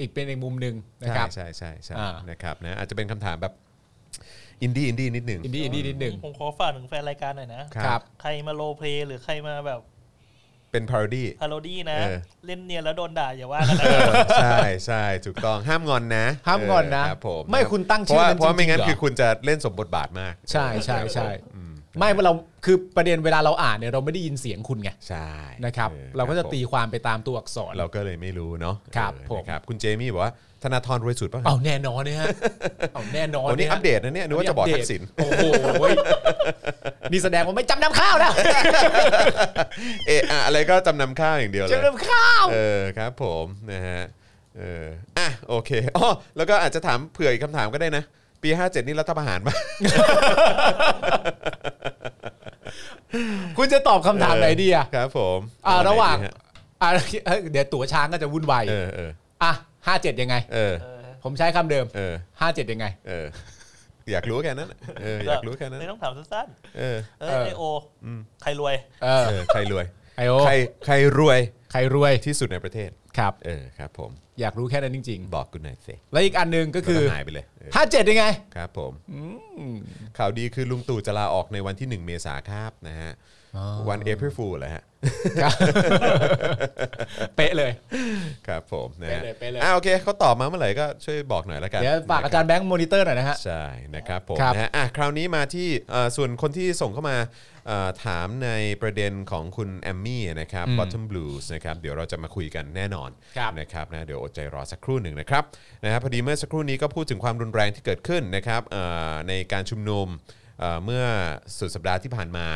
Speaker 3: อีกเป็นอีกมุมหนึ่งนะครับ
Speaker 2: ใช่ใช่ใช่
Speaker 3: อ่า
Speaker 2: ใช่นะครับนะอาจจะเป็นคำถามแบบอินดี้อินดี้นิดหนึ่ง
Speaker 3: อินดี้อินดี้นิดหนึ่ง
Speaker 4: ผมขอฝากถึงแฟนรายการหน่อยนะ
Speaker 3: ครับ
Speaker 4: ใครมาโรลเพลย์หรือใครมาแบบ
Speaker 2: เป็นพาร์ดี้
Speaker 4: พาโรดี้นะ
Speaker 2: เออ
Speaker 4: เล่นเนียนแล้วโดนด่าอย่าว่ากันนะ
Speaker 2: ใช่ใช่ถูกต้องห้ามงอนนะ
Speaker 3: ห้ามงอนนะ
Speaker 2: เครับผม
Speaker 3: ไม่คุณตั้งชื่อ
Speaker 2: เพราะว่า
Speaker 3: นั้น
Speaker 2: เพราะว่าไม่งั้น
Speaker 3: จริงๆเหรอ
Speaker 2: คือคุณจะเล่นสมบทบาทมาก
Speaker 3: ใช่ใช่ใช่
Speaker 2: อืม
Speaker 3: ไม่เราคือประเด็นเวลาเราอ่านเนี่ยเราไม่ได้ยินเสียงคุณไง
Speaker 2: ใช่
Speaker 3: นะครับ
Speaker 2: ออ
Speaker 3: เราก็จะ
Speaker 2: คบ
Speaker 3: ตีความไปตามตัวอักษ
Speaker 2: ผม
Speaker 3: ร
Speaker 2: เราก็เลยไม่รู้เนาะ
Speaker 3: ครับ
Speaker 2: เออ
Speaker 3: ผม
Speaker 2: นะครับคุณเจมี่บอกว่าธนาธรรวยสุดป่ะ
Speaker 3: เอาแน่นอน
Speaker 2: *laughs*
Speaker 3: เนี่ยฮะเอาแน่นอน
Speaker 2: วันนี้
Speaker 3: ยฮะ
Speaker 2: อัปเดตนะเนี่ยนึกว่าจะบอกทักษิณ
Speaker 3: โอ้โห
Speaker 2: *laughs*
Speaker 3: นี่แสดงว่าไม่จำนำข้าวนะ
Speaker 2: เอะอะอะไรก็จำนำข้าวอย่างเดียวเลย
Speaker 3: จำนำข้าว
Speaker 2: เออครับผมนะฮะเอออ่ะโอเค *laughs* อ๋อแล้วก็อาจจะถามเผื่ออีกคำถามก็ได้นะ ปี 57 นี่รัฐประหารป่ะ
Speaker 3: คุณจะตอบคำถามไหนดีอะ
Speaker 2: ครับผม
Speaker 3: อ่าระหว่าง
Speaker 2: เอไนดีฮ
Speaker 3: อ่าเอ้ยเดี๋ยวตั๋วช้างก็จะ *laughs* วุ่นวาย
Speaker 2: เออเออ
Speaker 3: อ่ะห้าเจ็ดยังไง
Speaker 2: เออ
Speaker 4: เออ
Speaker 3: ผมใช้คำเดิม
Speaker 2: เออ
Speaker 3: ห้าเจ็ดยังไง
Speaker 2: เอออยากรู้แค่นั้นน่ะเอออยากรู้แค่นั้น
Speaker 4: ไม่
Speaker 2: น่ะ
Speaker 4: ต้องถามสั้น
Speaker 2: เออ
Speaker 4: ๆ เออไอโออใครรวย
Speaker 3: เออ
Speaker 2: เออใครรวย
Speaker 3: ไอโอ
Speaker 2: ใครใครรวย
Speaker 3: ใครรวย
Speaker 2: ที่สุดในประเทศ
Speaker 3: ครับ
Speaker 2: เออครับผม
Speaker 3: อยากรู้แค่นั้นจริง
Speaker 2: บอกกูหน่อยสิ
Speaker 3: ๆ และอีกอันหนึ่งก็คือ
Speaker 2: แล้วหายไปเลยเออ
Speaker 3: ห้าเจ็ดยังไง *laughs*
Speaker 2: ครับผมข่าวดีคือลุงตู่จะลาออกในวันที่ 1 เมษาครับนะฮะวันเอพิฟูลเหรอฮะ
Speaker 3: เป๊ะเลย
Speaker 2: ครับผมนะฮะ
Speaker 3: ไปเลยไปเลย
Speaker 2: อ่าโอเคเขาตอบมาเมื่อไหร่ก็ช่วยบอกหน่อยละกัน
Speaker 3: เดี๋ยวฝากอาจารย์แบงค์มอนิเตอร์หน่อยนะฮะ
Speaker 2: ใช่นะครับผม
Speaker 3: ครับ
Speaker 2: นะฮะอ่ะคราวนี้มาที่เอ่อส่วนคนที่ส่งเข้ามาเอ่อถามในประเด็นของคุณแอมมี่นะครับ Bottom Blues นะครับเดี๋ยวเราจะมาคุยกันแน่นอน
Speaker 3: ครับ
Speaker 2: นะครับนะเดี๋ยวอดใจรอสักครู่หนึ่งนะครับนะฮะพอดีเมื่อสักครู่นี้ก็พูดถึงความรุนแรงที่เกิดขึ้นนะครับเอ่อในการชุมนุมเอ่อเมื่อสุดสัปดาห์ที่ผ่านมา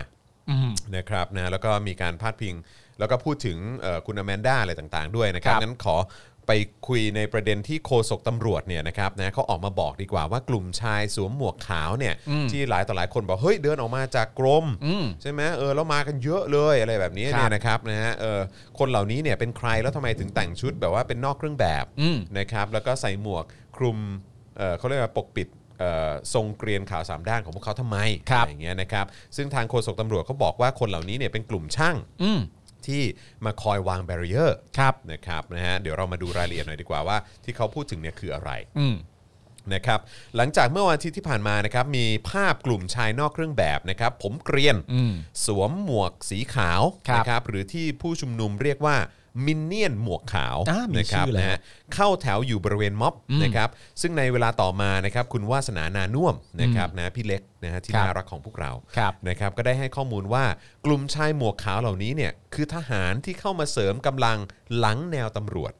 Speaker 2: นะครับนะแล้วก็มีการพาดพิง แล้วก็พูดถึงเอ่อคุณอแมนด้าอะไรต่างๆด้วยนะครับ
Speaker 3: ครับ
Speaker 2: งั้นขอไปคุยในประเด็นที่โฆษกตำรวจเนี่ยนะครับนะเขาออกมาบอกดีกว่าว่ากลุ่มชายสวมหมวกขาวเนี่ยที่หลายต่อหลายคนบอกเฮ้ยเดินออกมาจากกรมใช่ไหมเออแล้วมากันเยอะเลยอะไรแบบนี้เนี่
Speaker 3: ครั
Speaker 2: ย
Speaker 3: บ
Speaker 2: นะครับนะฮะเออคนเหล่านี้เนี่ยเป็นใครแล้วทำไมถึงแต่งชุดแบบว่าเป็นนอกเครื่องแบบนะครับแล้วก็ใส่หมวกคลุมเอ่อเขาเรียกว่าปกปิดเอ่อทรงเกรียนขาวสามด้านของพวกเขาทำไม
Speaker 3: ครับ
Speaker 2: อย่างเงี้ยนะครับซึ่งทางโฆษกตำรวจเขาบอกว่าคนเหล่านี้เนี่ยเป็นกลุ่มช่าง
Speaker 3: อืม
Speaker 2: ที่มาคอยวางแบร r เ e อร์
Speaker 3: ครับ
Speaker 2: นะครับนะฮะเดี๋ยวเรามาดูรายละเอียดหน่อยดีกว่าว่าที่เขาพูดถึงเนี่ยคืออะไร
Speaker 3: อืม
Speaker 2: นะครับหลังจากเมื่อวันอาทิตย์ที่ผ่านมานะครับมีภาพกลุ่มชายนอกเครื่องแบบนะครับผมเกรียน
Speaker 3: อืม
Speaker 2: สวมหมวกสีขาว
Speaker 3: ครับ
Speaker 2: นะครับหรือที่ผู้ชุมนุมเรียกว่ามินเนี่ยนหมวกขาว
Speaker 3: อ่ามี
Speaker 2: นะครั
Speaker 3: ชื่อแล้ว
Speaker 2: นะฮะ เข้าแถวอยู่บริเวณม็อบนะครับซึ่งในเวลาต่อมานะครับคุณวาสนานานุ่วมนะครับนะพี่เล็กนะฮะที่
Speaker 3: ครับ
Speaker 2: น่ารักของพวกเรา
Speaker 3: ครับ
Speaker 2: นะครับก็ได้ให้ข้อมูลว่ากลุ่มชายหมวกขาวเหล่านี้เนี่ยคือทหารที่เข้ามาเสริมกำลังหลังแนวตำรวจ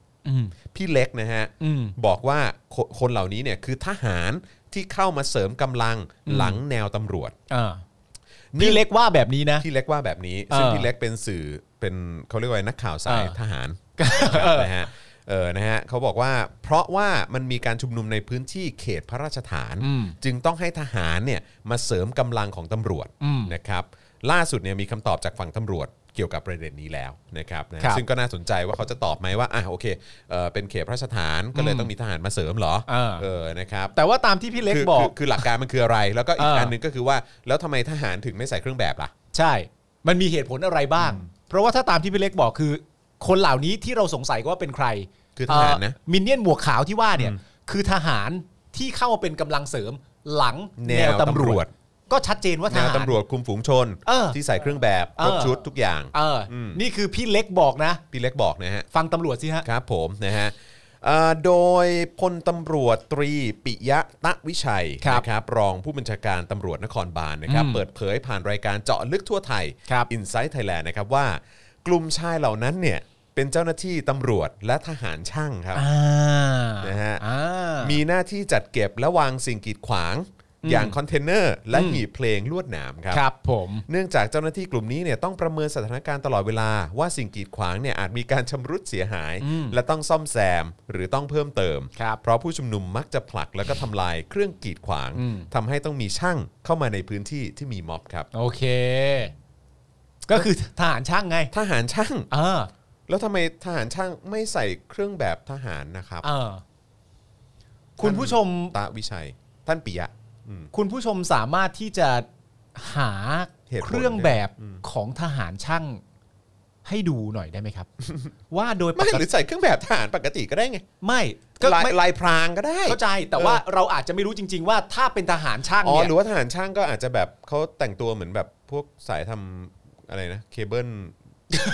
Speaker 2: พี่เล็กนะฮะ
Speaker 3: อืม
Speaker 2: บอกว่าคคนเหล่านี้เนี่ยคือทหารที่เข้ามาเสริมกำลังหลังแนวตำรวจ
Speaker 3: อ่าพี่เล็กว่าแบบนี้นะ
Speaker 2: พี่เล็กว่าแบบนี้ซึ่ง
Speaker 3: เออ
Speaker 2: พี่เล็กเป็นสื่อเป็นเขาเรียกว่านักข่าวสาย
Speaker 3: เออ
Speaker 2: ทหารนะฮะเออนะฮะเขาบอกว่าเพราะว่ามันมีการชุมนุมในพื้นที่เขตพระราชฐาน
Speaker 3: อืม
Speaker 2: จึงต้องให้ทหารเนี่ยมาเสริมกำลังของตำรวจ
Speaker 3: อืม
Speaker 2: นะครับล่าสุดเนี่ยมีคำตอบจากฝั่งตำรวจ เกี่ยวกับประเด็นนี้แล้วนะครับนะครับ ซึ่งก็น่าสนใจว่าเขาจะตอบไหมว่าอ่ะโอเคเอ่อเป็นเขตพระราชฐานก็เลยต้องมีทหารมาเสริมเหรอ
Speaker 3: เออ
Speaker 2: เออนะครับ
Speaker 3: แต่ว่าตามที่พี่เล็ก
Speaker 2: คือ
Speaker 3: บอก
Speaker 2: คือคือหลักการมันคืออะไร แล้วก็อีก
Speaker 3: เอออั
Speaker 2: อันหนึงก็คือว่าแล้วทำไมทหารถึงไม่ใส่เครื่องแบบล่ะ
Speaker 3: ใช่ มันมีเหตุผลอะไรบ้าง เพราะว่าถ้าตามที่พี่เล็กบอกคือ คนเหล่านี้ที่เราสงสัยว่าเป็นใคร
Speaker 2: คือทหารนะ
Speaker 3: เอ่อมินเนี่ยนหมวกขาวที่ว่าเนี่ย คือทหารที่เข้ามาเป็นกำลังเสริมหลัง
Speaker 2: แนวตำรวจ
Speaker 3: ก็ชัดเจนว่าท
Speaker 2: แนว
Speaker 3: หาร
Speaker 2: ตำรวจคุมฝูงชน
Speaker 3: เออ
Speaker 2: ที่ใส่เครื่องแบบครบ
Speaker 3: เออ
Speaker 2: ชุดทุกอย่าง
Speaker 3: เอออ
Speaker 2: ม
Speaker 3: นี่คือพี่เล็กบอกนะ
Speaker 2: พี่เล็กบอกนะฮะ
Speaker 3: ฟังตำรวจสิฮะ
Speaker 2: ครับผมนะฮะเอ่อโดยพลตำรวจตรีปิยะตะวิชัย
Speaker 3: ครับ
Speaker 2: นะครับรองผู้บัญชาการตำรวจนครบาลนะครับ
Speaker 3: อืม
Speaker 2: เปิดเผยผ่านรายการเจาะลึกทั่วไทย
Speaker 3: ครับ
Speaker 2: Inside Thailand นะครับว่ากลุ่มชายเหล่านั้นเนี่ยเป็นเจ้าหน้าที่ตำรวจและทหารช่างครับ
Speaker 3: อ่า
Speaker 2: นะฮะ
Speaker 3: อ่า
Speaker 2: มีหน้าที่จัดเก็บและวางสิ่งกีดขวาง
Speaker 3: อืม
Speaker 2: อย่างคอนเทนเนอร์และหีบเพลงลวดหนามครับ
Speaker 3: ครับผม
Speaker 2: เนื่องจากเจ้าหน้าที่กลุ่มนี้เนี่ยต้องประเมินสถานการณ์ตลอดเวลา ว่าสิ่งกีดขวางเนี่ยอาจมีการชำรุดเสียหาย
Speaker 3: อืม
Speaker 2: และต้องซ่อมแซมหรือต้องเพิ่มเติม
Speaker 3: ครับ
Speaker 2: เพราะผู้ชุมนุมมักจะผลักแล้วก็ทำลายเครื่องกีดขวาง
Speaker 3: อืม
Speaker 2: ทำให้ต้องมีช่างเข้ามาในพื้นที่ที่มีม็อบครับ
Speaker 3: โอเค ก็คือทหารช่างไง
Speaker 2: ทหารช่าง
Speaker 3: เออ
Speaker 2: แล้วทำไมทหารช่างไม่ใส่เครื่องแบบทหารนะครับ
Speaker 3: เออคุณผู้ชม
Speaker 2: ตาวิชัย ท่านปิยะ
Speaker 3: คุณผู้ชมสามารถที่จะหา
Speaker 2: เหตุผล
Speaker 3: เครื่องแบบ
Speaker 2: เนี่ยอืม
Speaker 3: ของทหารช่างให้ดูหน่อยได้ไหม
Speaker 2: *laughs*
Speaker 3: ครับ ว่าโดยป
Speaker 2: ไม่
Speaker 3: ก
Speaker 2: หรื
Speaker 3: ติ
Speaker 2: อใส่เครื่องแบบทหารปกติก็ได้ไง
Speaker 3: ไม่ก็
Speaker 2: ลาย
Speaker 3: ไม่
Speaker 2: ลายพรางก็ได้
Speaker 3: เข้าใจแต่
Speaker 2: เออ
Speaker 3: ว่าเราอาจจะไม่รู้จริง ๆ ว่าถ้าเป็นทหารช่าง
Speaker 2: อ๋อ
Speaker 3: เนี่ย
Speaker 2: หรือว่าทหารช่างก็อาจจะแบบเขาแต่งตัวเหมือนแบบพวกสายทำอะไรนะเคเบิล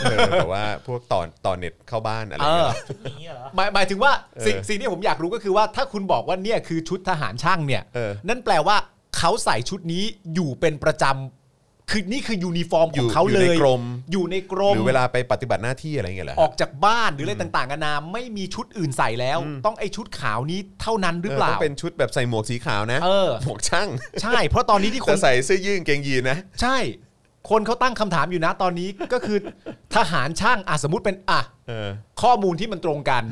Speaker 2: เออแบบว่าพวกต่อต่อเน็ตเข้าบ้านอะไร
Speaker 3: เอ
Speaker 2: เงี้
Speaker 3: อย
Speaker 4: ชุดนี้เหรอ
Speaker 3: หมายหมายถึงว่าสิ่ง
Speaker 2: เออ
Speaker 3: สิ่งที่ผมอยากรู้ก็คือว่าถ้าคุณบอกว่าเนี่ยคือชุดทหารช่างเนี่ย
Speaker 2: เออ
Speaker 3: นั่นแปลว่าเขาใส่ชุดนี้อยู่เป็นประจำคือนี่คือยูนิฟอร์ม
Speaker 2: อ
Speaker 3: ขอยู่ งเขา
Speaker 2: อยู่
Speaker 3: เล
Speaker 2: ใน
Speaker 3: ย
Speaker 2: กรม
Speaker 3: อยู่ในกรม
Speaker 2: หรือเวลาไปปฏิบัติหน้าที่อะไรเงี้ยเหรอ
Speaker 3: ออกจากบ้านหรืออะไรต่างๆกันานาไม่มีชุดอื่นใส่แล้ว ต้องไอชุดขาวนี้เท่านั้นหรือเปล่า
Speaker 2: ต้องเป็นชุดแบบใส่หมวกสีขาวนะ
Speaker 3: เออ
Speaker 2: หมวกช่าง
Speaker 3: ใช่ เพราะตอนนี้ที่ค
Speaker 2: แต่
Speaker 3: น
Speaker 2: ใส่เสื้อยืดกางเกงยีนนะ
Speaker 3: ใช่ คนเขาตั้งคำถามอยู่นะตอนนี้ ก็คือทหารช่างอ่ะสมมติเป็นอ่ะ
Speaker 2: เออ
Speaker 3: ข้อมูลที่มันตรง
Speaker 2: *laughs*
Speaker 3: กัน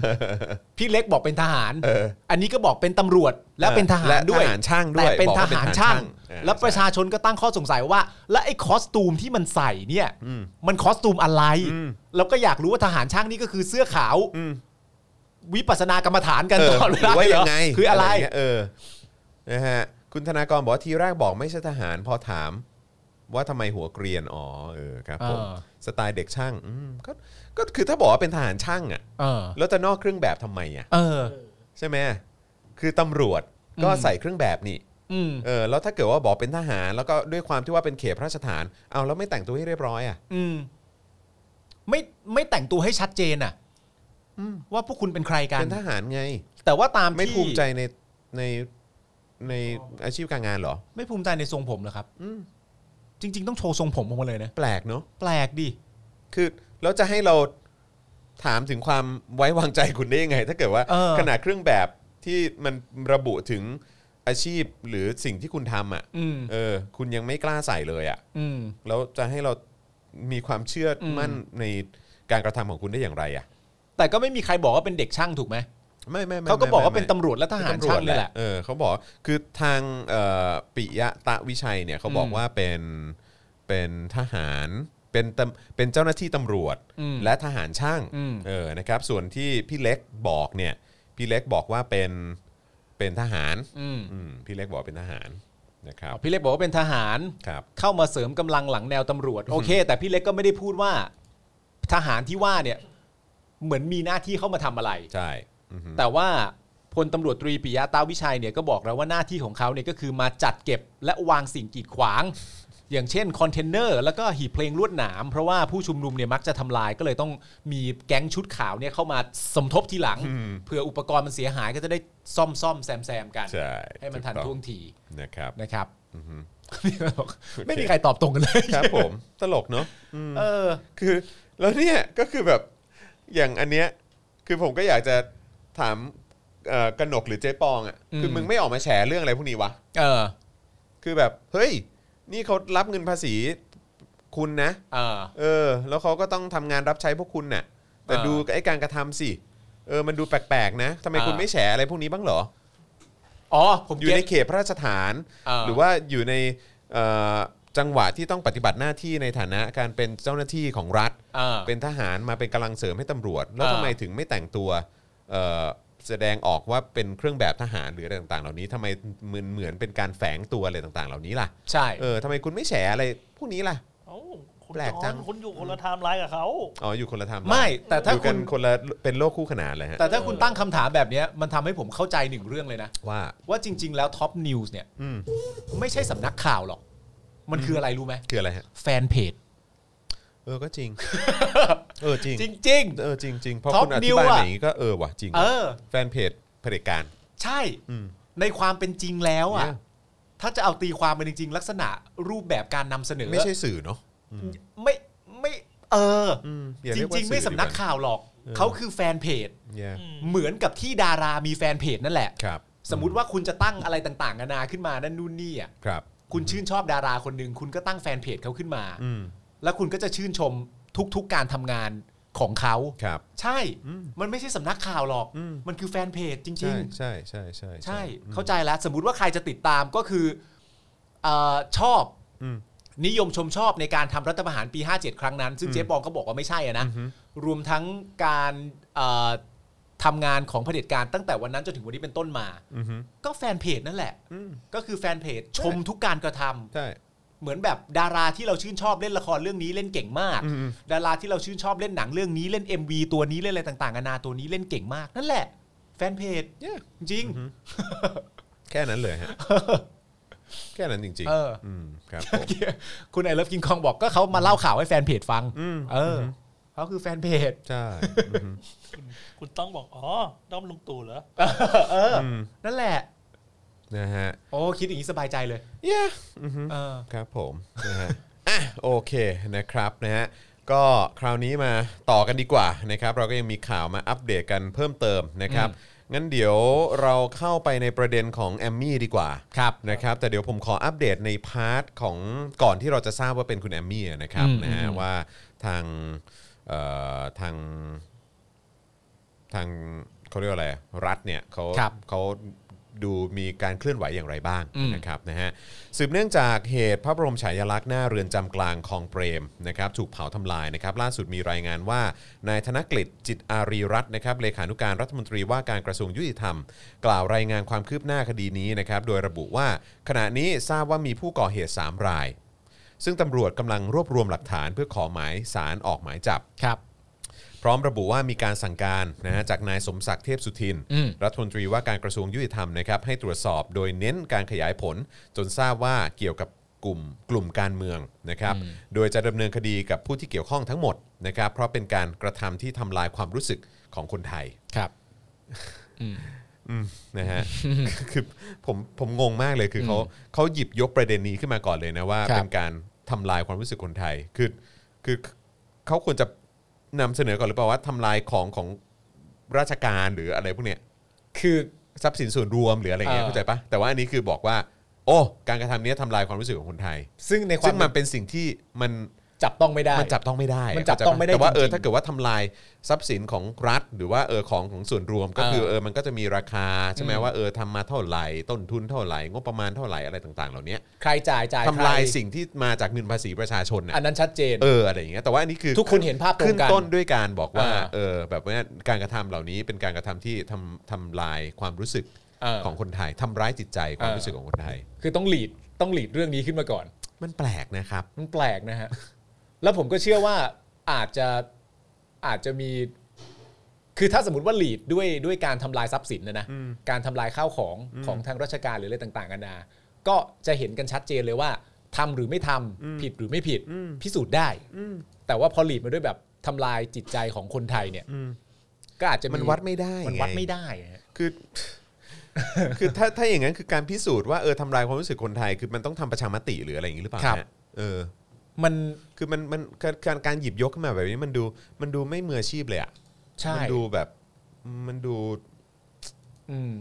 Speaker 3: พี่เล็กบอกเป็นทหาร
Speaker 2: เออ
Speaker 3: อันนี้ก็บอกเป็นตำรวจและเป็นทหาร
Speaker 2: และ
Speaker 3: ด้วย
Speaker 2: ทหารช่างด้วย
Speaker 3: แต่เป็น
Speaker 2: บอก
Speaker 3: ท
Speaker 2: ว่าเป็น
Speaker 3: หา
Speaker 2: ท
Speaker 3: ร
Speaker 2: หาร
Speaker 3: ช่า
Speaker 2: ช่าง งเออ
Speaker 3: แล้วประชาชนก็ตั้งข้อสงสัยว่า และไอ้คอสตูมที่มันใส่เนี่ยมันคอสตูมอะไร
Speaker 2: อืม
Speaker 3: แล้วก็อยากรู้ว่าทหารช่างนี่ก็คือเสื้อขาว
Speaker 2: อืม
Speaker 3: วิปัสสนากรรมฐานกันตลอด
Speaker 2: ห
Speaker 3: เว
Speaker 2: รื
Speaker 3: ลา
Speaker 2: อว่า
Speaker 3: เหร
Speaker 2: ยังไง
Speaker 3: คืออะไร
Speaker 2: เงี้ยเออนะฮะคุณธนากรบอกว่าทีแรกบอกไม่ใช่ทหารพอถาม ว่าทำไมหัวเกรียนอ๋อเออครับผม
Speaker 3: เออ
Speaker 2: สไตล์เด็กช่างอืมก็ก็คือถ้าบอกว่าเป็นทหารช่างอ่ะ
Speaker 3: เออ
Speaker 2: แล้วจะนอกเครื่องแบบทำไมอ่ะ
Speaker 3: เออ
Speaker 2: ใช่ไหมคือตำรวจก็ใส่เครื่องแบบนี่
Speaker 3: อืม
Speaker 2: เออแล้วถ้าเกิดว่าบอกเป็นทหาร แล้วก็ด้วยความที่ว่าเป็นเขตพระราชฐานเอาแล้วไม่แต่งตัวให้เรียบร้อยอ่ะ
Speaker 3: อืม ไม่ไม่แต่งตัวให้ชัดเจนอ่ะว่าพวกคุณเป็นใครกัน
Speaker 2: เป็นทหารไง
Speaker 3: แต่ว่าตาม
Speaker 2: ไม่
Speaker 3: ที่
Speaker 2: ภูมิใจในในในอาชีพการงานเหรอ
Speaker 3: ไม่ภูมิใจในทรงผมเหรอครับจริง ๆ ต้องโชว์ทรงผมออกมาเลยนะ
Speaker 2: แปลกเนอะ
Speaker 3: แปลกดิ
Speaker 2: คือแล้วจะให้เราถามถึงความไว้วางใจคุณได้ยังไง ถ้าเกิดว่า
Speaker 3: เออ
Speaker 2: ขนาดเครื่องแบบที่มันระบุถึงอาชีพหรือสิ่งที่คุณทำอ่ะ
Speaker 3: อืม
Speaker 2: เออ คุณยังไม่กล้าใส่เลยอ่ะ
Speaker 3: อืม
Speaker 2: แล้วจะให้เรามีความเชื่อมั่นในการกระทำของคุณได้อย่างไรอ่ะ
Speaker 3: แต่ก็ไม่มีใครบอกว่าเป็นเด็กช่างถูกไหม
Speaker 2: ไม่ไม่ไม่
Speaker 3: เขาก็บอกว่า
Speaker 2: ไม่
Speaker 3: เป็นตำรวจและทหาร
Speaker 2: เป็นตำรว
Speaker 3: ช่า
Speaker 2: จ
Speaker 3: งนี่แหละ
Speaker 2: เออเขาบอกคือทางเอ่อปิยะตะวิชัยเนี่ยเขาบอก
Speaker 3: อืม
Speaker 2: ว่าเป็นเป็นทหารเป็นตำเป็นเจ้าหน้าที่ตำรวจ
Speaker 3: อืม
Speaker 2: และทหารช่าง
Speaker 3: อืม
Speaker 2: เออนะครับ ส่วนที่พี่เล็กบอกเนี่ยพี่เล็กบอกว่าเป็นเป็นทหาร
Speaker 3: อืม
Speaker 2: อืมพี่เล็กบอกเป็นทหารนะครับ
Speaker 3: พี่เล็กบอกว่าเป็นทหาร
Speaker 2: ครับ
Speaker 3: เข้ามาเสริมกำลังหลังแนวตำรวจ โอเค แต่พี่เล็กก็ไม่ได้พูดว่า ทหารที่ว่าเนี่ย เหมือนมีหน้าที่เข้ามาทำอะไร
Speaker 2: ใช่อือฮึ
Speaker 3: แต่ว่าพลตำรวจตรีปิยะตาวิชัยเนี่ยก็บอกแล้วว่าหน้าที่ของเขาเนี่ยก็คือมาจัดเก็บและวางสิ่งกีดขวาง อย่างเช่นคอนเทนเนอร์แล้วก็หีบเพลงลวดหนาม เพราะว่าผู้ชุมนุมเนี่ยมักจะทำลายก็เลยต้องมีแก๊งชุดขาวเนี่ยเข้ามาสมทบทีหลังเผื่ออุปกรณ์มันเสียหายก็จะได้ซ่อมซ่อมๆแซมแซมๆกัน
Speaker 2: ใช่
Speaker 3: ให้มันทัน
Speaker 2: ถูก
Speaker 3: ท่
Speaker 2: ต้อ
Speaker 3: วงที
Speaker 2: นะครับ
Speaker 3: นะครับ
Speaker 2: อือฮึ
Speaker 3: ไม่มีใครตอบตรงกันเลย
Speaker 2: ครับผม ตลกเนอะอืม
Speaker 3: เออ
Speaker 2: คือแล้วเนี่ยก็คือแบบอย่างอันเนี้ยคือผมก็อยากจะถามเอ่อกนกหรือเจ๊ปองอ่ะ
Speaker 3: อืม
Speaker 2: คือมึงไม่ออกมาแฉเรื่องอะไรพวกนี้วะ
Speaker 3: เออ
Speaker 2: คือแบบเฮ้ย นี่เขารับเงินภาษีคุณนะ
Speaker 3: เออ
Speaker 2: เออ แล้วเขาก็ต้องทำงานรับใช้พวกคุณน่ะ แต่
Speaker 3: อ่า
Speaker 2: ดูไอ้การกระทำสิเออมันดูแปลกๆนะทำไม
Speaker 3: อ่า
Speaker 2: คุณไม่แฉอะไรพวกนี้บ้างเหรอ
Speaker 3: อ๋อ ผม
Speaker 2: อยู่
Speaker 3: เก็
Speaker 2: ใน
Speaker 3: ต
Speaker 2: เขตพระราชฐาน
Speaker 3: อ่า
Speaker 2: หรือว่าอยู่ในเอ่อ จังหวะที่ต้องปฏิบัติหน้าที่ในฐานะการเป็นเจ้าหน้าที่ของรัฐ
Speaker 3: อ่า
Speaker 2: เป็นทหารมาเป็นกำลังเสริมให้ตำรวจ แล้ว
Speaker 3: อ่า
Speaker 2: ทำไมถึงไม่แต่งตัวเอ่อแสดงออกว่าเป็นเครื่องแบบทหารหรืออะไรต่างๆ เหล่านี้ทำไมเหมือนเหมือนเป็นการแฝงตัวอะไรต่างๆ เหล่านี้ล่ะ
Speaker 3: ใช่
Speaker 2: เออทำไมคุณไม่แฉอะไรพวกนี้ล่ะ
Speaker 4: เอ้าคุณ
Speaker 2: แปลกจัง
Speaker 4: จอนคุณอยู่คนละไทม์ไลน์กับเขา
Speaker 2: อ๋ออยู่คนละทำ
Speaker 3: ไม่แต่ถ้า
Speaker 2: อยู่กัน
Speaker 3: คุณ
Speaker 2: คนละเป็นโลกคู่ขนานเลยฮะ
Speaker 3: แต่ถ้าคุณตั้งคำถามแบบเนี้ยมันทำให้ผมเข้าใจหนึ่งเรื่องเลยนะ
Speaker 2: ว่า
Speaker 3: ว่าจริง ๆ แล้วท็อปนิวส์เนี่ย
Speaker 2: อืม
Speaker 3: ไม่ใช่สำนักข่าวหรอก มันคืออะไรรู้ไหม
Speaker 2: คืออะไรฮะ
Speaker 3: แฟนเพจ
Speaker 2: เออก็
Speaker 3: *laughs*
Speaker 2: จริง เออจริง
Speaker 3: จริง
Speaker 2: เออจริงจริงพอ
Speaker 3: Top
Speaker 2: คุณอธิบาย
Speaker 3: News อะ
Speaker 2: มาอย่างนี้ก็เออว่ะจริง
Speaker 3: ๆ เออ
Speaker 2: แฟนเพจเผด็จการ
Speaker 3: ใช่
Speaker 2: อืม
Speaker 3: ในความเป็นจริงแล้วอ่ะ
Speaker 2: เนี่ย
Speaker 3: ถ้าจะเอาตีความเป็นจริง ๆ ลักษณะรูปแบบการนำเสนอ
Speaker 2: ไม่ใช่สื่อเนาะ
Speaker 3: ไม่ไม่เอออ
Speaker 2: อืมอย่า
Speaker 3: จ
Speaker 2: เยกว่า
Speaker 3: ริง ๆ ไม่สำนัก
Speaker 2: อดีว่า
Speaker 3: ข่าวหรอก
Speaker 2: เออ
Speaker 3: เขาคือแฟนเพจ
Speaker 2: เนี่ย
Speaker 4: อืม
Speaker 3: เหมือนกับที่ดารามีแฟนเพจนั่นแหละ
Speaker 2: ครับ
Speaker 3: สมมติว่าคุณจะตั้งอะไรต่างๆนานาขึ้นมานั่นนู่นนี่อ่ะ
Speaker 2: ครับ
Speaker 3: คุณชื่นชอบดาราคนหนึ่งคุณก็ตั้งแฟนเพจเขาขึ้นมา
Speaker 2: อืม
Speaker 3: แล้วคุณก็จะชื่นชมทุกๆการทำงานของเขา
Speaker 2: ครับ
Speaker 3: ใช่ มันไม่ใช่สำนักข่าวหรอก
Speaker 2: อืม
Speaker 3: มันคือแฟนเพจจริ
Speaker 2: ใช่
Speaker 3: ง
Speaker 2: ใช่ใช่ใช่
Speaker 3: ๆ
Speaker 2: ใช่
Speaker 3: ใช่ เข้าใจแล้ว สมมติว่าใครจะติดตามก็คือเออชอบ
Speaker 2: อืม
Speaker 3: นิยมชมชอบในการทำรัฐประหารปี 57 ครั้งนั้น ซึ่งเจ๊ปองก็บอกว่าไม่ใช่อะนะ รวมทั้งการเอ่อทำงานของเผด็จการตั้งแต่วันนั้นจนถึงวันนี้เป็นต้นมา
Speaker 2: อืม
Speaker 3: ก็แฟนเพจนั่นแหละ
Speaker 2: อืม
Speaker 3: ก็คือแฟนเพจชมทุกการกระทำ
Speaker 2: ใช่
Speaker 3: เหมือนแบบดาราที่เราชื่นชอบเล่นละครเรื่องนี้เล่นเก่งมาก
Speaker 2: อืม
Speaker 3: ดาราที่เราชื่นชอบเล่นหนังเรื่องนี้เล่น MV ตัวนี้เล่นอะไรต่างๆนานาตัวนี้เล่นเก่งมาก นั่นแหละ แฟนเพจ
Speaker 2: เนี่ย
Speaker 3: จริง
Speaker 2: แค่นั้นเลยฮะ แค่นั้นจริง
Speaker 3: เอ *laughs* อ
Speaker 2: ๆอืมครับผม
Speaker 3: คุณไอเลิฟกินคองบอกก็เขามาเล่าข่าวให้แฟนเพจฟัง
Speaker 2: อืม
Speaker 3: เออเขาคือแฟนเพจ
Speaker 2: ใช่อืม
Speaker 4: คุณคุณต้องบอกอ๋อด้อมลุงตู่เหรอ
Speaker 3: เออ
Speaker 2: อืม
Speaker 3: นั่นแหละ
Speaker 2: นะฮะ
Speaker 3: โอ้คิดอย่างนี้สบายใจเลย
Speaker 2: เย้
Speaker 3: เออ
Speaker 2: ครับผมนะ *laughs* ฮะอ่ะโอเคนะครับนะฮะก็คราวนี้มาต่อกันดีกว่านะครับเราก็ยังมีข่าวมาอัปเดตกันเพิ่มเติมนะครับงั้นเดี๋ยวเราเข้าไปในประเด็นของแอมมี่ดีกว่า
Speaker 3: ครับ
Speaker 2: นะครับแต่เดี๋ยวผมขออัปเดตในพาร์ทของก่อนที่เราจะทราบว่าเป็นคุณแอมมี่นะครับ
Speaker 3: อืม
Speaker 2: นะฮะ
Speaker 3: อืม
Speaker 2: ว่าทางเอ่อทางทางเขาเรียกว่าอะไรรัฐเนี่ยเขา
Speaker 3: ครับ
Speaker 2: เขาดูมีการเคลื่อนไหวอย่างไรบ้าง
Speaker 3: อืม
Speaker 2: นะครับนะฮะสืบเนื่องจากเหตุพระบรมฉายาลักษณ์หน้าเรือนจำกลางคลองเปรมนะครับถูกเผาทำลายนะครับล่าสุดมีรายงานว่านายธนกฤษจิตอารีรัตน์นะครับเลขานุการรัฐมนตรีว่าการกระทรวงยุติธรรม กล่าวรายงานความคืบหน้าคดีนี้นะครับโดยระบุว่าขณะนี้ทราบว่ามีผู้ก่อเหตุ 3 ราย ซึ่งตำรวจกำลังรวบรวมหลักฐานเพื่อขอหมายสารออกหมายจับ
Speaker 3: ครับ
Speaker 2: พร้อมระบุว่ามีการสั่งการนะฮะจากนายสมศักดิ์เทพสุทิน
Speaker 3: อืม
Speaker 2: รัฐมนตรีว่าการกระทรวงยุติธรรมนะครับให้ตรวจสอบโดยเน้นการขยายผล จนทราบว่าเกี่ยวกับกลุ่มกลุ่มการเมืองนะครับโดยจะดำเนินคดีกับผู้ที่เกี่ยวข้องทั้งหมดนะครับเพราะเป็นการกระทำที่ทำลายความรู้สึกของคนไทย
Speaker 3: ครับ
Speaker 2: นะ
Speaker 3: *laughs*
Speaker 2: ฮะ คือผมผมงงมากเลยคือเขาเขาหยิบยกประเด็นนี้ขึ้นมาก่อนเลยนะว่า
Speaker 3: ครับ
Speaker 2: เป็นการทำลายความรู้สึกคนไทยคือคือเขาควรจะนำเสนอก่อนหรือเปล่าว่าทำลายของของราชการหรืออะไรพวกเนี้ย
Speaker 3: คือ
Speaker 2: ทรัพย์สินส่วนรวมหรืออะไรเงี้ย
Speaker 3: เออ
Speaker 2: เข้าใจปะแต่ว่าอันนี้คือบอกว่า โอ้การกระทำเนี้ยทำลายความรู้สึกของคนไทย
Speaker 3: ซึ่งในควา
Speaker 2: ซึ่
Speaker 3: ม
Speaker 2: งมันเป็นสิ่งที่มัน
Speaker 3: จับต้องไม่ได้
Speaker 2: มันจับต้องไม่ได้ะ
Speaker 3: มันจับต้องไม่ได้
Speaker 2: เข้าจปะแต่ว่าเออ
Speaker 3: จริงๆ
Speaker 2: ถ้าเกิดว่าทำลายทรัพย์สินของรัฐ หรือว่าเออของของส่วนรวมก็
Speaker 3: เออ
Speaker 2: คือเออมันก็จะมีราคาใช่ไหม
Speaker 3: อืม
Speaker 2: ว่าเออทำมาเท่าไหร่ต้นทุนเท่าไหร่งบประมาณเท่าไหร่อะไรต่าง ๆ เหล่านี้
Speaker 3: ใครจ่ายจ่าย
Speaker 2: ทำลาย
Speaker 3: ใคร
Speaker 2: สิ่งที่มาจากเงินภาษีประชาชนน่ะ
Speaker 3: อันนั้นชัดเจน
Speaker 2: เอออะไรอย่างเงี้ยแต่ว่าอันนี้คือ
Speaker 3: ทุกคนเห็นภาพตรงกัน
Speaker 2: ขึ้นต้นด้วยการบอกว่า
Speaker 3: อ่า
Speaker 2: เออแบบว่าการกระทำเหล่านี้เป็นการกระทำที่ทำทำลายความรู้สึก
Speaker 3: เออ
Speaker 2: ของคนไทยทำร้ายจิตใจความ
Speaker 3: เออ
Speaker 2: รู้สึกของคนไทย
Speaker 3: คือต้องหลีดต้องหลีดเรื่องนี้ขึ้นมาก่อน
Speaker 2: มันแปลกนะครับ
Speaker 3: มันแปลกนะฮะ แล้วผมก็เชื่อว่าอาจจะอาจจะมี คือถ้าสมมติว่าหลีดด้วยด้วยการทำลายทรัพย์สินนะนะ การทำลายข้าวของของทางราชการหรืออะไรต่างๆกันานา ก็จะเห็นกันชัดเจนเลยว่าทำหรือไม่ทำผิดหรือไม่ผิด พิสูจน์ได้ แต่ว่าพอหลีดมาด้วยแบบทำลายจิตใจของคนไทยเนี่ยก็อาจจะ
Speaker 2: มันวัดไม่ได้
Speaker 3: มันวัด
Speaker 2: ง
Speaker 3: ไม่ได้ฮะ
Speaker 2: คือ *laughs* คือถ้าถ้าอย่างนั้นคือการพิสูจน์ว่าเออทำลายความรู้สึกคนไทย คือมันต้องทำประชามติหรืออะไรอย่างนี้หรือเปล่าฮะเออ
Speaker 3: มัน
Speaker 2: คือมันมันการการการหยิบยกขึ้นมาแบบนี้มันดูมันดูไม่มืออาชีพเลยอ่ะ
Speaker 3: ใช่
Speaker 2: มัดูแบบมันดู
Speaker 3: อืม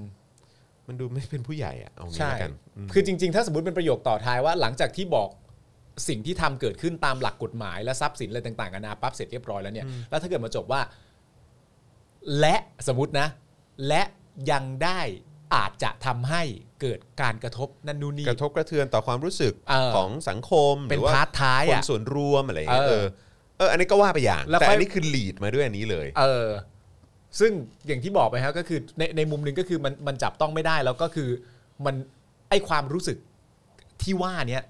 Speaker 2: มันดูไม่เป็นผู้ใหญ่อ่ะเอางี้
Speaker 3: ใช่
Speaker 2: ละกันม
Speaker 3: คือจริง ๆ ถ้าสมมติเป็นประโยคต่อท้ายว่าหลังจากที่บอกสิ่งที่ทำเกิดขึ้นตามหลักกฎหมายและทรัพย์สินอะไรต่างๆกันานาปั๊บเสร็จเรียบร้อยแล้วเนี่ย แล้วถ้าเกิดมาจบว่า และสมมตินะ และยังได้ อาจจะทำให้เกิดการกระทบนั่นนู่นนี่
Speaker 2: กระทบกระเทือนต่อความรู้สึก
Speaker 3: เออ
Speaker 2: ของสังคมห
Speaker 3: เป็น
Speaker 2: รือว่า
Speaker 3: พาร์ทท้าย
Speaker 2: คน
Speaker 3: อ่ะ
Speaker 2: ส่วนรวมอะไรอย่างเงี้ย
Speaker 3: เอ
Speaker 2: เอ
Speaker 3: อ
Speaker 2: อเอออันนี้ก็ว่าไปอย่าง
Speaker 3: แล้ว
Speaker 2: แต่
Speaker 3: ค่อย
Speaker 2: อันนี้คือลีดมาด้วยอันนี้เลย
Speaker 3: เออ ซึ่งอย่างที่บอกไปฮะก็คือในในมุมหนึ่งก็คือมันมันจับต้องไม่ได้แล้วก็คือมันไอความรู้สึกที่ว่าเนี้ย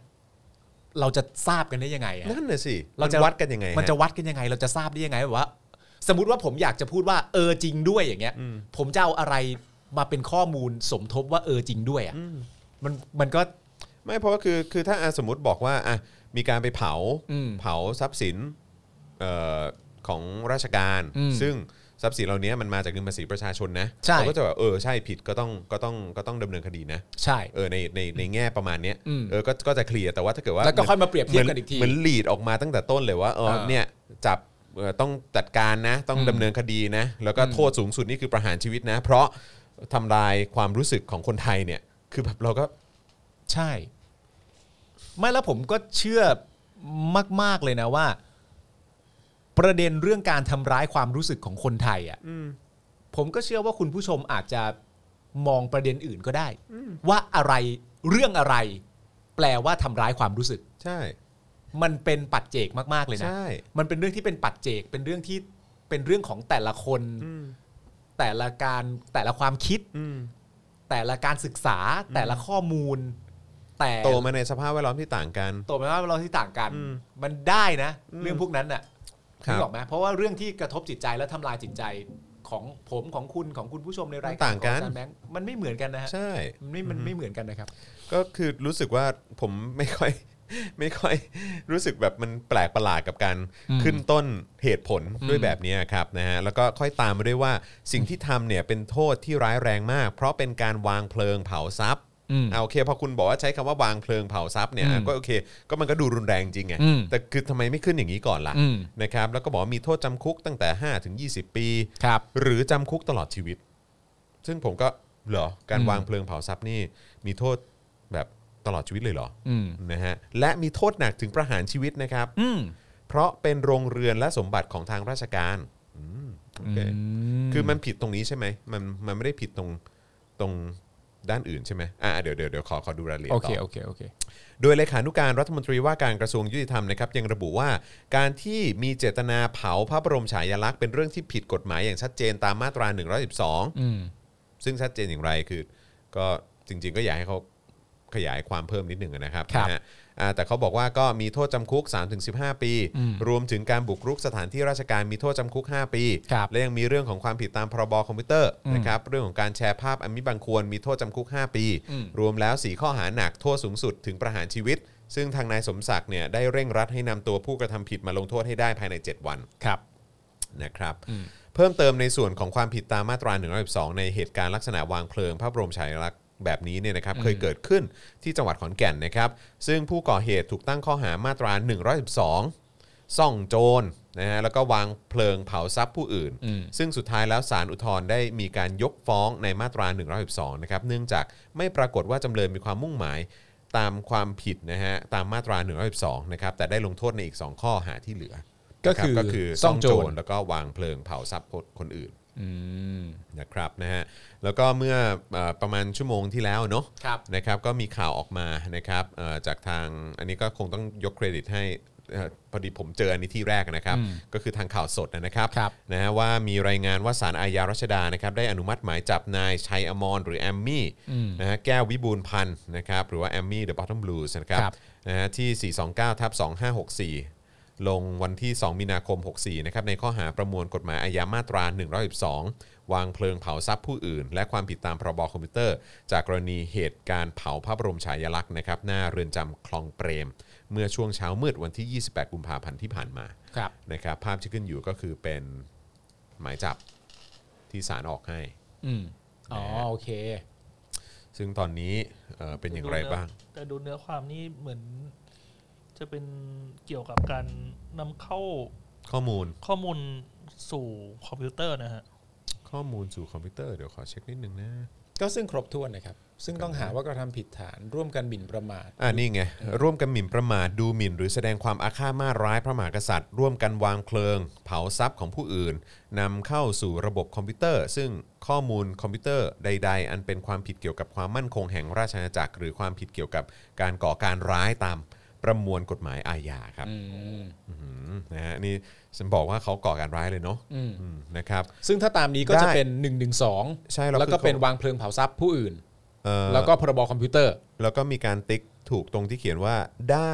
Speaker 3: เราจะทราบกันได้ยังไงอะ
Speaker 2: นั่นน่ะสิ
Speaker 3: เราจะ
Speaker 2: มันวัดกันยังไง
Speaker 3: มันจะ
Speaker 2: ฮ
Speaker 3: วัดกันยังไง เราจะทราบได้ยังไงแบบว่า สมมติว่าผมอยากจะพูดว่าเออจริงด้วยอย่างเงี้ย
Speaker 2: อืม
Speaker 3: ผมจะเอาอะไรมาเป็นข้อมูลสมทบว่าเออจริงด้วยอ่ะมันมันก็
Speaker 2: ไม่เพราะว่าคือคือถ้าอ่ะสมมติบอกว่าอ่ะมีการไปเผา
Speaker 3: อืม
Speaker 2: เผาทรัพย์สินเอ่อของราชการ
Speaker 3: อืม
Speaker 2: ซึ่งทรัพย์สินเหล่านี้มันมาจากเงินภาษีประชาชนนะ
Speaker 3: ใช่
Speaker 2: เขาก็จะแบบเออใช่ผิดก็ต้องก็ต้องก็ต้องดำเนินคดีนะ
Speaker 3: ใช่
Speaker 2: เออในในในแง่ประมาณเนี้ย
Speaker 3: อืม
Speaker 2: เออก็ก็จะเคลียร์แต่ว่าถ้าเกิดว่า
Speaker 3: แล้วก็ค่อยมาเปรียบเทียบกันอีกที
Speaker 2: เหมือนลีดออกมาตั้งแต่ต้นเลยว่าเออ
Speaker 3: เออ
Speaker 2: เนี่ยจับเอ่อต้องจัดการนะ ต้อง
Speaker 3: อืม
Speaker 2: ดำเนินคดีนะ แล้วก็
Speaker 3: อืม
Speaker 2: โทษสูงสุดนี่คือประหารชีวิตนะ เพราะทำลายความรู้สึกของคนไทยเนี่ย คือแบบเราก็
Speaker 3: ใช่ ไม่แล้วผมก็เชื่อมาก ๆเลยนะว่า ประเด็นเรื่องการทำร้ายความรู้สึกของคนไทยอ่ะ
Speaker 2: อืม
Speaker 3: ผมก็เชื่อว่าคุณผู้ชมอาจจะมองประเด็นอื่นก็ได้ ว่าอะไรเรื่องอะไร แปลว่าทำร้ายความรู้สึก
Speaker 2: ใช่
Speaker 3: มันเป็นปัจเจกมาก ๆ เลยนะ
Speaker 2: ใช่
Speaker 3: มันเป็นเรื่องที่เป็นปัจเจก เป็นเรื่องที่เป็นเรื่องของแต่ละคน
Speaker 2: อืม
Speaker 3: แต่ละการแต่ละความคิด
Speaker 2: อืม
Speaker 3: แต่ละการศึกษา แต่ละข้อมูล แต่
Speaker 2: โตมาในสภาพแวดล้อมที่ต่างกัน
Speaker 3: โตมาว่าเราที่ต่างกัน
Speaker 2: อืม
Speaker 3: มันได้นะ
Speaker 2: อืม
Speaker 3: เรื่องพวกนั้นน่ะ
Speaker 2: ครับ
Speaker 3: นึกออกไหมเพราะว่าเรื่องที่กระทบจิตใจและทำลายจิตใจของผมของคุณของคุณผู้ชมในรายการของอจรย์แบงค์มันไม่เหมือนกันนะฮะ
Speaker 2: ใช่
Speaker 3: มันไม่มันไม่เหมือนกันนะครับ
Speaker 2: ก็คือรู้สึกว่าผมไม่ค่อย *laughs* ไม่ค่อยรู้สึกแบบมันแปลกประหลาดกับการ
Speaker 3: อืม
Speaker 2: ขึ้นต้นเหตุผลด้วย
Speaker 3: อืม
Speaker 2: แบบนี้ครับนะฮะแล้วก็ค่อยตามมาด้วยว่าสิ่งที่ทำเนี่ยเป็นโทษที่ร้ายแรงมาก เพราะเป็นการวางเพลิงเผาทรัพย์
Speaker 3: อืม
Speaker 2: อ่ะโอเคพอคุณบอกว่าใช้คำว่าวางเพลิงเผาทรัพย์เนี่ย
Speaker 3: อืม
Speaker 2: ก็โอเค ก็มันก็ดูรุนแรงจริงไง
Speaker 3: อืม
Speaker 2: แต่คือทำไมไม่ขึ้นอย่างนี้ก่อนล่ะ
Speaker 3: อืม
Speaker 2: นะครับแล้วก็บอกว่ามีโทษจำคุกตั้งแต่5ถึง20 ปี
Speaker 3: ครับ
Speaker 2: หรือจำคุกตลอดชีวิต ซึ่งผมก็เหรอ การ
Speaker 3: อืม
Speaker 2: วางเพลิงเผาทรัพย์นี่ มีโทษแบบตลอดชีวิตเลยเหรอ
Speaker 3: อืม
Speaker 2: นะฮะและมีโทษหนักถึงประหารชีวิตนะครับ
Speaker 3: อืม
Speaker 2: เพราะเป็นโรงเรือนและสมบัติของทางราชการอืมโอเคคือมันผิดตรงนี้ใช่ไหมมันมันไม่ได้ผิดตรงตรงด้านอื่นใช่ไหมอ่าเดี๋ยวเดี๋ยวเดี๋ยวขอขอดูรายละเอียด
Speaker 3: โอ
Speaker 2: ต่อ
Speaker 3: เคโอเคโอเค
Speaker 2: โดยเลขานุการรัฐมนตรีว่าการกระทรวงยุติธรรมนะครับยังระบุว่าการที่มีเจตนาเผาพระบรมฉายาลักษณ์เป็นเรื่องที่ผิดกฎหมายอย่างชัดเจนตามมาตรา
Speaker 3: อืม
Speaker 2: 112 ซึ่งชัดเจนอย่างไรคือ ก็จริงๆ ก็อยากให้เขาขยายความเพิ่มนิดหนึ่งนะครับ
Speaker 3: ครับ
Speaker 2: นะฮะอ่าแต่เขาบอกว่าก็มีโทษจำคุก 3-15 ปี
Speaker 3: อืม
Speaker 2: รวมถึงการบุกรุกสถานที่ราชการมีโทษจำคุก 5 ปี
Speaker 3: ครับ
Speaker 2: และยังมีเรื่องของความผิดตามพรบคอมพิวเตอร์
Speaker 3: อืม
Speaker 2: นะครับเรื่องของการแชร์ภาพอันมิบังควรมีโทษจำคุก 5 ปี
Speaker 3: อืม
Speaker 2: รวมแล้ว 4 ข้อหาหนักโทษสูงสุดถึงประหารชีวิต ซึ่งทางนายสมศักดิ์เนี่ยได้เร่งรัดให้นำตัวผู้กระทำผิดมาลงโทษให้ได้ภายใน 7 วัน
Speaker 3: ครับ
Speaker 2: นะครับ
Speaker 3: อืม
Speaker 2: เพิ่มเติมในส่วนของความผิดตามมาตรา112 ในเหตุการณ์ลักษณะวางเพลิงพระบรมฉายาลักษณ์แบบนี้เนี่ยนะครับเคยเกิดขึ้นที่จังหวัดขอนแก่นนะครับ ซึ่งผู้ก่อเหตุถูกตั้งข้อหามาตรา 112 ซ่องโจรนะฮะแล้วก็วางเพลิงเผาทรัพย์ผู้อื่น
Speaker 3: อืม
Speaker 2: ซึ่งสุดท้ายแล้วศาลอุทธรณ์ได้มีการยกฟ้องในมาตรา 112 นะครับ เนื่องจากไม่ปรากฏว่าจำเลยมีความมุ่งหมายตามความผิดนะฮะตามมาตรา 112 นะครับ แต่ได้ลงโทษในอีก 2 ข้อหาที่เหลือ
Speaker 3: ก็คือ
Speaker 2: นะรับก็คือ
Speaker 3: ซ่
Speaker 2: ซ่
Speaker 3: อ
Speaker 2: อง ง
Speaker 3: โจ
Speaker 2: โจ
Speaker 3: ร
Speaker 2: รแล้วก็วางเพลิงเผาทรัพย์คนอื่น
Speaker 3: อืม
Speaker 2: นะครับนะฮะแล้วก็เมื่อเอ่อประมาณชั่วโมงที่แล้วเนาะ
Speaker 3: ครับ
Speaker 2: นะครับก็มีข่าวออกมานะครับเอ่อจากทางอันนี้ก็คงต้องยกเครดิตให้เอ่อพอดีผมเจออันนี้ที่แรกนะครับ
Speaker 3: อืม
Speaker 2: ก็คือทางข่าวสดนะครับ
Speaker 3: ครับ
Speaker 2: นะฮะว่ามีรายงานว่าสารอาญารัชดานะครับได้อนุมัติหมายจับนายชัยอมรหรือแอมมี่
Speaker 3: อืม
Speaker 2: นะฮะแก้ววิบูลย์พันธ์นะครับหรือว่าแอมมี่เดอะบอททอมบลูส์นะครับ
Speaker 3: ครับ
Speaker 2: นะฮะที่ 429ทับ2564 ลงวันที่ 2 มีนาคม 64นะครับในข้อหาประมวลกฎหมายอาญามาตรา 112 วางเพลิงเผาทรัพย์ผู้อื่น และความผิดตามพรบคอมพิวเตอร์ จากกรณีเหตุการณ์เผาพระบรมฉายาลักษณ์นะครับหน้าเรือนจำคลองเปรม เมื่อช่วงเช้ามืดวันที่ 28 กุมภาพันธ์ที่ผ่านมา
Speaker 3: ครับ
Speaker 2: นะครับภาพที่ขึ้นอยู่ก็คือเป็นหมายจับที่ศาลออกให้
Speaker 3: อืมอ๋อโอเค
Speaker 2: ซึ่งตอนนี้เอ่อเป็นอย่างไรบ้าง
Speaker 4: แต่ดูเนื้อความนี่เหมือน จะเป็นเกี่ยวกับการนำเข้า
Speaker 2: ข้อมูล
Speaker 4: ข้อมูลสู่คอมพิวเตอร์นะฮะ
Speaker 2: ข้อมูลสู่คอมพิวเตอร์เดี๋ยวขอเช็คนิดนึงนะ
Speaker 3: ก็ซึ่งครบถ้วนนะครับ ซึ่งต้องหาว่ากระทำผิดฐานร่วมกันบิ่นประมาท
Speaker 2: อ่านี่ไง ร่วมกันหมิ่นประมาทดูหมิ่น หรือแสดงความอาฆาตมาร้ายพระมหากษัตริย์ ร่วมกันวางเพลิง เผาทรัพย์ของผู้อื่นนำเข้าสู่ระบบคอมพิวเตอร์ ซึ่งข้อมูลคอมพิวเตอร์ใด ๆ อันเป็นความผิดเกี่ยวกับความมั่นคงแห่งราชอาณาจักร หรือความผิดเกี่ยวกับการก่อการร้ายตามประมวลกฎหมายอาญาครับอื้อหือนะฮะนี่ฉันบอกว่าเขาก่อการร้ายเลยเนาะ
Speaker 3: อืม
Speaker 2: อืมนะครับ
Speaker 3: ซึ่งถ้าตามนี้ก็จะ
Speaker 2: ได้
Speaker 3: เป็น1นึ
Speaker 2: ใช่แล้ว
Speaker 3: แล้ว
Speaker 2: คือ
Speaker 3: ก็
Speaker 2: เขา
Speaker 3: เป็นวางเพลิงเผาทรัพย์ผู้อื่น
Speaker 2: เอ่อ
Speaker 3: แล้วก็พรบคอมพิวเตอร์
Speaker 2: แล้วก็มีการติ๊กถูกตรงที่เขียนว่าได้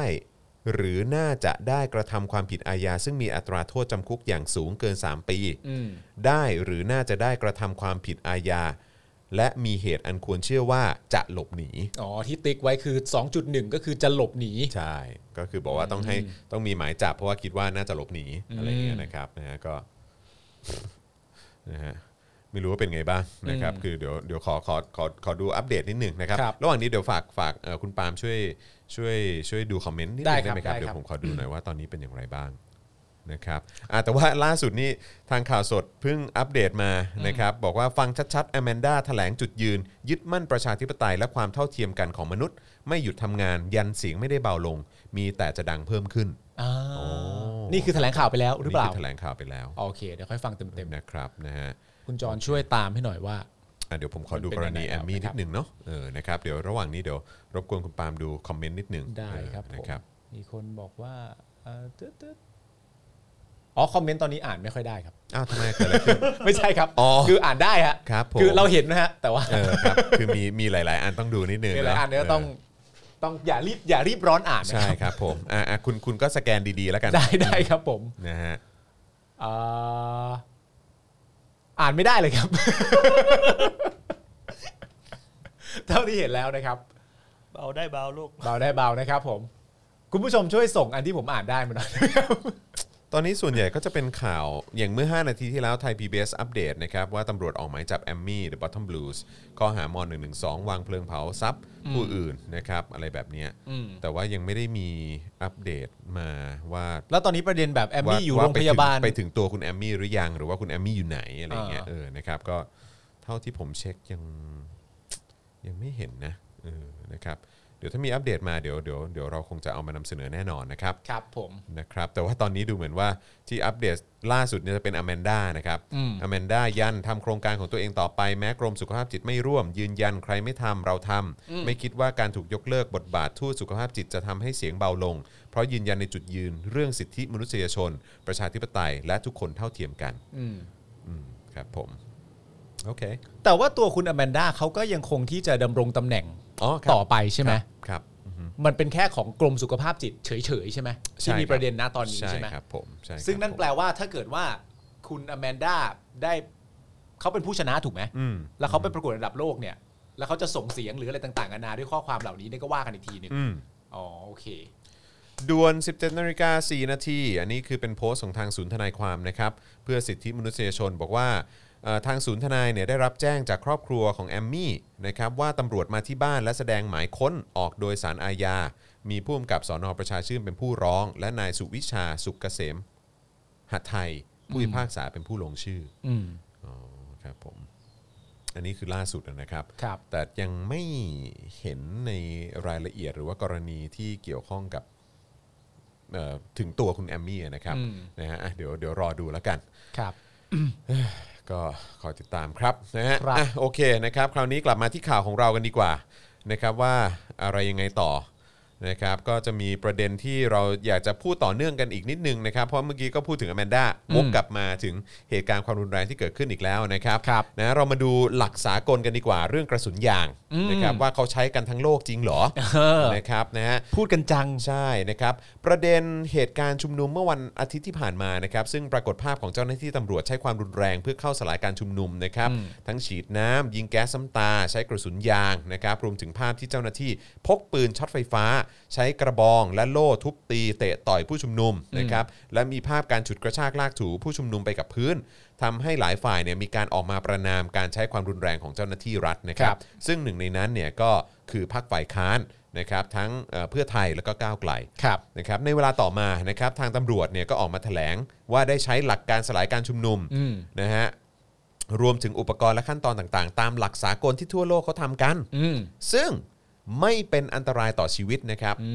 Speaker 2: หรือน่าจะได้กระทำความผิดอาญาซึ่งมีอัตราโทษจำคุกอย่างสูงเกิน 3 ปี
Speaker 3: อืม
Speaker 2: ได้หรือน่าจะได้กระทำความผิดอาญา และมีเหตุอันควรเชื่อว่าจะหลบหนี
Speaker 3: อ๋อที่ติ๊กไว้คือ 2.1 ก็คือจะหลบหนี
Speaker 2: ใช่ ก็คือบอกว่าต้องให้ต้องมีหมายจับเพราะว่าคิดว่าน่าจะหลบหนีอะไรเงี้ยนะครับนะฮะก็ *laughs* นะฮะไม่รู้ว่าเป็นไงบ้างนะครับ คือเดี๋ยวเดี๋ยวขอขอขอขอดูอัปเดตนิดหนึ่งนะครับ
Speaker 3: ครับ
Speaker 2: ระหว่างนี้เดี๋ยวฝากฝากเอ่อคุณปาล์มช่วยช่วยช่วยดูคอมเมนต์นิดหนึ
Speaker 3: ได้
Speaker 2: ง
Speaker 3: ค
Speaker 2: ได้
Speaker 3: รับ
Speaker 2: ไหมครับ
Speaker 3: ได้ครับ
Speaker 2: เดี๋ยวผมขอดูหน่อยว่าตอนนี้เป็นอย่างไรบ้างนะครับอ่ะแต่ว่าล่าสุดนี่ทางข่าวสดเพิ่งอัปเดตมานะครับ บอกว่าฟังชัดๆอแมนด้าแถลงจุดยืน ยึดมั่นประชาธิปไตยและความเท่าเทียมกันของมนุษย์ ไม่หยุดทำงานยันเสียงไม่ได้เบาลง มีแต่จะดังเพิ่มขึ้น
Speaker 3: อ่า
Speaker 2: โอ้
Speaker 3: นี่คือแถลงข่าวไปแล้วหรือเปล่า
Speaker 2: นี่คืแถลงข่าวไปแล้ว
Speaker 3: โอเค เดี๋ยวค่อยฟังเต็ม
Speaker 2: นะครับนะฮะ
Speaker 3: ๆ คุณจรช่วยตามให้หน่อยว่า
Speaker 2: อ่ะเดี๋ยวผมขอดูก
Speaker 3: มันเป็น
Speaker 2: ร
Speaker 3: ยังไง
Speaker 2: ณีแอมมี่นิ
Speaker 3: เอาไปครั
Speaker 2: ด
Speaker 3: บ
Speaker 2: หนึ่งเนาะเออนะครับเดี๋ยวระหว่างนี้เดี๋ยวรบกวนคุณปาล์มดูคอมเมนต์นิดหนึ่ง
Speaker 3: ได้ครับ
Speaker 2: เออ
Speaker 3: ผ
Speaker 2: นะ
Speaker 3: ม
Speaker 2: ครับ
Speaker 3: มีคนบอกว่าเอ่อตึ๊ดตึ๊ดอ๋อคอมเมนต์ตอนนี้อ่านไม่ค่อยได้ครับ *laughs*
Speaker 2: อ้าวทำไมเกิดอะไรขึ้น
Speaker 3: ไม่ใช่ครับ
Speaker 2: อ๋อ
Speaker 3: คืออ่านได้ฮะ
Speaker 2: ครับผม
Speaker 3: อเราเห็นนะฮะ แต่ว่า
Speaker 2: เออครับคือมีมีหลาย ๆ อันต้องดูนิดหนึ่ง
Speaker 3: ในหลายอันเนี่ยต้องต้องอย่ารีบอย่ารีบร้อนอ่าน
Speaker 2: เออ
Speaker 3: นะ
Speaker 2: ใช่ครับผมอ่ะอ่ะคุณคุณก็สแกนดี ๆ แล้วกัน
Speaker 3: ได้ได้ครับผม
Speaker 2: นะฮะ
Speaker 3: เอ่ออ่านไม่ได้เลยครับ *laughs* เท่าที่เห็นแล้วนะครับ
Speaker 4: เบาได้เบาลูก
Speaker 3: เบาได้เบานะครับผม คุณผู้ชมช่วยส่งอันที่ผมอ่านได้มาหน่อย *laughs* นะครับ
Speaker 2: ตอนนี้ส่วนใหญ่ก็จะเป็นข่าวอย่างเมื่อ 5 นาทีที่แล้วไทย PBS อัปเดตนะครับ ว่าตำรวจออกหมายจับแอมมี่ The Bottom Blues ข้อหาม1 1 2 วางเพลิงเผาทรัพย์ผู้อื่นนะครับ อะไรแบบเนี้ย
Speaker 3: อืม
Speaker 2: แต่ว่ายังไม่ได้มีอัปเดตมาว่า
Speaker 3: แล้วตอนนี้ประเด็นแบบแอมมี่
Speaker 2: ว่า
Speaker 3: อยู่
Speaker 2: ว่
Speaker 3: โรงพยาบาล
Speaker 2: ไปถึงไปถึงตัวคุณแอมมี่หรือยังหรือว่าคุณแอมมี่อยู่ไหนอะไรอย่างเงี้ย
Speaker 3: อ่า
Speaker 2: เออนะครับก็เท่าที่ผมเช็คยังยังไม่เห็นนะเออนะครับเดี๋ยวถ้ามีอัปเดตมาเดี๋ยวเดี๋ยวเดี๋ยวเราคงจะเอามานำเสนอแน่นอนนะครับ
Speaker 3: ครับผม
Speaker 2: นะครับแต่ว่าตอนนี้ดูเหมือนว่าที่อัปเดตล่าสุดเนี่ยจะเป็นอแมนด้านะครับ
Speaker 3: อืม
Speaker 2: อแมนด้ายันทำโครงการของตัวเองต่อไปแม้กรมสุขภาพจิตไม่ร่วม ยืนยันใครไม่ทำเราทำไม่คิดว่าการถูกยกเลิกบทบาททูตสุขภาพจิตจะทำให้เสียงเบาลง เพราะยืนยันในจุดยืนเรื่องสิทธิมนุษยชน ประชาธิปไตย และทุกคนเท่าเทียมกัน
Speaker 3: อืม
Speaker 2: อืมครับผมโอเค
Speaker 3: แต่ว่าตัวคุณอแมนด้าเขาก็ยังคงที่จะดำรงตำแหน่ง
Speaker 2: อ๋อครับ
Speaker 3: ต่อไปใช่ไหม
Speaker 2: ครับครับอือฮึ
Speaker 3: มันเป็นแค่ของกรมสุขภาพจิตเฉยๆใช่ไหมที่
Speaker 2: ใช่
Speaker 3: มี
Speaker 2: ครับ
Speaker 3: ประเด็นนะตอนนี้ใช่ไหม
Speaker 2: ครับผมใช่ครับ
Speaker 3: ซึ่งนั่น
Speaker 2: ผม
Speaker 3: แปลว่าถ้าเกิดว่าคุณอแมนด้าได้เขาเป็นผู้ชนะถูกไหม
Speaker 2: อืม
Speaker 3: แล้วเขาไปประกวดระดับโลกเนี่ย แล้วเขาจะส่งเสียงหรืออะไรต่างๆนานาด้วยข้อความเหล่านี้เนี่ยก็ว่ากันอีกทีหนึ่ง
Speaker 2: อืม
Speaker 3: อ๋อโอเค
Speaker 2: ด่วน 17นาฬิกา4นาที อันนี้คือเป็นโพสต์ของทางศูนย์ทนายความนะครับ เพื่อสิทธิมนุษยชนบอกว่าเอ่อทางศูนย์ทนายเนี่ยได้รับแจ้งจากครอบครัวของแอมมี่นะครับว่าตำรวจมาที่บ้านและแสดงหมายค้นออกโดยสารอาญา มีผู้กำกับสอนอประชาชื่นเป็นผู้ร้อง และนายสุวิชาสุกเกษมหัไทย ผู้พิพากษาเป็นผู้ลงชื่อ
Speaker 3: อืม
Speaker 2: อ๋อครับผมอันนี้คือล่าสุดนะครับ
Speaker 3: ครับ
Speaker 2: แต่ยังไม่เห็นในรายละเอียดหรือว่ากรณีที่เกี่ยวข้องกับเอ่อถึงตัวคุณแอมมี่นะครับ
Speaker 3: อืม
Speaker 2: นะฮะอ่ะเดี๋ยวเดี๋ยวรอดูแล้วกัน
Speaker 3: ครับ
Speaker 2: ก็คอยติดตามครับนะฮะ
Speaker 3: ครับ
Speaker 2: อ่ะโอเคนะครับ คราวนี้กลับมาที่ข่าวของเรากันดีกว่านะครับว่าอะไรยังไงต่อนะครับ ก็จะมีประเด็นที่เราอยากจะพูดต่อเนื่องกันอีกนิดนึงนะครับ เพราะเมื่อกี้ก็พูดถึงอแมนด้าวกกลับมาถึงเหตุการณ์ความรุนแรงที่เกิดขึ้นอีกแล้วนะครับ
Speaker 3: ครับ
Speaker 2: นะเรามาดูหลักสากลกันดีกว่า เรื่องกระสุนยางนะครับว่าเขาใช้กันทั้งโลกจริงเหรอ
Speaker 3: เออ
Speaker 2: นะครับนะฮะ
Speaker 3: พูดกันจัง
Speaker 2: ใช่นะครับ ประเด็นเหตุการณ์ชุมนุมเมื่อวันอาทิตย์ที่ผ่านมานะครับ ซึ่งปรากฏภาพของเจ้าหน้าที่ตำรวจใช้ความรุนแรงเพื่อเข้าสลายการชุมนุมนะครับ ทั้งฉีดน้ำยิงแก๊สซ้ำตา ใช้กระสุนยางนะครับ รวมถึงภาพที่เจ้าหน้าที่ พกปืนช็อตไฟฟ้า ใช้กระบองและโล่ทุบตีเตะต่อยผู้ชุมนุมนะครับ และมีภาพการฉุดกระชากลากถูผู้ชุมนุมไปกับพื้นทำให้หลายฝ่ายเนี่ยมีการออกมาประนามการใช้ความรุนแรงของเจ้าหน้าที่รัฐนะครั
Speaker 3: ครับ บ
Speaker 2: ซึ่งหนึ่งในนั้นเนี่ยก็คือพรรคฝ่ายค้านนะครับทั้งเอ่อเพื่อไทยแล้วก็ก้าวไกล
Speaker 3: ครับ
Speaker 2: นะครับในเวลาต่อมานะครับทางตำรวจเนี่ยก็ออกมาแถลงว่าได้ใช้หลักการสลายการชุมนุม
Speaker 3: อืม
Speaker 2: นะฮะ รวมถึงอุปกรณ์และขั้นตอนต่างๆ ตามหลักสากลที่ทั่วโลกเขาทำกัน
Speaker 3: อืม
Speaker 2: ซึ่งไม่เป็นอันตรายต่อชีวิตนะครับ
Speaker 3: อื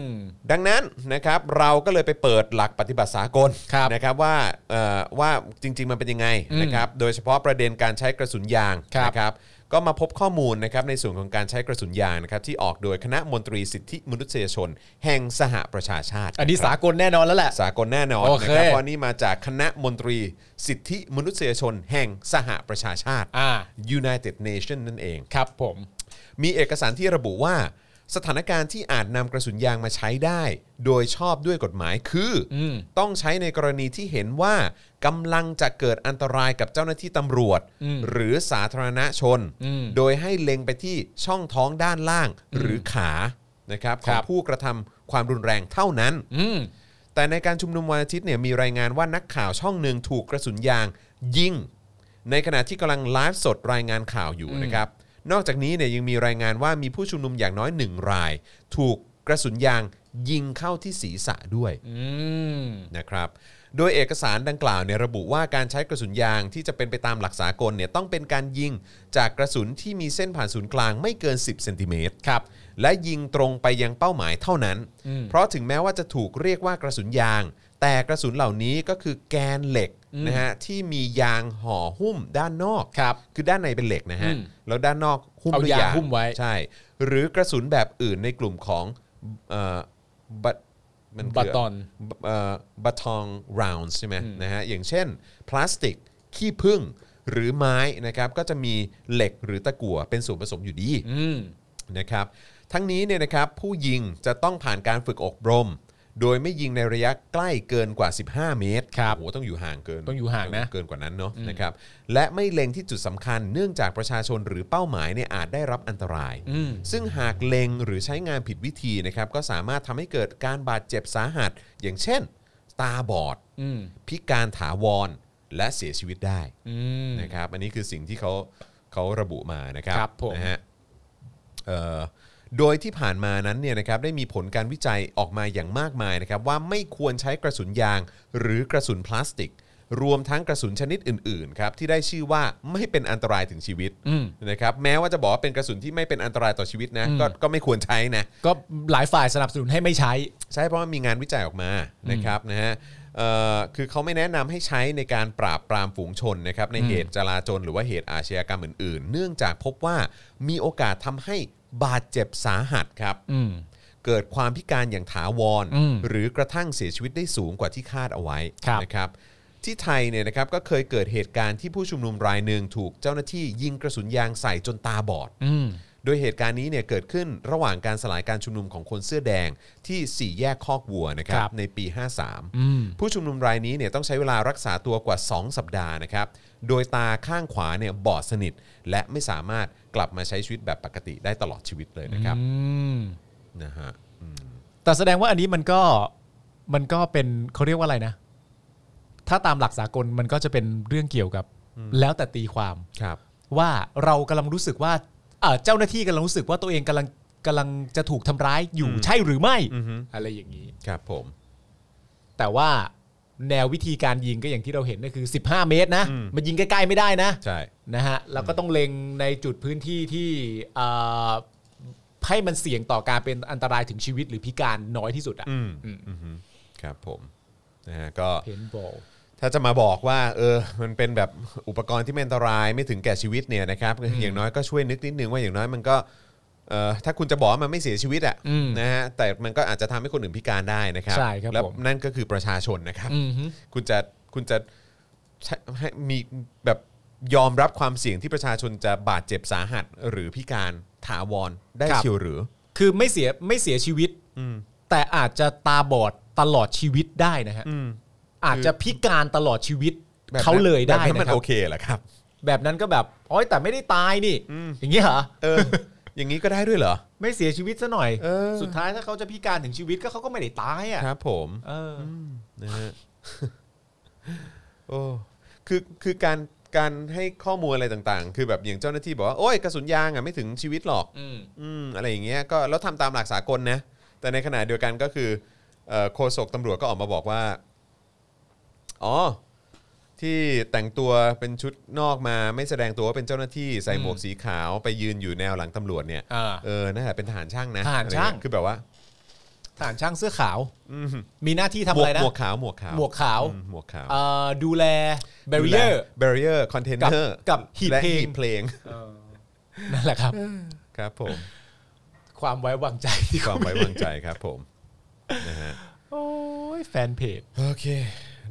Speaker 3: ม
Speaker 2: ดังนั้นนะครับเราก็เลยไปเปิดหลักปฏิบัติสากล
Speaker 3: ครับ
Speaker 2: นะครับว่าเอ่อว่าจริง ๆ มันเป็นยังไง
Speaker 3: อืม
Speaker 2: นะครับโดยเฉพาะประเด็นการใช้กระสุนยาง
Speaker 3: ครับ
Speaker 2: นะครับก็มาพบข้อมูลนะครับในส่วนของการใช้กระสุนยางนะครับที่ออกโดยคณะมนตรีสิทธิมนุษยชน แห่งสหประชาชาติ
Speaker 3: อันนี้
Speaker 2: ครับ
Speaker 3: สากลแน่นอนแล้วแหละ
Speaker 2: สากลแน่นอน
Speaker 3: โอเค
Speaker 2: นะครับเพราะนี่มาจากคณะมนตรีสิทธิมนุษยชนแห่งสหประชาชาติ
Speaker 3: อ่า
Speaker 2: United Nation นั่นเอง
Speaker 3: ครับผม
Speaker 2: มีเอกสารที่ระบุว่า สถานการณ์ที่อาจนำกระสุนยางมาใช้ได้ โดยชอบด้วยกฎหมายคืออ
Speaker 3: ม
Speaker 2: ต้องใช้ในกรณีที่เห็นว่ากำลังจะเกิดอันตรายกับเจ้าหน้าที่ตำรวจ หรือสาธารณชน โดยให้เล็งไปที่ช่องท้องด้านล่างหรือขานะครับของผู้กระทำความรุนแรงเท่านั้น
Speaker 3: อืม
Speaker 2: แต่ในการชุมนุมวันอาทิตย์เนี่ยมีรายงานว่านักข่าวช่องหนึ่งถูกกระสุนยางยิง ในขณะที่กำลังไลฟ์สดรายงานข่าวอยู่นะครับ นอกจากนี้เนี่ยยังมีรายงานว่ามีผู้ชุมนุมอย่างน้อยหนึ่งราย ถูกกระสุนยางยิงเข้าที่ศีรษะด้วย
Speaker 3: อืม
Speaker 2: นะครับโดยเอกสารดังกล่าวเนี่ยระบุว่าการใช้กระสุนยางที่จะเป็นไปตามหลักสากลเนี่ยต้องเป็นการยิงจากกระสุนที่มีเส้นผ่านศูนย์กลางไม่เกิน 10เซนติเมตรครับและยิงตรงไปยังเป้าหมายเท่านั้น
Speaker 3: อืม
Speaker 2: เพราะถึงแม้ว่าจะถูกเรียกว่ากระสุนยาง แต่กระสุนเหล่านี้ก็คือแกนเหล็ก
Speaker 3: อืม
Speaker 2: นะฮะที่มียางห่อหุ้มด้านนอก
Speaker 3: ครับ
Speaker 2: คือด้านในเป็นเหล็กนะฮะ
Speaker 3: อืม
Speaker 2: แล้วด้านนอกหุ้ม
Speaker 3: เอา
Speaker 2: ด้วย
Speaker 3: ยาง
Speaker 2: ยาง
Speaker 3: หุ้มไว้
Speaker 2: ใช่ หรือกระสุนแบบอื่นในกลุ่มของเอ่อบัตมันคืะไร
Speaker 3: บัตตอน
Speaker 2: บัตทองราวน์ใช่ไหมนะฮะอย่างเช่น พลาสติก ขี้ผึ้งหรือไม้นะครับก็จะมีเหล็กหรือตะกั่วเป็นส่วนผสมอยู่ดี
Speaker 3: อืม
Speaker 2: นะครับทั้งนี้เนี่ยนะครับผู้ยิงจะต้องผ่านการฝึกอบรม โดยไม่ยิงในระยะใกล้เกินกว่า 15 เมตร
Speaker 3: ครับ
Speaker 2: โอ้โหต้องอยู่ห่างเกิน
Speaker 3: ต้องอยู่ห่างนะ
Speaker 2: เกินกว่านั้นเนาะนะครับและไม่เล็งที่จุดสำคัญเนื่องจากประชาชนหรือเป้าหมายเนี่ยอาจได้รับอันตราย
Speaker 3: อืม
Speaker 2: ซึ่งหากเล็งหรือใช้งานผิดวิธีนะครับก็สามารถทำให้เกิดการบาดเจ็บสาหัส อย่างเช่น ตาบอด
Speaker 3: อืม
Speaker 2: พิการถาวร และเสียชีวิตได้
Speaker 3: อืม
Speaker 2: นะครับอันนี้คือสิ่งที่เขาเขาระบุมานะครับ
Speaker 3: ครับผม
Speaker 2: นะฮะเอ่อโดยที่ผ่านมานั้นเนี่ยนะครับได้มีผลการวิจัยออกมาอย่างมากมายนะครับว่าไม่ควรใช้กระสุนยาง หรือกระสุนพลาสติก รวมทั้งกระสุนชนิดอื่นๆครับที่ได้ชื่อว่าไม่เป็นอันตรายถึงชีวิต
Speaker 3: อืม
Speaker 2: นะครับแม้ว่าจะบอกว่าเป็นกระสุนที่ไม่เป็นอันตรายต่อชีวิตนะก็ก็ไม่ควรใช้นะ
Speaker 3: ก็หลายฝ่ายสนับสนุนให้ไม่ใช้
Speaker 2: ใช่เพราะว่ามีงานวิจัยออกมานะครับนะฮะเอ่อคือเขาไม่แนะนำให้ใช้ในการปราบปรามฝูงชนนะครับในเหตุจลาจลหรือว่าเหตุอาชญากรรมอื่น ๆ เนื่องจากพบว่ามีโอกาสทำให้บาดเจ็บสาหัสครับ
Speaker 3: อืม
Speaker 2: เกิดความพิการอย่างถาวร
Speaker 3: อืม
Speaker 2: หรือกระทั่งเสียชีวิตได้สูงกว่าที่คาดเอาไว้
Speaker 3: ครับ
Speaker 2: นะครับที่ไทยเนี่ยนะครับก็เคยเกิดเหตุการณ์ที่ผู้ชุมนุมรายหนึ่งถูกเจ้าหน้าที่ยิงกระสุนยางใส่จนตาบอด
Speaker 3: อืม
Speaker 2: โดยเหตุการณ์นี้เนี่ยเกิดขึ้นระหว่างการสลายการชุมนุมของคนเสื้อแดงที่สี่แยกคอกวัวนะครั
Speaker 3: ครับ บ
Speaker 2: ในปี
Speaker 3: อืม
Speaker 2: 53 ผู้ชุมนุมรายนี้เนี่ยต้องใช้เวลารักษาตัวกว่า 2 สัปดาห์นะครับโดยตาข้างขวาเนี่ยบอดสนิท และไม่สามารถกลับมาใช้ชีวิตแบบปกติได้ตลอดชีวิตเลยนะครับ
Speaker 3: อืม
Speaker 2: นะฮะ
Speaker 3: แต่แสดงว่าอันนี้มันก็มันก็เป็นเขาเรียกว่าอะไรนะ ถ้าตามหลักสากลมันก็จะเป็นเรื่องเกี่ยวกับ แล้วแต่ตีความ
Speaker 2: ครับ
Speaker 3: ว่าเรากำลังรู้สึกว่าเอ่อเจ้าหน้าที่กำลังรู้สึกว่าตัวเองกำลังกำลังจะถูกทำร้ายอยู่ใช่หรือไม่ อะไรอย่างนี้
Speaker 2: ครับผม
Speaker 3: แต่ว่าแนววิธีการยิงก็อย่างที่เราเห็นก็คือ 15 เมตรนะมันยิงใกล้ๆไม่ได้นะ
Speaker 2: ใช่
Speaker 3: นะฮะแล้วก็ต้องเล็งในจุดพื้นที่ที่เอ่อให้มันเสี่ยงต่อการเป็นอันตรายถึงชีวิตหรือพิการน้อยที่สุดอะ
Speaker 2: อืม
Speaker 3: อืม
Speaker 2: อือฮึครับผมนะฮะก็
Speaker 3: เพนบอล
Speaker 2: ถ้าจะมาบอกว่าเออมันเป็นแบบอุปกรณ์ที่ไม่อันตรายไม่ถึงแก่ชีวิตเนี่ยนะครับอย่างน้อยก็ช่วยนึกนิดนึงว่าอย่างน้อยมันก็เอ่อถ้าคุณจะบอกว่ามันไม่เสียชีวิตอะ
Speaker 3: อืม
Speaker 2: นะฮะแต่มันก็อาจจะทำให้คนอื่นพิการได้นะครับ
Speaker 3: ใช่ครับ
Speaker 2: แล้ว
Speaker 3: ผม
Speaker 2: นั่นก็คือประชาชนนะครับ
Speaker 3: อืมฮึ
Speaker 2: คุณจะคุณจะใช้ให้มีแบบยอมรับความเสี่ยงที่ประชาชนจะบาดเจ็บสาหัสหรือพิการถาวรได้
Speaker 3: ครับ
Speaker 2: เชียวหรือ
Speaker 3: คือไม่เสียไม่เสียชีวิต
Speaker 2: อืม
Speaker 3: แต่อาจจะตาบอดตลอดชีวิตได้นะฮะ
Speaker 2: อืม
Speaker 3: อาจจะพิการตลอดชีวิต
Speaker 2: แบบนั้น
Speaker 3: เขาเลยได้
Speaker 2: แบบ
Speaker 3: นะ
Speaker 2: นั้นมัน
Speaker 3: ครับ
Speaker 2: โอเคเหรอครับ
Speaker 3: แบบนั้นก็แบบโอ้ยแต่ไม่ได้ตายนี่ อย่างนี้ยเหรอ
Speaker 2: เออ อย่างนี้ก็ได้ด้วยเหรอ
Speaker 3: ไม่เสียชีวิตซะหน่อย
Speaker 2: เออ
Speaker 3: สุดท้ายถ้าเขาจะพิการถึงชีวิตก็เขาก็ไม่ได้ตายอ่ะ
Speaker 2: ครับผม
Speaker 3: เอออ
Speaker 2: นะฮะ *laughs* โอ้คือคือการการให้ข้อมูลอะไรต่างๆ คือแบบอย่างเจ้าหน้าที่บอกว่าโอ้ยกระสุนยางอ่ะไม่ถึงชีวิตหรอก
Speaker 3: อืม
Speaker 2: อืมอะไรอย่างเงี้ยก็แล้วทำตามหลักสากลนะ แต่ในขณะเดียวกันก็คือเอ่อโฆษกตำรวจก็ออกมาบอกว่า อ๋อ ที่แต่งตัวเป็นชุดนอกมาไม่แสดงตัวว่าเป็นเจ้าหน้าที่ใส่หมวกสีขาวไปยืนอยู่แนวหลังตำรวจเนี่ย
Speaker 3: อ่า
Speaker 2: เออนั่นแหละเป็นทหารช่างนะ
Speaker 3: ทหารช่าง
Speaker 2: อะไเยคือแบบว่า
Speaker 3: ทหารช่างเสื้อขาว
Speaker 2: อืม
Speaker 3: มีหน้าที่ทำ
Speaker 2: หม
Speaker 3: อะ
Speaker 2: วก
Speaker 3: ไรนะ
Speaker 2: หมวกขาวหมวกขาว
Speaker 3: หมวกขาว
Speaker 2: อืมหมวกขาว
Speaker 3: เอ่อดูแลเบรียร์
Speaker 2: เบรียร์คอนเทนเนอร์
Speaker 3: กับกับหีบเพลง
Speaker 2: เพลง *laughs*
Speaker 3: นั่นแหละครับ
Speaker 2: ครับผม
Speaker 3: ความไว้วางใจที่
Speaker 2: ความไว้วางใจครับผมนะฮะ
Speaker 3: โอ้ยแฟนเพจ
Speaker 2: โอเค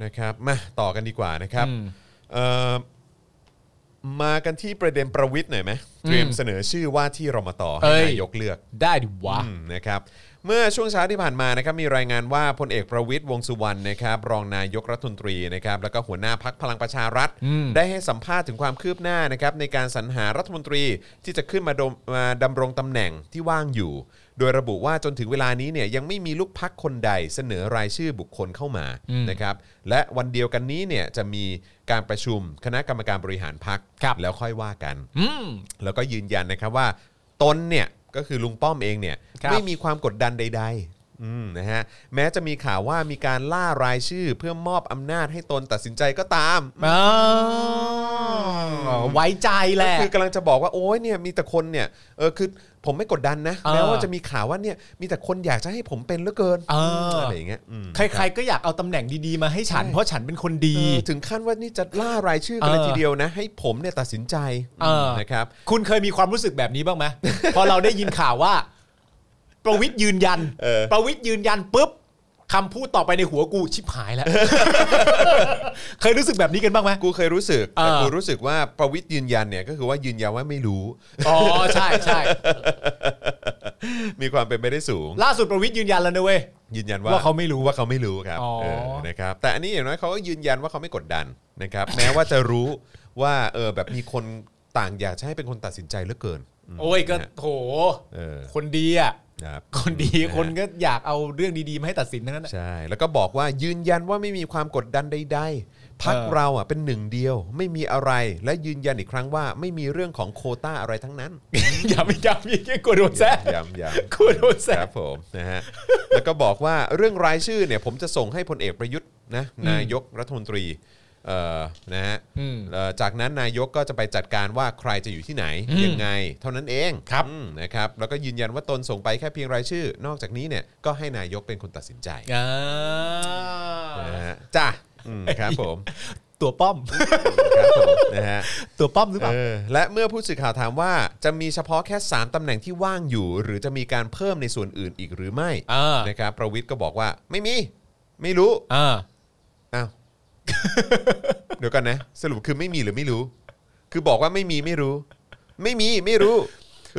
Speaker 2: นะครับมาต่อกันดีกว่านะครับ
Speaker 3: อืม
Speaker 2: เอ่อมากันที่ประเด็นประวิทย์หน่อยไหมเตรียม
Speaker 3: อืม
Speaker 2: เสนอชื่อว่าที่รมต
Speaker 3: เอ้
Speaker 2: ให้
Speaker 3: ย
Speaker 2: นายกเลือก
Speaker 3: ได้ดิวะ
Speaker 2: อืมนะครับเมื่อช่วงเช้าที่ผ่านมานะครับมีรายงานว่าพลเอกประวิทย์วงษ์สุวรรณนะครับรองนายกรัฐมนตรีนะครับแล้วก็หัวหน้าพักพลังประชารัฐ
Speaker 3: อืม
Speaker 2: ได้ให้สัมภาษณ์ถึงความคืบหน้านะครับในการสรรหารัฐมนตรีที่จะขึ้นมาดมมาดำรงตำแหน่งที่ว่างอยู่ โดยระบุว่าจนถึงเวลานี้เนี่ยยังไม่มีลูกพักคนใดเสนอรายชื่อบุคคลเข้ามานะครับและวันเดียวกันนี้เนี่ยจะมีการประชุมคณะกรรมการบริหารพักแล้วค่อยว่ากัน
Speaker 3: อืม
Speaker 2: แล้วก็ยืนยันนะครับว่าตนเนี่ยก็คือลุงป้อมเองเนี่ย
Speaker 3: ครับ
Speaker 2: ไม่มีความกดดันใดๆอืมนะฮะแม้จะมีข่าวว่ามีการล่ารายชื่อเพื่อมอบอำนาจให้ตนตัดสินใจก็ตาม
Speaker 3: อ๋อไว้ใจแหละ
Speaker 2: ก็คือกำลังจะบอกว่าโอ้ยเนี่ยมีแต่คนเนี่ยเออคือผมไม่กดดันนะ
Speaker 3: เออ
Speaker 2: แม้ว่าจะมีข่าวว่าเนี่ยมีแต่คนอยากจะให้ผมเป็นเหลือเกิน
Speaker 3: เอออ
Speaker 2: ไรอย่างเงี้ยอืม
Speaker 3: ใคร ๆ ก็อยากเอาตำแหน่งดีๆมาให้ฉัน เพราะฉันเป็นคนดี
Speaker 2: เออถึงขั้นว่านี่จะล่ารายชื่อกันเลย
Speaker 3: เออ
Speaker 2: ทีเดียวนะ ให้ผมเนี่ยตัดสินใจ
Speaker 3: เออ
Speaker 2: นะครับ
Speaker 3: คุณเคยมีความรู้สึกแบบนี้บ้างไหม พอเราได้ยินข่าวว่า ประวิทย์ยืนยัน
Speaker 2: เออ
Speaker 3: ประวิทย์ยืนยันปุ๊บคำพูดต่อไปในหัวกูชิบหาย *laughs* แล้ว เคยรู้สึกแบบนี้กันบ้างไหม
Speaker 2: กูเคยรู้สึก
Speaker 3: เออ
Speaker 2: แต่กูรู้สึกว่าประวิทย์ยืนยันเนี่ยก็คือว่ายืนยันว่าไม่รู้
Speaker 3: อ๋อใช่ใช่
Speaker 2: มีความเป็นไปได้สูง
Speaker 3: ล่าสุดประวิทย์ยืนยันแล้วนะเว้ย
Speaker 2: ยืนยันว่า
Speaker 3: ว่าเขาไม่รู้
Speaker 2: ว่าเขาไม่รู้ครับ
Speaker 3: อ๋อ
Speaker 2: เออนะครับแต่อันนี้อย่างน้อยเขาก็ยืนยันว่าเขาไม่กดดันนะครับ *laughs* แม้ว่าจะรู้ว่าเออแบบมีคนต่างอยากจะให้เป็นคนตัดสินใจเหลือเกินม
Speaker 3: โอ้ยก็โถ
Speaker 2: เออ
Speaker 3: คนดีอ่ะ
Speaker 2: ครับ
Speaker 3: คนดีคนก็อยากเอาเรื่องดีๆมาให้ตัดสินทั้งนั้นน่ะ
Speaker 2: ใช่แล้วก็บอกว่ายืนยันว่าไม่มีความกดดันใดๆพัก
Speaker 3: เออ
Speaker 2: เราอ่ะเป็นหนึ่งเดียว ไม่มีอะไรและยืนยันอีกครั้งว่าไม่มีเรื่องของโควต้าอะไรทั้งนั้น
Speaker 3: อย่าไปย้ำอีกแค่กลัวโดนแซะ
Speaker 2: ย้ำย้ำ
Speaker 3: กลัวโดนแซะ
Speaker 2: ครับผมนะฮะแล้วก็บอกว่าเรื่องรายชื่อเนี่ยผมจะส่งให้พลเอกประยุทธ์นะนายกรัฐมนตรีเอ่อนะฮะ
Speaker 3: อืม
Speaker 2: เอ่อจากนั้นนายกก็จะไปจัดการว่าใครจะอยู่ที่ไหน
Speaker 3: อืม
Speaker 2: ยังไง เท่านั้นเอง
Speaker 3: ครับ
Speaker 2: อืมนะครับแล้วก็ยืนยันว่าตนส่งไปแค่เพียงรายชื่อ นอกจากนี้เนี่ยก็ให้นายกเป็นคนตัดสินใจ
Speaker 3: อ่า
Speaker 2: นะฮะจ้ะอืมครับ
Speaker 3: *laughs*
Speaker 2: ผม
Speaker 3: ตัวป้อม *laughs*
Speaker 2: ครับผมนะฮะ
Speaker 3: ตัวป้อมหรือเปล่า
Speaker 2: เออและเมื่อผู้สื่อข่าวถามว่าจะมีเฉพาะแค่ 3ตำแหน่งที่ว่างอยู่ หรือจะมีการเพิ่มในส่วนอื่นอีกหรือไม่
Speaker 3: อ่าน
Speaker 2: นะครับประวิทย์ก็บอกว่าไม่มี ไม่รู้
Speaker 3: อ่า
Speaker 2: อ้าว *laughs* เดี๋ยวกันนะ สรุปคือไม่มีหรือไม่รู้ คือบอกว่าไม่มีไม่รู้ ไม่มีไม่รู้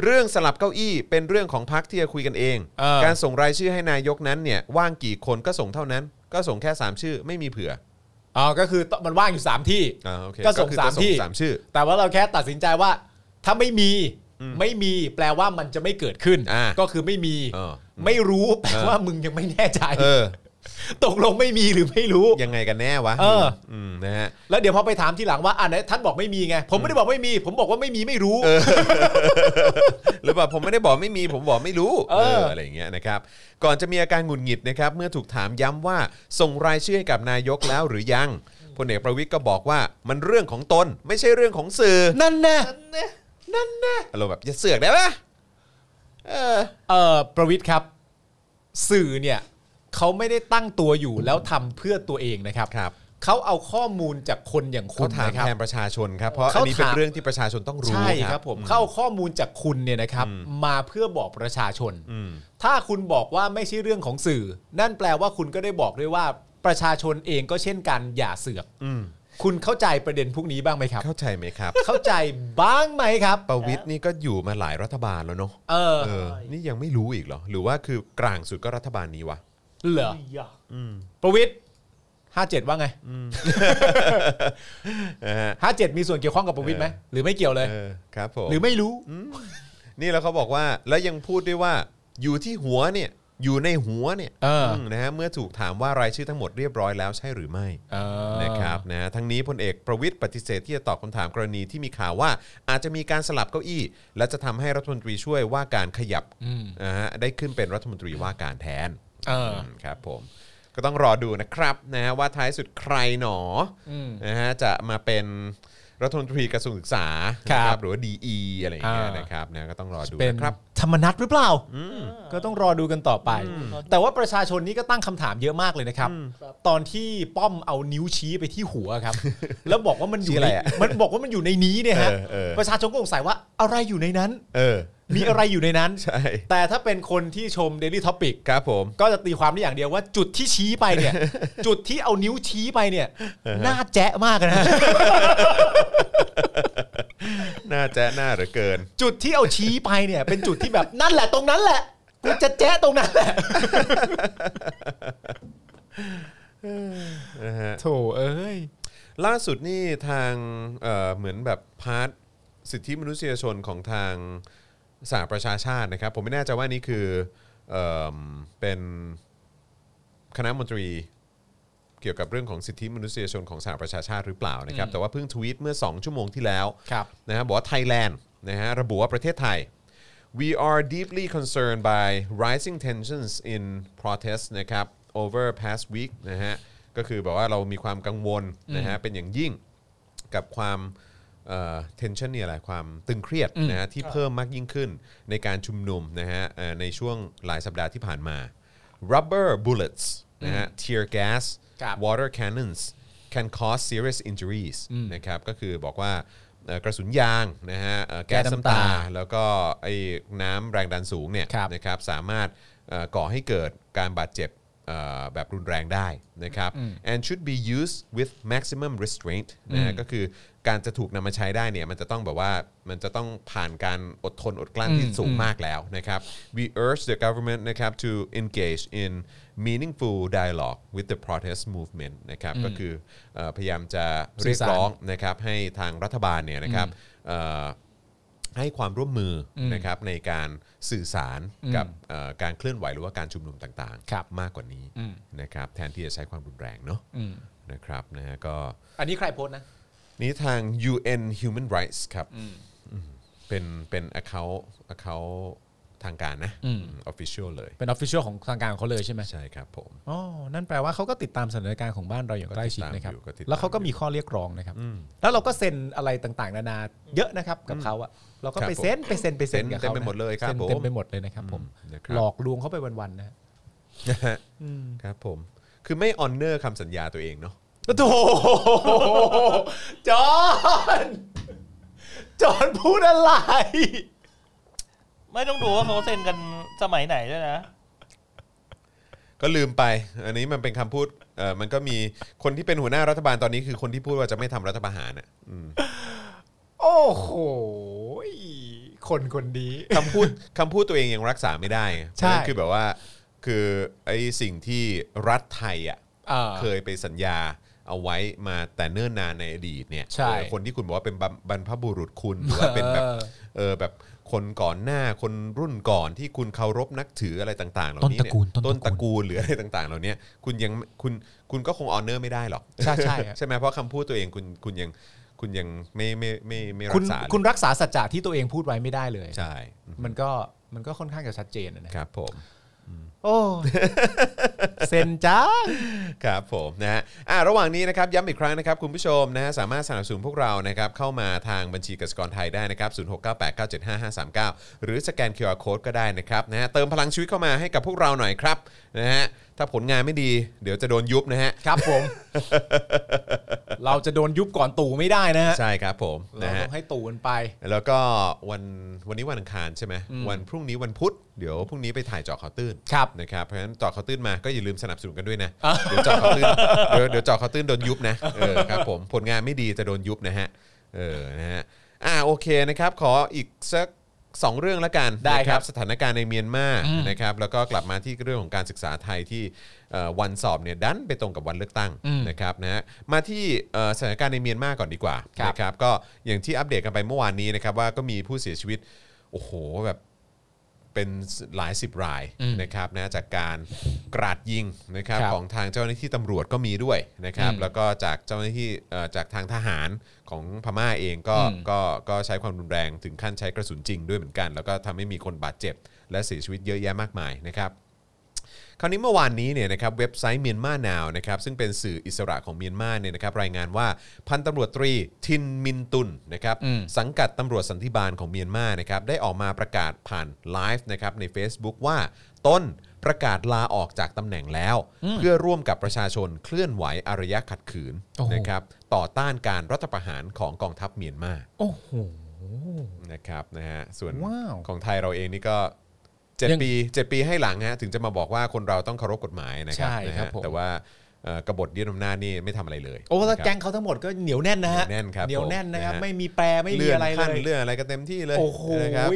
Speaker 2: เรื่องสลับเก้าอี้เป็นเรื่องของพักที่จะคุยกันเอง
Speaker 3: า
Speaker 2: การส่งรายชื่อให้นายกนั้นเนี่ยว่างกี่คนก็ส่งเท่านั้น ก็ส่งแค่สามชื่อ ไม่มีเผื่อ
Speaker 3: อ๋อก็คือต้องมันว่างอยู่ 3 ที่
Speaker 2: อ่าโอเค
Speaker 3: ก็ส่ง
Speaker 2: คือ
Speaker 3: สาม
Speaker 2: จะ
Speaker 3: ที่
Speaker 2: สามชื่อ
Speaker 3: แต่ว่าเราแค่ตัดสินใจว่า ถ้าไม่มีไม่มีแปลว่ามันจะไม่เกิดขึ้น
Speaker 2: อ่า
Speaker 3: ก็คือไม่มี
Speaker 2: เออ
Speaker 3: ไม่รู้แปลว่ามึงยังไม่แน่ใจ
Speaker 2: เออ
Speaker 3: ตกลงไม่มีหรือไม่รู้
Speaker 2: ยังไงกันแน่วะ
Speaker 3: เออ
Speaker 2: มนะฮะ
Speaker 3: แล้วเดี๋ยวพอไปถามทีหลังว่าอ่านท่านบอกไม่มีไง ผมไม่ได้บอกไม่มี ผมบอกว่าไม่มีไม่รู้
Speaker 2: หรือแบบผมไม่ได้บอกไม่มีผมบอกไม่รู้
Speaker 3: เออ
Speaker 2: ไรอย่างเงี้ยนะครับก่อนจะมีอาการหงุดหงิดนะครับเมื่อถูกถามย้ำว่าส่งรายชื่อให้กับนายกแล้วหรือยังพลเอกประวิทย์ก็บอกว่ามันเรื่องของตนไม่ใช่เรื่องของสื่อ
Speaker 3: นั่นแน่
Speaker 2: อารมณ์แบบอย่าเสือกได้ปะเออ
Speaker 3: เออประวิทย์ครับ สื่อเนี่ยเขาไม่ได้ตั้งตัวอยู่แล้วทำเพื่อตัวเองนะครับ
Speaker 2: ครับ
Speaker 3: เขาเอาข้อมูลจากคนอย่างคุ
Speaker 2: เขา
Speaker 3: ณ
Speaker 2: ถาม
Speaker 3: นะครับ
Speaker 2: แทนประชาชนครับเพราะอันนี้
Speaker 3: เขาถาม
Speaker 2: เป็นเรื่องที่ประชาชนต้องรู้
Speaker 3: ใช่ครับผมเข้าข้อมูลจากคุณเนี่ยนะครับ มาเพื่อบอกประชาชน
Speaker 2: อืม
Speaker 3: ถ้าคุณบอกว่าไม่ใช่เรื่องของสื่อ นั่นแปลว่าคุณก็ได้บอกด้วยว่าประชาชนเองก็เช่นกันอย่าเสือก
Speaker 2: อืม
Speaker 3: คุณเข้าใจประเด็นพวกนี้บ้างไหมครับ
Speaker 2: เข้าใจไหมครับ
Speaker 3: เข้าใจบ้างไหมครับ
Speaker 2: ประวิทย์นี่ก็อยู่มาหลายรัฐบาลแล้วเนาะ
Speaker 3: เออ
Speaker 2: เออ นี่ยังไม่รู้อีกเหรอหรือว่าคือกลางสุดก็รัฐบาลนี้วะ
Speaker 3: เหรอ
Speaker 4: อยาก
Speaker 3: ประวิทย์ห้าเจ็ดว่าไง
Speaker 2: *laughs* นะฮะ
Speaker 3: ห้าเจ็ดมีส่วนเกี่ยวข้องกับประวิทย์ไหมหรือไม่เกี่ยวเลย
Speaker 2: เออครับผม
Speaker 3: หรือไม่รู้
Speaker 2: นี่แล้วเขาบอกว่าแล้วยังพูดด้วยว่าอยู่ที่หัวเนี่ยอยู่ในหัวเนี่ย
Speaker 3: เอออื
Speaker 2: มนะฮะเมื่อถูกถามว่ารายชื่อทั้งหมดเรียบร้อยแล้วใช่หรือไม่
Speaker 3: เออ
Speaker 2: นะครับนะฮะทั้งนี้พลเอกประวิทย์ปฏิเสธที่จะตอบคำถามกรณีที่มีข่าวว่า อาจจะมีการสลับเก้าอี้ และจะทำให้รัฐมนตรีช่วยว่าการขยับ
Speaker 3: อืม
Speaker 2: นะฮะได้ขึ้นเป็นรัฐมนตรีว่าการแทน
Speaker 3: เออ
Speaker 2: มครับผม ก็ต้องรอดูนะครับนะฮะว่าท้ายสุดใครหนออ
Speaker 3: อืม
Speaker 2: นะฮะจะมาเป็นรัฐมนตรีกระทรวงศึกษา
Speaker 3: ครับ
Speaker 2: นะหรือว่าดีอะไรอย่างเงี้ย
Speaker 3: อ่าน
Speaker 2: นะครับนะก็ต้องรอดู
Speaker 3: เป็น
Speaker 2: นะครับ
Speaker 3: ธรรมนัตหรือเปล่า ก็ต้องรอดูกันต่อไป
Speaker 4: อืม
Speaker 3: แต่ว่าประชาชนนี่ก็ตั้งคำถามเยอะมากเลยนะครับ ตอนที่ป้อมเอานิ้วชี้ไปที่หัว
Speaker 2: *laughs*
Speaker 3: ครับ แล้วบอกว่ามันอยู่
Speaker 2: ชี้อะ
Speaker 3: ใน
Speaker 2: ไรอะ
Speaker 3: มันบอกว่ามันอยู่ในนี้เนี่ยฮะ
Speaker 2: เออเออ
Speaker 3: ประชาชนก็สงสัยว่าอะไรอยู่ในนั้น
Speaker 2: เออ
Speaker 3: มีอะไรอยู่ในนั้น
Speaker 2: *laughs* ใช่
Speaker 3: แต่ถ้าเป็นคนที่ชม Daily Topic
Speaker 2: ครับผม
Speaker 3: ก็จะตีความได้อย่างเดียวว่าจุดที่ชี้ไป *laughs* เนี่ย จุดที่เอานิ้วชี้ไปเนี่ย *laughs* หน้าแจ๊ะมากนะ
Speaker 2: น่าจะน่าเหลือเกิน
Speaker 3: จุดที่เอาชี้ไปเนี่ย เป็นจุดที่แบบนั่นแหละตรงนั้นแหละกูจะแจ๊ะตรงนั้นแหละ
Speaker 2: นะฮะ
Speaker 3: โถ *laughs* เอ้ย
Speaker 2: ล่าสุดนี่ทางเอ่อเหมือนแบบพาร์ทสิทธิมนุษยชนของทางสหประชาชาตินะครับ ผมไม่แน่ใจว่านี่คือเอิ่มเป็นคณะมนตรีเกี่ยวกับเรื่องของสิทธิมนุษยชนของสหประชาชาติหรือเปล่านะครับ แต่ว่าเพิ่งทวีตเมื่อ 2 ชั่วโมงที่แล้ว
Speaker 3: ครับ
Speaker 2: นะฮะบอกว่าไทยแลนด์นะฮะระบุว่าประเทศไทย we are deeply concerned by rising tensions in protests นะครับ over past week นะฮะก็คือแบบว่าเรามีความกังวลนะฮะเป็นอย่างยิ่งกับความเอ่อ tension เนี่ยอะไรความตึงเครียดนะฮะที่เพิ่มมากยิ่งขึ้นในการชุมนุมนะฮะเอ่อในช่วงหลายสัปดาห์ที่ผ่านมา rubber bullets นะฮะ tear gas
Speaker 3: ครับ
Speaker 2: water cannons can cause serious injuries นะครับก็คือบอกว่าเอ่อกระสุนยางนะฮะเอ่อแก๊สน้ำตา
Speaker 3: แก๊สน้ำตา
Speaker 2: แล้วก็ไอ้น้ำแรงดันสูงเนี่ย
Speaker 3: ครับ
Speaker 2: นะครับสามารถเอ่อก่อให้เกิดการบาดเจ็บเอ่อแบบรุนแรงได้นะครับ and should be used with maximum restraint นะฮะก็คือการจะถูกนำมาใช้ได้เนี่ยมันจะต้องแบบว่ามันจะต้องผ่านการอดทนอดกลั้นที่สูงมากแล้วนะครับ we urge the government นะครับ to engage in meaningful dialogue with the protest movement นะครับก็คือเอ่อพยายามจะเรียก
Speaker 3: สื่อสาร
Speaker 2: ร้องนะครับให้ทางรัฐบาลเนี่ยนะครับเอ่อ ให้ความร่วมมืออนะครับในการสื่อสารกับเอ่อการเคลื่อนไหวหรือว่าการชุมนุมต่าง
Speaker 3: ครับ
Speaker 2: มากกว่านี้นะครับแทนที่จะใช้ความรุนแรงเนาะนะครับนะฮะก็
Speaker 3: อันนี้ใครโพสต์นะ
Speaker 2: นี่ทาง UN Human Rights ครับอืมเป็นเป็น account account ทางการนะอ official เลย
Speaker 3: เป็นออฟฟิเชียลของทางการของเขาเลยใช่ไหม
Speaker 2: ใช่ครับผม
Speaker 3: อ๋อ นั่นแปลว่าเขาก็ติดตามสถานการณ์ของบ้านเราอย่างใกล้ชิดนะครับ
Speaker 2: ก็ติดตามอยู่
Speaker 3: แล้วเขาก็มีข้อเรียกร้องนะครับ แล้วเราก็เซ็นอะไรต่างๆ นานาเยอะนะครับกับเขาอะเราก็ไปเซ็นไปเซ็นไปเซ็นกับ
Speaker 2: เต็ม
Speaker 3: เขา
Speaker 2: ไปหมดเลยครับ
Speaker 3: ซ็น
Speaker 2: ผม
Speaker 3: เต็มไปหมดเลยนะครับ ผม
Speaker 2: อืมนะครับ
Speaker 3: หลอกลวงเขาไปวันๆนะฮะ
Speaker 2: ครับผม คือไม่ honor คำสัญญาตัวเองเนาะ
Speaker 3: โอ้โหจอห์นจอห์นพูดอะไร
Speaker 4: ไม่ต้องดูว่าเขาเซ็นกันสมัยไหนด้วยนะ
Speaker 2: ก็ลืมไป อันนี้มันเป็นคำพูดเอ่อมันก็มีคนที่เป็นหัวหน้ารัฐบาลตอนนี้คือคนที่พูดว่าจะไม่ทำรัฐประหารอ่ะอืม
Speaker 3: โอ้โหคนคนนี้
Speaker 2: คำพูดคำพูดตัวเองยังรักษาไม่ได้ไงเพราะฉะ
Speaker 3: ใช่
Speaker 2: นั้นคือแบบว่า คือไอ้สิ่งที่รัฐไทยอ่ะ
Speaker 3: อ่า
Speaker 2: เคยไปสัญญาเอาไว้มาแต่เนิ่นนานในอดีตเนี่ย
Speaker 3: ใช่
Speaker 2: เออคนที่คุณบอกว่าเป็นบัมบรรพบุรุษคุณ หรือว่าเป็น
Speaker 3: *laughs*
Speaker 2: แบบ
Speaker 3: เออ
Speaker 2: เออแบบคนก่อนหน้าคนรุ่นก่อนที่คุณเคารพนับถืออะไรต่างๆเหล่านี้
Speaker 3: ต้นตระกูล
Speaker 2: เนี่ย
Speaker 3: ต้
Speaker 2: ต้น
Speaker 3: น
Speaker 2: ต
Speaker 3: ต
Speaker 2: ระ
Speaker 3: ระกู
Speaker 2: กูล
Speaker 3: ล
Speaker 2: หรืออะไรต่างๆ เหล่านี้คุณยังคุณคุณก็คงออเนอร์ไม่ได้หรอก
Speaker 3: ใช่ใช่ฮะ
Speaker 2: ใช่ไหมเพราะคำพูดตัวเองคุณคุณยังคุณยังไม่ไม่ไม่ไม่รั
Speaker 3: คุณ
Speaker 2: กษาเลย
Speaker 3: คุณรักษาสัจจะที่ตัวเองพูดไว้ไม่ได้เลย
Speaker 2: ใช่
Speaker 3: มันก็มันก็ค่อนข้างจะชัดเจนนะค
Speaker 2: ครับ รับผม
Speaker 3: โอ้ *laughs* เซนจ้า
Speaker 2: ครับผมนะฮะอ่าระหว่างนี้นะครับย้ำอีกครั้งนะครับคุณผู้ชมนะฮะสามารถสนับสนุนพวกเรานะครับเข้ามาทางบัญชีกสิกรไทยได้นะครับ0 6 9 8 9 7 5 5 3 9 หรือสแกน QR Code ก็ได้นะครับนะฮะเติมพลังชีวิตเข้ามาให้กับพวกเราหน่อยครับนะฮะถ้าผลงานไม่ดีเดี๋ยวจะโดนยุบนะฮะ
Speaker 3: ครับ
Speaker 2: *laughs*
Speaker 3: ผม เราจะโดนยุบก่อนตู่ไม่ได้นะฮะ
Speaker 2: ใช่ครับผม
Speaker 3: เรา
Speaker 2: นะฮะ
Speaker 3: ต้องให้ตู่มันไป
Speaker 2: แล้วก็วันวันนี้วันอังคารใช่ไหมวันพรุ่งนี้วันพุธเดี๋ยวพรุ่งนี้ไปถ่ายเจอข่าวตื้น
Speaker 3: ครับ
Speaker 2: นะครับเพราะฉะนั้นเจอข่าวตื้นมาก็อย่าลืมสนับสนุนกันด้วยนะเดี๋ยวเจอข่าวตื้นเดี๋ยวเดี๋ยวเจอข่าวตื้นโดนยุบนะเออครับผมผลงานไม่ดีจะโดนยุบนะฮะเออนะฮะอ่าโอเคนะครับขออีกสักสองเรื่องละกัน
Speaker 3: ได้ครับ
Speaker 2: นะสถานการณ์ในเมียนมานะครับแล้วก็กลับมาที่เรื่องของการศึกษาไทยที่เอ่อวันสอบเนี่ยดันไปตรงกับวันเลือกตั้งนะครับนะฮะมาที่เอ่อสถานการณ์ในเมียนมาก่อนดีกว่า
Speaker 3: ครับ
Speaker 2: นะครับก็อย่างที่อัปเดตกันไปเมื่อวานนี้นะครับว่าก็มีผู้เสียชีวิต โอ้โหแบบเป็นหลายสิบรายนะครับนะจากการกราดยิงนะครับ
Speaker 3: ครับ
Speaker 2: ของทางเจ้าหน้าที่ตำรวจก็มีด้วยนะครับ
Speaker 3: อืม
Speaker 2: แล้วก็จากเจ้าหน้าที่เอ่อจากทางทหารของพม่าเองก็
Speaker 3: อืม
Speaker 2: ก็ก็ใช้ความรุนแรงถึงขั้นใช้กระสุนจริงด้วยเหมือนกัน แล้วก็ทำให้มีคนบาดเจ็บ และเสียชีวิตเยอะแยะมากมายนะครับ คราวนี้เมื่อวานนี้เนี่ยนะครับเว็บไซต์เมียนมาหนาวนะครับซึ่งเป็นสื่ออิสระของเมียนมาเนี่ยนะครับรายงานว่าพันตำรวจตรีทินมินตุนนะครับ
Speaker 3: อืม
Speaker 2: สังกัดตำรวจสันติบาลของเมียนมานะครับได้ออกมาประกาศผ่านไลฟ์นะครับใน Facebook ว่าต้นประกาศลาออกจากตำแหน่งแล้ว เพื่อร่วมกับประชาชนเคลื่อนไหวอารยะขัดขืน
Speaker 3: โอ้โห
Speaker 2: นะครับต่อต้านการรัฐประหารของกองทัพเมียนมา
Speaker 3: โอ้โห
Speaker 2: นะครับนะฮะส่วน
Speaker 3: ว้าว
Speaker 2: ของไทยเราเองนี่ก็เจ็ด
Speaker 3: ยัง
Speaker 2: ปีเจ็ดปีให้หลังฮะถึงจะมาบอกว่าคนเราต้องเคารพกฎหมายนะครับ
Speaker 3: ใช่
Speaker 2: นะ
Speaker 3: ครั
Speaker 2: ฮะ
Speaker 3: บผม
Speaker 2: แต่ว่าเอ่อกบฏยึดอำนาจนี่ไม่ทำอะไรเลย
Speaker 3: โอ้แล้ว
Speaker 2: นะครับ
Speaker 3: แก๊งเขาทั้งหมดก็เหนียวแน่นนะฮะ
Speaker 2: เหนียวแน่นครับ
Speaker 3: เหนียวแน่นนะครับ
Speaker 2: ผมนะฮะ
Speaker 3: ไม่มีแปรไม่มีอะไร
Speaker 2: ขั้น
Speaker 3: เลย
Speaker 2: เลื่อนอะไรก็เต็มที่เลย
Speaker 3: โอ้โห
Speaker 2: นะครับ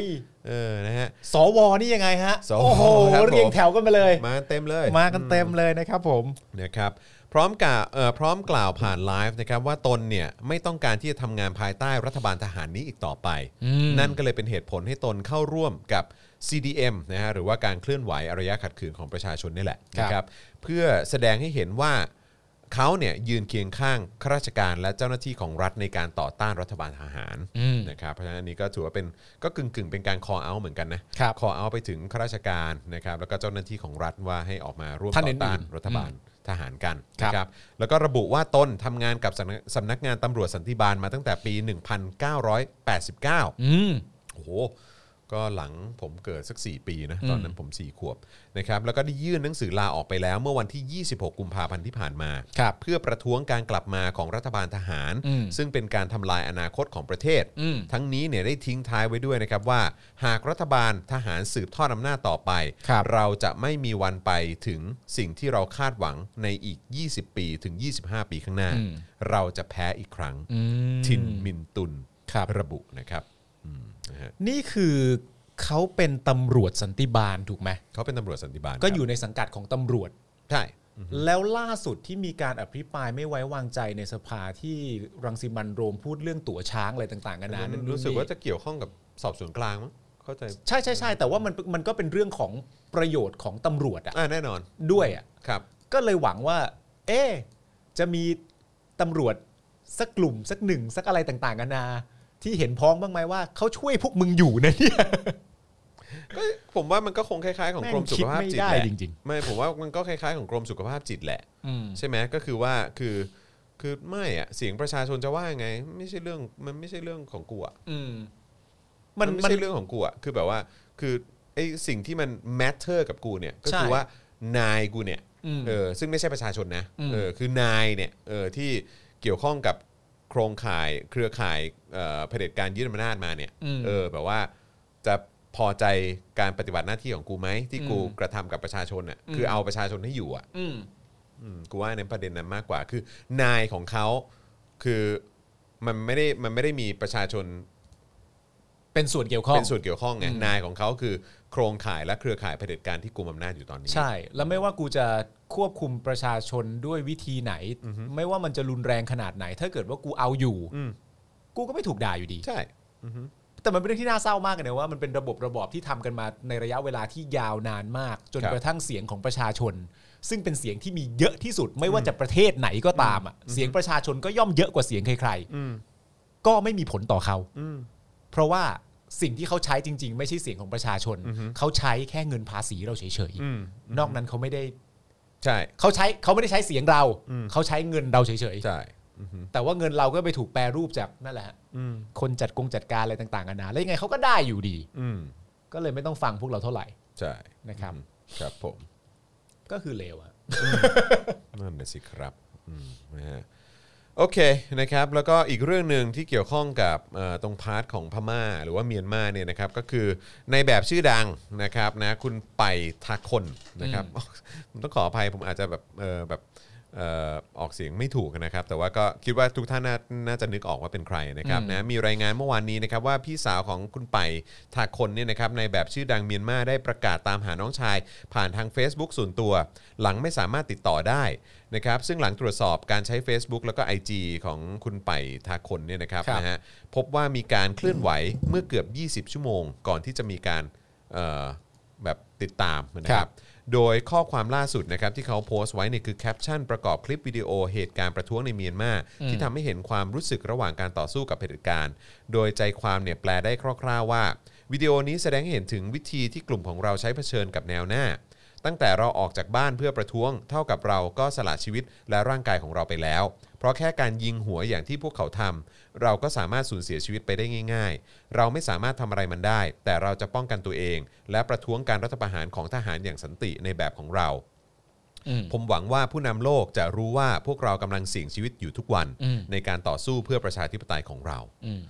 Speaker 2: เออนะฮะ
Speaker 3: สวนี่ยังไงฮะ
Speaker 2: สว
Speaker 3: โอ้โห
Speaker 2: ครับผม
Speaker 3: เรียงแถวกันไปเลย
Speaker 2: มาเต็มเลย
Speaker 3: มากันเต็มเลยนะครับผม
Speaker 2: นะครับพร้อมกับเอ่อพร้อมกล่าวผ่านไลฟ์นะครับว่าตนเนี่ยไม่ต้องการที่จะทำงานภายใต้รัฐบาลทหารนี้อีกต่อไป
Speaker 3: อืม
Speaker 2: นั่นก็เลยเป็นเหตุผลให้ตนเข้าร่วมกับ CDM นะฮะหรือว่าการเคลื่อนไหวอารยะขัดขืนของประชาชนนี่แหละนะครับเพื่อแสดงให้เห็นว่าเขาเนี่ยยืนเคียงข้างข้าราชการและเจ้าหน้าที่ของรัฐในการต่อต้านรัฐบาลทหาร
Speaker 3: อืม
Speaker 2: นะครับเพราะฉะนั้นอันนี้ก็ถือว่าเป็นก็กึ่งกึ่งๆเป็นการ call out เหมือนกันนะครับ อ out ไปถึงข้าราชการนะครับแล้วก็เจ้าหน้าที่ของรัฐว่าให้ออกมาร่วม
Speaker 3: ท่าน
Speaker 2: ต่อต้าน
Speaker 3: อื่นๆ
Speaker 2: รัฐบาลทหารกัน
Speaker 3: ครับ
Speaker 2: นะครับแล้วก็ระบุว่าตนทำงานกับสำนักสำนักงานตำรวจสันติบาลมาตั้งแต่ปี 1989
Speaker 3: อืม
Speaker 2: โอ้โห ก็หลังผมเกิดสัก 4 ปีนะ ตอนนั้นผม 4 ขวบนะครับ แล้วก็ได้ยื่นหนังสือลาออกไปแล้ว เมื่อวันที่ 26 กุมภาพันธ์ที่ผ่านมา
Speaker 3: ครับ
Speaker 2: เพื่อประท้วงการกลับมาของรัฐบาลทหาร
Speaker 3: อืม
Speaker 2: ซึ่งเป็นการทำลายอนาคตของประเทศ
Speaker 3: อืม
Speaker 2: ทั้งนี้เนี่ยได้ทิ้งท้ายไว้ด้วยนะครับว่า หากรัฐบาลทหารสืบทอดอำนาจต่อไป
Speaker 3: ครับ
Speaker 2: เราจะไม่มีวันไปถึงสิ่งที่เราคาดหวังในอีก 20 ปีถึง 25 ปีข้างหน้า เราจะแพ้อีกครั้ง
Speaker 3: อืม
Speaker 2: ทินมินตุน
Speaker 3: ครับ
Speaker 2: ระบุนะครับอืมนะฮะ
Speaker 3: นี่คือเขาเป็นตำรวจสันติบาลถูกไหม
Speaker 2: เขาเป็นตำรวจสันติบาล
Speaker 3: ก็
Speaker 2: ครับ
Speaker 3: อยู่ในสังกัดของตำรวจ
Speaker 2: ใช่
Speaker 3: แล้วล่าสุดที่มีการอภิปรายไม่ไว้วางใจในสภาที่รังสิมันต์โรมพูดเรื่องตั๋วช้างอะไรต่างๆกันา
Speaker 2: อันนั้
Speaker 3: นา
Speaker 2: นรู้สึกว่าจะเกี่ยวข้องกับสอบสวนกลางมั้งเข้าใจ
Speaker 3: ใช่ใช่ใช่แต่ว่ามันมันก็เป็นเรื่องของประโยชน์ของตำรวจอะ
Speaker 2: อ่าแน่นอน
Speaker 3: ด้วยอะ
Speaker 2: ครับ
Speaker 3: ก็เลยหวังว่า เอ๊ะจะมีตำรวจสักกลุ่มสักหนึ่งสักอะไรต่างๆกันานาที่เห็นพ้องบ้างไหมว่าเขาช่วยพวกมึงอยู่นะเนี่ย
Speaker 2: ก็ผมว่ามันก็คงคล้ายๆของ
Speaker 3: แม่ง
Speaker 2: กรมสุขภาพจิต
Speaker 3: คิดไม่ได้
Speaker 2: แหละ
Speaker 3: จริง
Speaker 2: ไม่ผมว่ามันก็คล้ายๆของกรมสุขภาพจิตแหละ ใช่ไหมก็คือว่าคือคือไม่อะเสียงประชาชนจะว่ายังไง ไม่ใช่เรื่องมันไม่ใช่เรื่องของกูอะ
Speaker 3: อืม
Speaker 2: มั
Speaker 3: มัน น
Speaker 2: ไม่
Speaker 3: มัน
Speaker 2: ใช่เรื่องของกูอะคือแบบว่าคือไอสิ่งที่มัน matter กับกูเนี่ยก็
Speaker 3: ใช่
Speaker 2: คือว่านายกูเนี่ย
Speaker 3: อืม
Speaker 2: เออซึ่งไม่ใช่ประชาชนนะ
Speaker 3: อืม
Speaker 2: เออคือนายเนี่ยเออที่เกี่ยวข้องกับโครงข่ายเครือข่ายเอ่อเผด็จการยึดอำนาจมาเนี่ย
Speaker 3: อืม
Speaker 2: เออแบบว่าจะพอใจการปฏิบัติหน้าที่ของกูไหมที่กู
Speaker 3: อืม
Speaker 2: กระทำกับประชาชนอ่ะ
Speaker 3: อืม
Speaker 2: คือเอาประชาชนให้อยู่อ่ะ
Speaker 3: อืม
Speaker 2: อืมกูว่าในประเด็นนั้นมากกว่าคือนายของเขาคือมันไม่ได้มันไม่ได้มีประชาชน
Speaker 3: เป็นส่วนเกี่ยวข้อง
Speaker 2: เป็นส่วนเกี่ยวข้องไง
Speaker 3: อืม
Speaker 2: นายของเขาคือโครงข่ายและเครือข่ายเผด็จการที่กุมอำนาจอยู่ตอนนี้
Speaker 3: ใช่ แล้วไม่ว่ากูจะควบคุมประชาชนด้วยวิธีไหน ไม่ว่ามันจะรุนแรงขนาดไหน ถ้าเกิดว่ากูเอาอยู่
Speaker 2: อืม
Speaker 3: กูก็ไม่ถูกด่าอยู่ดี
Speaker 2: ใช่
Speaker 3: แต่มันเป็นเรื่องที่น่าเศร้ามากเลยนะว่ามันเป็นระบบระบอบที่ทำกันมาในระยะเวลาที่ยาวนานมาก จน
Speaker 2: ครับ
Speaker 3: กระทั่งเสียงของประชาชน ซึ่งเป็นเสียงที่มีเยอะที่สุด ไม่ว่าจะประเทศไหนก็ตามอ่ะเสียงประชาชนก็ย่อมเยอะกว่าเสียงใคร
Speaker 2: อืม
Speaker 3: ๆก็ไม่มีผลต่อเขา
Speaker 2: อืม
Speaker 3: เพราะว่าสิ่งที่เขาใช้จริง ๆ ไม่ใช่เสียงของประชาชน เขาใช้แค่เงินภาษีเราเฉย
Speaker 2: อืม
Speaker 3: ๆนอกนั้นเขาไม่ได้
Speaker 2: ใช่
Speaker 3: เขาใช้เขาไม่ได้ใช้เสียงเรา
Speaker 2: อืม
Speaker 3: เขาใช้เงินเราเฉย
Speaker 2: ใช่
Speaker 3: ๆแต่ว่าเงินเราก็ไปถูกแปรรูปจากนั่นแหละฮะ
Speaker 2: อืม
Speaker 3: คนจัดกงจัดการอะไรต่างๆกันานาแล้วยังไงเขาก็ได้อยู่ดี
Speaker 2: อืม
Speaker 3: ก็เลยไม่ต้องฟังพวกเราเท่าไหร่
Speaker 2: ใช่
Speaker 3: นะครับ
Speaker 2: อืมครับผม
Speaker 3: ก็คือเลวอะ
Speaker 2: นั่นน่ะสิครับอืมนะฮะโอเคนะครับแล้วก็อีกเรื่องหนึ่งที่เกี่ยวข้องกับเอ่อตรงพาร์ทของพม่าหรือว่าเมียนมาเนี่ยนะครับก็คือในแบบชื่อดังนะครับนะคุณไปทาคนนะครับ *laughs* ผมต้องขออภัยผมอาจจะแบบเออแบบเอ่อออกเสียงไม่ถูกนะครับ แต่ว่าก็คิดว่าทุกท่านน่าน่าจะนึกออกว่าเป็นใครนะครับนะมีรายงานเมื่อวานนี้นะครับว่าพี่สาวของคุณไปทาคนเนี่ยนะครับในแบบชื่อดังเมียนมาได้ประกาศตามหาน้องชาย ผ่านทาง Facebook ส่วนตัว หลังไม่สามารถติดต่อได้นะครับซึ่งหลังตรวจสอบการใช้ Facebook แล้วก็ IG ของคุณไปทาคนเนี่ยนะครับ
Speaker 3: ครับ
Speaker 2: นะฮะพบว่ามีการเคลื่อนไหวเมื่อเกือบ 20 ชั่วโมง ก่อนที่จะมีการเอ่อแบบติดตามนะครับโดยข้อความล่าสุดนะครับที่เขาโพสต์ไว้เนี่ยคือแคปชั่นประกอบคลิปวิดีโอเหตุการณ์ประท้วงในเมียนมาที่ทำให้เห็นความรู้สึกระหว่างการต่อสู้กับเผด็จการ โดยใจความเนี่ยแปลได้คร่าวๆว่า วิดีโอนี้แสดงให้เห็นถึงวิธีที่กลุ่มของเราใช้เผชิญกับแนวหน้า ตั้งแต่เราออกจากบ้านเพื่อประท้วง เท่ากับเราก็สละชีวิตและร่างกายของเราไปแล้ว เพราะแค่การยิงหัวอย่างที่พวกเขาทำเราก็สามารถสูญเสียชีวิตไปได้ง่าย ๆ เราไม่สามารถทำอะไรมันได้ แต่เราจะป้องกันตัวเอง และประท้วงการรัฐประหารของทหารอย่างสันติในแบบของเรา
Speaker 3: อืม
Speaker 2: ผมหวังว่าผู้นำโลกจะรู้ว่าพวกเรากำลังเสี่ยงชีวิตอยู่ทุกวัน
Speaker 3: อืม
Speaker 2: ในการต่อสู้เพื่อประชาธิปไตยของเรา
Speaker 3: อืม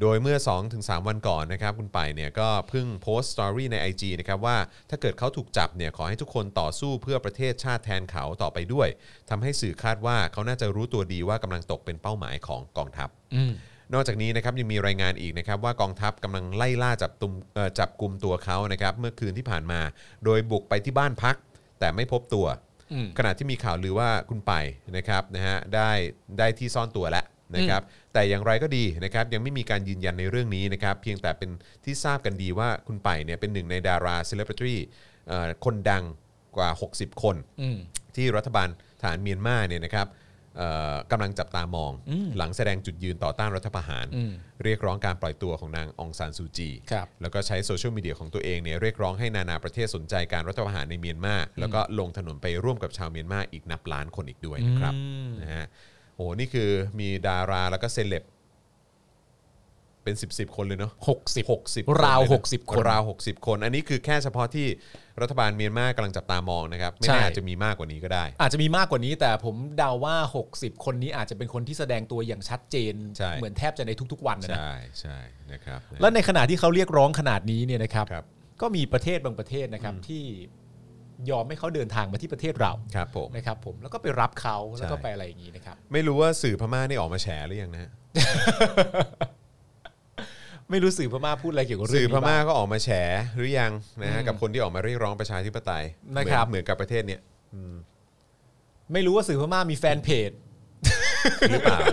Speaker 2: โดยเมื่อ 2-3 วันก่อนนะครับคุณไปเนี่ยก็เพิ่งโพสต์สตอรี่ใน IG นะครับว่าถ้าเกิดเขาถูกจับเนี่ยขอให้ทุกคนต่อสู้เพื่อประเทศชาติแทนเขาต่อไปด้วยทำให้สื่อคาดว่าเขาน่าจะรู้ตัวดีว่ากำลังตกเป็นเป้าหมายของกองทัพ
Speaker 3: อืม
Speaker 2: นอกจากนี้นะครับยังมีรายงานอีกนะครับว่ากองทัพกำลังไล่ล่าจับตุมเอ่อจับกลุ่มตัวเขานะครับเมื่อคืนที่ผ่านมา โดยบุกไปที่บ้านพัก แต่ไม่พบตัว
Speaker 3: อืม
Speaker 2: ขณะที่มีข่าวลือว่าคุณไปนะครับนะฮะได้ได้ที่ซ่อนตัวแล้วนะครับแต่อย่างไรก็ดีนะครับยังไม่มีการยืนยันในเรื่องนี้นะครับเพียงแต่เป็นที่ทราบกันดีว่าคุณไปเนี่ยเป็นหนึ่งในดาราเซเลบริตี้คนดังกว่า 60 คน
Speaker 3: อืม
Speaker 2: ที่รัฐบาลฐานเมียนมาเนี่ยนะครับเอ่อกำลังจับตามอง
Speaker 3: อืม
Speaker 2: หลังแสดงจุดยืนต่อต้านรัฐประหาร
Speaker 3: อืม
Speaker 2: เรียกร้องการปล่อยตัวของนางองซานซูจี
Speaker 3: ครับ
Speaker 2: แล้วก็ใช้โซเชียลมีเดียของตัวเองเนี่ยเรียกร้องให้นานาประเทศสนใจการรัฐประหารในเมียนมาแล้วก็ลงถนนไปร่วมกับชาวเมียนมาอีกนับล้านคนอีกด้วยนะครับ
Speaker 3: อืม
Speaker 2: นะฮะโอ้โหนี่คือมีดาราแล้วก็เซเลบเป็น 10บสคนเลยเนาะ
Speaker 3: หกสิบ
Speaker 2: 60คน
Speaker 3: ราว
Speaker 2: เลยนะ
Speaker 3: 60คน
Speaker 2: ราว60 คน อันนี้คือแค่เฉพาะที่รัฐบาลเมียนมากำลังจับตามองนะครับไม่
Speaker 3: ใช่
Speaker 2: แน่อาจจะมีมากกว่านี้ก็ได้
Speaker 3: อาจจะมีมากกว่านี้ แต่ผมเดาว่า 60 คนนี้อาจจะเป็นคนที่แสดงตัวอย่างชัดเจน
Speaker 2: ใช่
Speaker 3: เหมือนแทบจะในทุกๆ วันนะนะ
Speaker 2: ใช่ใช่นะครับ
Speaker 3: และในขณะที่เขาเรียกร้องขนาดนี้เนี่ยนะครับ
Speaker 2: ครับ
Speaker 3: ก็มีประเทศบางประเทศนะครับที่ยอมให้เขาเดินทางมาที่ประเทศเรา
Speaker 2: ครับผม
Speaker 3: นะครับ ผมแล้วก็ไปรับเขาแล้วก็
Speaker 2: ใช่
Speaker 3: ไปอะไรอย่างนี้นะครับ
Speaker 2: ไม่รู้ว่าสื่อพม่านี่ออกมาแฉหรือยังนะฮะ
Speaker 3: ไม่รู้สื่อพม่าพูดอะไรเกี่ยวกับเรื่อ
Speaker 2: สื่
Speaker 3: ง
Speaker 2: อ
Speaker 3: นี้
Speaker 2: พ
Speaker 3: บ้ง
Speaker 2: ม่าก็ออกมาแฉหรือยังนะฮะ
Speaker 3: อืม
Speaker 2: กับคนที่ออกมาเรียกร้องประชาธิปไตย
Speaker 3: นะครับ
Speaker 2: เหมือนเหมือนกับประเทศเนี้ย
Speaker 3: ไม่รู้ว่าสื่อพม่ามีแฟนเพจ
Speaker 2: หรือเปล่า
Speaker 3: *laughs*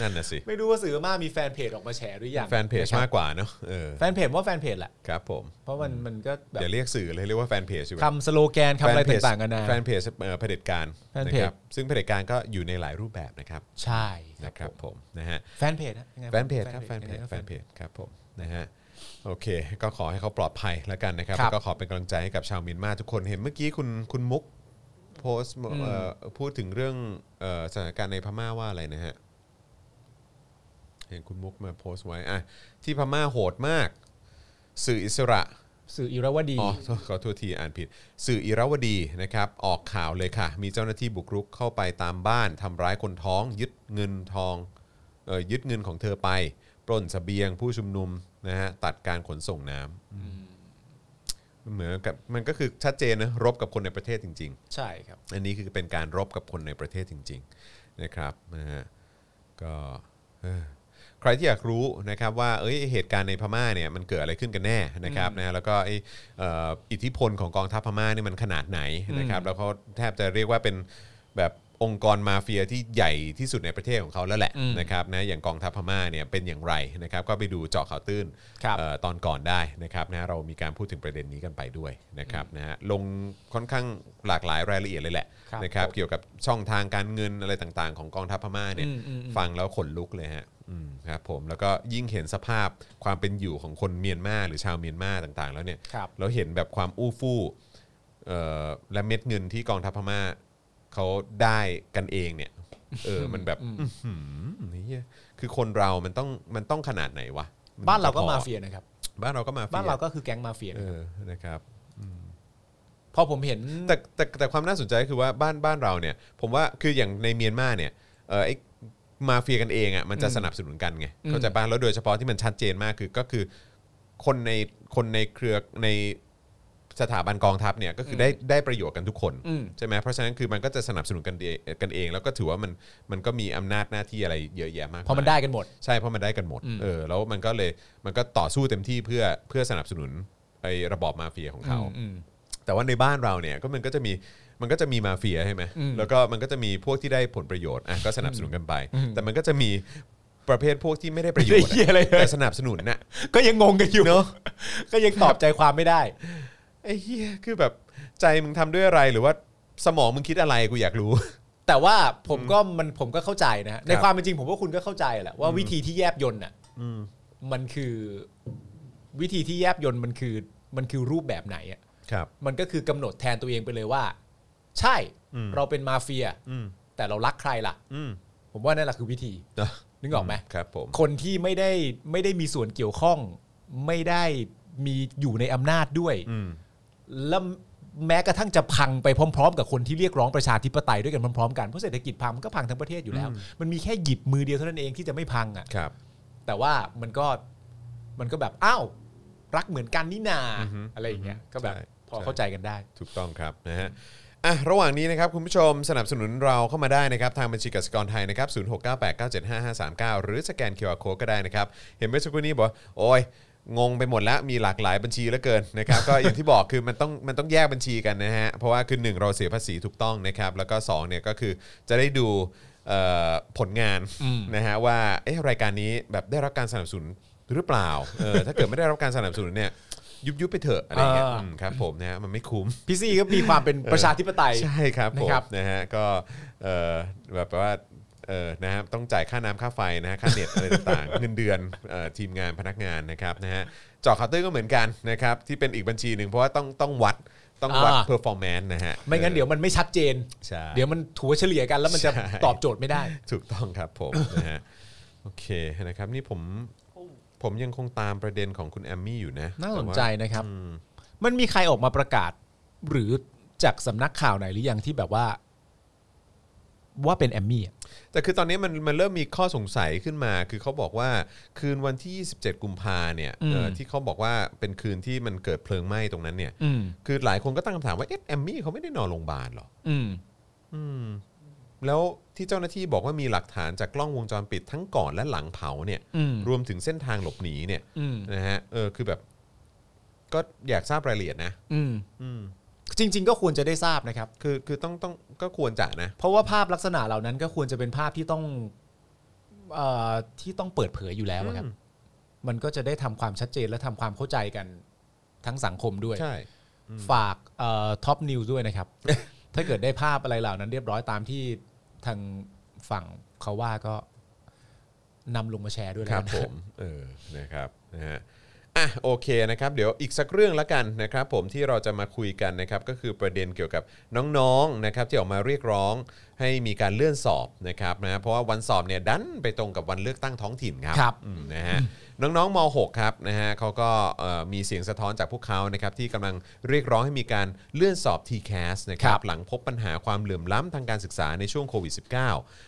Speaker 2: นั่นน่ะสิ
Speaker 3: ไม่รู้ว่าสื่อพม่ามีแฟนเพจออกมาแชร์หรือยัง
Speaker 2: แฟนเพจ
Speaker 3: นะครับ
Speaker 2: มากกว่าเนอะเออ
Speaker 3: แฟนเพจว่าแฟนเพจแหละ
Speaker 2: ครับผม
Speaker 3: เพราะมันมันก็แบบ
Speaker 2: อย่าเรียกสื่อเลยเรียกว่าแฟนเพจดีกว่า
Speaker 3: คำสโลแกนคำอะไรต่างๆกันานะ
Speaker 2: แฟนเพจเอ่อเผด็จการ
Speaker 3: แฟนเพจ
Speaker 2: ะครับซึ่งเผด็จการก็อยู่ในหลายรูปแบบนะครับ
Speaker 3: ใช่
Speaker 2: นะค
Speaker 3: ครั
Speaker 2: รั
Speaker 3: บบ
Speaker 2: ผมนะฮะ
Speaker 3: แฟนเพจนะยังไง
Speaker 2: แฟนเพจครับแฟนเพจ
Speaker 3: ยังไงก็
Speaker 2: แฟนเพจครับผมนะฮะโอเค ก็ขอให้เขาปลอดภัยแล้วกันนะครับ
Speaker 3: ครับ
Speaker 2: แล้วก็ขอเป็นกำลังใจให้กับชาวเมียนมาทุกคนเห็นเมื่อกี้คุณคุณมุกโพสต์เอ่อพูดถึงเรื่องเอ่อสถานการณ์ในพม่าว่าอะไรนะฮะเห็นคุณมุกมาโพสต์ไว้อ่ะที่พม่าโหดมาก สื่ออิสระ
Speaker 3: สื่ออิราวดี
Speaker 2: อ๋ *laughs* อโทษขอโทษทีอ่านผิด สื่ออิราวดีนะครับออกข่าวเลยค่ะ มีเจ้าหน้าที่บุกรุกเข้าไปตามบ้านทำร้ายคนท้อง ยึดเงินทองเอ่อยึดเงินของเธอไป ปล้นเสบียงผู้ชุมนุมนะฮะตัดการขนส่งน้ำเหมือนกับมันก็คือชัดเจนนะรบกับคนในประเทศจริง
Speaker 3: ใช่ครับ
Speaker 2: ๆ อันนี้คือเป็นการรบกับคนในประเทศจริง ๆนะครับนะฮะก็เอ่อใครที่อยากรู้นะครับว่าเอ้ยเหตุการณ์ในพม่าเนี่ยมันเกิดอะไรขึ้นกันแน่นะครับนะฮะแล้วก็ไอ้เอ่ออิทธิพลของกองทัพพม่าเนี่ยมันขนาดไหนนะครับแล้วเขาแทบจะเรียกว่าเป็นแบบองค์กรมาเฟียที่ใหญ่ที่สุดในประเทศของเขาแล้วแหละ
Speaker 3: อืม
Speaker 2: นะครับนะอย่างกองทัพพม่าเนี่ยเป็นอย่างไรนะครับก็ไปดูเจาะข่าวตื้น
Speaker 3: ครับ
Speaker 2: เอ่อตอนก่อนได้นะครับนะเรามีการพูดถึงประเด็นนี้กันไปด้วยนะครับนะฮะลงค่อนข้างหลากหลายรายละเอียดเลยแหละ
Speaker 3: ครับ
Speaker 2: นะครับ เกี่ยวกับช่องทางการเงินอะไรต่างๆ ของกองทัพพม่าเนี่ย
Speaker 3: อืมอืมอืม
Speaker 2: ฟังแล้วขนลุกเลยฮะอืมครับผมแล้วก็ยิ่งเห็นสภาพความเป็นอยู่ของคนเมียนมาหรือชาวเมียนมาต่างๆ แล้วเนี่ย
Speaker 3: ครับ
Speaker 2: เราเห็นแบบความอู้ฟู่เอ่อและเม็ดเงินที่กองทัพพม่าเขาได้กันเองเนี่ยเออมันแบบอื้อหือนี่คือคนเรามันต้องมันต้องขนาดไหนวะมั
Speaker 3: บ้านเราก็
Speaker 2: จะพอ
Speaker 3: มาเฟียนะครับ
Speaker 2: บ้านเราก็มาฟีย
Speaker 3: บ้านเราก็คือแก๊งมาเฟีย
Speaker 2: เออนะครับ
Speaker 3: พอผมเห็น
Speaker 2: แต่แต่แต่ความน่าสนใจก็คือว่าบ้านบ้านเราเนี่ย ผมว่าคืออย่างในเมียนมาเนี่ยเออไอมาเฟียกันเองอ่ะมันจะ
Speaker 3: อืม
Speaker 2: สนับสนุนกันไง
Speaker 3: อืม
Speaker 2: เข้าใจป่ะแล้วโดยเฉพาะที่มันชัดเจนมากคือก็คือคนในคนในเครือในสถาบันกองทัพเนี่ยก็คืออ
Speaker 3: ม
Speaker 2: ได้ได้ประโยชน์กันทุกคน
Speaker 3: อืม
Speaker 2: ใช่ไหมเพราะฉะนั้นคือมันก็จะสนับสนุนกันเองกันเอง แล้วก็ถือว่ามันมันก็มีอำนาจหน้าที่อะไรเยอะแยะมาก
Speaker 3: พอมัน
Speaker 2: ย
Speaker 3: ได้กันหมด
Speaker 2: ใช่เพราะมันได้กันหมด
Speaker 3: อืม
Speaker 2: เออแล้วมันก็เลยมันก็ต่อสู้เต็มที่เพื่อเพื่อสนับสนุนไอ้ระบอบมาเฟียของเขา
Speaker 3: อืมอืม
Speaker 2: แต่ว่าในบ้านเราเนี่ยก็มันก็จะมีมันก็จะมีมาเฟียใช่ไหม
Speaker 3: อืม
Speaker 2: แล้วก็มันก็จะมีพวกที่ได้ผลประโยชน์อ่ะก็สนับสนุนกันไป แต่มันก็จะมีประเภทพวกที่ไม่ได้ประโยชน์
Speaker 3: ไม่ได้เหี้ยอะไรเลย
Speaker 2: แต่สนับสนุนน่ะ
Speaker 3: ก็ยังงงกันอยู่เนาะก็ยังตอบใจความไม่ได้
Speaker 2: ไอ้เหี้ยคือแบบใจมึงทำด้วยอะไรหรือว่าสมองมึงคิดอะไรกูอยากรู้
Speaker 3: แต่ว่าผมก็มันผมก็เข้าใจนะฮะในความเป็นจริงผมว่าคุณก็เข้าใจแหละว่าวิธีที่แยบยนต์น่ะมันคือวิธีที่แยบยนต์มันคือมันคือรูปแบบไหนอะ
Speaker 2: ครับ
Speaker 3: มันก็คือกำหนดแทนตัวเองไปเลยว่า ใช่
Speaker 2: อืม
Speaker 3: เราเป็นมาเฟีย
Speaker 2: อืม
Speaker 3: แต่เรารักใครล่ะ
Speaker 2: อืม
Speaker 3: ผมว่านั่นแหละคือวิธี
Speaker 2: เนอะ
Speaker 3: นึกออกไหม
Speaker 2: ครับผม
Speaker 3: คนที่ไม่ได้ไม่ได้มีส่วนเกี่ยวข้อง ไม่ได้มีอยู่ในอำนาจด้วย
Speaker 2: อืม
Speaker 3: แล้วแม้กระทั่งจะพังไปพร้อม ๆ กับคนที่เรียกร้องประชาธิปไตยด้วยกันพร้อมๆกันเพราะเศรษฐกิจพังมันก็พังทั้งประเทศอยู่แล้ว
Speaker 2: อืม
Speaker 3: มันมีแค่หยิบมือเดียวเท่านั้นเองที่จะไม่พังอ่ะ
Speaker 2: ครับ
Speaker 3: แต่ว่ามันก็มันก็แบบอ้าวรักเหมือนกันนี่นา
Speaker 2: อือฮึ
Speaker 3: อะไรอย่างเงี้ยก็แบบ
Speaker 2: ใช่
Speaker 3: พอ
Speaker 2: ใช่
Speaker 3: เข้าใจกันได้
Speaker 2: ถูกต้องครับนะฮะอ่ะระหว่างนี้นะครับคุณผู้ชมสนับสนุนเราเข้ามาได้นะครับ ทางบัญชีกสิกรไทยนะครับ 0698975539 หรือสแกน QR Code ก็ได้นะครับ เห็นเมื่อสักครู่นี้บอกว่าโอ้ยงงไปหมดแล้วมีหลากหลายบัญชีเหลือเกินนะครับ ก็ *laughs* อย่างที่บอกคือมันต้องมันต้องแยกบัญชีกันนะฮะ เพราะว่าคือ 1 เราเสียภาษีถูกต้องนะครับ แล้วก็2เนี่ยก็คือจะได้ดูเอ่อผลงาน
Speaker 3: อืม
Speaker 2: นะฮะว่าเอ๊ะรายการนี้แบบได้รับการสนับสนุนหรือเปล่าเออถ้าเกิดไม่ได้รับการสนับสนุนเนี่ยยุบยุบๆไปเถอะอะไรอย่างเงี้ยอืมครับผมนะฮะมันไม่คุ้ม
Speaker 3: พี่ซี่ก็มีความเป็นประชาธิปไตย
Speaker 2: ใช่ครับผม
Speaker 3: นะครับ
Speaker 2: นะฮะก็เอ่อแบบว่าเออนะฮะต้องจ่ายค่าน้ำค่าไฟนะฮะค่าเน็ตอะไรต่างๆ *laughs* เงินเดือนเอ่อทีมงานพนักงานนะครับนะฮะเจอคาน์เตอร์ก็เหมือนกันนะครับที่เป็นอีกบัญชีหนึ่งเพราะว่าต้องต้องวัดต้องวัด
Speaker 3: อ่า
Speaker 2: เพอร์ฟอร์แมนซ์นะฮะ
Speaker 3: ไม่งั้นเดี๋ยวมันไม่ชัดเจน
Speaker 2: ใช่
Speaker 3: เดี๋ยวมันถัวเฉลี่ยกันแล้วมันจะตอบโจทย์ไม่ได้
Speaker 2: ถูกต้องครับผม *laughs* นะฮะโอเคนะครับนี่ผม
Speaker 4: โอ้
Speaker 2: ผมยังคงตามประเด็นของคุณแอมมี่อยู่นะ
Speaker 3: น่าสนใจ
Speaker 2: แต่ว่
Speaker 3: นะครับ
Speaker 2: าอืม
Speaker 3: มันมีใครออกมาประกาศ หรือจากสำนักข่าวไหนหรือยังที่แบบว่า ว่าเป็นแอมมี่อะ
Speaker 2: แต่คือตอนนี้มันมันเริ่มมีข้อสงสัยขึ้นมา คือเขาบอกว่าคืนวันที่ 27 กุมภาเนี่ยเอ่อที่เขาบอกว่าเป็นคืนที่มันเกิดเพลิงไหม้ตรงนั้นเนี่ย
Speaker 3: อืม
Speaker 2: คือหลายคนก็ตั้งคำถามว่าเอ๊ะแอมมี่เขาไม่ได้นอนโรงพยาบาลเหรอ
Speaker 3: อืม
Speaker 2: อืม แล้วที่เจ้าหน้าที่บอกว่ามีหลักฐานจากกล้องวงจรปิดทั้งก่อนและหลังเผาเนี่ย
Speaker 3: อืม
Speaker 2: รวมถึงเส้นทางหลบหนีเนี่ย
Speaker 3: อืม
Speaker 2: นะฮะ เออ คือแบบ ก็อยากทราบรายละเอียดนะ
Speaker 3: อืม
Speaker 2: อืม
Speaker 3: จริง ๆ ก็ควรจะได้ทราบนะครับ
Speaker 2: คือ คือต้อง ต้อง ก็ควรจะนะ
Speaker 3: เพราะว่าภาพลักษณะเหล่านั้นก็ควรจะเป็นภาพที่ต้องเอ่อที่ต้องเปิดเผยอยู่แล้วอะครับ
Speaker 2: อืม
Speaker 3: มันก็จะได้ทำความชัดเจนและทำความเข้าใจกันทั้งสังคมด้วย
Speaker 2: ใช่
Speaker 3: ฝากท็อปนิวด้วยนะครับ ถ้าเกิดได้ภาพอะไรเหล่านั้นเรียบร้อยตามที่ทางฝั่งเขาว่าก็นำลงมาแชร์ด้วย
Speaker 2: ค
Speaker 3: แล้ว
Speaker 2: รับผ
Speaker 3: กันนะ
Speaker 2: มเออนะครับนะฮะอ่ะโอเคนะครับเดี๋ยวอีกสักเรื่องละกันนะครับผมที่เราจะมาคุยกันนะครับก็คือประเด็นเกี่ยวกับน้องๆนะครับที่ออกมาเรียกร้องให้มีการเลื่อนสอบนะครับนะเพราะว่าวันสอบเนี่ยดันไปตรงกับวันเลือกตั้งท้องถิ่นครับ
Speaker 3: ครับ
Speaker 2: อืมนะฮะน้องๆม .6 ครับนะฮะเขาก็เอ่อมีเสียงสะท้อนจากพวกเขานะครับที่กำลังเรียกร้องให้มีการเลื่อนสอบ TCAS นะครับ หลังพบปัญหาความเหลื่อมล้ำทางการศึกษาในช่วงโควิด -19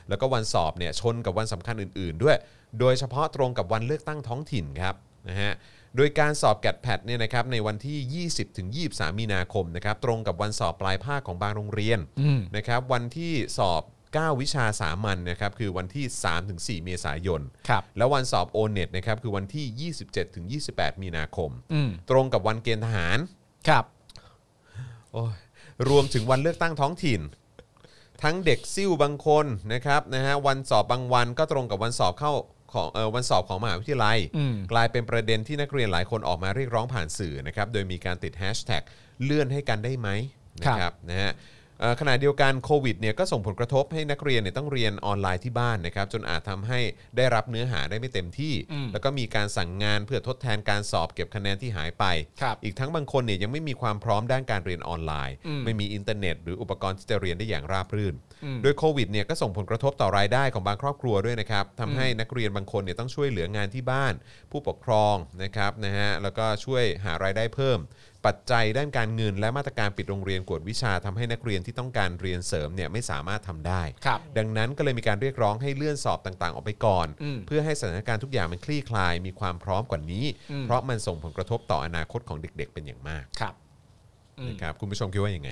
Speaker 2: แล้วก็วันสอบเนี่ยชนกับวันสำคัญอื่น ๆ ด้วย โดยเฉพาะตรงกับวันเลือกตั้งท้องถิ่นครับนะฮะ โดยการสอบแกดแพดเนี่ยนะครับในวันที่ 20 ถึง 23 มีนาคมนะครับตรงกับวันสอบปลายภาคของบางโรงเรียน
Speaker 3: อืม
Speaker 2: นะครับวันที่สอบ 9 วิชาสามัญนะครับคือวันที่ 3 ถึง 4 เมษายน
Speaker 3: ครับ
Speaker 2: แล้ววันสอบโอเน็ตนะครับคือวันที่ 27 ถึง 28 มีนาคม
Speaker 3: อืม
Speaker 2: ตรงกับวันเกณฑ์ทหาร
Speaker 3: ครับ
Speaker 2: โอ้ยรวมถึงวันเลือกตั้งท้องถิ่น ทั้งเด็กซิ่วบางคนนะครับนะฮะวันสอบบางวันก็ตรงกับวันสอบเข้าของเออวันสอบของมหาวิทยาลัย
Speaker 3: อืม
Speaker 2: กลายเป็นประเด็นที่นักเรียนหลายคนออกมาเรียกร้องผ่านสื่อนะครับโดยมีการติดแฮชแท็กเลื่อนให้กันได้ไหมนะครับนะฮะเอ่อขณะเดียวกันโควิดเนี่ยก็ส่งผลกระทบให้นักเรียนเนี่ยต้องเรียนออนไลน์ที่บ้านนะครับจนอาจทำให้ได้รับเนื้อหาได้ไม่เต็มที่
Speaker 3: อืม
Speaker 2: แล้วก็มีการสั่งงานเพื่อทดแทนการสอบเก็บคะแนนที่หายไป
Speaker 3: ครับ
Speaker 2: อีกทั้งบางคนเนี่ยยังไม่มีความพร้อมด้านการเรียนออนไลน์
Speaker 3: อืม
Speaker 2: ไม่มีอินเทอร์เน็ต หรืออุปกรณ์ที่จะเรียนได้อย่างราบรื่น
Speaker 3: อืม
Speaker 2: โดยโควิดเนี่ยก็ส่งผลกระทบต่อรายได้ของบางครอบครัวด้วยนะครับทำให้นักเรียนบางคนเนี่ยต้องช่วยเหลืองานที่บ้าน ผู้ปกครองนะครับนะฮะแล้วก็ช่วยหารายได้เพิ่ม ปัจจัยด้านการเงิน และมาตรการปิดโรงเรียนกวดวิชาทำให้นักเรียนที่ต้องการเรียนเสริมเนี่ยไม่สามารถทำได้
Speaker 3: ครับ
Speaker 2: ดังนั้นก็เลยมีการเรียกร้องให้เลื่อนสอบต่างๆ ออกไปก่อน
Speaker 3: อืม
Speaker 2: เพื่อให้สถานการณ์ทุกอย่างมันคลี่คลาย มีความพร้อมกว่านี้
Speaker 3: อืม
Speaker 2: เพราะมันส่งผลกระทบต่ออนาคตของเด็ก ๆ เป็นอย่างมาก
Speaker 3: ครับอืม
Speaker 2: นะครับคุณผู้ชมคิดว่ายังไง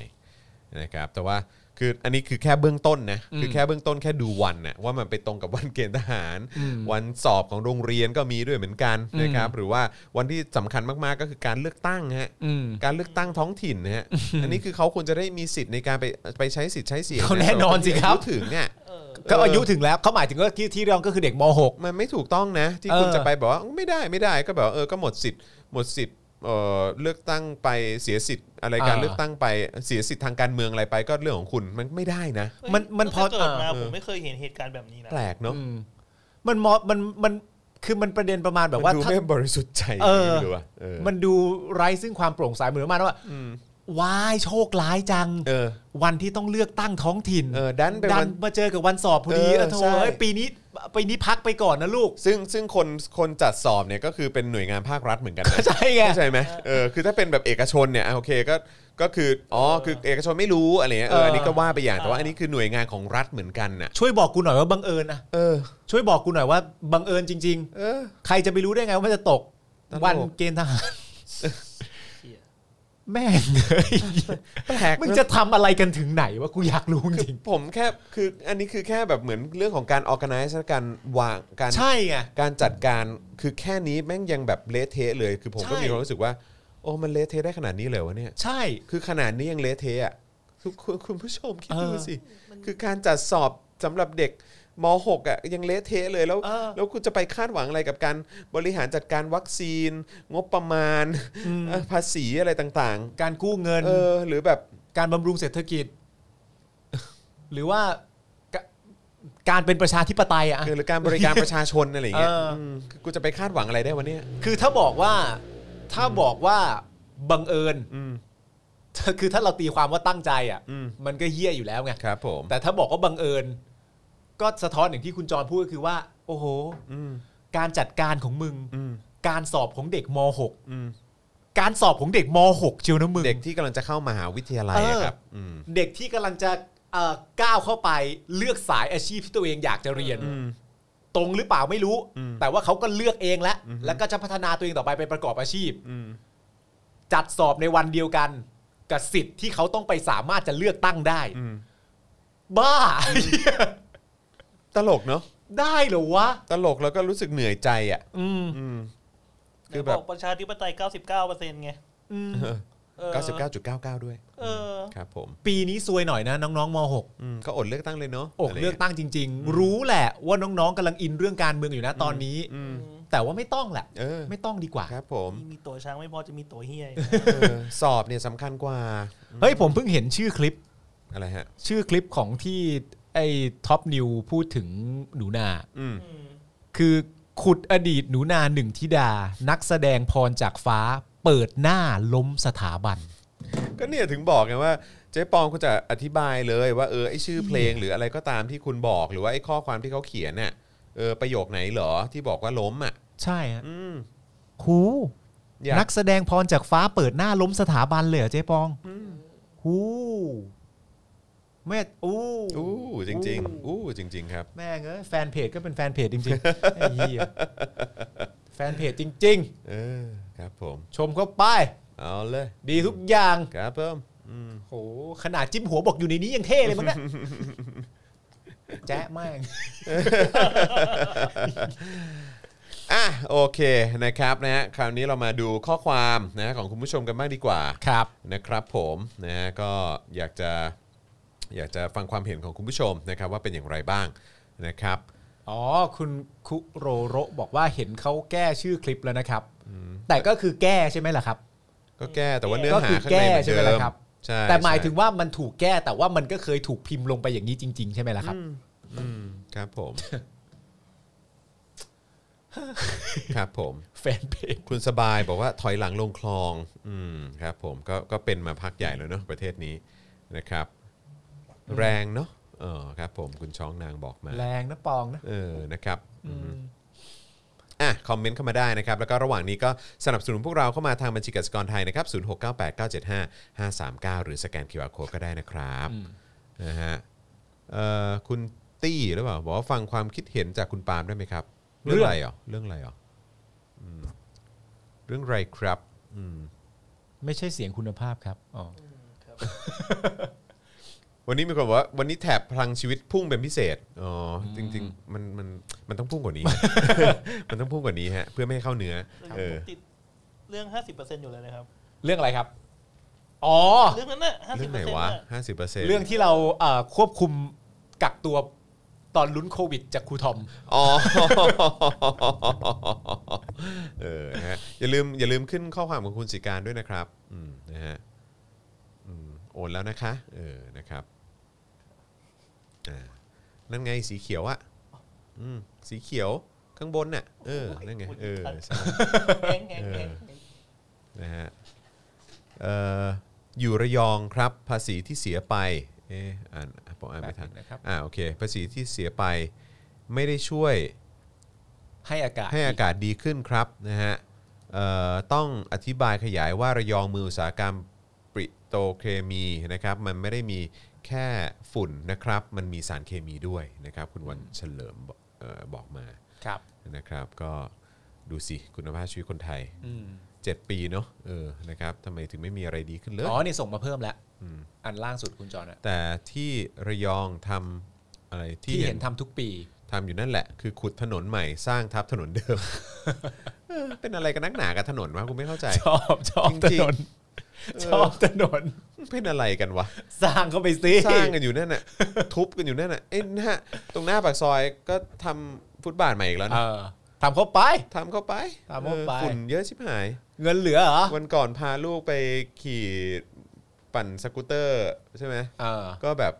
Speaker 2: นะครับแต่ว่าคืออันนี้คือแค่เบื้องต้นนะ
Speaker 3: อืม
Speaker 2: คือแค่เบื้องต้นแค่ดูวันนะว่ามันไปตรงกับวันเกณฑ์ทหาร
Speaker 3: อืม
Speaker 2: วันสอบของโรงเรียนก็มีด้วยเหมือนกัน
Speaker 3: อืม
Speaker 2: นะครับหรือว่าวันที่สำคัญมากๆก็คือการเลือกตั้งฮะ
Speaker 3: อืม
Speaker 2: การเลือกตั้งท้องถิ่นนะฮะอันนี้คือเขาควรจะได้มีสิทธิ์ในการไปไปใช้สิทธิ์ใช้เสียงะ
Speaker 3: เขาแน่นอนสิครับ
Speaker 2: พูดถึงเนี่ย
Speaker 4: เออ
Speaker 3: ก็อายุถึงแล้วเขาหมายถึงว่าที่ที่เรองก็คือเด็กม .6
Speaker 2: มันไม่ถูกต้องนะ ที่คุณ
Speaker 3: เออ
Speaker 2: จะไปบอกว่าไม่ได้ไม่ได้ก็แบบว่าเออก็หมดสิทธิ์หมดสิทธิ์เอ่อเลือกตั้งไปเสียสิทธิ์อะไรการ
Speaker 3: อ่า
Speaker 2: เลือกตั้งไปเสียสิทธิ์ทางการเมืองอะไรไปก็เรื่องของคุณมันไม่ได้นะ
Speaker 4: เฮ้ย
Speaker 3: มันมัน
Speaker 4: ตั้ง
Speaker 3: พอ
Speaker 4: แต่เกิดมา
Speaker 2: เออ
Speaker 4: ผมไม่เคยเห็นเหตุการณ์แบบนี้นะ
Speaker 2: แปลกเนาะ
Speaker 3: มันมอมันมันคือมันประเด็นประมาณแบบว่า
Speaker 2: มันดู
Speaker 3: ถ้า
Speaker 2: ไม่บริสุทธิ์ใจ
Speaker 3: เออ
Speaker 2: ไม่รู้อะเออ
Speaker 3: มันดูไร้ซึ่งความโปร่งใสเหมือนประมาณว่า ว้ายโชคร้ายจัง
Speaker 2: เออ
Speaker 3: วันที่ต้องเลือกตั้งท้องถิ่น
Speaker 2: เออดันเป็น
Speaker 3: ดั
Speaker 2: วัน
Speaker 3: นมาเจอกับวันสอบพอดี
Speaker 2: เออ
Speaker 3: เออโถ
Speaker 2: ใช่
Speaker 3: เอ้ยปีนี้ปีนี้พักไปก่อนนะลูก
Speaker 2: ซึ่งซึ่งคนคนจัดสอบเนี่ยก็คือเป็นหน่วยงานภาครัฐเหมือนกันนะ
Speaker 3: ใช่ไง
Speaker 2: เข้าใจไหมเออ คือถ้าเป็นแบบเอกชนเนี่ยอ่ะโอเคก็ ก็คือ อ๋อ คือเอกชนไม่รู้อะไรเงี้ย เออ อันนี้ก็ว่าไปอย่าง แต่ว่าอันนี้คือหน่วยงานของรัฐเหมือนกันน่ะ
Speaker 3: ช่วยบอกกูหน่อยว่าบังเอิญนะ
Speaker 2: เออ
Speaker 3: ช่วยบอกกูหน่อยว่าบังเอิญจริง
Speaker 2: เออ
Speaker 3: ๆ ใครจะไปรู้ได้ไงว่ามันจะตก
Speaker 2: ตลก
Speaker 3: วันเกณฑ์ทหาร *laughs*
Speaker 4: เหี้ย
Speaker 3: แม่งเลย
Speaker 2: แปลก
Speaker 3: มึง
Speaker 2: น
Speaker 3: จะทำอะไรกันถึงไหนวะกูอยากรู้จริง
Speaker 2: ผมแค่ คือ อันนี้คือแค่แบบเหมือนเรื่องของการ organize และการวาง การ
Speaker 3: ใช่ไง
Speaker 2: การจัดการ คือแค่นี้แม่งยังแบบเละเทะเลย คือผมก็
Speaker 3: ใช่
Speaker 2: มีความรู้สึกว่า โอ้มันเละเทะได้ขนาดนี้เลยวะเนี่ย
Speaker 3: ใช่
Speaker 2: คือขนาดนี้ยังเละเทะอ่ะคือคุณคุณผู้ชมคิดดู
Speaker 3: เออ
Speaker 2: สิ คือการจัดสอบสำหรับเด็กม .6 อ่ะยังเละเทะเลยแล้ว
Speaker 3: เออ
Speaker 2: แล้วคุณจะไปคาดหวังอะไรกับการบริหารจัดการวัคซีน งบประมาณเอ่อภาษีอะไรต่าง
Speaker 3: การกู้เงิน
Speaker 2: ๆ เออ หรือแบบ
Speaker 3: การบำรุงเศรษฐกิจ หรือว่ากะการเป็นประชาธิปไตยอ่ะ
Speaker 2: เออหรือการบริการประชาชนอะไรอย่างเงี้ย
Speaker 3: เอออื
Speaker 2: มคือกูจะไปคาดหวังอะไรได้วะเนี่ย
Speaker 3: คือถ้าบอกว่าถ้าบอกว่าบังเอิญ
Speaker 2: อืม
Speaker 3: คือถ้าเราตีความว่าตั้งใจอ่ะ
Speaker 2: อืม
Speaker 3: มันก็เฮี้ยอยู่แล้วไง
Speaker 2: ครับผม
Speaker 3: แต่ถ้าบอกว่าบังเอิญ ก็สะท้อนอย่างที่คุณจรพูดก็คือว่า โอ้โห
Speaker 2: อืม
Speaker 3: การจัดการของมึง
Speaker 2: อืม
Speaker 3: การสอบของเด็กม
Speaker 2: อืม
Speaker 3: .6 การสอบของเด็กม .6 เชียวนะมึง
Speaker 2: เด็กที่กำลังจะเข้ามหาวิทยาลัย
Speaker 3: เออ
Speaker 2: อะครับม
Speaker 3: เด็กที่กำลังจะเอ่อก้าวเข้าไปเลือกสายอาชีพที่ตัวเองอยากจะเรียน
Speaker 2: อืม
Speaker 3: ตรงหรือเปล่าไม่รู้
Speaker 2: อืม
Speaker 3: แต่ว่าเขาก็เลือกเองแล้ว
Speaker 2: อือฮึ
Speaker 3: แล้วก็จะพัฒนาตัวเองต่อไปไปประกอบอาชีพ
Speaker 2: อืม
Speaker 3: จัดสอบในวันเดียวกัน กับสิทธิ์ที่เขาต้องไปสามารถจะเลือกตั้งได้
Speaker 2: อืม
Speaker 3: บ้า *laughs*
Speaker 2: ตลกเนาะ
Speaker 3: ได้เหรอวะ
Speaker 2: ตลกแล้วก็รู้สึกเหนื่อยใจอ่ะ
Speaker 3: อืม
Speaker 2: อืม คื
Speaker 4: คือ อ
Speaker 2: แบบ
Speaker 4: บอกประชาธิปไตย 99เปอร์เซ็นต์ไง
Speaker 3: อืม
Speaker 4: ออ
Speaker 2: 99.99 ด้วย
Speaker 4: เออ
Speaker 2: ครับผม
Speaker 3: ปีนี้ซวยหน่อยนะ น้องๆม
Speaker 2: อืมก็อดเลือกตั้งเลยเนาะ
Speaker 3: .6 อกเลือกตั้งจริง ๆ รู้แหละว่าน้องๆกำลังอินเรื่องการเมืองอยู่นะตอนนี้
Speaker 2: อืม
Speaker 3: แต่ว่าไม่ต้องแหละ
Speaker 2: เออ
Speaker 3: ไม่ต้องดีกว่า
Speaker 2: ครับผม
Speaker 4: มีตัวช้างไม่พอจะมีตัวเฮียอีก
Speaker 2: เออสอบเนี่ยสำคัญกว่า
Speaker 3: เฮ้ยผมเพิ่งเห็นชื่อคลิป
Speaker 2: อะไรฮะ
Speaker 3: ชื่อคลิปของที่ไอ้ท็อปนิวพูดถึงหนูนา
Speaker 2: อืม
Speaker 4: อืม
Speaker 3: คือขุดอดีตหนูนาหนึ่งธิดา นักแสดงพรจากฟ้า เปิดหน้าล้มสถาบัน
Speaker 2: ก็เนี่ยถึงบอกไงว่าเจ๊ปองคุณจะอธิบายเลยว่าเออไอชื่อเพลงหรืออะไรก็ตามที่คุณบอกหรือว่าไอข้อความที่เขาเขียนเนี่ยเออประโยคไหนเหรอที่บอกว่าล้มอ่ะ
Speaker 3: ใช่ฮะ
Speaker 2: อืม
Speaker 3: หู
Speaker 2: อยา
Speaker 3: นั
Speaker 2: ก
Speaker 3: กแสดงพรจากฟ้าเปิดหน้าล้มสถาบันเลยเหรอเจ๊ปองหูแม่อู้
Speaker 2: อู้จริง ๆ อู้จริง ๆ ครับ
Speaker 3: แม่งเอ้ยแฟนเพจก็เป็นแฟนเพจจริงๆไอ้เหี้ยแฟนเพจจริง
Speaker 2: เออครับผม
Speaker 3: ๆ ชมเข้าไป
Speaker 2: เอาเลย
Speaker 3: ดีทุกอย่าง
Speaker 2: ครับเพิ่มอืม
Speaker 3: โหขนาดจิ้มหัวบอกอยู่ในนี้ยังเท่เลยมั้ง
Speaker 2: *laughs*
Speaker 3: เนี่ยแจ๊ะแม่ง
Speaker 2: อ่ะโอเคนะครับนะฮะคราวนี้เรามาดูข้อความนะฮะของคุณผู้ชมกันบ้างดีกว่า
Speaker 3: ครับ
Speaker 2: นะครับผมนะฮะก็อยากจะอยากจะฟังความเห็นของคุณผู้ชมนะครับว่าเป็นอย่างไรบ้างนะครับ
Speaker 3: อ๋อ คุณคุโรโรบอกว่าเห็นเขาแก้ชื่อคลิปแล้วนะครับ แต่ก็คือแก้ใช่ไหมล่ะครับ
Speaker 2: ก็แก้แต่ว่าเนื้อ
Speaker 3: ก็
Speaker 2: หา
Speaker 3: คือ
Speaker 2: ข้างในเหมือน
Speaker 3: แก้ใช่ไหม
Speaker 2: เดิม
Speaker 3: ล่ะครับ
Speaker 2: ใช่
Speaker 3: แต่หมายถึง
Speaker 2: ใช่
Speaker 3: ว่ามันถูกแก้แต่ว่ามันก็เคยถูกพิมพ์ลงไปอย่างนี้จริง ๆ ใช่ไหมล่ะครับ
Speaker 2: อืมครับผม *laughs* ครับผม
Speaker 3: แฟนเพจ
Speaker 2: คุณสบายบอกว่าถอยหลังลงคลอง อืมครับผมก็ก็เป็นมาพักใหญ่แล้วเนาะประเทศนี้นะครับ แรงเนาะเออครับผมคุณช้องนางบอกมา
Speaker 3: แรงนะปองนะ
Speaker 2: เออ นะครับอืมอ่ะ คอมเมนต์เข้ามาได้นะครับ แล้วก็ระหว่างนี้ก็สนับสนุนพวกเราเข้ามาทางบัญชีกสิกรไทยนะครับ 0698975539 หรือสแกน QR Code ก็ได้นะครับนะฮะเอ่อคุณตี้หรือเปล่า บอกว่าฟังความคิดเห็นจากคุณปาล์มได้ไหมครับ
Speaker 3: เรื่
Speaker 2: เรื่อง
Speaker 3: อง
Speaker 2: อะไรเหรอเรื่องอะไรเหรออืมเรื่องอะไรครับอืม
Speaker 3: ไม่ใช่เสียงคุณภาพครับอ๋อ
Speaker 4: ครับ
Speaker 2: วันนี้มีคนบอกว่าวันนี้แถบพลังชีวิตพุ่งเป็นพิเศษอ๋ออจริง ๆ มันมันมันต้องพุ่งกว่า *laughs* นี้ มันต้องพุ่งกว่านี้ฮะเพื่อไม่ให้เข้าเนื้อเออ
Speaker 4: ติดเรื่อง 50%อยู่เลยนะครับ
Speaker 3: เรื่องอะไรครับ อ๋อ
Speaker 4: เรื่องนั้นน่ะ50%
Speaker 2: เรื่องไหนวะห้าสิบเปอร์เซ็นต์
Speaker 3: เรื่องที่เราเอ่อควบคุมกักตัวตอนลุ้นโควิดจากครูทอม
Speaker 2: อ๋อ เออนะฮะอย่าลืมอย่าลืมขึ้นข้อความของคุณสิการด้วยนะครับ อืมนะฮะอืมโอนแล้วนะคะ เออ นะครับอ่านั่นไงสีเขียวอะอืมสีเขียวข้างบนน่ะ เออ นั่นไง เออใช่
Speaker 4: แง่งแง่งแง่ง
Speaker 2: นะฮะเอ่อ อยู่ระยองครับภาษีที่เสียไปเอะอ่านผมอ่านไม่ทัน
Speaker 3: แป๊บนึงนะครับ
Speaker 2: อ่าโอเค ภาษีที่เสียไปไม่ได้ช่วย
Speaker 3: ให้อากาศ
Speaker 2: ให้อากาศดีขึ้นครับนะฮะเอ่อต้องอธิบายขยายว่าระยองมืออุตสาหกรรมปริโตรเคมีนะครับมันไม่ได้มีแค่ฝุ่นนะครับ มันมีสารเคมีด้วยนะครับ คุณวันเฉลิมบอกเออบอกมา
Speaker 3: ครับ
Speaker 2: นะครับ ก็ดูสิคุณภาพชีวิตคนไทย
Speaker 3: อืม
Speaker 2: 7 ปีเนาะเออนะครับทำไมถึงไม่มีอะไรดีขึ้นเลย
Speaker 3: อ๋อเนี่ยส่งมาเพิ่มแล้วอันล่างสุดคุณจอนอะ
Speaker 2: แต่ที่ระยองทำอะไรที่
Speaker 3: ที่
Speaker 2: เห็
Speaker 3: เห็
Speaker 2: น
Speaker 3: นทำทุกปี
Speaker 2: ทำอยู่นั่นแหละ คือขุดถนนใหม่สร้างทับถนนเดิม *laughs* เออเป็นอะไรกันนักหนากับถนนวะกูไม่เข้าใจ
Speaker 3: ชอบชอบถ
Speaker 2: จริ
Speaker 3: น
Speaker 2: ง
Speaker 3: นชอบถนน
Speaker 2: เป็นอะไรกัน
Speaker 3: *laughs*
Speaker 2: วะ
Speaker 3: สร้างเข้าไปสิ
Speaker 2: สร้างกันอยู่นั่นน่ะ ทุบกันอยู่นั่นน่ะเอ้ยหน้าตรงหน้าปากซอยก็ทำฟุตบาทใหม่อีกแล้ว
Speaker 3: เอ
Speaker 2: นะ
Speaker 3: อทำเข้าไป
Speaker 2: ทำเข้าไป
Speaker 3: ทำเข้าไป
Speaker 2: ออฝุ่นเยอะชิบหาย
Speaker 3: เงินเหลือเหรอ
Speaker 2: วันก่อนพาลูกไปขี่ปั่นสกูตเตอร์ใช่ไหม
Speaker 3: เออ
Speaker 2: ก็แบบ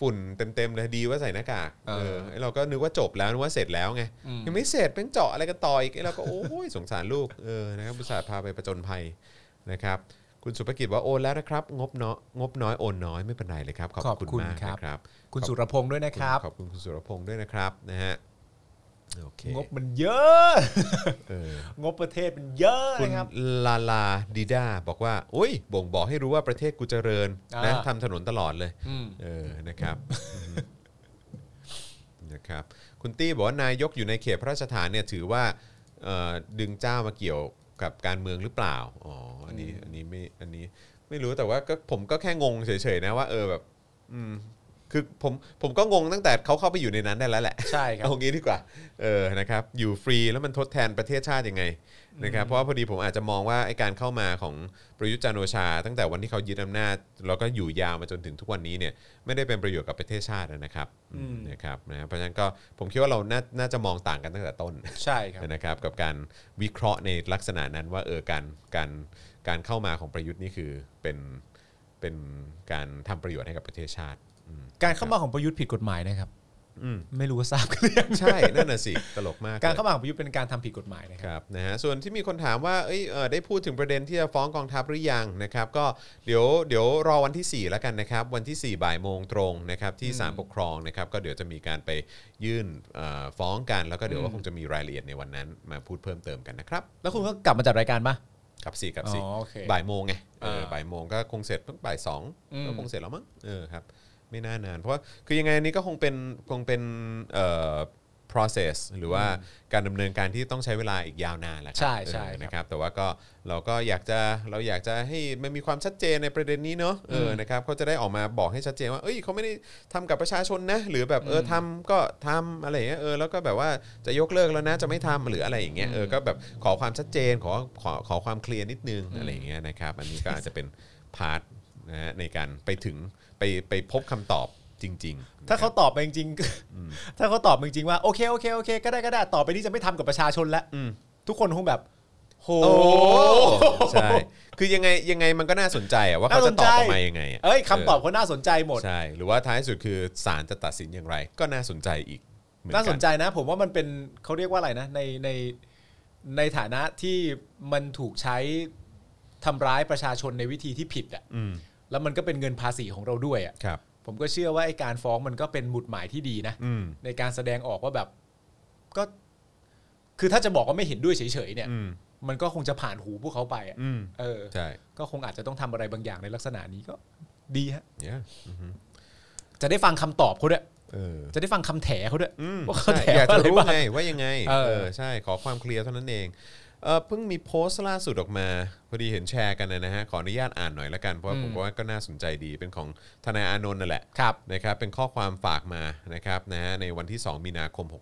Speaker 2: ฝุ่นเต็มๆเลยดีว่าใส่หน้ากาก
Speaker 3: เออ
Speaker 2: เออไอ้เราก็นึกว่าจบแล้วนึกว่าเสร็จแล้วไง
Speaker 3: อืม
Speaker 2: ยังไม่เสร็จเป็นเจาะอะไรกันต่ออีกไอ้เราก็โอ้ยสงสารลูกเออนะครับบุษาห์พาไปประจนภัยนะครับ คุณสุภกิจว่าโอนแล้วนะครับงบเนาะงบน้อยโอนน้อยไม่เป็นไรเลยครับขอบคุณมากนะครับ
Speaker 3: คุณสุรพงศ์ด้วยนะครับ
Speaker 2: ขอบคุณคุณสุรพงศ์ด้วยนะครับนะฮะโอเค
Speaker 3: งบมันเยอะ
Speaker 2: เออง
Speaker 3: บประเทศมันเยอะ
Speaker 2: คุณ
Speaker 3: นะครับ
Speaker 2: ลาลาดีด้าบอกว่าอุ้ยบ่งบอกให้รู้ว่าประเทศกูเจริญนะ
Speaker 3: อ่า
Speaker 2: ทำถนนตลอดเลย
Speaker 3: อืม
Speaker 2: เออนะครับนะครับคุณตี้บอกว่านายกอยู่ในเขตพระราชฐานเนี่ยถือว่าเอ่อดึงเจ้ามาเกี่ยวกับการเมืองหรือเปล่าอ๋ออันนี้อันนี้ไม่อันนี้ไม่รู้แต่ว่าก็ผมก็แค่งงเฉยๆนะว่าเออแบบอืมคือผมผมก็งงตั้งแต่เขาเข้าไปอยู่ในนั้นได้แล้วแหละ
Speaker 3: ใช่ครับ
Speaker 2: เอางี้ดีกว่า เออ นะครับ อยู่ฟรีแล้วมันทดแทนประเทศชาติยังไงนะครับ เพราะว่าพอดีผมอาจจะมองว่าไอการเข้ามาของประยุทธ์จันทร์โอชา ตั้งแต่วันที่เขายึดอำนาจแล้วก็อยู่ยาวมาจนถึงทุกวันนี้เนี่ยไม่ได้เป็นประโยชน์กับประเทศชาตินะครับ
Speaker 3: อืม
Speaker 2: นะครับนะเพราะฉะนั้นก็ผมคิดว่าเราน่าน่าจะมองต่างกันตั้งแต่ต้น
Speaker 3: ใช่ครับ
Speaker 2: นะครับกับการวิเคราะห์ในลักษณะนั้นว่าเออการการการเข้ามาของประยุทธ์นี่คือเป็นเป็นการทำประโยชน์ให้กับประเทศชาติอืม
Speaker 3: การเข้ามาของประยุทธ์ผิดกฎหมายนะครับ
Speaker 2: อืม
Speaker 3: ไม่รู้ว่าทราบกันหรือยัง
Speaker 2: ใช่นั่นน่ะสิตลกมากเลย
Speaker 3: การเข้ามาของประยุทธ์เป็นการทำผิดกฎหมายนะค
Speaker 2: ครับ รับนะฮะส่วนที่มีคนถามว่าเอ้ยเอ่อได้พูดถึงประเด็นที่จะฟ้องกองทัพหรือยังนะครับก็เดี๋ยวเดี๋ยวรอวันที่ 4 แล้วกันนะครับวันที่ 4 บ่ายโมงตรงนะครับที่
Speaker 3: อืม
Speaker 2: ศาลปกครองนะครับก็เดี๋ยวจะมีการไปยื่นเอ่อฟ้องกันแล้วก็เดี๋ยว
Speaker 3: อืม
Speaker 2: ว่าคงจะมีรายละเอียดในวันนั้นมาพูดเพิ่มเติมกันนะครับ
Speaker 3: แล้วคุณก็กลับมาจัดรายการปะ
Speaker 2: กับสี่กับ
Speaker 3: อ๋อ
Speaker 2: สี่
Speaker 3: โอเค
Speaker 2: บ่ายโมงไงเออ
Speaker 3: เออ
Speaker 2: บ่ายโมงก็คงเสร็จตั้งบ่ายสอง
Speaker 3: อืม
Speaker 2: ก็คงเสร็จแล้วมั้งเออครับไม่น่านาน เพราะว่าคือยังไงอันนี้ก็คงเป็นคงเป็นเอ่อ process หรือว่าการดำเนินการที่ต้องใช้เวลาอีกยาวนานแหละ
Speaker 3: ใช่ใช่
Speaker 2: เออ
Speaker 3: ครับ
Speaker 2: นะครับแต่ว่าก็เราก็อยากจะเราอยากจะให้มันมีความชัดเจนในประเด็นนี้เนอะเอออ
Speaker 3: ม
Speaker 2: นะครับเขาจะได้ออกมาบอกให้ชัดเจนว่าเอ้ยเขาไม่ได้ทำกับประชาชนนะ หรือแบบเอออทำก็ทำอะไรอย่างเงี้ยเออแล้วก็แบบว่าจะยกเลิกแล้วนะจะไม่ทำหรืออะไรอย่างเงี้ยเออก็แบบขอความชัดเจนขอขอขอความเคลียร์นิดนึงอะไรอย่างเงี้ยนะครับอันนี้ก็อาจจะเป็นพาร์ทนะฮะในการไปถึงไปไปพบคำตอบจริงๆ
Speaker 3: ถ้าเขาตอบไปจริงๆ *laughs* ถ้าเขาตอบไปจริงๆว่าโอเคโอเคโอเคก็ได้ก็ได้ต่อไปนี้จะไม่ทำกับประชาชนแล้วทุกคนคงแบบโห
Speaker 2: โอ้ใช่คือยังไงยังไงมันก็น่าสนใจอะว่าเขาจะตอบออกมายังไงะ
Speaker 3: เอ้ยคำตอบเขาน่าสนใจหมด
Speaker 2: ใช่ หรือว่าท้ายสุดคือศาลจะตัดสินอย่างไร ก็น่าสนใจอีกเหมือกั
Speaker 3: น่าสนใจนะ ผมว่ามันเป็นเขาเรียกว่าอะไรนะในในในฐานะที่มันถูกใช้ทำร้ายประชาชนในวิธีที่ผิดอะ่ะ
Speaker 2: อืม
Speaker 3: แล้วมันก็เป็นเงินภาษีของเราด้วยอะ่ะ
Speaker 2: ครับ
Speaker 3: ผมก็เชื่อว่าไอ้การฟ้องมันก็เป็นหมุดหมายที่ดีนะ
Speaker 2: อืม
Speaker 3: ในการแสดงออกว่าแบบก็คือถ้าจะบอกว่าไม่เห็นด้วยเฉยๆเนี่ย
Speaker 2: อืม
Speaker 3: มันก็คงจะผ่านหูพวกเขาไปอะ
Speaker 2: อืม
Speaker 3: เออ
Speaker 2: ใช่
Speaker 3: ก็คงอาจจะต้องทำอะไรบางอย่างในลักษณะนี้ก็ดีฮะ
Speaker 2: เนี่ย
Speaker 3: จะได้ฟังคำตอบเขาด้วย
Speaker 2: เออ
Speaker 3: จะได้ฟังคำแถเขาด้วย
Speaker 2: อืม
Speaker 3: ว่าเขา
Speaker 2: ใช่
Speaker 3: แถม
Speaker 2: อยากจะ
Speaker 3: อะไร
Speaker 2: รู้
Speaker 3: บ้าง
Speaker 2: ไงว่ายังไง
Speaker 3: เออ
Speaker 2: ใช่ขอความเคลียร์เท่านั้นเองเออเพิ่งมีโพสต์ล่าสุดออกมา พอดีเห็นแชร์กันนะฮะ ขออนุญาตอ่านหน่อยละกัน เพราะว่าผมว่าก็น่าสนใจดีเป็นของทนายอานนท์นั่นแหละ
Speaker 3: ครับ
Speaker 2: นะครับเป็นข้อความฝากมานะครับนะฮะในวันที่ 2 มีนาคม 64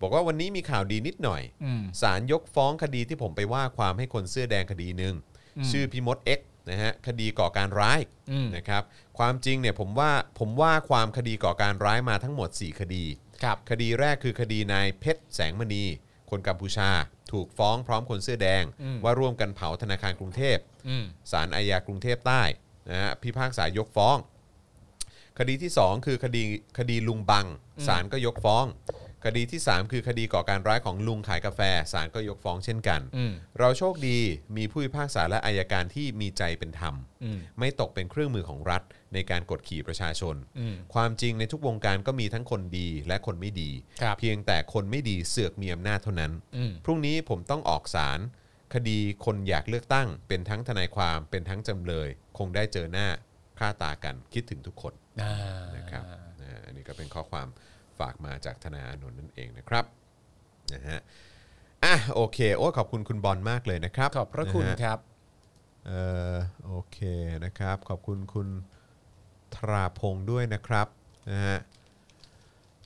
Speaker 2: บอกว่าวันนี้มีข่าวดีนิดหน่อย
Speaker 3: อืม
Speaker 2: ศาลยกฟ้องคดีที่ผมไปว่าความให้คนเสื้อแดงคดีหนึ่ง
Speaker 3: อืม
Speaker 2: ชื่อพิมด X นะฮะคดีก่อการร้าย
Speaker 3: อืม
Speaker 2: นะครับความจริงเนี่ยผมว่าผมว่าความคดีก่อการร้ายมาทั้งหมด 4 คดี
Speaker 3: ครับ
Speaker 2: คดีแรกคือคดีนายเพชรแสงมณี คนกัมพูชา ถูกฟ้องพร้อมคนเสื้อแดง
Speaker 3: อืม
Speaker 2: ว่าร่วมกันเผาธนาคารกรุงเทพ
Speaker 3: อืม
Speaker 2: ศาลอาญากรุงเทพใต้นะฮะพิพากษายกฟ้อง คดีที่ 2 คือคดีคดีลุงบังศาลก็ยกฟ้อง คดีที่ 3 คือคดีก่อการร้ายของลุงขายกาแฟศาลก็ยกฟ้องเช่นกัน
Speaker 3: อืม
Speaker 2: เราโชคดีมีผู้พิพากษาและอายการที่มีใจเป็นธรรม
Speaker 3: อืม
Speaker 2: ไม่ตกเป็นเครื่องมือของรัฐในการกดขี่ประชาชน
Speaker 3: อืม
Speaker 2: ความจริงในทุกวงการก็มีทั้งคนดีและคนไม่ดี
Speaker 3: ครับ
Speaker 2: เพียงแต่คนไม่ดีเสือกมีอำนาจเท่านั้น
Speaker 3: อืม
Speaker 2: พรุ่งนี้ผมต้องออกศาลคดีคนอยากเลือกตั้ง เป็นทั้งทนายความเป็นทั้งจำเลย คงได้เจอหน้าค่าตากันคิดถึงทุกคน
Speaker 3: อ่า
Speaker 2: นะครับนะฮะอันนี้ก็เป็นข้อความฝากมาจากธนาอานนท์นั่นเองนะครับนะฮะอ่ะโอเคโอ้ขอบคุณคุณบอลมากเลยนะครับ
Speaker 3: ขอบพระคุณ
Speaker 2: นฮ
Speaker 3: ครับ
Speaker 2: เออโอเคนะครับ ขอบคุณคุณธราพงศ์ด้วยนะครับนะฮะ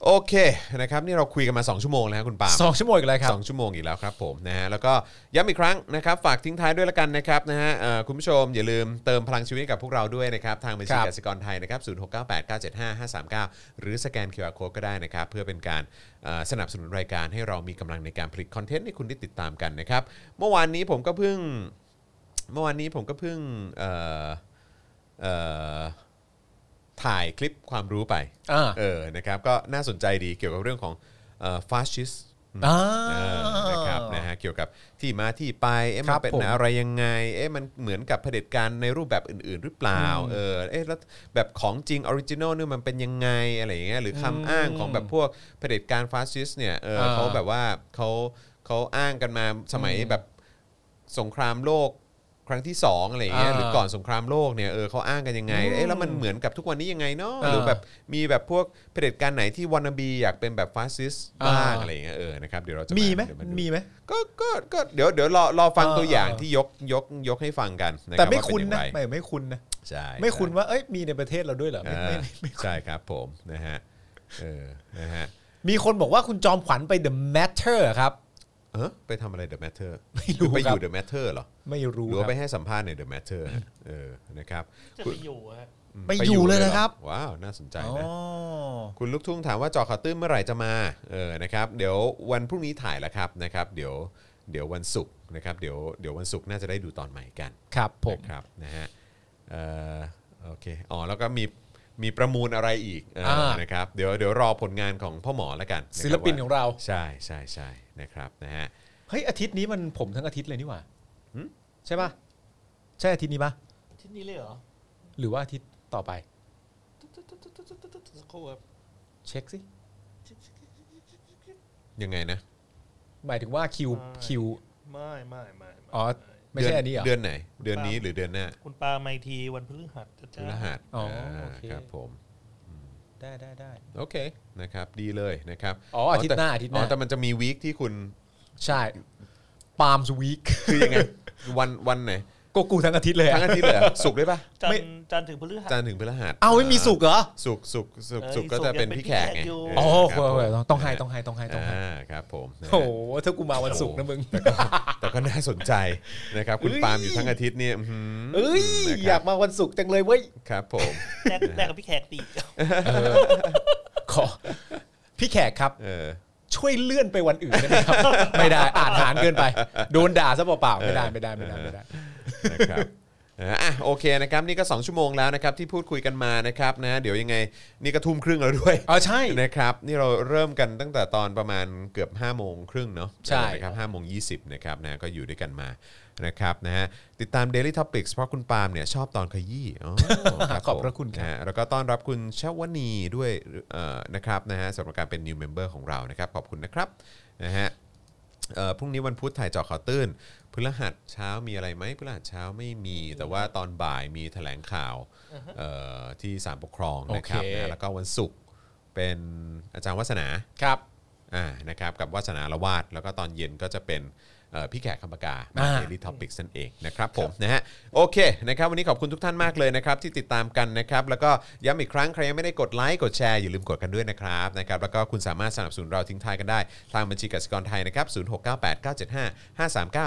Speaker 2: โอเคนะครับนี่เราคุยกันมา 2 ชั่วโมงแล้วครับคุณปาล์ม
Speaker 3: สองชั่วโมงอีกแล้วครับ
Speaker 2: สองชั่วโมงอีกแล้วครับผมนะฮะแล้วก็ย้ำอีกครั้งนะครับฝากทิ้งท้ายด้วยละกันนะครับนะฮะเอ่อคุณผู้ชมอย่าลืมเติมพลังชีวิตให้กับพวกเราด้วยนะครับทางบัญชี
Speaker 3: ครับ
Speaker 2: กสิกรไทยนะครับศูนย์หกเก้าแปดเก้าเจ็ดห้าห้าสามเก้าหรือสแกน QR Code ก็ได้นะครับเพื่อเป็นการเอ่อสนับสนุนรายการให้เรามีกำลังในการผลิตคอนเทนต์ให้คุณได้ติดตามกันนะครับเมื่อวานนี้ผมก็เพิ่งเมื่อวานนี้ผมก็เพิ่งเอ่อเอ่อถ่ายคลิปความรู้ไป
Speaker 3: อ่า
Speaker 2: เออนะครับก็น่าสนใจดีเกี่ยวกับเรื่องของฟาสชิส
Speaker 3: อ่า
Speaker 2: เออนะครับนะฮะเกี่ยวกับที่มาที่ไปเอ๊ะ
Speaker 3: ค
Speaker 2: มั
Speaker 3: รั
Speaker 2: น
Speaker 3: บ
Speaker 2: เป็น
Speaker 3: ผม
Speaker 2: อะไรยังไงเอ๊ะมันเหมือนกับเผด็จการในรูปแบบอื่น ๆ หรือเปล่าเออเอ๊ะแล้วแบบของจริงออริจินอลเนี่ยมันเป็นยังไงอะไรอย่างเงี้ยหรือคำอ้างของแบบพวกเผด็จการฟาสซิสต์เนี่ยเออ
Speaker 3: เออ
Speaker 2: เขาแบบว่าเขาเขาอ้างกันมาสมัย
Speaker 3: อืม
Speaker 2: แบบสงครามโลกครั้งที่สองอะไรอย่างเงี้ย
Speaker 3: อ่า
Speaker 2: หรือก่อนสงครามโลกเนี่ยเออเขาอ้างกันยังไงเอ๊ะแล้วมันเหมือนกับทุกวันนี้ยังไงเนาะหรือ
Speaker 3: เออ
Speaker 2: แบบมีแบบพวกเผด็จการไหนที่วานาบีอยากเป็นแบบฟาสซิสต์บ้างอะไรอย่างเงี้ยเออนะครับเดี๋ยวเราจะา
Speaker 3: มีไหม
Speaker 2: เดี๋ยวาดู
Speaker 3: มีไหม
Speaker 2: ก็ก็ก็เดี๋ยวเดี๋ยวรอรอฟัง
Speaker 3: เออ
Speaker 2: ตัวอย่าง
Speaker 3: เออ
Speaker 2: ที่ยกยกยกให้ฟังกันนะรับ
Speaker 3: แต่ไม่
Speaker 2: ว่าเป็
Speaker 3: คุ้น
Speaker 2: อย่างไร
Speaker 3: นะไม่ไม่คุ้นนะ
Speaker 2: ใช่
Speaker 3: ไม่คุ้นว่าเอ้ยมีในประเทศเราด้วยเหรอ
Speaker 2: เอ
Speaker 3: ไม่
Speaker 2: อ
Speaker 3: ไม่ไม่ไม่
Speaker 2: ใช่ครับผมนะฮะเออนะฮะ
Speaker 3: มีคนบอกว่าคุณจอมขวัญไป The Matter ครับ
Speaker 2: เออไปทำอะไร The Matter
Speaker 3: ไม่
Speaker 2: ห
Speaker 3: รู้
Speaker 2: รือไปอ
Speaker 3: ครับ
Speaker 2: ยู่ The Matter เหรอ
Speaker 3: ไม่
Speaker 2: ห
Speaker 3: รู้
Speaker 2: รือ
Speaker 3: ครั
Speaker 2: ว่า
Speaker 3: บ
Speaker 2: ไปให้สัมภาษณ์ใน The Matter ฮะเออนะครับ
Speaker 4: จะ
Speaker 2: คุณ
Speaker 4: ไปอยู่อะฮะ
Speaker 3: ไปอยู่เลย
Speaker 2: ห
Speaker 3: นะครับ
Speaker 2: ว้าว น่าสนใจ
Speaker 3: อ๋อ
Speaker 2: นะ คุณลูกทุ่งถามว่าเจอข่าวตื้นเมื่อไหร่จะมาเออนะครับเดี๋ยววันพรุ่งนี้ถ่ายแล้วครับนะครับเดี๋ยวเดี๋ยววันศุกร์นะครับเดี๋ยวเดี๋ยววันศุกร์น่าจะได้ดูตอนใหม่กัน
Speaker 3: ครับผม
Speaker 2: นะครับนะฮะเอ่อโอเคอ๋อแล้วก็มีมีประมูลอะไรอีกเออ
Speaker 3: อ่าน
Speaker 2: นะครับเดี๋ยวเดี๋ยวรอผลงานของพ่อหมอแล้วกัน
Speaker 3: ศิลปินของเรา
Speaker 2: ใช่ใช่ใช่นะครับนะฮะ
Speaker 3: เฮ้ย อาทิตย์นี้มันผมทั้งอาทิตย์เลยนี่หว่า
Speaker 2: หืม
Speaker 3: ใช่ป่ะ ใช่อาทิตย์นี้ป่ะ
Speaker 4: ที่นี่เลยเหรอ
Speaker 3: หรือว่าอาทิตย์ต่อไป
Speaker 4: ตุ๊ดตุ๊ดตุ๊ดตุ๊ดตุ๊ดตุ๊ดสักครู่ครับ
Speaker 3: เช็คสิ
Speaker 2: ยังไงนะ
Speaker 3: หมายถึงว่าคิวคิว
Speaker 4: ไม่ไม่ไม่ไม่
Speaker 3: อ๋อ ไม่ใช่อันนี้เหรอ
Speaker 2: เดือนไหน เดือนนี้หรือเดือนหน้า
Speaker 4: คุณปาไมทีวันพฤหัส
Speaker 2: พ
Speaker 4: จ้า
Speaker 2: ฤ
Speaker 4: จ้า
Speaker 2: หัส
Speaker 3: อ๋อ
Speaker 2: อ่า
Speaker 3: โอเค
Speaker 2: ครับผม
Speaker 3: ได้ได้ได้
Speaker 2: โอเคนะครับดีเลยนะครับ
Speaker 3: อ๋ออาทิตย์หน้าอาทิตย์ห
Speaker 2: อ๋อ
Speaker 3: น้า
Speaker 2: แต่มันจะมีวีคที่คุณ
Speaker 3: ใช่ปาล์มสวีค
Speaker 2: คือยังไง *laughs* วันวันไหน
Speaker 3: *laughs* โกกูทั้งอาทิตย์เลยอะ
Speaker 2: ทั้งอาทิตย์เลยเหรอศุกร์ด้วยปะ
Speaker 4: จัน
Speaker 3: ไม่
Speaker 4: ทร์จันทร์ถึงพฤหัส
Speaker 2: จันทร์ถึงพฤหัส
Speaker 3: เอาไม่มีสุกเหรอ
Speaker 2: ศุกร์ศุกร์ศุกร์ศุกร์ก็
Speaker 4: เออศุกร์
Speaker 2: จะเป็น
Speaker 4: ยังเป็น
Speaker 2: พี่แขกไง
Speaker 4: พี่แขกอยู่
Speaker 2: เ
Speaker 3: อ๋อ
Speaker 2: ค
Speaker 3: โอ
Speaker 2: รับผม
Speaker 3: เคโอเคต้องให้ต้องให้ต้องให้ต้องให้
Speaker 2: อ่าครับผมนะฮะ
Speaker 3: โอ้โหถ้ากูมาวันศุกร์นะมึง
Speaker 2: แต่ก็น่าสนใจนะครับ คุณ
Speaker 3: เอ้ย
Speaker 2: ปาล์มอยู่ทั้งอาทิตย์เนี่ยอื้อหื
Speaker 3: เอ้ย
Speaker 2: นะครับ
Speaker 3: อยากมาวันศุกร์จังเลยเว้ย
Speaker 2: ครับผม
Speaker 4: แลกแลกกับพี่แขกตี
Speaker 3: ขอพี่แขกครับ
Speaker 2: เออ
Speaker 3: ช่วยเลื่อนไปวันอื่นได้ไหมครับ ไม่ได้อ่านหารเกินไป โดนด่าซะเปล่าๆไม่ได้ไม่ได้ไม่ได้ไม่ได้
Speaker 2: นะครับเอออ่ะโอเคนะครับ นี่ก็ 2 ชั่วโมงแล้วนะครับ ที่พูดคุยกันมานะครับนะเดี๋ยวยังไง นี่ก็ทุ่มครึ่งแล้วด้วย
Speaker 3: อ๋อใช่
Speaker 2: นะครับ นี่เราเริ่มกันตั้งแต่ตอนประมาณเกือบ5้าโมงครึ่งเนาะ
Speaker 3: ใช่
Speaker 2: นะครับห้าโมงยีนะครับนะก็อยู่ด้วยกันมานะครับนะฮะติดตาม Daily Topics เพราะคุณปาล์มเนี่ยชอบตอนขยี้อ๋
Speaker 3: *laughs*
Speaker 2: อ
Speaker 3: ขอบพระคุณ
Speaker 2: ผม
Speaker 3: ครับ
Speaker 2: นะฮะแล้วก็ต้อนรับคุณชวนีด้วยเอ่อนะครับนะฮะสำหรับการเป็น New Member ของเรานะครับ ขอบคุณนะครับนะฮะ เอ่อพรุ่งนี้วันพุธถ่ายเจอข่าวตื้นพฤหัสเช้ามีอะไรไหมพฤหัสเช้าไม่มี แต่ว่าตอนบ่ายมีแถลงข่าวเอ่อที่สารปกครองนะครับ
Speaker 3: โอเค
Speaker 2: นะแล้วก็วันศุกร์เป็นอาจารย์วัฒนา
Speaker 3: ครับ
Speaker 2: อ่านะครับกับวัฒนาละวาด แล้วก็ตอนเย็นก็จะเป็นเอ่อพี่แขกคำปากา
Speaker 3: อ่า
Speaker 2: เดลิทอปิกนั่นเองนะครับผมนะฮะโอเคนะครับวันนี้ขอบคุณทุกท่านมากเลยนะครับที่ติดตามกันนะครับแล้วก็ย้ำอีกครั้งใครยังไม่ได้กดไลค์กดแชร์อย่าลืมกดกันด้วยนะครับนะครับแล้วก็คุณสามารถสนับสนุนเราทิ้งท้ายกันได้ ทางบัญชีกสิกรไทยนะครับ 0698975539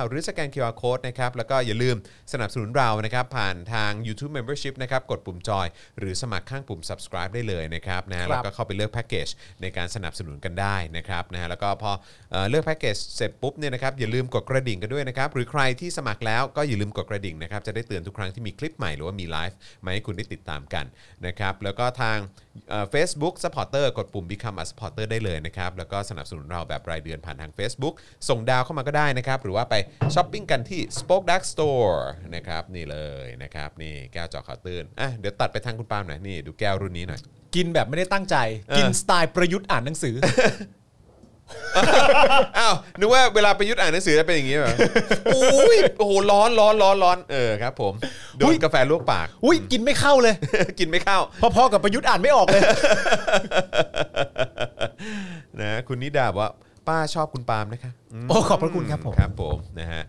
Speaker 2: หรือสแกน QR Code นะครับ แล้วก็อย่าลืมสนับสนุนเรานะครับ ผ่านทาง YouTube Membership นะครับ กดปุ่มจอย หรือสมัครข้างปุ่ม subscribe ได้เลยนะครับนะฮะ
Speaker 3: ค
Speaker 2: แล้
Speaker 3: รั
Speaker 2: ว
Speaker 3: บ
Speaker 2: ก็เข้าไปเลือกแพ็กเกจในการสนับสนุนกันได้นะครับนะฮะแล้วก็พอเอ่อเลือกแพ็กเกจเสร็จปุ๊บเนี่ยนะครับ อย่าลืม กดกระดิ่งกันด้วยนะครับ หรือใครที่สมัครแล้วก็อย่าลืมกดกระดิ่งนะครับ จะได้เตือนทุกครั้งที่มีคลิปใหม่หรือว่ามีไลฟ์มาให้คุณได้ติดตามกันนะครับ แล้วก็ทางเฟซบุ๊กสปอร์เตอร์กดปุ่ม Become a supporter ได้เลยนะครับ แล้วก็สนับสนุนเราแบบรายเดือนผ่านทาง Facebook ส่งดาวเข้ามาก็ได้นะครับ หรือว่าไปช้อปปิ้งกันที่ Spoke Dark Store นะครับนี่เลยนะครับนี่แก้วเจอข่าวตื้นอ่ะเดี๋ยวตัดไปทางคุณปาล์มหน่อยนี่ดูแก้วรุ่นนี้หน่อย
Speaker 3: กินแบบไม่ได้ตั้งใจ
Speaker 2: เออ
Speaker 3: กินสไตล์ประยุทธ์อ่านหนังสือ
Speaker 2: อ้าวนึกว่าเวลาประยุทธ์อ่านหนังสือจะเป็นอย่างนี้เหรอ อุ้ยโอ้โหร้อนร้อนร้อนร้อนเออครับผมโด
Speaker 3: อุ๊
Speaker 2: น
Speaker 3: ย
Speaker 2: กาแฟลวกปาก *laughs*
Speaker 3: อุ้ยกินไม่เข้าเลย
Speaker 2: กินไม่เข้า
Speaker 3: พอๆกับประยุทธ์อ่านไม่ออกเลย
Speaker 2: นะคุณนิดาบอกว่าป้าชอบคุณปาล์มนะคะม
Speaker 3: โอ้ขอบพระคุณครับผม
Speaker 2: ครับผมนะฮะ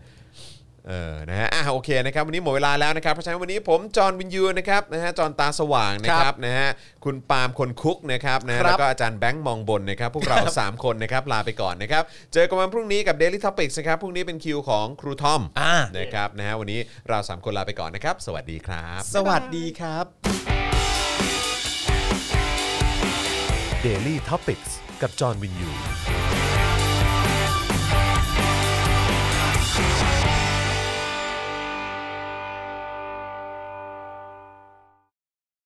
Speaker 2: เออนะฮะอ่ะโอเคนะครับวันนี้หมดเวลาแล้วนะครับเพราะฉะนั้นวันนี้ผมจอห์นวินยูนะครับนะฮะจอห์นตาสว่างนะครับนะฮะคุณปาล์มคนคุกนะครับนะฮะ
Speaker 3: ครั
Speaker 2: แล้
Speaker 3: บ
Speaker 2: วก็อาจารย์แบงค์มองบนนะครับพวกเรา 3 คนนะครับลาไปก่อนนะครับเจอกันวันพรุ่งนี้กับ Daily Topics นะครับพรุ่งนี้เป็นคิวของครูทอม
Speaker 3: อ่า
Speaker 2: นะครับนะฮะวันนี้เรา 3 คนลาไปก่อนนะครับ สวัสดีครับ
Speaker 3: สวัสดีครับ
Speaker 1: Daily t o p i c กกับจอห์นวินยู